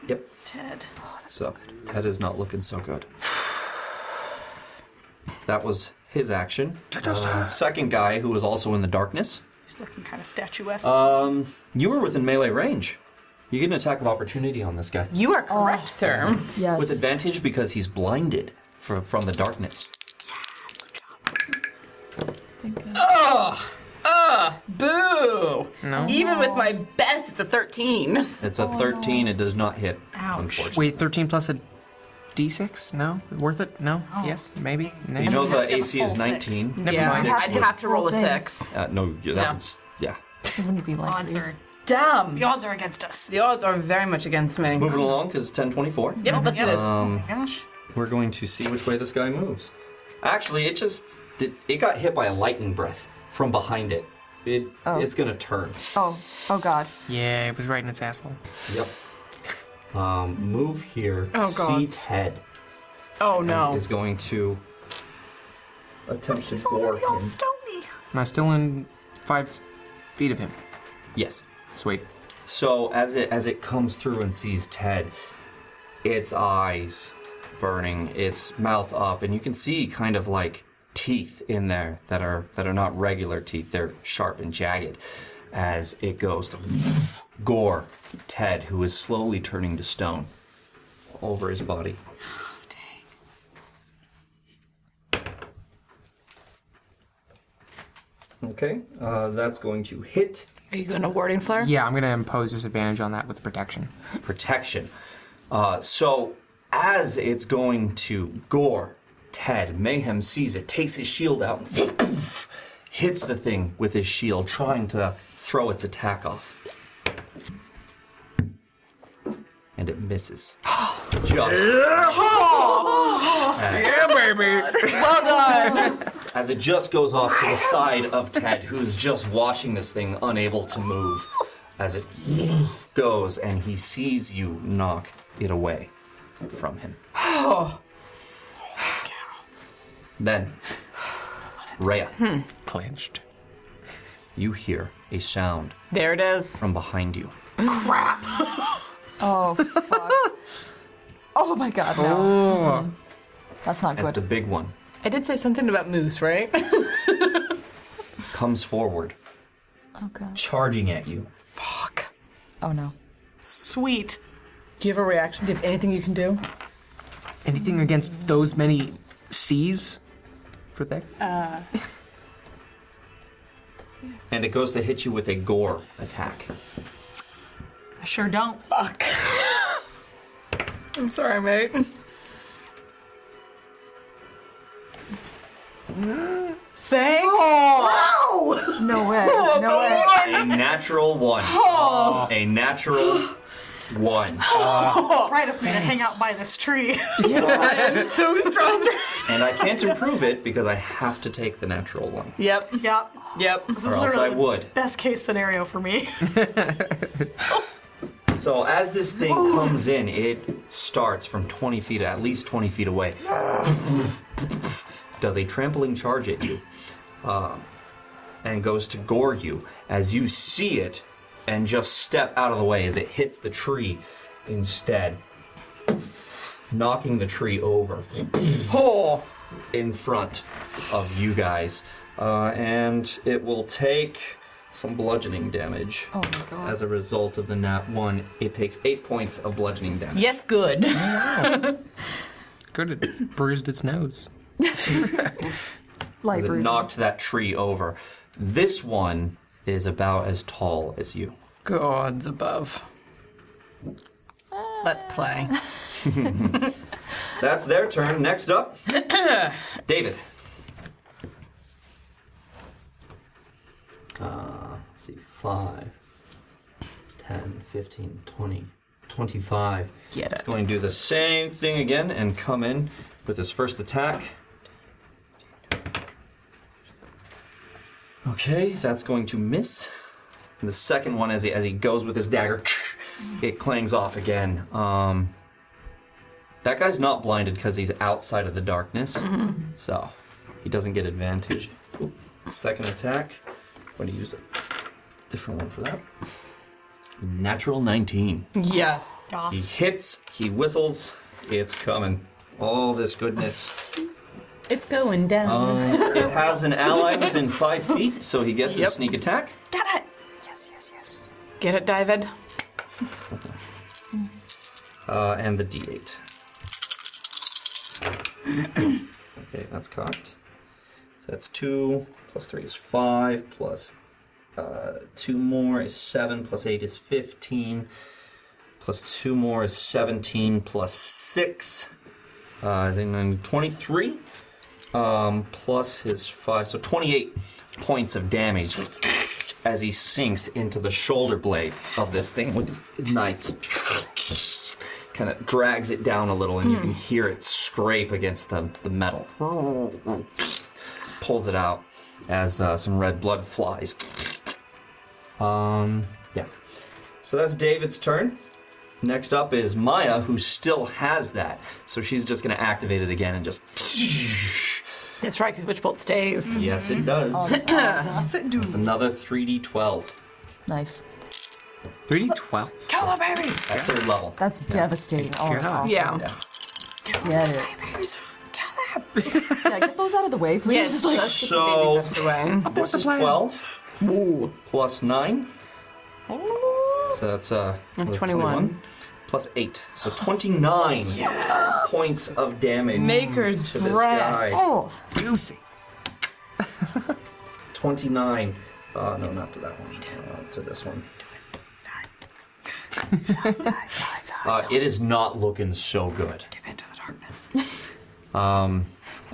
Speaker 1: Yep.
Speaker 9: Ted.
Speaker 6: Oh,
Speaker 1: So Ted is not looking so good. That was his action. Uh, second guy who was also in the darkness.
Speaker 9: He's looking kind of statuesque.
Speaker 1: Um, you were within melee range. You get an attack of opportunity on this guy.
Speaker 12: You are correct, sir.
Speaker 1: Yes. With advantage because he's blinded from, from the darkness.
Speaker 12: Ugh! Ugh! Boo!
Speaker 1: No.
Speaker 12: Even with my best, it's a 13.
Speaker 1: It's a
Speaker 8: Oh,
Speaker 1: 13. It does not hit. Ouch.
Speaker 8: [LAUGHS] Wait, 13 plus a d6? No? Worth it? No? Yes? Maybe? No?
Speaker 1: You know the AC is 19.
Speaker 8: Never mind.
Speaker 12: I'd have to roll a six.
Speaker 1: Uh, no, yeah, that
Speaker 12: No.
Speaker 1: one's. Yeah.
Speaker 12: It wouldn't be likely.
Speaker 9: Odds are
Speaker 12: dumb. The
Speaker 9: odds are against us.
Speaker 12: The odds are very much against me.
Speaker 1: Moving along because it's 1024.
Speaker 12: Yep, that's it.
Speaker 1: Um,
Speaker 12: Gosh.
Speaker 1: We're going to see which way this guy moves. Actually, it just it, it got hit by a lightning breath from behind it. It
Speaker 10: Oh.
Speaker 1: it's gonna turn.
Speaker 10: Oh, oh God.
Speaker 8: Yeah, it was right in its asshole.
Speaker 1: Yep. Um, move here.
Speaker 12: Oh,
Speaker 1: See
Speaker 12: God.
Speaker 1: Ted.
Speaker 12: Oh
Speaker 1: and
Speaker 12: no.
Speaker 1: Is going to attempt to gore him.
Speaker 8: Am I still in five feet of him?
Speaker 1: Yes.
Speaker 8: Sweet.
Speaker 1: So as it as it comes through and sees Ted, its eyes burning, its mouth up, and you can see kind of like teeth in there that are that are not regular teeth. They're sharp and jagged. As it goes to gore Ted, who is slowly turning to stone over his body. Okay, uh, that's going to hit.
Speaker 12: Are you going to warding flare?
Speaker 8: Yeah, I'm going to impose disadvantage on that with protection.
Speaker 1: protection. Uh, so as it's going to gore Ted, Mayhem sees it, takes his shield out, hits the thing with his shield, trying to throw its attack off. And it misses. [GASPS] just
Speaker 4: yeah, baby.
Speaker 12: Well done.
Speaker 1: as it just goes off to the side of Ted, who's just watching this thing, unable to move, as it goes, and he sees you knock it away from him.
Speaker 12: Oh.
Speaker 1: Then, Rhea,
Speaker 12: Hmm.
Speaker 1: clenched. You hear a sound
Speaker 12: There it is.
Speaker 1: from behind you.
Speaker 12: Crap.
Speaker 10: Oh fuck. oh my God, no. Mm. That's not
Speaker 1: As
Speaker 10: good.
Speaker 1: the big one
Speaker 12: I did say something about moose, right? [LAUGHS]
Speaker 1: comes forward,
Speaker 10: Oh God.
Speaker 1: charging at you.
Speaker 10: Oh no.
Speaker 12: Sweet. Do you have a reaction? Do you have anything you can do?
Speaker 8: Anything against those many C's for that?
Speaker 12: Uh,
Speaker 1: And it goes to hit you with a gore attack.
Speaker 9: I sure don't.
Speaker 12: Fuck. [LAUGHS] I'm sorry, mate. [GASPS]
Speaker 9: Thank
Speaker 12: oh.
Speaker 10: No way.
Speaker 12: Oh,
Speaker 10: No way.
Speaker 1: A natural one.
Speaker 9: Oh.
Speaker 1: A natural one.
Speaker 9: right up me to hang out by this
Speaker 6: [LAUGHS]
Speaker 9: tree.
Speaker 12: I'm [LAUGHS] so stressed.
Speaker 1: and I can't improve it because I have to take the natural one.
Speaker 12: [LAUGHS] Yep.
Speaker 9: Yep.
Speaker 12: Yep.
Speaker 9: This is
Speaker 1: Or else
Speaker 9: literally
Speaker 1: I would.
Speaker 9: best case scenario for me.
Speaker 1: So as this thing comes in, it starts from 20 feet, at least 20 feet away. Does a trampling charge at you um, and goes to gore you as you see it and just step out of the way as it hits the tree instead, knocking the tree over
Speaker 10: Oh.
Speaker 1: in front of you guys. Uh, and it will take some bludgeoning damage.
Speaker 10: Oh my God.
Speaker 1: As a result of the nat 1, it takes 8 points of bludgeoning damage.
Speaker 12: Yes, good.
Speaker 8: Good, it bruised its nose.
Speaker 1: as it knocked that tree over. This one is about as tall as you.
Speaker 12: Gods above. Let's [LAUGHS] play.
Speaker 1: That's their turn. Next up, David. Uh, let's see, 5, 10, 15, 20, 25.
Speaker 12: Get
Speaker 1: it's going to do the same thing again and come in with his first attack. Okay, that's going to miss. And the second one, as he as he goes with his dagger, it clangs off again. Um, that guy's not blinded because he's outside of the darkness,
Speaker 12: Mhm.
Speaker 1: so he doesn't get advantage. Oop, Second attack. I'm going to use a different one for that. Natural 19.
Speaker 12: Yes.
Speaker 6: [LAUGHS]
Speaker 1: He hits. He whistles. It's coming. All this goodness.
Speaker 12: It's going down.
Speaker 1: Um, it has an ally within five feet, so he gets a sneak attack.
Speaker 12: yes, yes, yes. Get it, David?
Speaker 1: Uh, and the d8. [COUGHS] okay, that's cocked. So that's two, plus three is five, plus uh, two more is seven, plus eight is 15, plus two more is 17, plus six uh, is in- in 23, um, plus his five, so 28 points of damage as he sinks into the shoulder blade of this thing with his knife. Kind of drags it down a little, and you can hear it scrape against the, the metal. Pulls it out as uh, some red blood flies. Um, yeah. So that's David's turn. Next up is Maya, who still has that. So she's just going to activate it again and just. [LAUGHS]
Speaker 12: That's right, because Witch Bolt stays.
Speaker 1: Yes, it does.
Speaker 12: Oh, it does. [CLEARS THROAT] Yes, it do.
Speaker 1: It's another 3d12.
Speaker 10: Nice.
Speaker 1: 3d12?
Speaker 10: Kill the babies!
Speaker 1: At third level.
Speaker 10: That's devastating. Oh, that's awesome.
Speaker 1: Yeah.
Speaker 10: Get it. yeah, get those out of the way, please.
Speaker 12: Yes,
Speaker 10: Like-
Speaker 1: So,
Speaker 10: What's
Speaker 1: this
Speaker 10: the
Speaker 1: is
Speaker 10: plan?
Speaker 1: 12 plus 9. So that's uh
Speaker 12: That's
Speaker 1: what,
Speaker 12: 21.
Speaker 1: plus 8. So 29 points of damage.
Speaker 12: [LAUGHS] Maker's
Speaker 1: to this
Speaker 12: breath.
Speaker 1: guy.
Speaker 12: Oh.
Speaker 1: juicy. 29. Uh, no, not to that one. Uh, to this one.
Speaker 12: [LAUGHS]
Speaker 1: Uh, it is not looking so good. Give
Speaker 12: into the darkness.
Speaker 1: [LAUGHS] Um,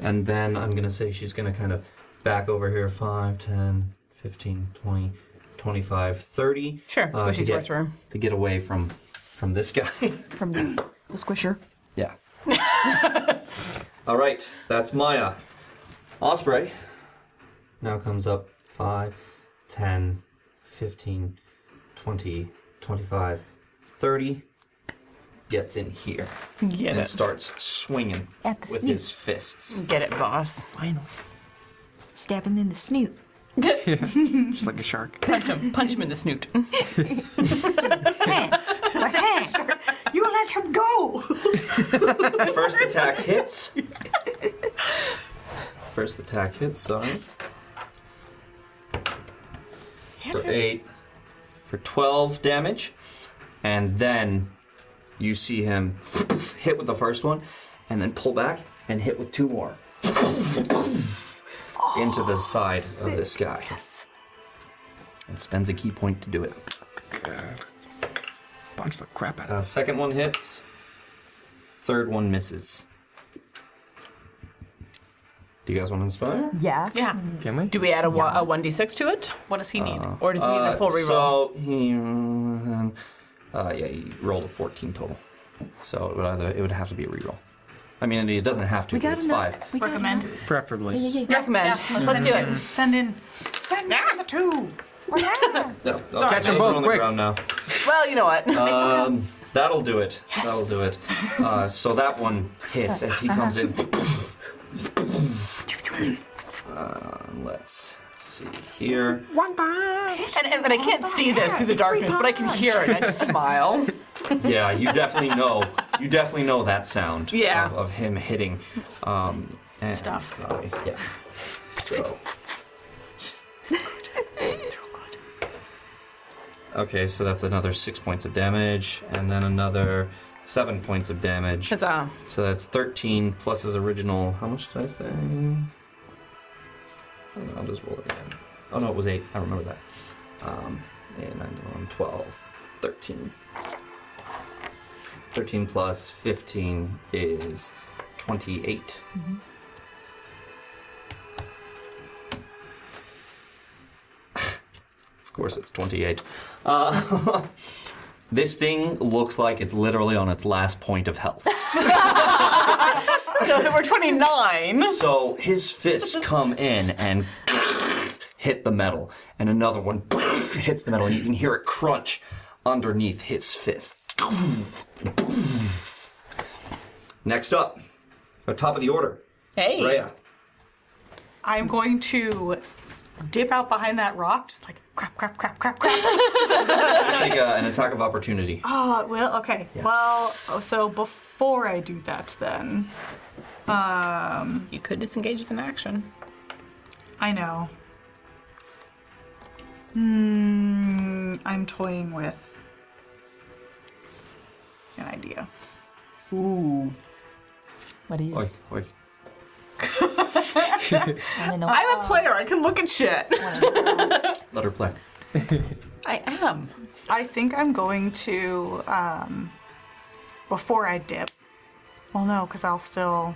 Speaker 1: and then I'm going to say she's going to kind of back over here 5, 10, 15, 20, 25, 30.
Speaker 12: Sure,
Speaker 1: uh, to
Speaker 12: squishy
Speaker 1: get-
Speaker 12: sorcerer.
Speaker 1: To get away from from this guy. [LAUGHS]
Speaker 10: From this, the squisher.
Speaker 1: yeah. All right, that's Maya. Osprey now comes up 5, 10, 15, 20, 25, 30. Gets in here
Speaker 12: Get
Speaker 1: and
Speaker 12: it.
Speaker 1: starts swinging
Speaker 5: At the
Speaker 1: with
Speaker 5: snoot.
Speaker 1: his fists.
Speaker 12: Get it, boss. Finally. [LAUGHS]
Speaker 5: Stab him in the
Speaker 1: [LAUGHS]
Speaker 5: snoot.
Speaker 8: Just like a shark.
Speaker 12: Punch him. Punch him in the snoot.
Speaker 6: You let him go!
Speaker 1: First attack hits. First attack hits, sorry. For eight, for 12 damage. And then you see him hit with the first one, and then pull back and hit with two more. Into the side of this guy. Yes. And spends a key point to do it.
Speaker 8: Punch the crap out
Speaker 1: Uh, second one hits. Third one misses. Do you guys want to inspire?
Speaker 10: Yeah.
Speaker 12: Yeah.
Speaker 8: Can we?
Speaker 12: Do we add a, wa- a 1d6 to it? What does he need? or does he need a
Speaker 1: Uh,
Speaker 12: full reroll?
Speaker 1: So he, uh, yeah, he rolled a 14 total. So it would either it would have to be a reroll. I mean, it doesn't have to.
Speaker 12: We
Speaker 1: but
Speaker 12: got
Speaker 1: it's
Speaker 12: enough.
Speaker 1: five.
Speaker 5: We
Speaker 6: Recommend.
Speaker 8: Preferably.
Speaker 12: Recommend.
Speaker 6: Yeah,
Speaker 12: Let's do
Speaker 6: send
Speaker 12: it.
Speaker 6: Send in. Send
Speaker 9: Ah.
Speaker 6: in the two.
Speaker 1: No,
Speaker 12: It's
Speaker 1: okay,
Speaker 12: alright.
Speaker 1: I'm on the
Speaker 12: Quick.
Speaker 1: ground now.
Speaker 12: Well, you know what?
Speaker 1: Um, that'll do it. That'll do it. Uh, so that one hits as
Speaker 12: [LAUGHS]
Speaker 1: he comes in. Uh, let's see here.
Speaker 8: One punch.
Speaker 12: [LAUGHS] And, and, and I can't see this through the darkness, but I can hear it. I just [LAUGHS] smile.
Speaker 1: yeah, you definitely know. You definitely know that sound.
Speaker 12: Yeah.
Speaker 1: Of, of him hitting um, and,
Speaker 12: Stuff.
Speaker 1: uh, yeah. So. Okay, so that's another six points of damage, and then another seven points of damage.
Speaker 12: Huzzah.
Speaker 1: So that's thirteen plus his original. How much did I say? I don't know, I'll just roll it again. Oh no, it was eight. I remember that. Um, eight, nine, 11, 12, 13. 13 plus 15 is Mm-hmm. 28. [LAUGHS] Of course, it's 28. Uh, [LAUGHS] this thing looks like it's literally on its last point of health.
Speaker 12: So [LAUGHS] we're 29.
Speaker 1: so his fists come in and hit the metal, and another one hits the metal, and you can hear it crunch underneath his fist. Next up, the top of the order.
Speaker 6: Hey.
Speaker 1: Rhea.
Speaker 6: I'm going to dip out behind that rock, just like crap, crap, crap, crap, crap.
Speaker 9: [LAUGHS]
Speaker 1: Take uh, an attack of opportunity.
Speaker 6: Oh, it will? Okay. Well, oh, so before I do that, then. Um,
Speaker 12: you could disengage as an action.
Speaker 6: I know. Mm, I'm toying with an idea.
Speaker 12: Ooh.
Speaker 10: What is?
Speaker 1: Oi, oi.
Speaker 12: I'm a player. I can look at shit. [LAUGHS]
Speaker 1: Let her play.
Speaker 6: I am. I think I'm going to, um, before I dip. Well, no, because I'll still,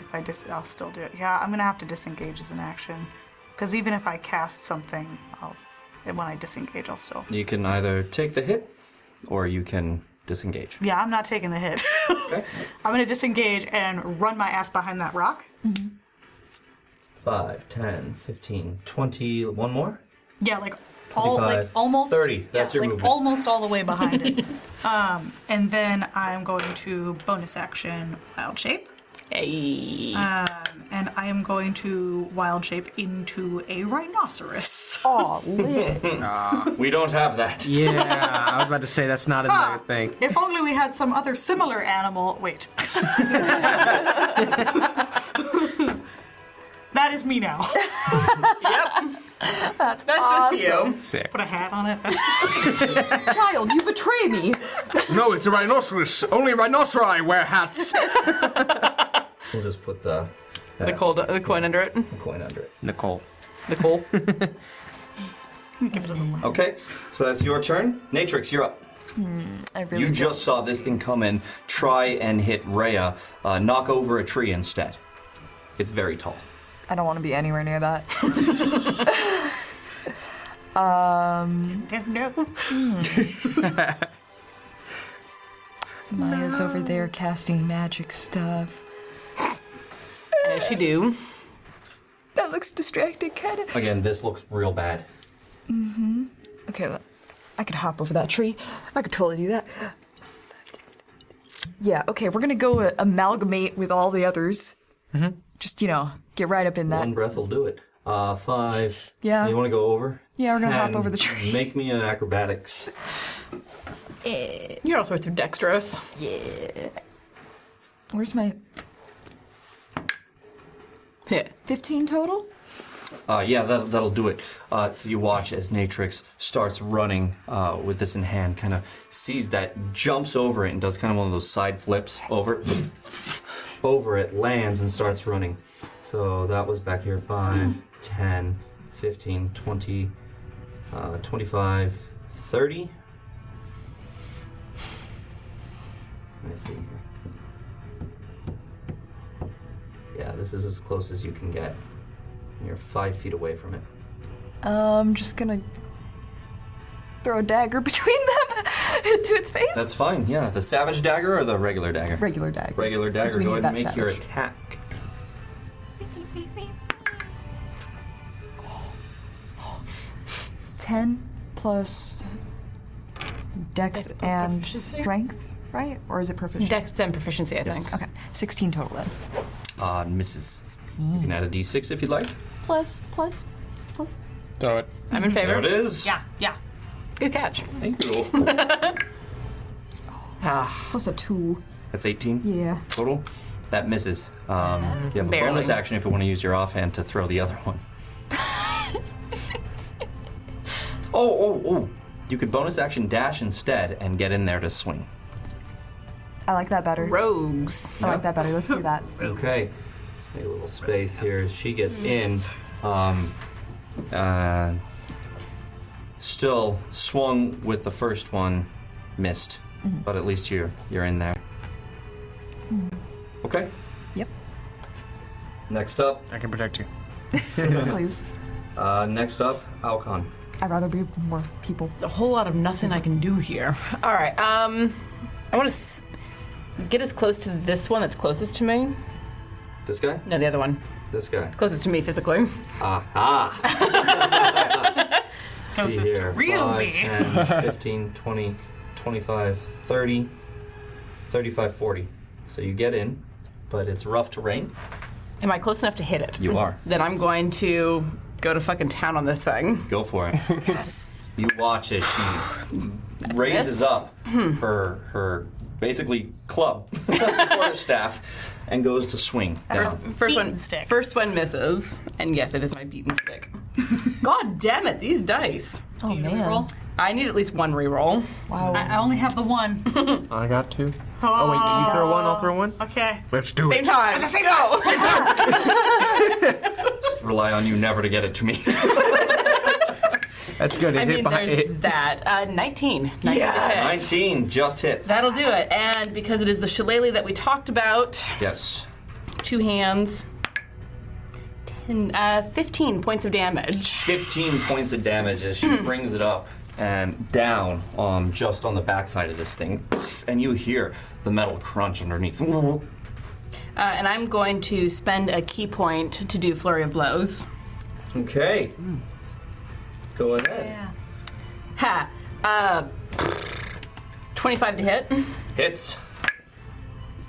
Speaker 6: if I dis, I'll still do it. Yeah, I'm gonna have to disengage as an action, because even if I cast something, I'll, and when I disengage, I'll still.
Speaker 1: You can either take the hit, or you can disengage.
Speaker 6: Yeah, I'm not taking the hit. [LAUGHS] I'm gonna disengage and run my ass behind that rock.
Speaker 1: 5, 10, 15, 20, one more?
Speaker 6: Yeah, like all, like
Speaker 1: 25,
Speaker 6: almost
Speaker 1: 30. That's
Speaker 6: yeah,
Speaker 1: your
Speaker 6: like
Speaker 1: movement.
Speaker 6: almost all the way behind
Speaker 1: [LAUGHS]
Speaker 6: it. Um, and then I'm going to bonus action wild shape.
Speaker 12: Hey.
Speaker 6: Um, and I am going to wild shape into a rhinoceros.
Speaker 10: Oh,
Speaker 1: we don't have that.
Speaker 8: Yeah, I was about to say that's not a
Speaker 6: Huh.
Speaker 8: good thing.
Speaker 6: If only we had some other similar animal.
Speaker 1: [LAUGHS]
Speaker 6: Wait. that is me now. yep.
Speaker 10: That's,
Speaker 6: awesome.
Speaker 10: awesome.
Speaker 8: Sick.
Speaker 6: Put a hat on it. [LAUGHS]
Speaker 10: Child, you betray me.
Speaker 11: No, it's a rhinoceros. Only rhinoceri wear hats.
Speaker 1: We'll just put the uh,
Speaker 12: The, cold, the coin under it. The
Speaker 1: coin under it.
Speaker 8: [LAUGHS] Nicole.
Speaker 1: [LAUGHS]
Speaker 12: Nicole.
Speaker 6: Give it a little.
Speaker 1: Okay, so that's your turn. Natrix, you're up.
Speaker 10: I really
Speaker 1: you
Speaker 10: don't-
Speaker 1: just saw this thing come in, try and hit Rhea, uh, knock over a tree instead. It's very tall.
Speaker 10: I don't want to be anywhere near that. um.
Speaker 6: No.
Speaker 10: Maya's over there casting magic stuff.
Speaker 12: As she do.
Speaker 10: That looks distracting, kind of.
Speaker 1: Again, this looks real bad.
Speaker 10: Mm-hmm. Okay, look. I could hop over that tree. I could totally do that. Yeah, okay, we're gonna go uh, amalgamate with all the others.
Speaker 1: Mhm.
Speaker 10: Just, you know, get right up in that.
Speaker 1: One breath will do it. Uh, five.
Speaker 10: Yeah.
Speaker 1: You want to go over?
Speaker 10: Yeah, we're gonna hop
Speaker 1: Ten.
Speaker 10: over the tree.
Speaker 1: Make me an acrobatics.
Speaker 12: You're all sorts of dexterous.
Speaker 10: Yeah. Where's my.
Speaker 12: Yeah.
Speaker 10: 15 total?
Speaker 1: Uh, yeah, that, that'll do it. Uh, so you watch as Natrix starts running uh, with this in hand, kind of sees that, jumps over it, and does kind of one of those side flips over [LAUGHS] it, over it, lands, and starts running. So that was back here 5, 10, 15, 20, uh, 25, 30. Let me see here. Yeah, this is as close as you can get. And You're five feet away from it.
Speaker 10: I'm just gonna throw a dagger [LAUGHS] between them into its face.
Speaker 1: That's fine, yeah. The savage dagger or the regular dagger?
Speaker 10: Regular dagger.
Speaker 1: Regular
Speaker 10: Because
Speaker 1: dagger.
Speaker 10: we
Speaker 1: Go
Speaker 10: need
Speaker 1: ahead and make
Speaker 10: that
Speaker 1: your
Speaker 10: savage.
Speaker 1: attack.
Speaker 10: Ten plus dex, and strength, right? Or is it proficiency?
Speaker 12: Dex and proficiency, I
Speaker 1: Yes.
Speaker 12: think.
Speaker 10: Okay, sixteen total then.
Speaker 1: Uh, misses. You can add a d6 if you'd like.
Speaker 10: Plus, plus, plus.
Speaker 1: Throw it.
Speaker 12: I'm in favor.
Speaker 1: There it is.
Speaker 12: Yeah, yeah. Good catch.
Speaker 1: Thank you.
Speaker 12: Ah,
Speaker 10: Plus a two.
Speaker 1: That's 18
Speaker 10: Yeah.
Speaker 1: total. That misses. Um, you have
Speaker 10: Barely.
Speaker 1: a bonus action if you want to use your offhand to throw the other one. oh, oh, oh. You could bonus action dash instead and get in there to swing.
Speaker 10: I like that better.
Speaker 12: Rogues.
Speaker 10: I like that better. Let's do that.
Speaker 1: Okay. Make a little space here. She gets in. Um, uh, still swung with the first one, missed.
Speaker 10: Mhm.
Speaker 1: But at least you're you're in there. Okay.
Speaker 10: Yep.
Speaker 1: Next up.
Speaker 8: I can protect you.
Speaker 10: Please.
Speaker 1: Uh, next up, Alcon.
Speaker 10: I'd rather be more people.
Speaker 12: There's a whole lot of nothing I can do here. All right. Um, I want to s- get as close to this one that's closest to me.
Speaker 1: This guy?
Speaker 12: No, the other one.
Speaker 1: This guy.
Speaker 12: Closest to me physically.
Speaker 1: Aha!
Speaker 12: Closest
Speaker 1: See
Speaker 12: to
Speaker 1: here.
Speaker 12: real
Speaker 1: Five,
Speaker 12: me.
Speaker 1: 10, 15, 20, 25, 30, 35, 40. So you get in, but it's rough terrain.
Speaker 12: Am I close enough to hit it?
Speaker 1: You are.
Speaker 12: Then I'm going to go to fucking town on this thing.
Speaker 1: Go for it.
Speaker 12: [LAUGHS] Yes.
Speaker 1: You watch as she raises
Speaker 12: miss. Hmm.
Speaker 1: up her her basically club [LAUGHS] quarter staff and goes to swing down.
Speaker 12: First one, stick. first one misses, and yes, it is my beaten [LAUGHS] stick. God damn it, these dice! Oh
Speaker 6: man. reroll?
Speaker 12: I need at least one reroll.
Speaker 6: Wow. I, I only have the one. oh,
Speaker 8: I got two. Oh, wait, you throw one, I'll throw one?
Speaker 6: Okay.
Speaker 8: Let's do
Speaker 12: Same time.
Speaker 6: Let's go.
Speaker 12: Same time.
Speaker 1: Just rely on you never to get it to
Speaker 12: [LAUGHS]
Speaker 1: me.
Speaker 8: That's good.
Speaker 12: I mean, there's that. Uh, 19. 19 hits.
Speaker 1: 19 just hits.
Speaker 12: That'll do it. And because it is the shillelagh that we talked about,
Speaker 1: yes.
Speaker 12: two hands, 10, uh, 15 points of damage.
Speaker 1: 15 points of damage as
Speaker 12: Hmm.
Speaker 1: she brings it up and down um, just on the backside of this thing. And you hear the metal crunch underneath. [LAUGHS]
Speaker 12: Uh, and I'm going to spend a key point to do Flurry of Blows.
Speaker 1: Okay.
Speaker 12: Hmm.
Speaker 1: Go ahead.
Speaker 12: Ha! Uh, 25 to hit.
Speaker 1: Hits.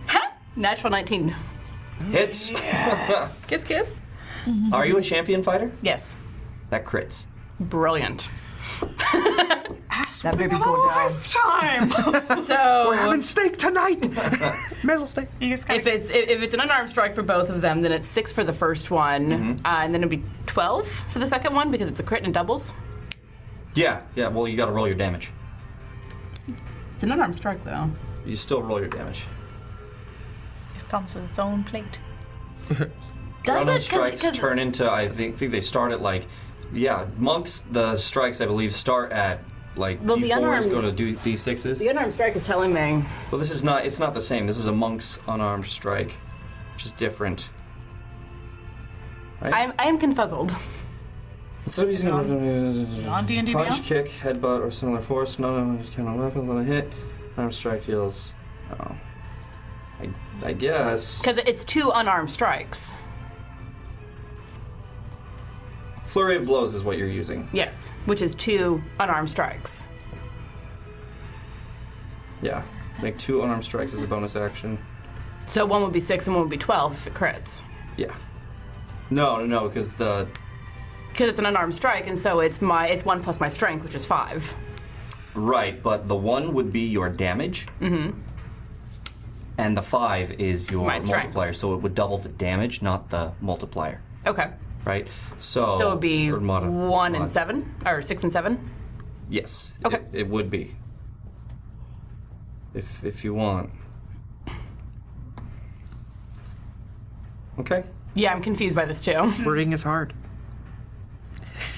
Speaker 12: Ha! Natural 19.
Speaker 1: Hits.
Speaker 12: kiss, kiss.
Speaker 1: Are
Speaker 12: Mm-hmm.
Speaker 1: you a champion fighter?
Speaker 12: Yes.
Speaker 1: That crits.
Speaker 12: Brilliant.
Speaker 10: That baby's going down.
Speaker 6: Time.
Speaker 12: so
Speaker 8: We're having steak tonight. Metal steak.
Speaker 12: If it's if if it's an unarmed strike for both of them, then it's six for the first one, uh, and then it'd be twelve for the second one because it's a crit and it doubles.
Speaker 1: Yeah, yeah, well, you gotta roll your damage.
Speaker 12: It's an unarmed strike though.
Speaker 1: You still roll your damage.
Speaker 6: It comes with its own plate.
Speaker 1: Ground
Speaker 6: it?
Speaker 1: up
Speaker 6: 'Cause-
Speaker 1: strikes
Speaker 6: 'cause-
Speaker 1: turn into, I think, think they start at like, yeah, monks, the strikes, I believe, start at like
Speaker 12: Well, the
Speaker 1: D4s,
Speaker 12: unarmed-
Speaker 1: go to D- D6s.
Speaker 12: The unarmed strike is telling me.
Speaker 1: Well, this is not. It's not the same. This is a monk's unarmed strike, which is different. Right?
Speaker 12: I'm I am confuzzled.
Speaker 1: Instead of using
Speaker 12: It's on D&D
Speaker 1: punch,
Speaker 12: Beyond?
Speaker 1: kick, headbutt, or similar force, none of them just count on weapons on a hit. Unarmed strike deals. Oh, I, I guess
Speaker 12: Because it's two unarmed strikes.
Speaker 1: flurry of blows is what you're using.
Speaker 12: Yes, which is two unarmed strikes.
Speaker 1: Yeah, like two unarmed strikes is a bonus action.
Speaker 12: So one would be six and one would be twelve if it crits.
Speaker 1: Yeah. No, no, no, because the
Speaker 12: Because it's an unarmed strike, and so it's my it's one plus my strength, which is five.
Speaker 1: right, but the one would be your damage,
Speaker 12: Mm-hmm.
Speaker 1: and the five is your
Speaker 12: My strength.
Speaker 1: multiplier. So it would double the damage, not the multiplier.
Speaker 12: Okay.
Speaker 1: right? So,
Speaker 12: so it would be
Speaker 1: Oh, or mod-
Speaker 12: one and
Speaker 1: mod-
Speaker 12: seven, or six and seven.
Speaker 1: Yes. Okay. It, it would be. If if you want. Okay.
Speaker 12: Yeah, I'm confused by this too.
Speaker 8: Wording is hard.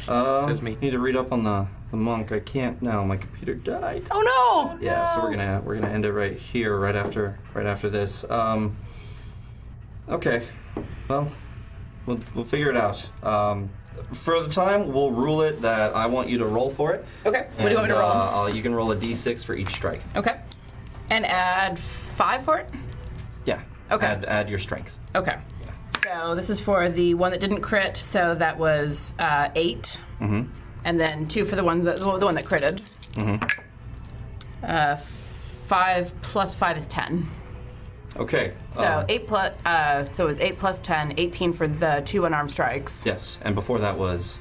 Speaker 1: Uh,
Speaker 8: Says me.
Speaker 1: Need to read up on the, the monk. I can't now. My computer died.
Speaker 12: Oh no!
Speaker 1: Yeah. So we're gonna we're gonna end it right here, right after right after this. Um. Okay. Well, we'll we'll figure it out. Um. For the time, we'll rule it that I want you to roll for it.
Speaker 12: Okay. What do you want me to
Speaker 1: And,
Speaker 12: roll?
Speaker 1: uh, I'll- you can roll a d6 for each strike.
Speaker 12: Okay. And add five for it.
Speaker 1: Yeah.
Speaker 12: Okay.
Speaker 1: Add, add your strength.
Speaker 12: Okay. So this is for the one that didn't crit. So that was uh, eight,
Speaker 1: Mm-hmm.
Speaker 12: and then two for the one that, the one that critted.
Speaker 1: Mm-hmm.
Speaker 12: Uh, five plus five is ten.
Speaker 1: Okay.
Speaker 12: So
Speaker 1: um,
Speaker 12: eight plus. Uh, so it was eight plus 10, 18 for the two unarmed strikes.
Speaker 1: Yes, and before that was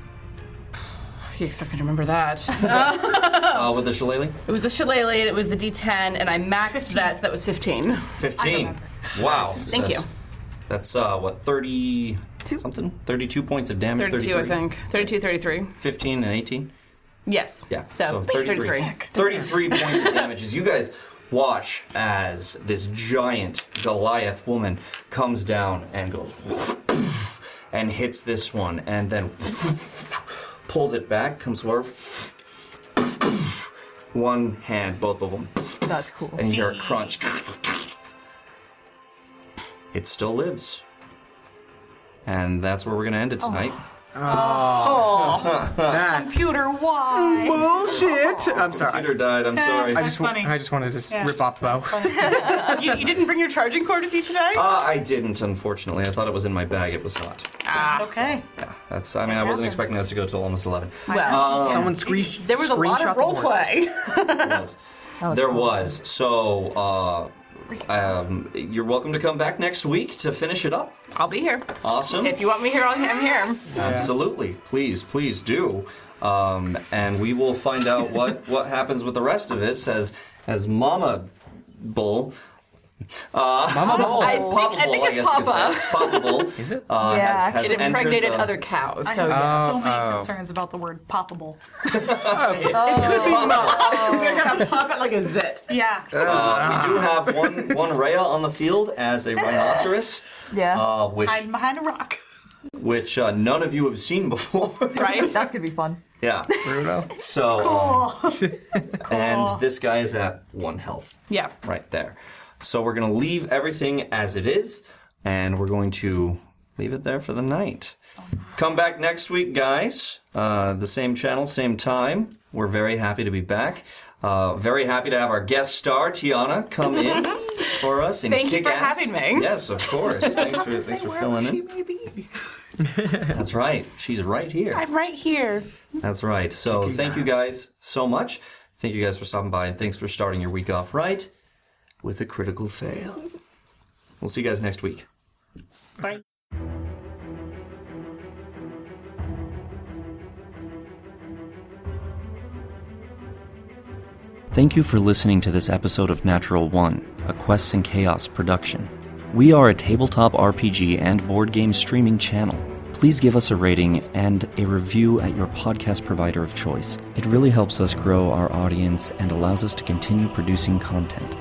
Speaker 12: You expect me to remember that?
Speaker 1: uh, with the shillelagh.
Speaker 12: it was the shillelagh. and It was the D10, and I maxed that, so that was 15.
Speaker 1: Fifteen. Wow.
Speaker 12: Thank
Speaker 1: That's-
Speaker 12: you.
Speaker 1: That's uh, what thirty something. Thirty-two points of damage.
Speaker 12: 32, I
Speaker 1: 33.
Speaker 12: think. 32, 33.
Speaker 1: Fifteen and eighteen.
Speaker 12: Yes.
Speaker 1: Yeah.
Speaker 12: So,
Speaker 1: 33.
Speaker 12: 33.
Speaker 1: 33 points of damage as you guys watch as this giant Goliath woman comes down and goes woof, poof, and hits this one and then pulls it back, comes over. One hand, both of them.
Speaker 10: That's cool.
Speaker 1: And you hear it crunch. It still lives. And that's where we're going to end it tonight.
Speaker 6: Oh.
Speaker 8: That's
Speaker 6: Computer, why?
Speaker 8: bullshit. I'm sorry.
Speaker 1: Computer died. I'm sorry.
Speaker 8: I just, wa- I just wanted to s-
Speaker 12: Yeah.
Speaker 8: rip off Bo.
Speaker 12: Oh, you, you didn't bring your charging cord with you today?
Speaker 1: Uh, I didn't, unfortunately. I thought it was in my bag. It was not.
Speaker 12: ah. It's okay.
Speaker 1: That's. I mean, I wasn't expecting this to go till almost eleven.
Speaker 12: Well,
Speaker 1: Um,
Speaker 8: someone screeched.
Speaker 12: There was a lot
Speaker 8: screenshot
Speaker 12: of
Speaker 8: the
Speaker 12: role
Speaker 8: board.
Speaker 12: play.
Speaker 1: there was. So, uh, um, you're welcome to come back next week to finish it up.
Speaker 12: I'll be here.
Speaker 1: Awesome.
Speaker 12: If you want me here, I'll- I'm here.
Speaker 1: Absolutely. Please, please do. Um, and we will find out what, what happens with the rest of this as as Mama Bull. Uh,
Speaker 12: Mama
Speaker 1: [LAUGHS]
Speaker 12: Bull. I
Speaker 1: is
Speaker 12: think-
Speaker 1: Papa
Speaker 12: I think
Speaker 1: Bull,
Speaker 12: it's
Speaker 1: guess you could say.
Speaker 12: Papa.
Speaker 1: Papa
Speaker 12: [LAUGHS]
Speaker 1: Bull. Is it? Uh,
Speaker 12: Yeah,
Speaker 1: has, has
Speaker 12: it
Speaker 1: entered
Speaker 12: impregnated
Speaker 1: the-
Speaker 12: other cows.
Speaker 6: I
Speaker 12: So,
Speaker 6: have so
Speaker 12: yes.
Speaker 6: many
Speaker 1: Oh, oh.
Speaker 6: concerns about the word poppable.
Speaker 12: They're gonna pop it like a zit.
Speaker 6: Yeah.
Speaker 1: Uh, we do have
Speaker 12: [LAUGHS]
Speaker 1: one one Rhea on the field as a rhinoceros.
Speaker 10: Yeah.
Speaker 1: Uh, which
Speaker 6: Hiding behind a rock.
Speaker 1: which uh, none of you have seen before. [LAUGHS]
Speaker 10: Right? That's gonna be fun.
Speaker 1: yeah. Bruno. So. um,
Speaker 6: Oh.
Speaker 1: And this guy is at one health.
Speaker 12: Yeah.
Speaker 1: Right there. So we're going to leave everything as it is, and we're going to leave it there for the night. Come back next week, guys. Uh, the same channel, same time. We're very happy to be back. Uh, very happy to have our guest star, Tiana, come
Speaker 12: [LAUGHS]
Speaker 1: in for us. And
Speaker 12: Thank you
Speaker 1: kick
Speaker 12: for
Speaker 1: ass.
Speaker 12: having me.
Speaker 1: Yes, of
Speaker 12: [LAUGHS]
Speaker 1: course. Thanks for, thanks for filling in. That's right. She's right here.
Speaker 12: I'm right here.
Speaker 1: That's right. So thank, you, guys so much. Thank you guys for stopping by and thanks for starting your week off right with a critical fail. We'll see you guys next week.
Speaker 4: Bye.
Speaker 1: Thank you for listening to this episode of Natural One, a Quests and Chaos production. We are a tabletop RPG and board game streaming channel. Please give us a rating and a review at your podcast provider of choice. It really helps us grow our audience and allows us to continue producing content.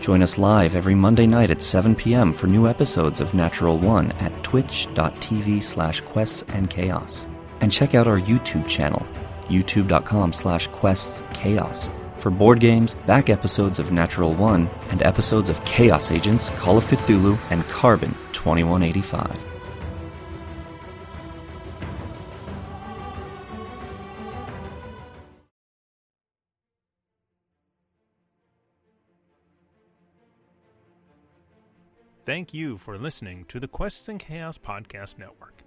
Speaker 1: Join us live every Monday night at 7 p.m. for new episodes of Natural One at twitch.tv slash quests and chaos. And check out our YouTube channel, youtube.com slash quests chaos, for board games, back episodes of Natural One, and episodes of Chaos Agents, Call of Cthulhu, and Carbon 2185.
Speaker 34: Thank you for listening to the Quests and Chaos Podcast Network.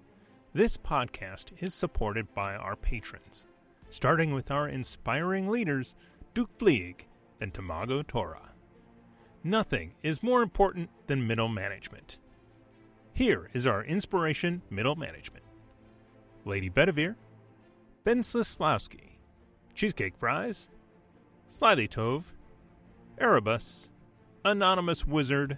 Speaker 34: This podcast is supported by our patrons, starting with our inspiring leaders, Duke Fleeg and Tamago Tora. Nothing is more important than middle management. Here is our inspiration middle management Lady Bedivere, Ben Slislawski, Cheesecake Fries, Slyly Tove, Erebus, Anonymous Wizard,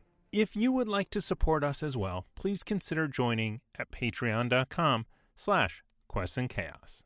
Speaker 34: If you would like to support us as well, please consider joining at patreon.com slash quests and chaos.